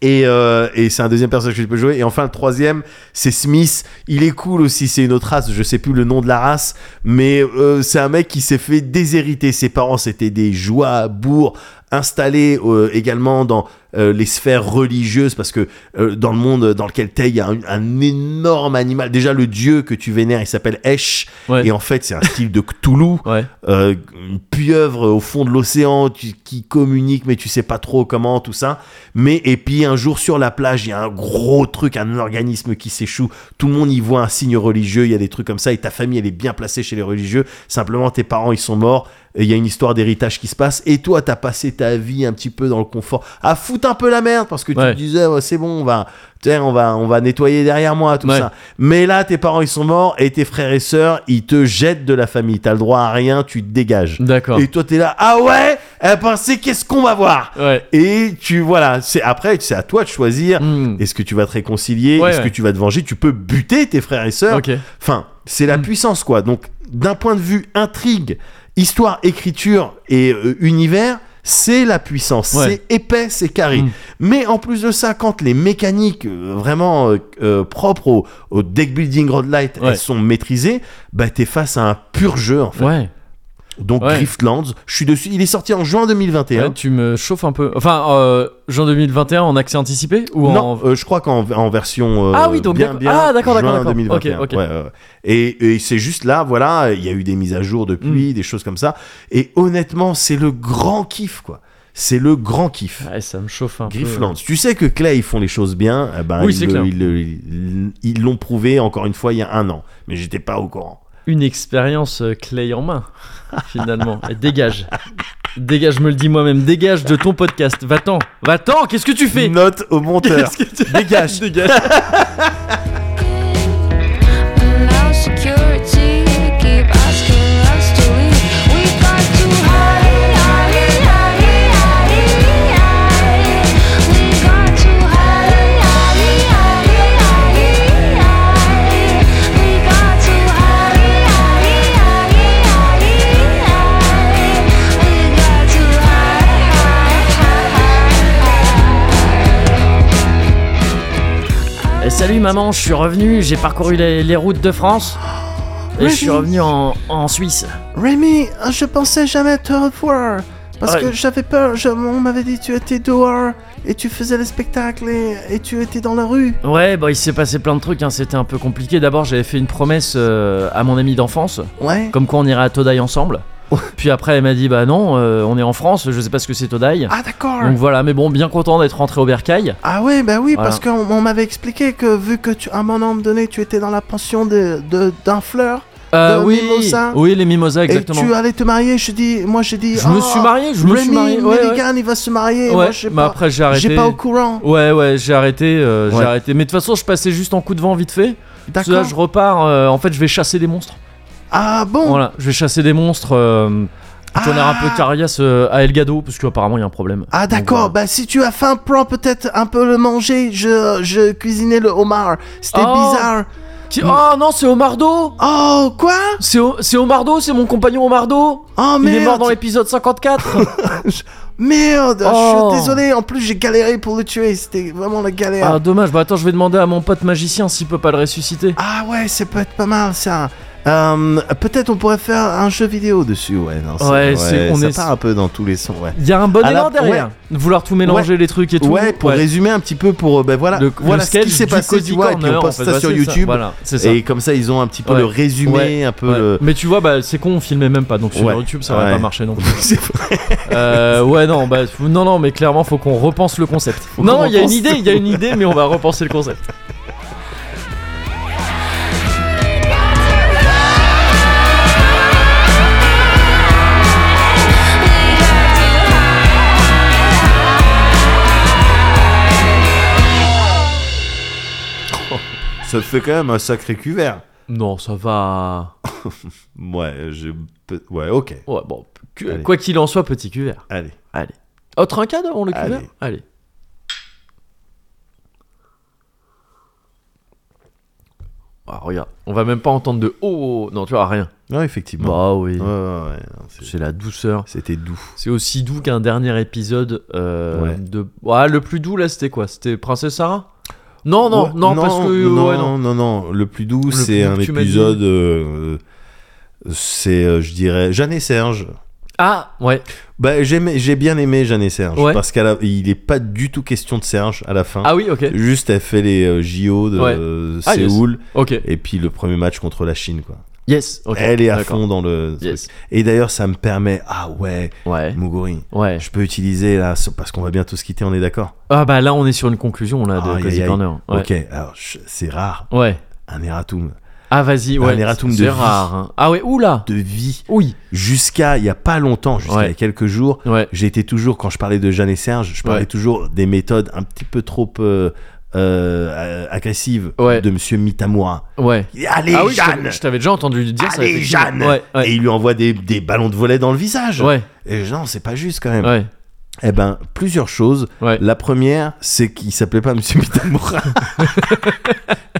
Et, euh, et c'est un deuxième personnage que je peux jouer. Et enfin, le troisième, c'est Smith. Il est cool aussi, c'est une autre race. Je sais plus le nom de la race, mais euh, c'est un mec qui s'est fait déshériter. Ses parents, c'était des joies, bourgs, installés euh, également dans euh, les sphères religieuses, parce que euh, dans le monde dans lequel t'es, il y a un, un énorme animal. Déjà, le dieu que tu vénères, il s'appelle Esh.
Ouais.
Et en fait, c'est un style de Cthulhu
Ouais.
euh, une pieuvre au fond de l'océan tu- qui communique mais tu sais pas trop comment tout ça mais et puis un jour sur la plage il y a un gros truc un organisme qui s'échoue tout le monde y voit un signe religieux il y a des trucs comme ça et ta famille elle est bien placée chez les religieux simplement tes parents ils sont morts et il y a une histoire d'héritage qui se passe et toi t'as passé ta vie un petit peu dans le confort à foutre un peu la merde parce que tu
Ouais.
te disais Ouais, c'est bon on va tu sais, on va on va nettoyer derrière moi tout
Ouais.
ça mais là, tes parents, ils sont morts et tes frères et sœurs, ils te jettent de la famille. T'as le droit à rien, tu te dégages.
D'accord.
Et toi, t'es là, ah ouais Eh ben, c'est qu'est-ce qu'on va voir
Ouais.
Et tu, voilà, c'est après, c'est à toi de choisir.
Hmm.
Est-ce que tu vas te réconcilier
Ouais,
Est-ce
ouais.
que tu vas te venger Tu peux buter tes frères et sœurs.
Ok.
Enfin, c'est
Mm.
la puissance, quoi. Donc, d'un point de vue intrigue, histoire, écriture et euh, univers, c'est la puissance.
Ouais.
C'est épais, c'est carré.
Mm.
Mais en plus de ça, quand les mécaniques euh, vraiment euh, euh, propres au, au deck building road light
Ouais.
elles sont maîtrisées, bah t'es face à un pur jeu, en fait.
Ouais.
Donc,
Ouais.
Griftlands, je suis dessus. Il est sorti en juin 2021.
Ouais, tu me chauffes un peu. Enfin, euh, juin 2021 en accès anticipé ou
non,
en
euh, je crois qu'en en version euh,
Ah oui, donc
bien,
d'accord.
bien
Ah, d'accord, d'accord,
juin
d'accord.
2021.
Ok, ok.
Ouais, ouais, ouais. Et, et c'est juste là, voilà, il y a eu des mises à jour
Mm.
depuis, des choses comme ça. Et honnêtement, c'est le grand kiff, quoi. C'est le grand kiff.
Ouais, ça me chauffe un
Grifflands. Tu sais que Clay, ils font les choses bien. eh ben,
Oui,
ils
c'est
le-
clair.
ils le- ils- ils l'ont prouvé encore une fois il y a un an. Mais j'étais pas au courant.
peu. Une expérience euh, clé en main, finalement. Et dégage. Dégage, je me le dis moi-même. Dégage de ton podcast. Va-t'en. Va-t'en. Qu'est-ce que tu fais
Note au monteur.
Qu'est-ce que tu-
Dégage.
Dégage.
Now security keep asking us to leave. We got to hurry, hurry, hurry, hurry, hurry. We got to hurry, hurry, hurry, hurry, hurry. We got to hurry, hurry, hurry, hurry, hurry. We got to hurry, hurry, hurry, hurry.
oui, Eh, maman, je suis revenu, j'ai parcouru les, les routes de France. Et je suis revenu en, en Suisse.
Rémi, ah, je pensais jamais te revoir. Parce
Ouais.
que j'avais peur, je- on m'avait dit tu étais dehors et tu faisais le spectacle et, et tu étais dans la rue.
Ouais, bah il s'est passé plein de trucs, hein, c'était un peu compliqué. D'abord, j'avais fait une promesse euh, à mon ami d'enfance,
Ouais.
comme quoi on irait à Todai ensemble. Puis après, elle m'a dit Bah non, euh, on est en France, je sais pas ce que c'est Todai.
Ah d'accord.
Donc voilà, mais bon, bien content d'être rentré au bercail.
Ah oui, bah oui,
Voilà.
parce qu'on on m'avait expliqué que vu que tu, à un moment donné, tu étais dans la pension de, de- d'un fleur
Euh,
De
oui,
Mimosa.
oui, les mimosas, exactement.
et tu allais te marier, je dis, moi j'ai dit,
Je me suis marié, je me suis
Rémi
marié. Ouais, ouais.
Milligan, il va se marier.
Ouais,
moi, j'ai
mais
pas-
après j'ai arrêté.
j'ai pas au courant.
Ouais, ouais, j'ai arrêté, euh,
Ouais.
j'ai arrêté. Mais de toute façon, je passais juste en coup de vent vite fait. Parce que
D'accord.
Là, je repars. euh, en fait, je vais chasser des monstres.
Ah bon
Voilà, je vais chasser des monstres. Euh,
Ah.
tonnerre un peu carias euh, à Elgado, parce qu'apparemment il y a un problème.
Ah
Donc,
d'accord,
voilà.
bah si tu as faim, prends peut-être un peu le manger. Je, je cuisinais le homard. C'était
Oh.
bizarre.
Qui- Oh non, c'est Omardo
Oh quoi
C'est O- c'est Omardo, c'est mon compagnon Omardo
Oh
Il
merde.
est mort dans l'épisode 54
Merde,
Oh.
je suis désolé. En plus j'ai galéré pour le tuer. C'était vraiment la galère.
Ah, dommage, bah attends, je vais demander à mon pote magicien s'il peut pas le ressusciter.
Ah ouais, ça peut être pas mal ça. Euh, Peut-être on pourrait faire un jeu vidéo dessus, ouais. Non, c'est-
Ouais, c'est- on
ça
est-
part un peu dans tous les sons, ouais.
Il y a un bon
À la-
élan derrière. Vouloir tout mélanger les trucs et tout.
Ouais, pour résumer un petit peu, pour euh, ben voilà,
Le, le
voilà ce
sketch
qui s'est
du
passé,
Cozy
tu vois, et puis
Corner,
on
en
poste
fait,
ça
bah,
sur
c'est
YouTube.
Voilà, c'est ça.
Et comme ça, ils ont un petit peu
Ouais.
le résumé,
Ouais.
un peu
Ouais.
le.
Mais tu vois, bah, c'est con, on filmait même pas, donc sur
Ouais.
YouTube ça aurait
Ouais.
pas marché non plus. Euh, ouais, non, bah, f- non, non, mais clairement, faut qu'on repense le concept.
qu'on
non, il y a une
repense.
idée, il y a une idée, mais on va repenser le concept.
Ça fait quand même un sacré cuvert.
Non, ça va.
Ouais, je. peux- Ouais, ok.
Ouais, bon, que-
Allez.
quoi qu'il en soit, petit cuvert.
Allez.
Autre un cas avant le
Allez.
cuvert Allez. Ah, regarde, on va même pas entendre de oh, oh, oh. non, tu vois, rien.
Non, effectivement.
Bah oui,
Ouais, ouais, ouais, non, c'est-
c'est la douceur.
C'était doux.
C'est aussi doux qu'un dernier épisode euh,
Ouais.
de. Ouais, le plus doux là, c'était quoi C'était Princesse Sarah Non, non,
Ouais,
non, parce que. euh,
non,
ouais,
non,
non.
non, non. Le plus doux,
Le
c'est
plus doux
un
que tu m'as dit.
épisode. euh, c'est, euh, je dirais, Jeanne et Serge.
Ah, ouais.
Bah, j'aimais- j'ai bien aimé Jeanne et Serge.
Ouais.
Parce qu'il est pas du tout question de Serge à la fin.
Ah oui, ok.
Juste, elle fait les euh, JO de
Ouais.
euh,
Ah, yes.
Séoul.
Ok.
Et puis le premier match contre la Chine, quoi.
Yes, ok.
Elle est à
D'accord.
fond dans le. truc.
Yes.
Et d'ailleurs, ça me permet. Ah ouais,
Ouais.
Muguri.
Ouais.
Je peux utiliser là, ce- parce qu'on va bientôt se quitter, on est d'accord
Ah bah là, on est sur une conclusion là de
Aïe,
Cozy
aïe, aïe.
Corner. Ouais.
Ok, alors je- c'est rare,
Ouais.
un erratum
Ah vas-y,
Un
ouais.
erratum de
C'est
vie.
rare. hein. Ah ouais, oula.
de vie.
Oui.
Jusqu'à il y a pas longtemps, jusqu'à
Ouais.
il y a quelques jours,
Ouais.
j'étais toujours, quand je parlais de Jeanne et Serge, je parlais
Ouais.
toujours des méthodes un petit peu trop euh, euh, agressives
Ouais.
de monsieur Mitamura.
Ouais.
Allez,
ah oui, je
Jeanne
t'avais- je t'avais déjà entendu dire ça.
Allez,
effectivement.
Jeanne
Ouais,
Et
ouais.
il lui envoie des, des ballons de volet dans le visage.
Ouais,
Et non, c'est pas juste quand même.
ouais,
Eh ben, plusieurs choses.
ouais.
La première, c'est qu'il s'appelait pas Monsieur Mitamura.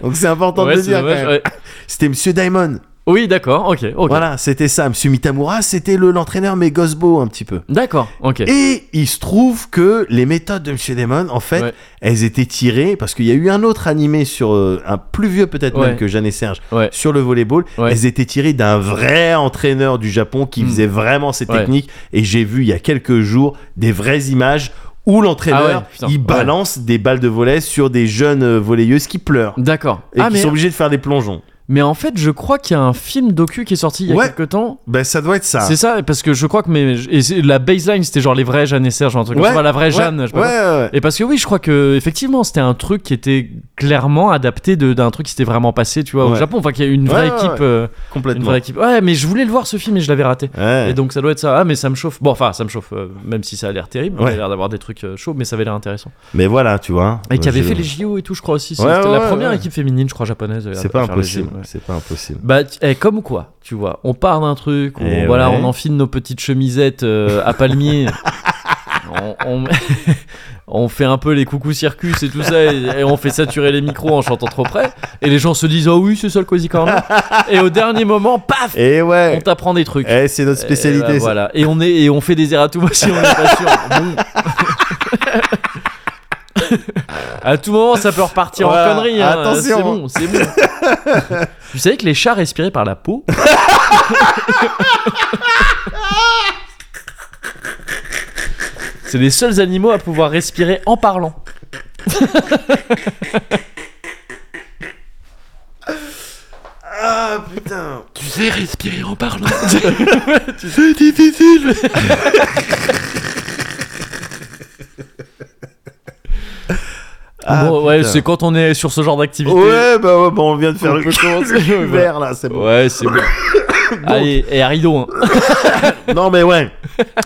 Donc c'est important
Ouais,
de le
c'est
dire.
dommage,
quand même.
ouais.
C'était Monsieur Diamond.
Oui, d'accord, ok, ok.
Voilà, c'était ça. Monsieur Mitamura, c'était le l'entraîneur mais Gosbo un petit peu.
D'accord, ok.
Et il se trouve que les méthodes de Monsieur Damon, en fait,
Ouais.
elles étaient tirées parce qu'il y a eu un autre animé sur euh, un plus vieux peut-être
Ouais.
même que Jeanne et Serge
Ouais.
sur le volleyball.
Ouais.
Elles étaient tirées d'un vrai entraîneur du Japon qui
Mm.
faisait vraiment ces
Ouais.
techniques. Et j'ai vu il y a quelques jours des vraies images où
Ah
l'entraîneur
ouais, putain, ouais.
il balance des balles de volet sur des jeunes euh, volleyeuses qui pleurent
D'accord.
et
Ah
qui
mais
sont obligés de faire des plongeons.
Mais en fait, je crois qu'il y a un film docu qui est sorti il y a
Ouais.
quelques temps.
Ben ça doit être ça.
C'est ça, parce que je crois que mes, et c'est- la baseline c'était genre les vrais Jeanne et Serge, un truc comme ça, la vraie
ouais,
Jeanne. je sais pas
ouais,
quoi.
ouais, ouais.
Et parce que oui, je crois que effectivement c'était un truc qui était clairement adapté de- d'un truc qui s'était vraiment passé, tu vois, au
Ouais.
Japon. Enfin, qu'il y a une vraie
Ouais, ouais,
équipe,
ouais.
euh, une
complètement.
vraie équipe. Ouais, mais je voulais le voir ce film et je l'avais raté.
Ouais.
Et donc ça doit être ça. Ah, mais ça me chauffe. Bon, enfin, ça me chauffe, euh, même si ça a l'air terrible.
Ouais.
Ça a l'air d'avoir des trucs euh, chauds, mais ça avait l'air intéressant.
Mais voilà, tu vois. Euh,
Et qui avait
Je-
fait les JO et tout, je crois aussi.
Ouais,
c'était
ouais,
la première
ouais.
équipe féminine, je crois, japonaise. à-
C'est
à
pas
faire les JO,
impossible.
ouais.
C'est pas impossible.
Bah, tu- eh, comme quoi, tu vois, on part d'un truc où
Eh
voilà,
ouais.
on enfile nos petites chemisettes euh, à palmier. on, on- on fait un peu les coucou circus et tout ça, et, et on fait saturer les micros en chantant trop près. Et les gens se disent, oh oui, c'est ça le Cozy Corner. et au dernier moment, paf,
Et
on
ouais.
t'apprend des trucs.
Eh, c'est notre spécialité.
Et bah,
ça.
voilà. Et on, est, et on fait des erratum aussi, on est pas sûr. Bon. À tout moment, ça peut repartir
Voilà,
en connerie. hein.
attention.
C'est bon, c'est bon. Vous savez que les chats respiraient par la peau C'est les seuls animaux à pouvoir respirer en parlant.
Ah putain.
Tu sais respirer en parlant
C'est difficile.
Ah, bon, Ouais,
putain.
c'est quand on est sur ce genre d'activité.
Ouais, bah ouais, bon, on vient de faire
On
le
peut commencer,
le
ouais,
vert là, c'est bon.
Ouais, c'est bon. Allez, et à rideau. hein.
Non mais ouais.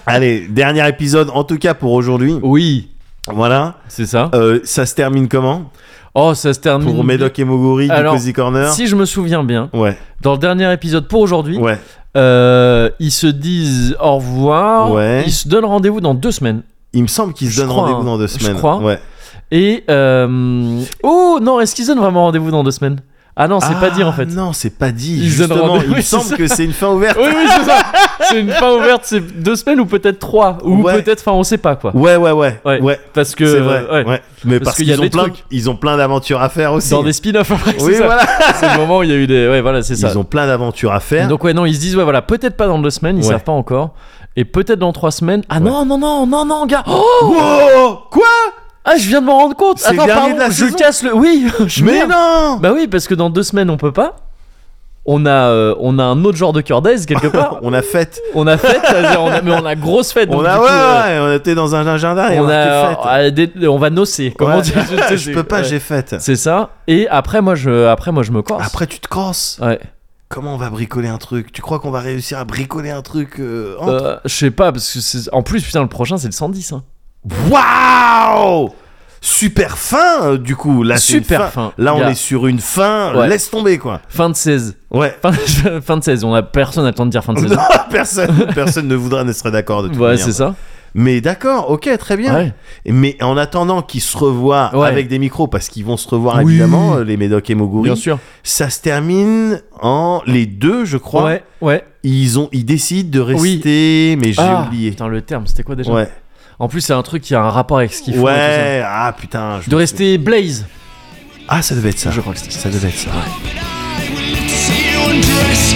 Allez, dernier épisode en tout cas pour aujourd'hui.
Oui,
Voilà.
c'est ça.
Euh, ça se termine comment
Oh, ça se termine.
Pour Médoc et Moguri du
Alors,
Cozy Corner.
Si je me souviens bien,
Ouais,
dans le dernier épisode pour aujourd'hui,
ouais.
Euh, ils se disent au revoir.
Ouais.
Ils se donnent rendez-vous dans deux semaines.
Il me semble qu'ils se
Je
donnent
crois,
rendez-vous
hein.
dans deux
Je
semaines.
crois.
Ouais.
Et euh, oh non, est-ce qu'ils se donnent vraiment rendez-vous dans deux semaines Ah non, c'est
Ah,
pas dit en fait.
Non, c'est pas dit.
Ils se donnent
Justement,
rendez-vous,
il me
oui, c'est
semble
ça.
que c'est une fin ouverte.
Oui, oui, c'est ça. c'est une fin ouverte. C'est deux semaines ou peut-être trois ou
Ouais.
peut-être. Enfin, on sait pas quoi.
Ouais, ouais, ouais. Ouais.
Oh. Ouais. Parce que
C'est vrai.
ouais,
ouais. Mais parce,
Parce qu'il y
qu'ils
a
ont
des
plein,
trucs.
ils ont plein d'aventures à faire aussi.
dans des spin-offs. après,
Oui,
c'est ça.
voilà.
C'est le moment où il y a eu des. Ouais, voilà, c'est ça.
Ils ont plein d'aventures à faire.
Donc ouais, non, ils se disent ouais, voilà, peut-être pas dans deux semaines. Ils
Ouais.
savent pas encore. Et peut-être dans trois semaines. Ah
Ouais.
non, non, non, non, non, gars. Oh
Wow Quoi
ah, je viens de me rendre compte.
C'est le
Attends,
dernier
pardon,
de la
je
saison.
casse le. Oui. je
Mais
merde.
non
Bah oui, parce que dans deux semaines, on peut pas. On a, euh, on a un autre genre de cœur d'aise quelque part.
Bah, On a fête.
on a fête, c'est-à-dire on a- mais on a grosse fête. donc
On
du
a,
coup,
ouais,
euh,
ouais, on était dans un agenda et
on,
on a
a,
fête.
euh, des- on va nocer. Comment
Ouais.
dire sais,
je peux pas,
ouais.
j'ai fête.
C'est ça. Et après, moi, je, après, moi, je me corse.
Après, tu te crosses.
Ouais.
Comment on va bricoler un truc Tu crois qu'on va réussir à bricoler un truc euh, entre-
Euh, je sais pas parce que c'est- en plus, putain, le prochain, c'est le 110. hein.
Waouh Super fin, euh, du coup. Là, c'est une
Super
fin.
fin,
Là, on
gars.
est sur une fin.
Ouais.
Laisse tomber, quoi.
Fin de 16.
Ouais.
Fin, fin de 16. On a personne à le temps de dire fin de
Non,
16.
personne, personne ne voudra, ne serait d'accord de tout.
ouais, c'est ça.
Mais d'accord, ok, très bien.
Ouais.
Mais en attendant qu'ils se revoient
Ouais.
avec des micros, parce qu'ils vont se revoir
Oui.
évidemment, euh, les Médoc et Moguri,
Bien sûr.
ça se termine en les deux, je crois.
Ouais, ouais.
Ils ont, ils décident de
Oui.
rester, mais j'ai
Ah,
oublié.
Putain, le terme, c'était quoi déjà
Ouais,
En plus, c'est un truc qui a un rapport avec ce qu'ils font. et tout ça.
ouais. Ah putain. je
De
me
rester Blaze.
souviens. Ah, ça devait être ça.
Je crois que c'était
ça devait être ça.
I will live to see you undress.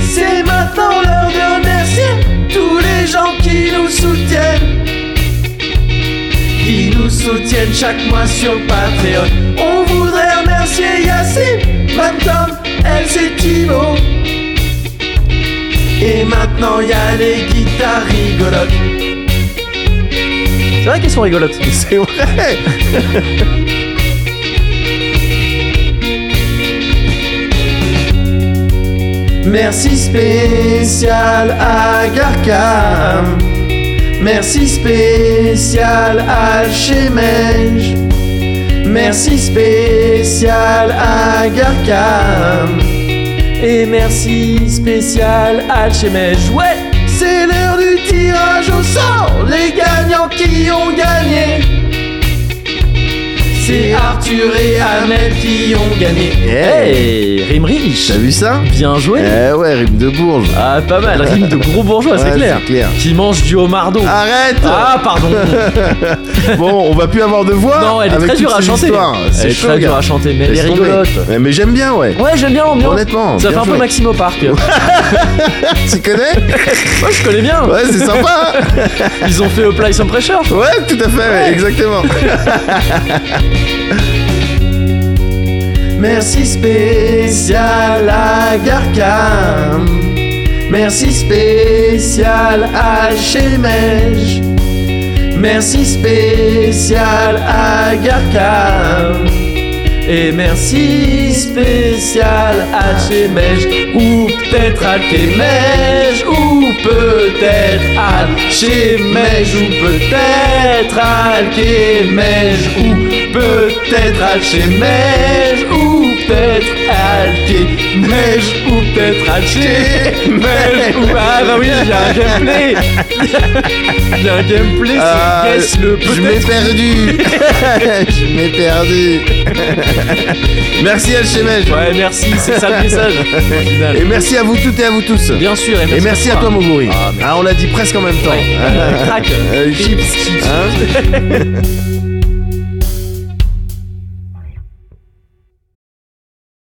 C'est maintenant l'heure de remercier tous les gens qui nous soutiennent. Qui nous soutiennent chaque mois sur Patreon. On voudrait remercier Yacine, Matom, Els et Thibaut. Et maintenant il y a les guitares rigolotes. C'est vrai qu'elles sont rigolotes.
C'est vrai.
Merci spécial à Garcam. Merci spécial à Chemenge. Merci spécial à
Euh,
Garcam. Et merci spécial à Chemenge. Ouais, c'est l'heure du tirage au sort. Les gagnants qui ont gagné.
c'est Arthur et Annette qui ont gagné.
Hey
Hey, rime riche.
T'as vu ça
Bien joué.
Eh ouais, rime de Bourges.
Ah, pas mal. Rime de gros bourgeois, c'est
Ouais,
clair.
c'est clair.
Qui mange du homardeau.
Arrête
Ah, pardon.
Bon, on va plus avoir de voix.
Non, elle est
avec
très
toute
dure à
cette
chanter.
histoire.
Elle
C'est
est
chaud,
très
gars.
dure à chanter, mais elle est
Laisse tomber.
rigolote.
Ouais, mais j'aime bien, ouais.
Ouais, j'aime bien l'ambiance.
Honnêtement,
Ça fait
bien
un peu
joué.
Maxime au parc. Moi,
Tu connais
je connais bien.
Ouais, c'est sympa. hein
Ils ont fait Apply Some Pressure.
ouais, tout à fait, ouais, exactement.
Merci spécial à Garcam. Merci spécial à Chemège. Merci spécial à Garcam. Et merci spécial à Chemège. Ou peut-être à Chemège. Ou peut-être à Chemège. Ou peut-être à Chemège. Ou peut-être à Chemège. Ou peut-être à Chemège. Ou peut-être à Chemège. Ou ah bah oui, il y a un gameplay. Euh, Il y a un gameplay,
Ah,
c'est Guess le
je
peut-être.
m'ai perdu. je m'ai perdu. merci Alchemège.
Ouais, merci, c'est ça le message. au final.
Et merci à vous toutes et à vous tous.
Bien sûr, et merci,
Et merci à toi, Moguri.
Ah,
Ah, on l'a dit presque en même temps.
Ouais. Crac.
Euh, chips. hein